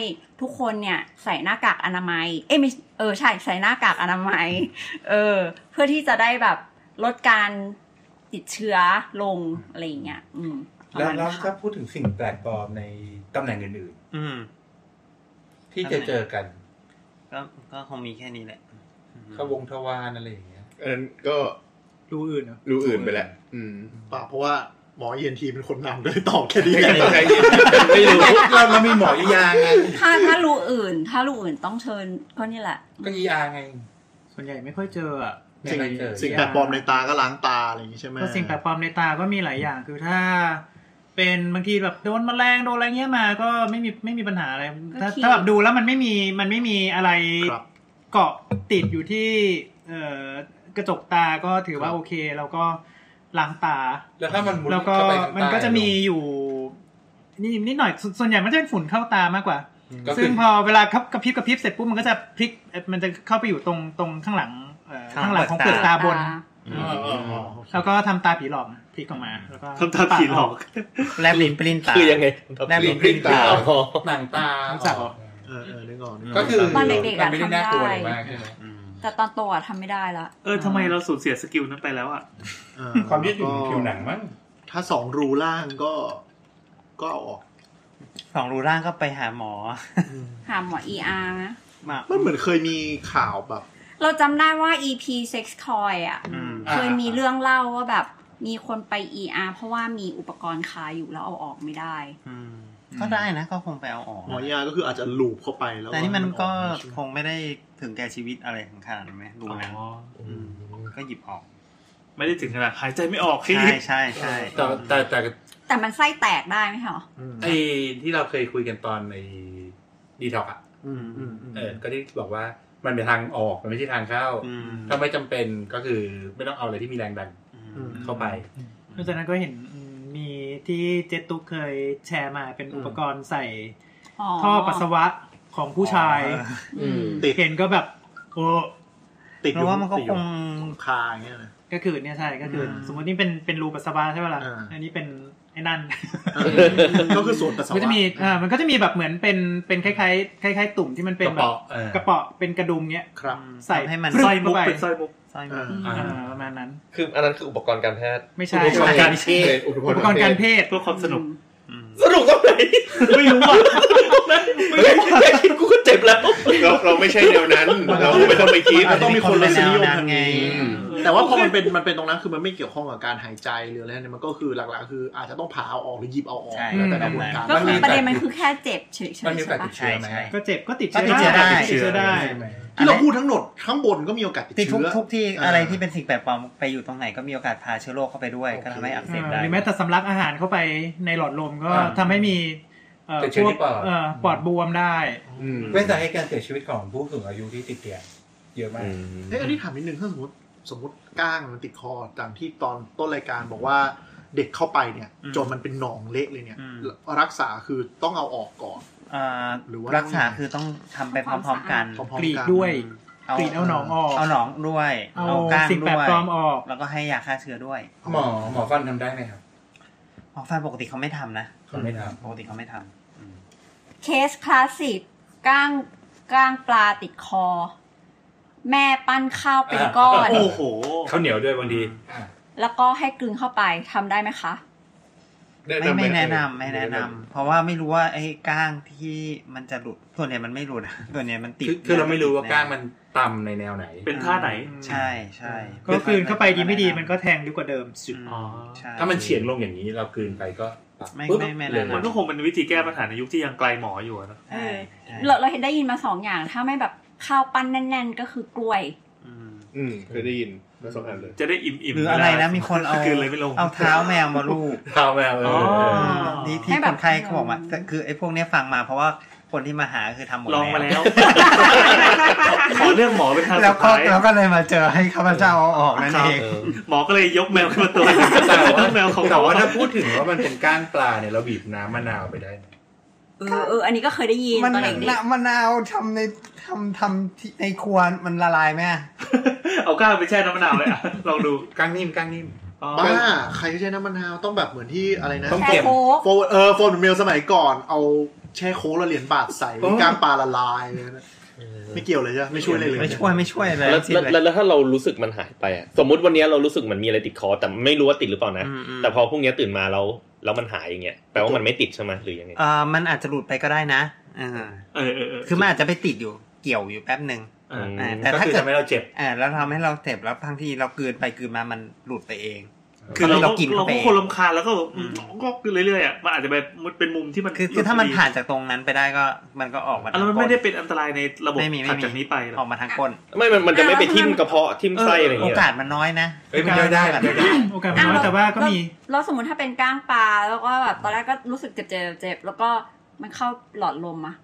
Speaker 2: ทุกคนเนี่ยใส่หน้ากากอนามัย เอ้ยไม่เออใช่ใส่หน้ากากอนามัยเออเพื่อที่จะได้แบบลดการติดเชื้อลงอะไรอย่างเงี้ยอืมประ
Speaker 7: แล้ว
Speaker 2: มาณ
Speaker 7: แล้ว
Speaker 2: นั้น
Speaker 7: ถ้า
Speaker 2: ค่ะ
Speaker 7: พูดถึงสิ่งแปลกปลอมในตำแหน่งอื่น
Speaker 3: อืม
Speaker 7: ๆ ที่จะเจอกัน
Speaker 3: ก็ก็คงมีแค่นี้แหละ
Speaker 7: ขวงทวารอะไรอย่างเงี้ย
Speaker 8: อันนั้นก็
Speaker 5: ดูอื่นเหรอ
Speaker 8: รู้อื่นไปแล้วอืม
Speaker 10: เปล่าเพราะว่าหมอเย็นทีเป็นคนนำก็เลยตอบแค่นี้แหละ
Speaker 8: ใจเย็นไม่รู้
Speaker 7: เราเรามีหมออียาไง
Speaker 2: ถ้าถ้ารู้อื่น ถ้ารู้อื่นต้องเชิญก็นี่แหละ
Speaker 7: ก็อียาไง
Speaker 5: ส่วนใหญ่ไม่ค่อยเจออะ
Speaker 7: ไม่
Speaker 8: สิ่ง
Speaker 7: ค่อยเจอ
Speaker 8: สิ่งแปลกปลอมในตาก็ล้างตาอะไรอย่างงี้ใช่ไหม
Speaker 5: ก็สิ่งแปลกปลอมในตาก็มีหลายอย่าง คือถ้า เป็นบางทีแบบโดนแมลงโดนอะไรเงี้ยมาก็ไม่มีไม่มีปัญหาอะไร ถ้า
Speaker 2: ก็ขี้
Speaker 5: ถ้าแบบดูแล้วมันไม่มีมันไม่มีอะไร
Speaker 8: ครับ
Speaker 5: เกาะติดอยู่ที่เอ่อกระจกตาก็ถือว่า
Speaker 8: ครับ
Speaker 5: โอเคแล้วก็ล้างตา
Speaker 7: แล้วถ้ามันมุด
Speaker 5: แล้วก็
Speaker 7: เข้าไปข้างใต้
Speaker 5: มันก็จะมีอยู่นี่นิดหน่อยส่วนส่วนใหญ่มันจะเป็นฝุ่นเข้าตามากกว่า
Speaker 7: ก็คื
Speaker 5: ซึ่
Speaker 7: อง
Speaker 5: พอเวลาครับกระพริบกระพริบเสร็จปุ๊บมันก็จะพลิกเอ่อมันจะเข้าไปอยู่ตรงตรงข้างหลังเอ่อข้างหลังของเปลือกตาบน
Speaker 8: อ๋ออ๋ออ๋อโอเค
Speaker 5: แล้วก็ทำตาผีหลอกพลิกออกมาแล้วก็
Speaker 4: ทำตาผีหลอก
Speaker 3: แลบลิ้นปลิ้นตา
Speaker 6: คือยังไง
Speaker 3: แนบลิ้นปลิ้นตา
Speaker 6: อ๋อ
Speaker 7: หนังตา
Speaker 5: รู้จักเหรอ
Speaker 8: เออเออนึกออกนึ
Speaker 7: ก็คือ
Speaker 2: ตอนเด็กๆอะ
Speaker 7: มันไม่ได้น่ากลัวอะไร
Speaker 2: ทำได้
Speaker 7: มากใช่ไหม
Speaker 3: อืม
Speaker 2: แต่ตอนโตอะทำไม่ได้ละ
Speaker 4: เออทำไมเราสูญเสียสกิลนั้นไปแล้วอ่ะ
Speaker 8: เออ
Speaker 7: ความยืดหยุ่นผิวหนังมั้ง
Speaker 8: ถ้าสองรูล่างก็ ก็เอาออก
Speaker 3: สองรูร่างก็ไปหาหมอ
Speaker 2: หาหมอ ER นะ
Speaker 3: มา
Speaker 8: มันเหมือนเคยมีข่าวแบบ
Speaker 2: เราจำได้ว่า EP Sex Toy อ่ะ
Speaker 3: อืม
Speaker 2: เคยมีเรื่องเล่าว่าแบบมีคนไป ER เพราะว่ามีอุปกรณ์คาอยู่แล้วเอาออกไม่ได้
Speaker 3: อืมก็ได้นะก็คงไปเอาออก
Speaker 8: หมอยาก็คืออาจจะลูบเข้าไปแล้ว
Speaker 3: แต่นี่มันก็
Speaker 8: ออใช่ไหม
Speaker 3: คงไม่ได้ถึงแก่ชีวิตอะไรถึงขนาดนั้นไหมดูหนังมก็หยิบออก
Speaker 4: ไม่ได้ถึงขนาดหายใจไม่ออกให้
Speaker 3: ใช่
Speaker 4: รีบ
Speaker 3: ใช่ใช่
Speaker 7: แต่แต่แต่
Speaker 2: แต่มันไส้แตกได้ไหมเหรอ
Speaker 7: ไอ้ที่เราเคยคุยกันตอนในดีท็อกอะ
Speaker 8: อืมอืมอืม
Speaker 7: เออ ก็ที่บอกว่ามันเป็นทางออกมันไม่ใช่ทางเข้า
Speaker 3: อืม
Speaker 7: ถ้าไม่จำเป็นก็คือไม่ต้องเอาอะไรที่มีแรงดัน
Speaker 3: อืม
Speaker 7: เข้าไป
Speaker 5: นอกจากนั้นก็เห็นอืมมีที่เจตุกเคยแชร์มาเป็นอุปกรณ์ใส่
Speaker 2: อ๋อ
Speaker 5: ท่อปัสสาวะของผู้ชาย
Speaker 2: อืม
Speaker 5: เห็นก็แบบโอ้
Speaker 8: ติดอ
Speaker 3: เพ
Speaker 8: ยู่
Speaker 3: ราะว่ามันก็
Speaker 8: ติดอ
Speaker 3: ค
Speaker 8: ยู่
Speaker 3: ง
Speaker 8: คาอย่างเงี้ยนะ
Speaker 5: ก็คือเนี่ยใช่ก็คืออ
Speaker 8: ม
Speaker 5: สมมตินี่เป็นเป็นรูปัสสาวะใช่ไหมล่ะ
Speaker 8: อ่า
Speaker 5: อันนี้เป็นไอ้นั่น
Speaker 8: ก็คือส่วนปัสสาวะ
Speaker 5: ก็จะมีอ่ามันก็จะมีแบบเหมือนเป็นเป็นคล้ายคล้ายๆคล้าย ๆ ตุ่มที่มันเป็น
Speaker 7: กระ
Speaker 5: แบบ
Speaker 7: เปาะเออ
Speaker 5: กระเปาะเป็นกระดุมเนี้ย
Speaker 8: ครับ
Speaker 5: ใส่
Speaker 3: ทำให้มัน
Speaker 5: ฟ
Speaker 4: ส
Speaker 5: รึบ
Speaker 4: ร้อยมุก
Speaker 5: เข้าไป
Speaker 4: เป็นสร้อยมุก
Speaker 3: สร้อย
Speaker 8: เอ
Speaker 3: มา
Speaker 8: อ
Speaker 2: อืม
Speaker 5: อ่าประมาณนั้น
Speaker 6: คืออันนั้นคืออุปกรณ์การแพทย์
Speaker 5: ไม่ใช่
Speaker 8: อุปกรณ์การเพศ
Speaker 5: อุปกรณ์การเพศ
Speaker 4: เพื่อความสนุก
Speaker 6: สนุกตรงไหน
Speaker 4: ไม่รู้อ่ะ
Speaker 6: เฮ้ยแค่คิดกูก็เจ็บแล้ว
Speaker 8: เราเราไม่ใช่แนวนั้น เราไม่ต้องไปคิด
Speaker 3: อาจจะมีคนเป็นแนวนั้นไง
Speaker 8: แต่ว่าพอมันเป็นมันเป็นตรงนั้นคือมันไม่เกี่ยวข้องกับการหายใจหรืออะไรเนี่ยมันก็คือหลักๆ คืออาจจะต้องผ่าเอาออกหรือหยิบเอาออก
Speaker 3: ใช่
Speaker 8: แล้วแต่กระบวนการ
Speaker 2: ก็คือ
Speaker 7: มั
Speaker 2: ป
Speaker 7: น
Speaker 2: ระ
Speaker 7: มี
Speaker 2: เด็นมันคือแค่เจ็บเฉยๆ
Speaker 7: มันมี
Speaker 2: ใช่
Speaker 7: โอกาส
Speaker 2: ปะ
Speaker 7: ติดเชื้อไหม
Speaker 3: ใช่ใช่
Speaker 5: ก็เจ็บก็ติด
Speaker 3: ก็ติดเชื้อได้
Speaker 5: ติดเชื้อได้
Speaker 7: ใช่ไหม
Speaker 8: ที่เราพูดทั้งหมดข้างบนก็มีโอกาสติด
Speaker 3: ที่ทุก
Speaker 8: เชื้อ
Speaker 3: ทุกที่
Speaker 8: เอออ
Speaker 3: อะไรที่เป็นสิ่งแปลกปลอมไปอยู่ตรงไหนก็มีโอกาสพาเชื้อโรคเข้าไปด้วยก็ทำให้อักเสบ
Speaker 5: อ่า
Speaker 3: ได้
Speaker 5: หรือแม้แต่สำลักอาหารเข้าไปในหลอดลมก็
Speaker 7: อ่า
Speaker 5: ทำให้มีเอ่อ
Speaker 7: ติดเชื้
Speaker 5: พ
Speaker 7: อ
Speaker 5: ว
Speaker 7: ที่
Speaker 5: ก
Speaker 7: ปอด
Speaker 5: เอ่อปอดบวมได้
Speaker 8: อืม
Speaker 7: เป็นสาเหตุการเสียชีวิตของผู้สูงอายุที่ติดเตียงเยอะมาก
Speaker 8: เอ้ยอันนี้ถามนิดนึงถ้าสมมติสมมติก้างมันติดคอตามที่ตอนต้นรายการบอกว่าเด็กเข้าไปเนี่ย
Speaker 3: อืม
Speaker 8: จนมันเป็นหนองเละเลยเนี่ย
Speaker 3: อืม
Speaker 8: รักษาคือต้องเอาออกก่อน
Speaker 3: อ่า
Speaker 8: หรือว่า
Speaker 3: รักษาคือต้องทำไปพร้อมๆกัน
Speaker 8: พร้อม
Speaker 5: กรี
Speaker 8: ๆ
Speaker 5: ด
Speaker 8: กัน
Speaker 5: ด้วย
Speaker 3: เอา
Speaker 5: กรีดเอาหนองออก
Speaker 3: เอาหนองด้วย
Speaker 5: เอา
Speaker 3: เอาก้าง
Speaker 5: สิ่ง
Speaker 3: ด้
Speaker 5: แปลก
Speaker 3: วย
Speaker 5: ปลอมออก
Speaker 3: แล้วก็ให้ยาฆ่าเชื้อด้วย
Speaker 7: หมอหมอฟันทำได้ไหมครับ
Speaker 3: หมอฟันปกติเขาไม่ทำนะ
Speaker 7: เขาไม่ท
Speaker 3: ปกติเขาไม่ทำอืม
Speaker 2: เคสคลาสสิกก้างก้างปลาติดคอ แม่ปั้นข้าวเป็นก้อน
Speaker 4: โอ้โห
Speaker 7: ำข้าวเหนียวด้วยบางที
Speaker 2: แล้วก็ให้กลืนเข้าไปทำได้ไหมคะ
Speaker 7: แนะ
Speaker 3: ไม่
Speaker 7: นำ
Speaker 3: ไม่
Speaker 7: ห
Speaker 3: แนะนำไม่แนะนำเพราะว่าไม่รู้ว่าไอ้ก้างที่มันจะหลุดส่วนใหญ่มันไม่หลุดอะ ส่วนใหญ่มันติด
Speaker 9: คือคือเราไม่รู้ว่าก้างมันต่ำในแนวไหน
Speaker 4: เป็นท่าไหน
Speaker 3: ใช่ใช่
Speaker 5: ก็คืนเข้าไปดีไม่ดีมันก็แทงดีกว่าเดิมสุด
Speaker 3: ม
Speaker 4: อ๋อ
Speaker 3: ใช่
Speaker 9: ถ้ามันเฉียงลงอย่างนี้เรากลืนไปก็ปรับ
Speaker 3: ไม่
Speaker 9: ปุ๊บ
Speaker 3: ไม่ไม่
Speaker 9: เลย
Speaker 3: แะำ
Speaker 4: มันก็คงเป็นวิธีแก้ปัญหาในยุคที่ยังไกลหมออยู่อะเนอะ
Speaker 3: ใช่ใช่
Speaker 2: เราเราเห็นได้ยินมาสองอย่าง ถ้าไม่แบบข้าวปั้นแน่น ๆ ก็คือกล้วย
Speaker 3: อืม
Speaker 7: อืมเคยได้ยินมาสองอันเลย
Speaker 4: จะได้อิ่มอิ่ม
Speaker 3: หรืออะไรนะมีคนเอา
Speaker 4: คืนเลยไม่ลง
Speaker 3: เอาเท้าแมวมาลูบ
Speaker 9: ข้าวแมวเออเออ
Speaker 4: อ๋อ
Speaker 3: นี่
Speaker 2: ให้
Speaker 3: ที่
Speaker 2: แบ
Speaker 3: ค
Speaker 2: บ
Speaker 3: นไข้เขาบอกมา
Speaker 2: อืม
Speaker 3: แต่คือไอ้พวกเนี้ยฟังมาเพราะว่าคนที่มาหาคือทำหมด
Speaker 4: ลองมา
Speaker 3: แล้
Speaker 4: แล้ว ขอเรื่องหมอเป็นทาง
Speaker 3: แล้ว
Speaker 4: สุด
Speaker 3: ก็
Speaker 4: ท้าย
Speaker 3: แล้วก็เลยมาเจอให้ข้าพเจ้าเอาออกนั่นเอง
Speaker 6: เออ
Speaker 4: หมอก็เลยยกแมวขึ้นมาตัวหนึ่ง
Speaker 9: แต่ว่า
Speaker 4: แมวของหม
Speaker 9: แต่
Speaker 4: อ
Speaker 9: ว่าถ้าพูดถึงว่ามันเป็นก้างปลาเนี่ยเราบีบน้ำมะนาวไปได้นะ
Speaker 2: เออเอออันนี้ก็เคยได้ยิน
Speaker 3: มัน
Speaker 2: ตอนเด็ก
Speaker 3: น่ะมะนาวทำในทำทำที่ในครัวมันละลายไหมอะ
Speaker 4: เอาก้าวไปแช่น้ำมะนาวเลยอะ ลองดู
Speaker 9: ก้างนิ่มก้างนิ่ม
Speaker 4: อ๋อ
Speaker 8: บ้าใครใช้น้ำมะนาวต้องแบบเหมือนที่อะไรนะ
Speaker 9: ต้
Speaker 2: ๆ
Speaker 9: น
Speaker 2: แช่โคก
Speaker 8: โฟนเออโฟนเมลสมัยก่อนเอาแช่โค้กแล้วเหรียญบาทใส่
Speaker 9: อ๋อ
Speaker 8: กล้างปลาละลายเลยนะไม่เกี่ยวเลยใช่ไหมไม่ช่วยเลยเลย
Speaker 3: ไม่ช่วยไม่ช่วยเลย
Speaker 6: แล้ว
Speaker 3: สิ้นเลย
Speaker 6: แล้วแล้วแล้วถ้าเรารู้สึกมันหายไปอะสมมุติวันเนี้ยเรารู้สึกเหมือนมีอะไรติดคอ แต่ไม่รู้ว่าติดหรือเปล่านะ
Speaker 3: อืมอืม
Speaker 6: แต่พอพรุ่งเนี้ยตื่นมาแล้วแล้วมันหายอย่างเงี้ยแปลว่ามันไม่ติดใช่ไหมหรือยังไง
Speaker 3: เอ่อมันอาจจะหลุดไปก็ได้นะเออ
Speaker 4: เออเออเออ
Speaker 3: คือมันอาจจะไปติดอยู่เกี่ยวอยู่แป๊บหนึ่ง
Speaker 4: เออ
Speaker 3: อ่า
Speaker 9: ก็
Speaker 3: แต่ถ้า
Speaker 9: คือ
Speaker 3: เกิด
Speaker 9: ทำให้เราเจ็บ
Speaker 3: อ่าแล้วทำให้เราเจ็บแล้วบางทีเรากลืนไปกลืนมามันหลุดไปเอง
Speaker 4: คือเรา
Speaker 3: ตนที่
Speaker 4: ก็
Speaker 3: กิน
Speaker 4: เรา
Speaker 3: เข้าไป
Speaker 4: ก็
Speaker 3: เอง
Speaker 4: คนลำคาญแล้วก็
Speaker 3: อืม
Speaker 4: ก็คือเรื่อยๆอ่ะมันอาจจะแบบมันเป็นมุมที่มัน
Speaker 3: คือคือถ้ามันผ่านจากตรงนั้นไปได้ก็มันก็ออกมา
Speaker 4: อ่ะแล้วมัน
Speaker 3: ทาง
Speaker 4: ไม่ได้
Speaker 3: ก้น
Speaker 4: เป็นอันตรายในระบบ
Speaker 3: ไม่มีไม่มี
Speaker 4: ถัดจากนี้ไปหร
Speaker 3: อ
Speaker 4: อ
Speaker 3: อก กมาทางก้น
Speaker 6: ไม่มันมันจะไม่ไปทิ่มกระเพาะทิ่มไส้
Speaker 4: เอออ
Speaker 6: อะไรอย่าง
Speaker 3: โอ
Speaker 6: เงี้ย
Speaker 3: กาสมันน้อยนะ
Speaker 9: เอ้ยมันย่อยได้มันย่อยได้
Speaker 5: โอกาสมันน้อยแต่ว่าก็มี
Speaker 2: แล้วสมมติถ้าเป็นก้างปลาแล้วก็แบบตอนแรกก็รู้สึกเจ็บเจ็บเจ็บแล้วก็มันเข้าหลอดลมอะ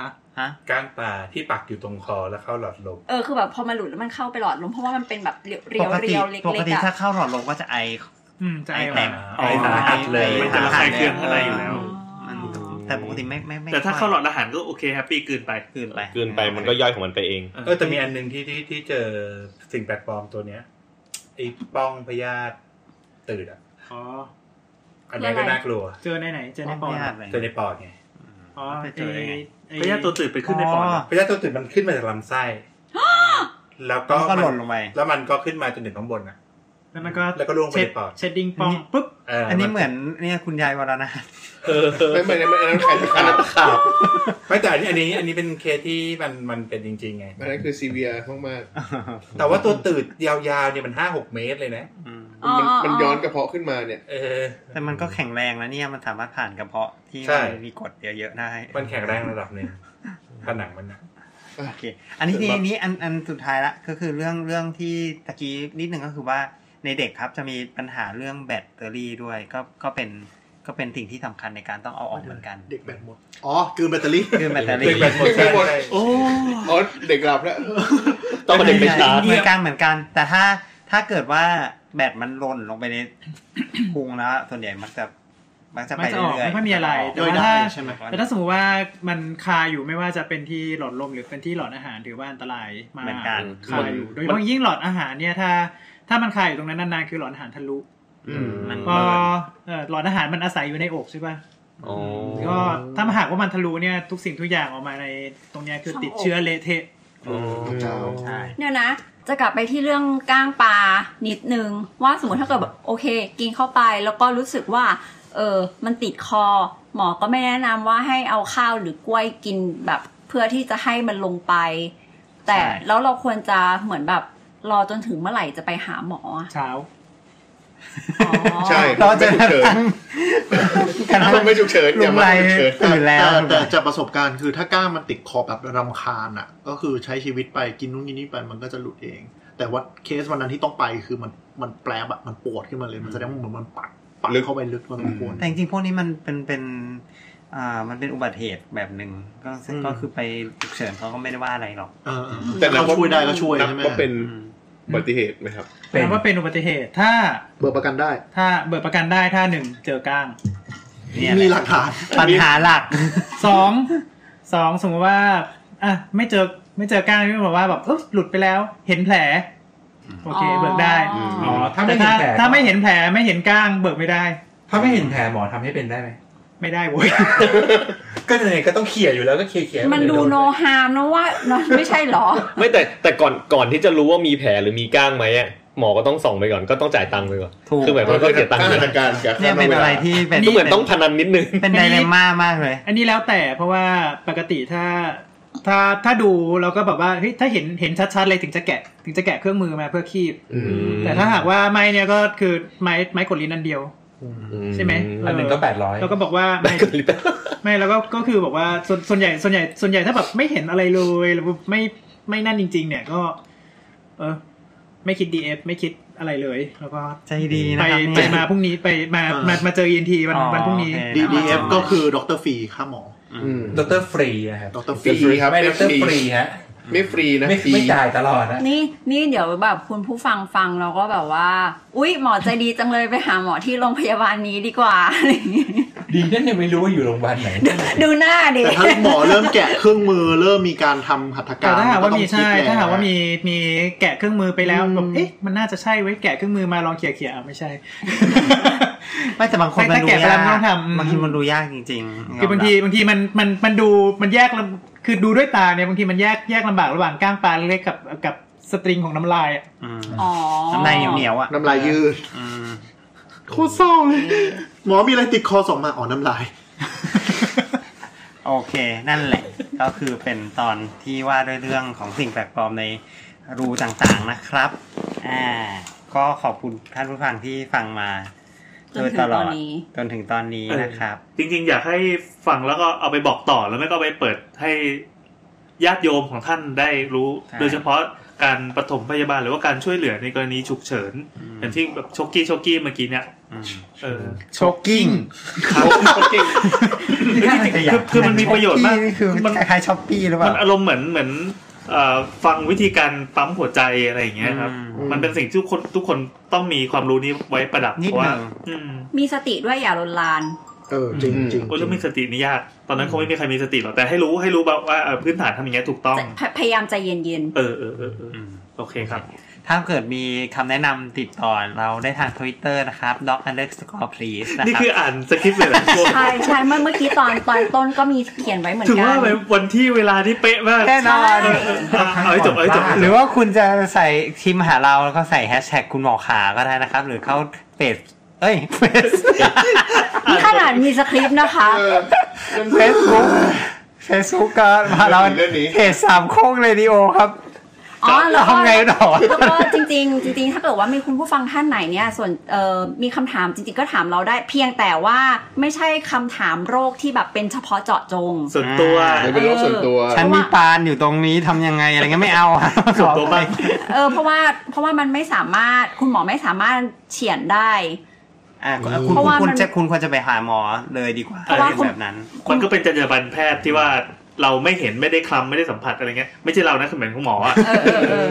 Speaker 3: ฮะฮะ
Speaker 9: ก้างปลาที่ปักอยู่ตรงคอแล้วเข้าหลอดลม
Speaker 2: เออคือแบบพอมันหลุดแล้วมันเข้าไปหลอดลมเพราะว่ามันเป็นแบบเรียวเรี
Speaker 3: ป
Speaker 2: ยว
Speaker 3: กติ
Speaker 2: เรียวเล็ก
Speaker 3: ปกติ
Speaker 2: ๆ
Speaker 3: ถ้า
Speaker 2: อะ
Speaker 3: เข้าหลอดลมก็จะไอ
Speaker 5: อืมจะไออ
Speaker 3: ไอแต
Speaker 5: อก ก
Speaker 9: ไอ้สาหัสเลย
Speaker 4: มันจะระคายเคืองข้างในอยู่
Speaker 3: ล้
Speaker 4: แล้ว ว
Speaker 3: มันแต่ปกติไม่ไม่ไม่
Speaker 4: แต่ถ้า
Speaker 3: ค่ย
Speaker 4: เข้าหลอดอาหารก็โอเคแฮปปี้เกินไป
Speaker 3: กลืนไป
Speaker 6: เกินไปมันก็ย่อยของมันไปเอง
Speaker 9: เออแต่มีอันหนึ่งที่ที่ที่เจอสิ่งแปลกปลอมตัวเนี้ยไอ้ป้องพยาธิตืดอ่ะ
Speaker 5: อ๋อ
Speaker 9: อันนี้ก็น่ากลัว
Speaker 5: เจอในไหนเจอในป
Speaker 3: ป
Speaker 5: อ
Speaker 3: อ
Speaker 5: ด
Speaker 3: ด
Speaker 5: เหรอ
Speaker 3: เลย
Speaker 9: เจอในปอดไง
Speaker 5: อ๋อ
Speaker 3: ไปเจอยังไง
Speaker 5: ไอ้
Speaker 4: พยาธิตัวตื่นไปขึ้นในปอดเหรอ
Speaker 9: พยาธิตัวตืดมันขึ้นมาจากลำไส้ แล้วก็
Speaker 3: แล้วก็หล่นลงไป
Speaker 9: แล้วมันก็ขึ้นมาจนถึงข้างบนอ่ะ
Speaker 5: แล้วมันก็
Speaker 9: แล้วก็ล่วงไป
Speaker 5: เช็ด
Speaker 9: ในปอด
Speaker 5: เช็ดดิ้งปองปุ๊บ
Speaker 9: เ
Speaker 3: อันนี้เหมือนเนี่ยคุณยายวรนาถ
Speaker 7: ไม่ไม่ไม่อันนั้นใครจะขาด
Speaker 9: ไม่แต่อันนี้อันนี้อันนี้เป็นเคสที่มันมันเป็นจริงๆไง
Speaker 7: อันนั้นคือซีเวียมาก
Speaker 9: แต่ว่าตัวตืดยาวๆเนี่ยมันห้าหกเมตรเลยนะ
Speaker 3: อืม
Speaker 7: ๆมันมันย้อนกระเพาะขึ้นมาเนี่ย
Speaker 9: เออ
Speaker 3: แต่มันก็แข็งแรงนะเนี่ยมันสามารถผ่านกระเพาะที่
Speaker 9: ใช่
Speaker 3: มันมีกรดเยอะๆได้
Speaker 9: มันแข็งแรงระดับหนึ่งผนังมันนะ
Speaker 3: โอเค อันนี้ทีนี้อันอันสุดท้ายละก็คือเรื่องเรื่องที่ตะกี้นิดหนึ่งก็คือว่าในเด็กครับจะมีปัญหาเรื่องแบตเตอรี่ด้วยก็ก็เป็นก็เป็นสิ่งที่สำคัญในการต้องเอาออกเหมือนกัน
Speaker 8: เด็กแบตหมด อ๋อคืนแบตเตอรี่
Speaker 3: คือแบตเตอ
Speaker 9: เด็ก
Speaker 3: รี่
Speaker 9: แบบหมด
Speaker 7: เด็กแบบหมด
Speaker 9: ใช่
Speaker 4: โอ้
Speaker 7: อ๋อเด็กหลับแล้ว
Speaker 6: ต้องมาเด็กไปชาร์จ
Speaker 3: เหมือนกันเหมือนกัน แต่ถ้าถ้าเกิดว่าแบตมันหล่นลงไปใน พุงแล้วส่วนใหญ่มันจะมันจะ
Speaker 5: มั
Speaker 3: ไป
Speaker 5: นจะออก
Speaker 3: เรื่อย
Speaker 5: ไม่ค่อยมีอะไรแต่
Speaker 8: ย่อย
Speaker 5: ว่า
Speaker 8: ได้
Speaker 5: ถ้า
Speaker 8: ใช่ไหม
Speaker 5: แต่ถ้าสมมติว่ามันคาอยู่ไม่ว่าจะเป็นที่หลอดลมหรือเป็นที่หลอดอาหารถือว่าอันตรายมาก
Speaker 3: เหมือนกัน
Speaker 5: คาอยู่โดยเฉพาะยิ่งหลอดอาหารเนี่ยถ้า ถ้ามันคาอยู่ตรงนั้นนานๆคือหลอดอาหารทะลุ
Speaker 6: อืม
Speaker 3: มัน
Speaker 5: พอเอ่อหลอดอาหารมันอาศัยอยู่ในอกใช่ป่ะ
Speaker 6: อ๋อ
Speaker 5: ก็ถ้าหากว่ามันทะลุเนี่ยทุกสิ่งทุกอย่างออกมาในตรงเนี้ยคือติดเชื้อเละเทะ
Speaker 6: อ๋อ
Speaker 3: ใช่
Speaker 2: เดี๋ยวนะ จะกลับไปที่เรื่องก้างปลานิดนึงว่าสมมติถ้าเกิดแบบโอเค กินเข้าไปแล้วก็รู้สึกว่า เออมันติดคอ หมอก็ไม่แนะนำว่าให้เอาข้าวหรือกล้วยกินแบบเพื่อที่จะให้มันลงไป แต่
Speaker 3: ใช่
Speaker 2: แล้วเราควรจะเหมือนแบบรอจนถึงเมื่อไหร่จะไปหาหมออะ
Speaker 5: เช้า
Speaker 2: อ๋อ
Speaker 7: ใช่
Speaker 3: เราจะตั้งกัน
Speaker 7: มันไม่ฉุกเฉิน
Speaker 3: ลุ
Speaker 7: อย่าง มา
Speaker 3: ไร
Speaker 7: ฉุกเฉิน
Speaker 3: ตื่นแล้ว
Speaker 8: ต่แต่จากประสบการณ์คือถ้ากล้างมันติดคอแบบรำคาญอ่ะ ก็คือใช้ชีวิตไปกินนู่นกินนี่ไปมันก็จะหลุดเอง แต่ว่าเคสวันนั้นที่ต้องไปคือมันมันแปลบอะมันปวดขึ้นมาเลยมันแสดงว่าเหมือนมันปักปักเข้าไปลึกพอสมควร
Speaker 3: แต่จริงๆพวกนี้มันเป็นเป็นอ่ามันเป็นอุบัติเหตุแบบหนึ่งก็ซึ่งก็คือไปฉุกเฉินเขาก็ไม่ได้ว่าอะไรหรอก
Speaker 8: เออเออ
Speaker 7: แต่นับ
Speaker 8: เขาช่วยได้ก็ช่วย
Speaker 7: นับ
Speaker 8: ใช่ไหม
Speaker 7: ว่าเป็นอุบัติเหตุไหมครับ
Speaker 5: แปลว่าเป็นอุบัติเหตุถ้า
Speaker 8: เบอร์ประกันได้
Speaker 5: ถ้าเบิดประกันได้ถ้าหนึ่งเจอก้าง
Speaker 3: เนี่ยแห
Speaker 8: มี
Speaker 3: ละ
Speaker 8: หลักฐาน
Speaker 3: ปัญหาหลัก
Speaker 5: สองสองสมมติว่าอ่ะไม่เจอไม่เจอก้างไม่บอกว่าแบบเออหลุดไปแล้ว เห็นแผล โอเค
Speaker 2: อ๋อ
Speaker 5: เบิกได้
Speaker 9: อ๋อถ้าไม่เห็น
Speaker 5: ถ้า
Speaker 9: แผล
Speaker 5: ถ้าไม่เห็นแผลไม่เห็นก้างเบิกไม่ได้
Speaker 9: ถ้าไม่เห็นแผลหมอทำให้เป็นได้ไหม
Speaker 5: ไม่ได้โว้ย
Speaker 9: ก็ไหนๆก็ต้องเขี่ยอยู่แล้วก็เขี่ยเขี่ย
Speaker 2: มันดูโนฮามนะว่านะไม่ใช่หรอ
Speaker 6: ไม่แต่แต่ก่อนก่อนที่จะรู้ว่ามีแผลหรือมีก้างไหมอะ หมอก็ต้องส่องไปก่อนก็ต้องจ่ายตังค์ไปก่อน
Speaker 3: ถูก
Speaker 6: คือหมายความว่าก็เสียตังค์
Speaker 7: ค่า
Speaker 6: ไป
Speaker 7: ทางการกับ
Speaker 3: เนี่ย
Speaker 7: ค่า
Speaker 3: เป็น
Speaker 7: ว
Speaker 3: อะ
Speaker 7: ลา
Speaker 3: ไรที่เป็น
Speaker 6: ก็เหมือนต้องพนันนิดนึง
Speaker 3: เป็นไดเลมม่ามากเลย
Speaker 5: อันนี้แล้วแต่เพราะว่าปกติถ้าถ้าถ้าดูเราก็แบบว่าเฮ้ยถ้าเห็นเห็นชัดๆเลยถึงจะแกะ ถึงจะแกะเครื่องมือมาเพื่อคีบ แต่ถ้าหากว่าไม่เนี่ยก็คือไม้ไม้กดลิ้นอันเดียว ใช่ไหม
Speaker 9: อันหนึ่งก็แปดร้อย
Speaker 5: เราก็บอกว่าไม่ ไม่แล้วก็ก็คือบอกว่าส่วนส่วนใหญ่ส่วนใหญ่ส่วนใหญ่ถ้าแบบไม่เห็นอะไรเลยหรือไม่ไม่นั่นจริง ๆ เนี่ยก็ เออ ไม่คิดดีเอฟไม่คิดอะไรเลย แล้วก็
Speaker 3: ใจดีนะ
Speaker 5: ไป
Speaker 3: ครับ
Speaker 5: ไป
Speaker 3: เนี่ย
Speaker 5: มาพรุ่งนี้ไปมา
Speaker 8: เออ
Speaker 5: มามาเจอเอ็นทีวัน
Speaker 3: อ๋อ
Speaker 5: วันพรุ่งนี้
Speaker 3: โอเค
Speaker 8: DDF ก็คือดรฟรีค่าหมอ
Speaker 7: อืม
Speaker 9: ดรฟรีนะครับ
Speaker 8: ดรฟ
Speaker 7: ฟรี
Speaker 8: รี
Speaker 7: ครับ
Speaker 9: ไม่ด
Speaker 7: ไม่ฟ
Speaker 9: ร
Speaker 7: รี
Speaker 9: ฟรีฮะ
Speaker 7: ไม่ฟรีนะ
Speaker 9: ไม่
Speaker 7: ฟรี
Speaker 9: ไม่จ่ายตลอดนะ
Speaker 2: นี่นี่เดี๋ยวแบบคุณผู้ฟังฟังเราก็แบบว่า อุ๊ย หมอใจดีจังเลยไปหาหมอที่โรงพยาบาลนี้ดีกว่า อะไรอย่างงี้
Speaker 9: ดีนั่นยังไม่รู้ว่าอยู่โรงพยาบาลไหน
Speaker 2: ดูหน้าดิ
Speaker 8: แต่ถ้าหมอเริ่มแกะเครื่องมือเริ่มมีการทำหัตถกา
Speaker 5: แต่
Speaker 8: ร
Speaker 5: ถ้าหากว่ามี
Speaker 8: นก็ต้องคิด
Speaker 5: ใช่
Speaker 8: แล้ว
Speaker 5: ถ้าหากว่ามีมีแกะเครื่องมือไปแล้ว
Speaker 7: อืม
Speaker 5: แบบเอ๊ะมันน่าจะใช่ไว้ยแกะเครื่องมือมาลองเขี่ยเขี่ยไม่ใช่
Speaker 3: ไม่แต่บางคน
Speaker 5: ไม่
Speaker 3: มัน
Speaker 5: ถ้า
Speaker 3: ดู
Speaker 5: แกะไปแล้
Speaker 3: ยาว ก
Speaker 5: มันต้องทำ
Speaker 3: บางทีมันดูยากจริงๆ
Speaker 5: คือบางทีบางทีมันมันมันดูมันแยกลำคือดูด้วยตาเนี่ยบางทีมันแยกแยกลำบากระหว่างก้างปลาเล็กๆกับกับสตริงของน้ำลายอะ
Speaker 3: อืม
Speaker 2: อ๋อ
Speaker 3: น้ำลายเหนียวๆอ่ะ
Speaker 8: น้ำลายยืด
Speaker 3: อืม
Speaker 8: โคตรเศร้าเลย หมอมีอะไรติดคอสองมาอ๋อน้ำลาย
Speaker 3: โอเค นั่นแหละ ก็คือเป็นตอนที่ว่าด้วยเรื่องของสิ่งแปลกปลอมในรูต่างๆนะครับอ่าก็ขอบคุณท่านผู้ฟังที่ฟังมา
Speaker 2: จ
Speaker 3: โด
Speaker 2: น
Speaker 3: ย
Speaker 2: ถึง
Speaker 3: ตล
Speaker 2: ต
Speaker 3: อ
Speaker 2: อน
Speaker 3: ด
Speaker 2: นี้
Speaker 3: จนถึงตอนนี้นะครับ
Speaker 4: จริงๆ อยากให้ฟังแล้วก็เอาไปบอกต่อแล้วไม่ก็เอาไปเปิดให้ญาติโยมของท่านได้รู้
Speaker 3: ใช่
Speaker 4: โดยเฉพาะการปฐมพยาบาลหรือว่าการช่วยเหลือในกรณีฉุกเฉินอย่างที่แบบชกกี้ชกกี้เมื่อกี้เนี่ย
Speaker 3: อืม
Speaker 4: เออ
Speaker 5: ช็อกกิ้ง
Speaker 4: ครับชกกี้คือคือมันมีประโยชน์มาก
Speaker 3: นี่คือ
Speaker 4: มัน
Speaker 3: คล้ายๆช้อปปี้หรือเป
Speaker 4: มั
Speaker 3: ล่า
Speaker 4: นอารมณ์เหมือนเหมือนเอ่อฟังวิธีการปั๊มหัวใจอะไรอย่างเงี้ยครับ
Speaker 3: อืม
Speaker 4: มันเป็นสิ่งที่ทุกคนทุกคนต้องมีความรู้นี้ไว้ประดับ
Speaker 3: นิด
Speaker 4: เพราะว่า
Speaker 3: หนึ่ง
Speaker 4: อืม
Speaker 2: มีสติด้วยอย่าลนลาน
Speaker 8: เออ จริง
Speaker 7: อืม
Speaker 8: จริง
Speaker 4: โอ้ยแล้วมีสตินี่ยากตอนนั้นคงไม่มีใครมีสติหรอกแต่ให้รู้ให้รู้แบบว่าเอ่อพื้นฐานทำอย่างเงี้ยถูกต้อง
Speaker 2: พยพยายามใจเย็น
Speaker 4: เออเออเออเอออโอเคครับ
Speaker 3: ถ้าเกิดมีคำแนะนำติดต่อเราได้ทาง Twitter นะครับ doc underscore please นะ
Speaker 4: นี่
Speaker 3: ครับ
Speaker 4: คืออ่านสคริปต์เลยเหรอ
Speaker 2: ๆ ใช่ใช่เมื่อเมื่อกี้ตอนตอนต้นก็มีเขียนไว้เหมือน
Speaker 4: ถึง
Speaker 2: กั
Speaker 4: ว่าน ไปวันที่เวลาที่เป๊ะมาก
Speaker 3: แน่นอน
Speaker 4: เออเออเออเอาให้จบเอาให้จบ
Speaker 3: หรือว่าคุณจะใส่ทีมหาเราแล้วก็ใส่แฮชแท็กคุณหมอขาก็ได้นะครับ หรือเข้าเฟซเอ้ย เฟซ
Speaker 2: นี่ขนาดมีสคริปต์นะคะ
Speaker 7: เออนั่น
Speaker 3: เฟ
Speaker 7: เ
Speaker 3: ซบุ๊กเฟซบุ๊กก็มาเรา
Speaker 7: เรื่องนี้
Speaker 3: เพจสามโค้งเรดิโอครับ
Speaker 2: อ๋อแล้วก็
Speaker 3: ทำไงต่อ
Speaker 2: แล้วก็จริง ๆ จริง ๆ ถ้าเกิดว่ามีคุณผู้ฟังท่านไหนเนี่ยส่วนเอ่อมีคำถามจริง ๆ ก็ถามเราได้ เพียงแต่ว่าไม่ใช่คำถามโรคที่แบบเป็นเฉพาะเจาะจง
Speaker 4: ส่วนตัว
Speaker 7: มันเป็นโรคส่วนตัว
Speaker 3: ฉันมีปานอยู่ตรงนี้ทำยังไงอะไรเงี้ยไม่เอาอะ
Speaker 4: ส่วนตัวบ้าง
Speaker 2: เออเพราะว่าเพราะว่ามันไม่สามารถคุณหมอไม่สามารถเฉียนได้
Speaker 3: อ่ะคุณ
Speaker 2: เพราะว่า
Speaker 3: คุณ
Speaker 2: มัน
Speaker 3: จะคุณควรจะไปหาหมอเลยดีกว่า
Speaker 2: เพราะว่าคุณ
Speaker 3: แบบนั้น
Speaker 4: มันก็เป็นจรรยาบรรณแพทย์ที่ว่าเราไม่เห็นไม่ได้คลำไม่ได้สัมผัสอะไรเงี้ยไม่ใช่เรานะคือเหมือนของหมออะ
Speaker 2: เออเออเออ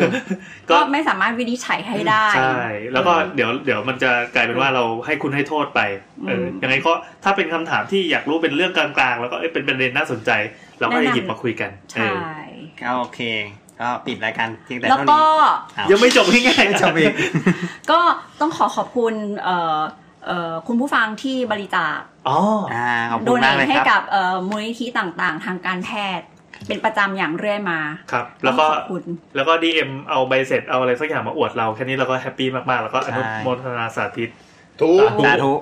Speaker 4: ก็
Speaker 2: ก็ไม่สามารถวินิจฉัยให้ได้
Speaker 4: ใช่แล้วก็เดี๋ยวเดี๋ยวมันจะกลายเป็นว่าเราให้คุณให้โทษไปเออ
Speaker 2: ม
Speaker 4: ยังไงก็ถ้าเป็นคำถามที่อยากรู้เป็นเรื่องกลางๆ แล้วก็เอ้ยเป็นประเด็นน่าสนใจ เราก็จะ
Speaker 2: แนะนำ
Speaker 4: หยิบมาคุยกัน
Speaker 2: ใช่
Speaker 4: เออ
Speaker 3: ก็โอเค ก็ปิดรายการเพียงแต่
Speaker 2: แล้ว
Speaker 3: เท่า
Speaker 2: ก็
Speaker 3: นี้
Speaker 4: ยังไม่จบง่ายๆ
Speaker 3: จบอีก
Speaker 2: ก็ต้องขอขอบคุณเอ่อเอ่อคุณผู้ฟังที่บริจาค
Speaker 4: อ๋อ
Speaker 3: อ่าขอบ
Speaker 2: โด
Speaker 3: คุณ
Speaker 2: เน
Speaker 3: มาก
Speaker 2: ท
Speaker 3: เลย
Speaker 2: ให้
Speaker 3: ครับ
Speaker 2: กับเอ่อมูลนิธิต่างๆ ทางการแพทย์ เป็นประจำอย่างเรื่อยมา
Speaker 4: ครับ แล้วก็
Speaker 2: ต้องขอบคุณ
Speaker 4: แล้วก็ DM เอาใบเสร็จเอาอะไรสักอย่างมาอวดเรา แค่นี้เราก็แฮปปี้มาก ๆ แล้วก็อนุโมทนาสาธิต
Speaker 7: ทุก
Speaker 3: สาธุ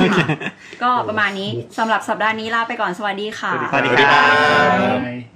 Speaker 2: ก็ประมาณนี้สำหรับสัปดาห์นี้ลาไปก่อนสวัสดีค่ะ
Speaker 4: สวัสดี
Speaker 3: ส
Speaker 4: ครับ
Speaker 3: วัสดีครับ
Speaker 7: บ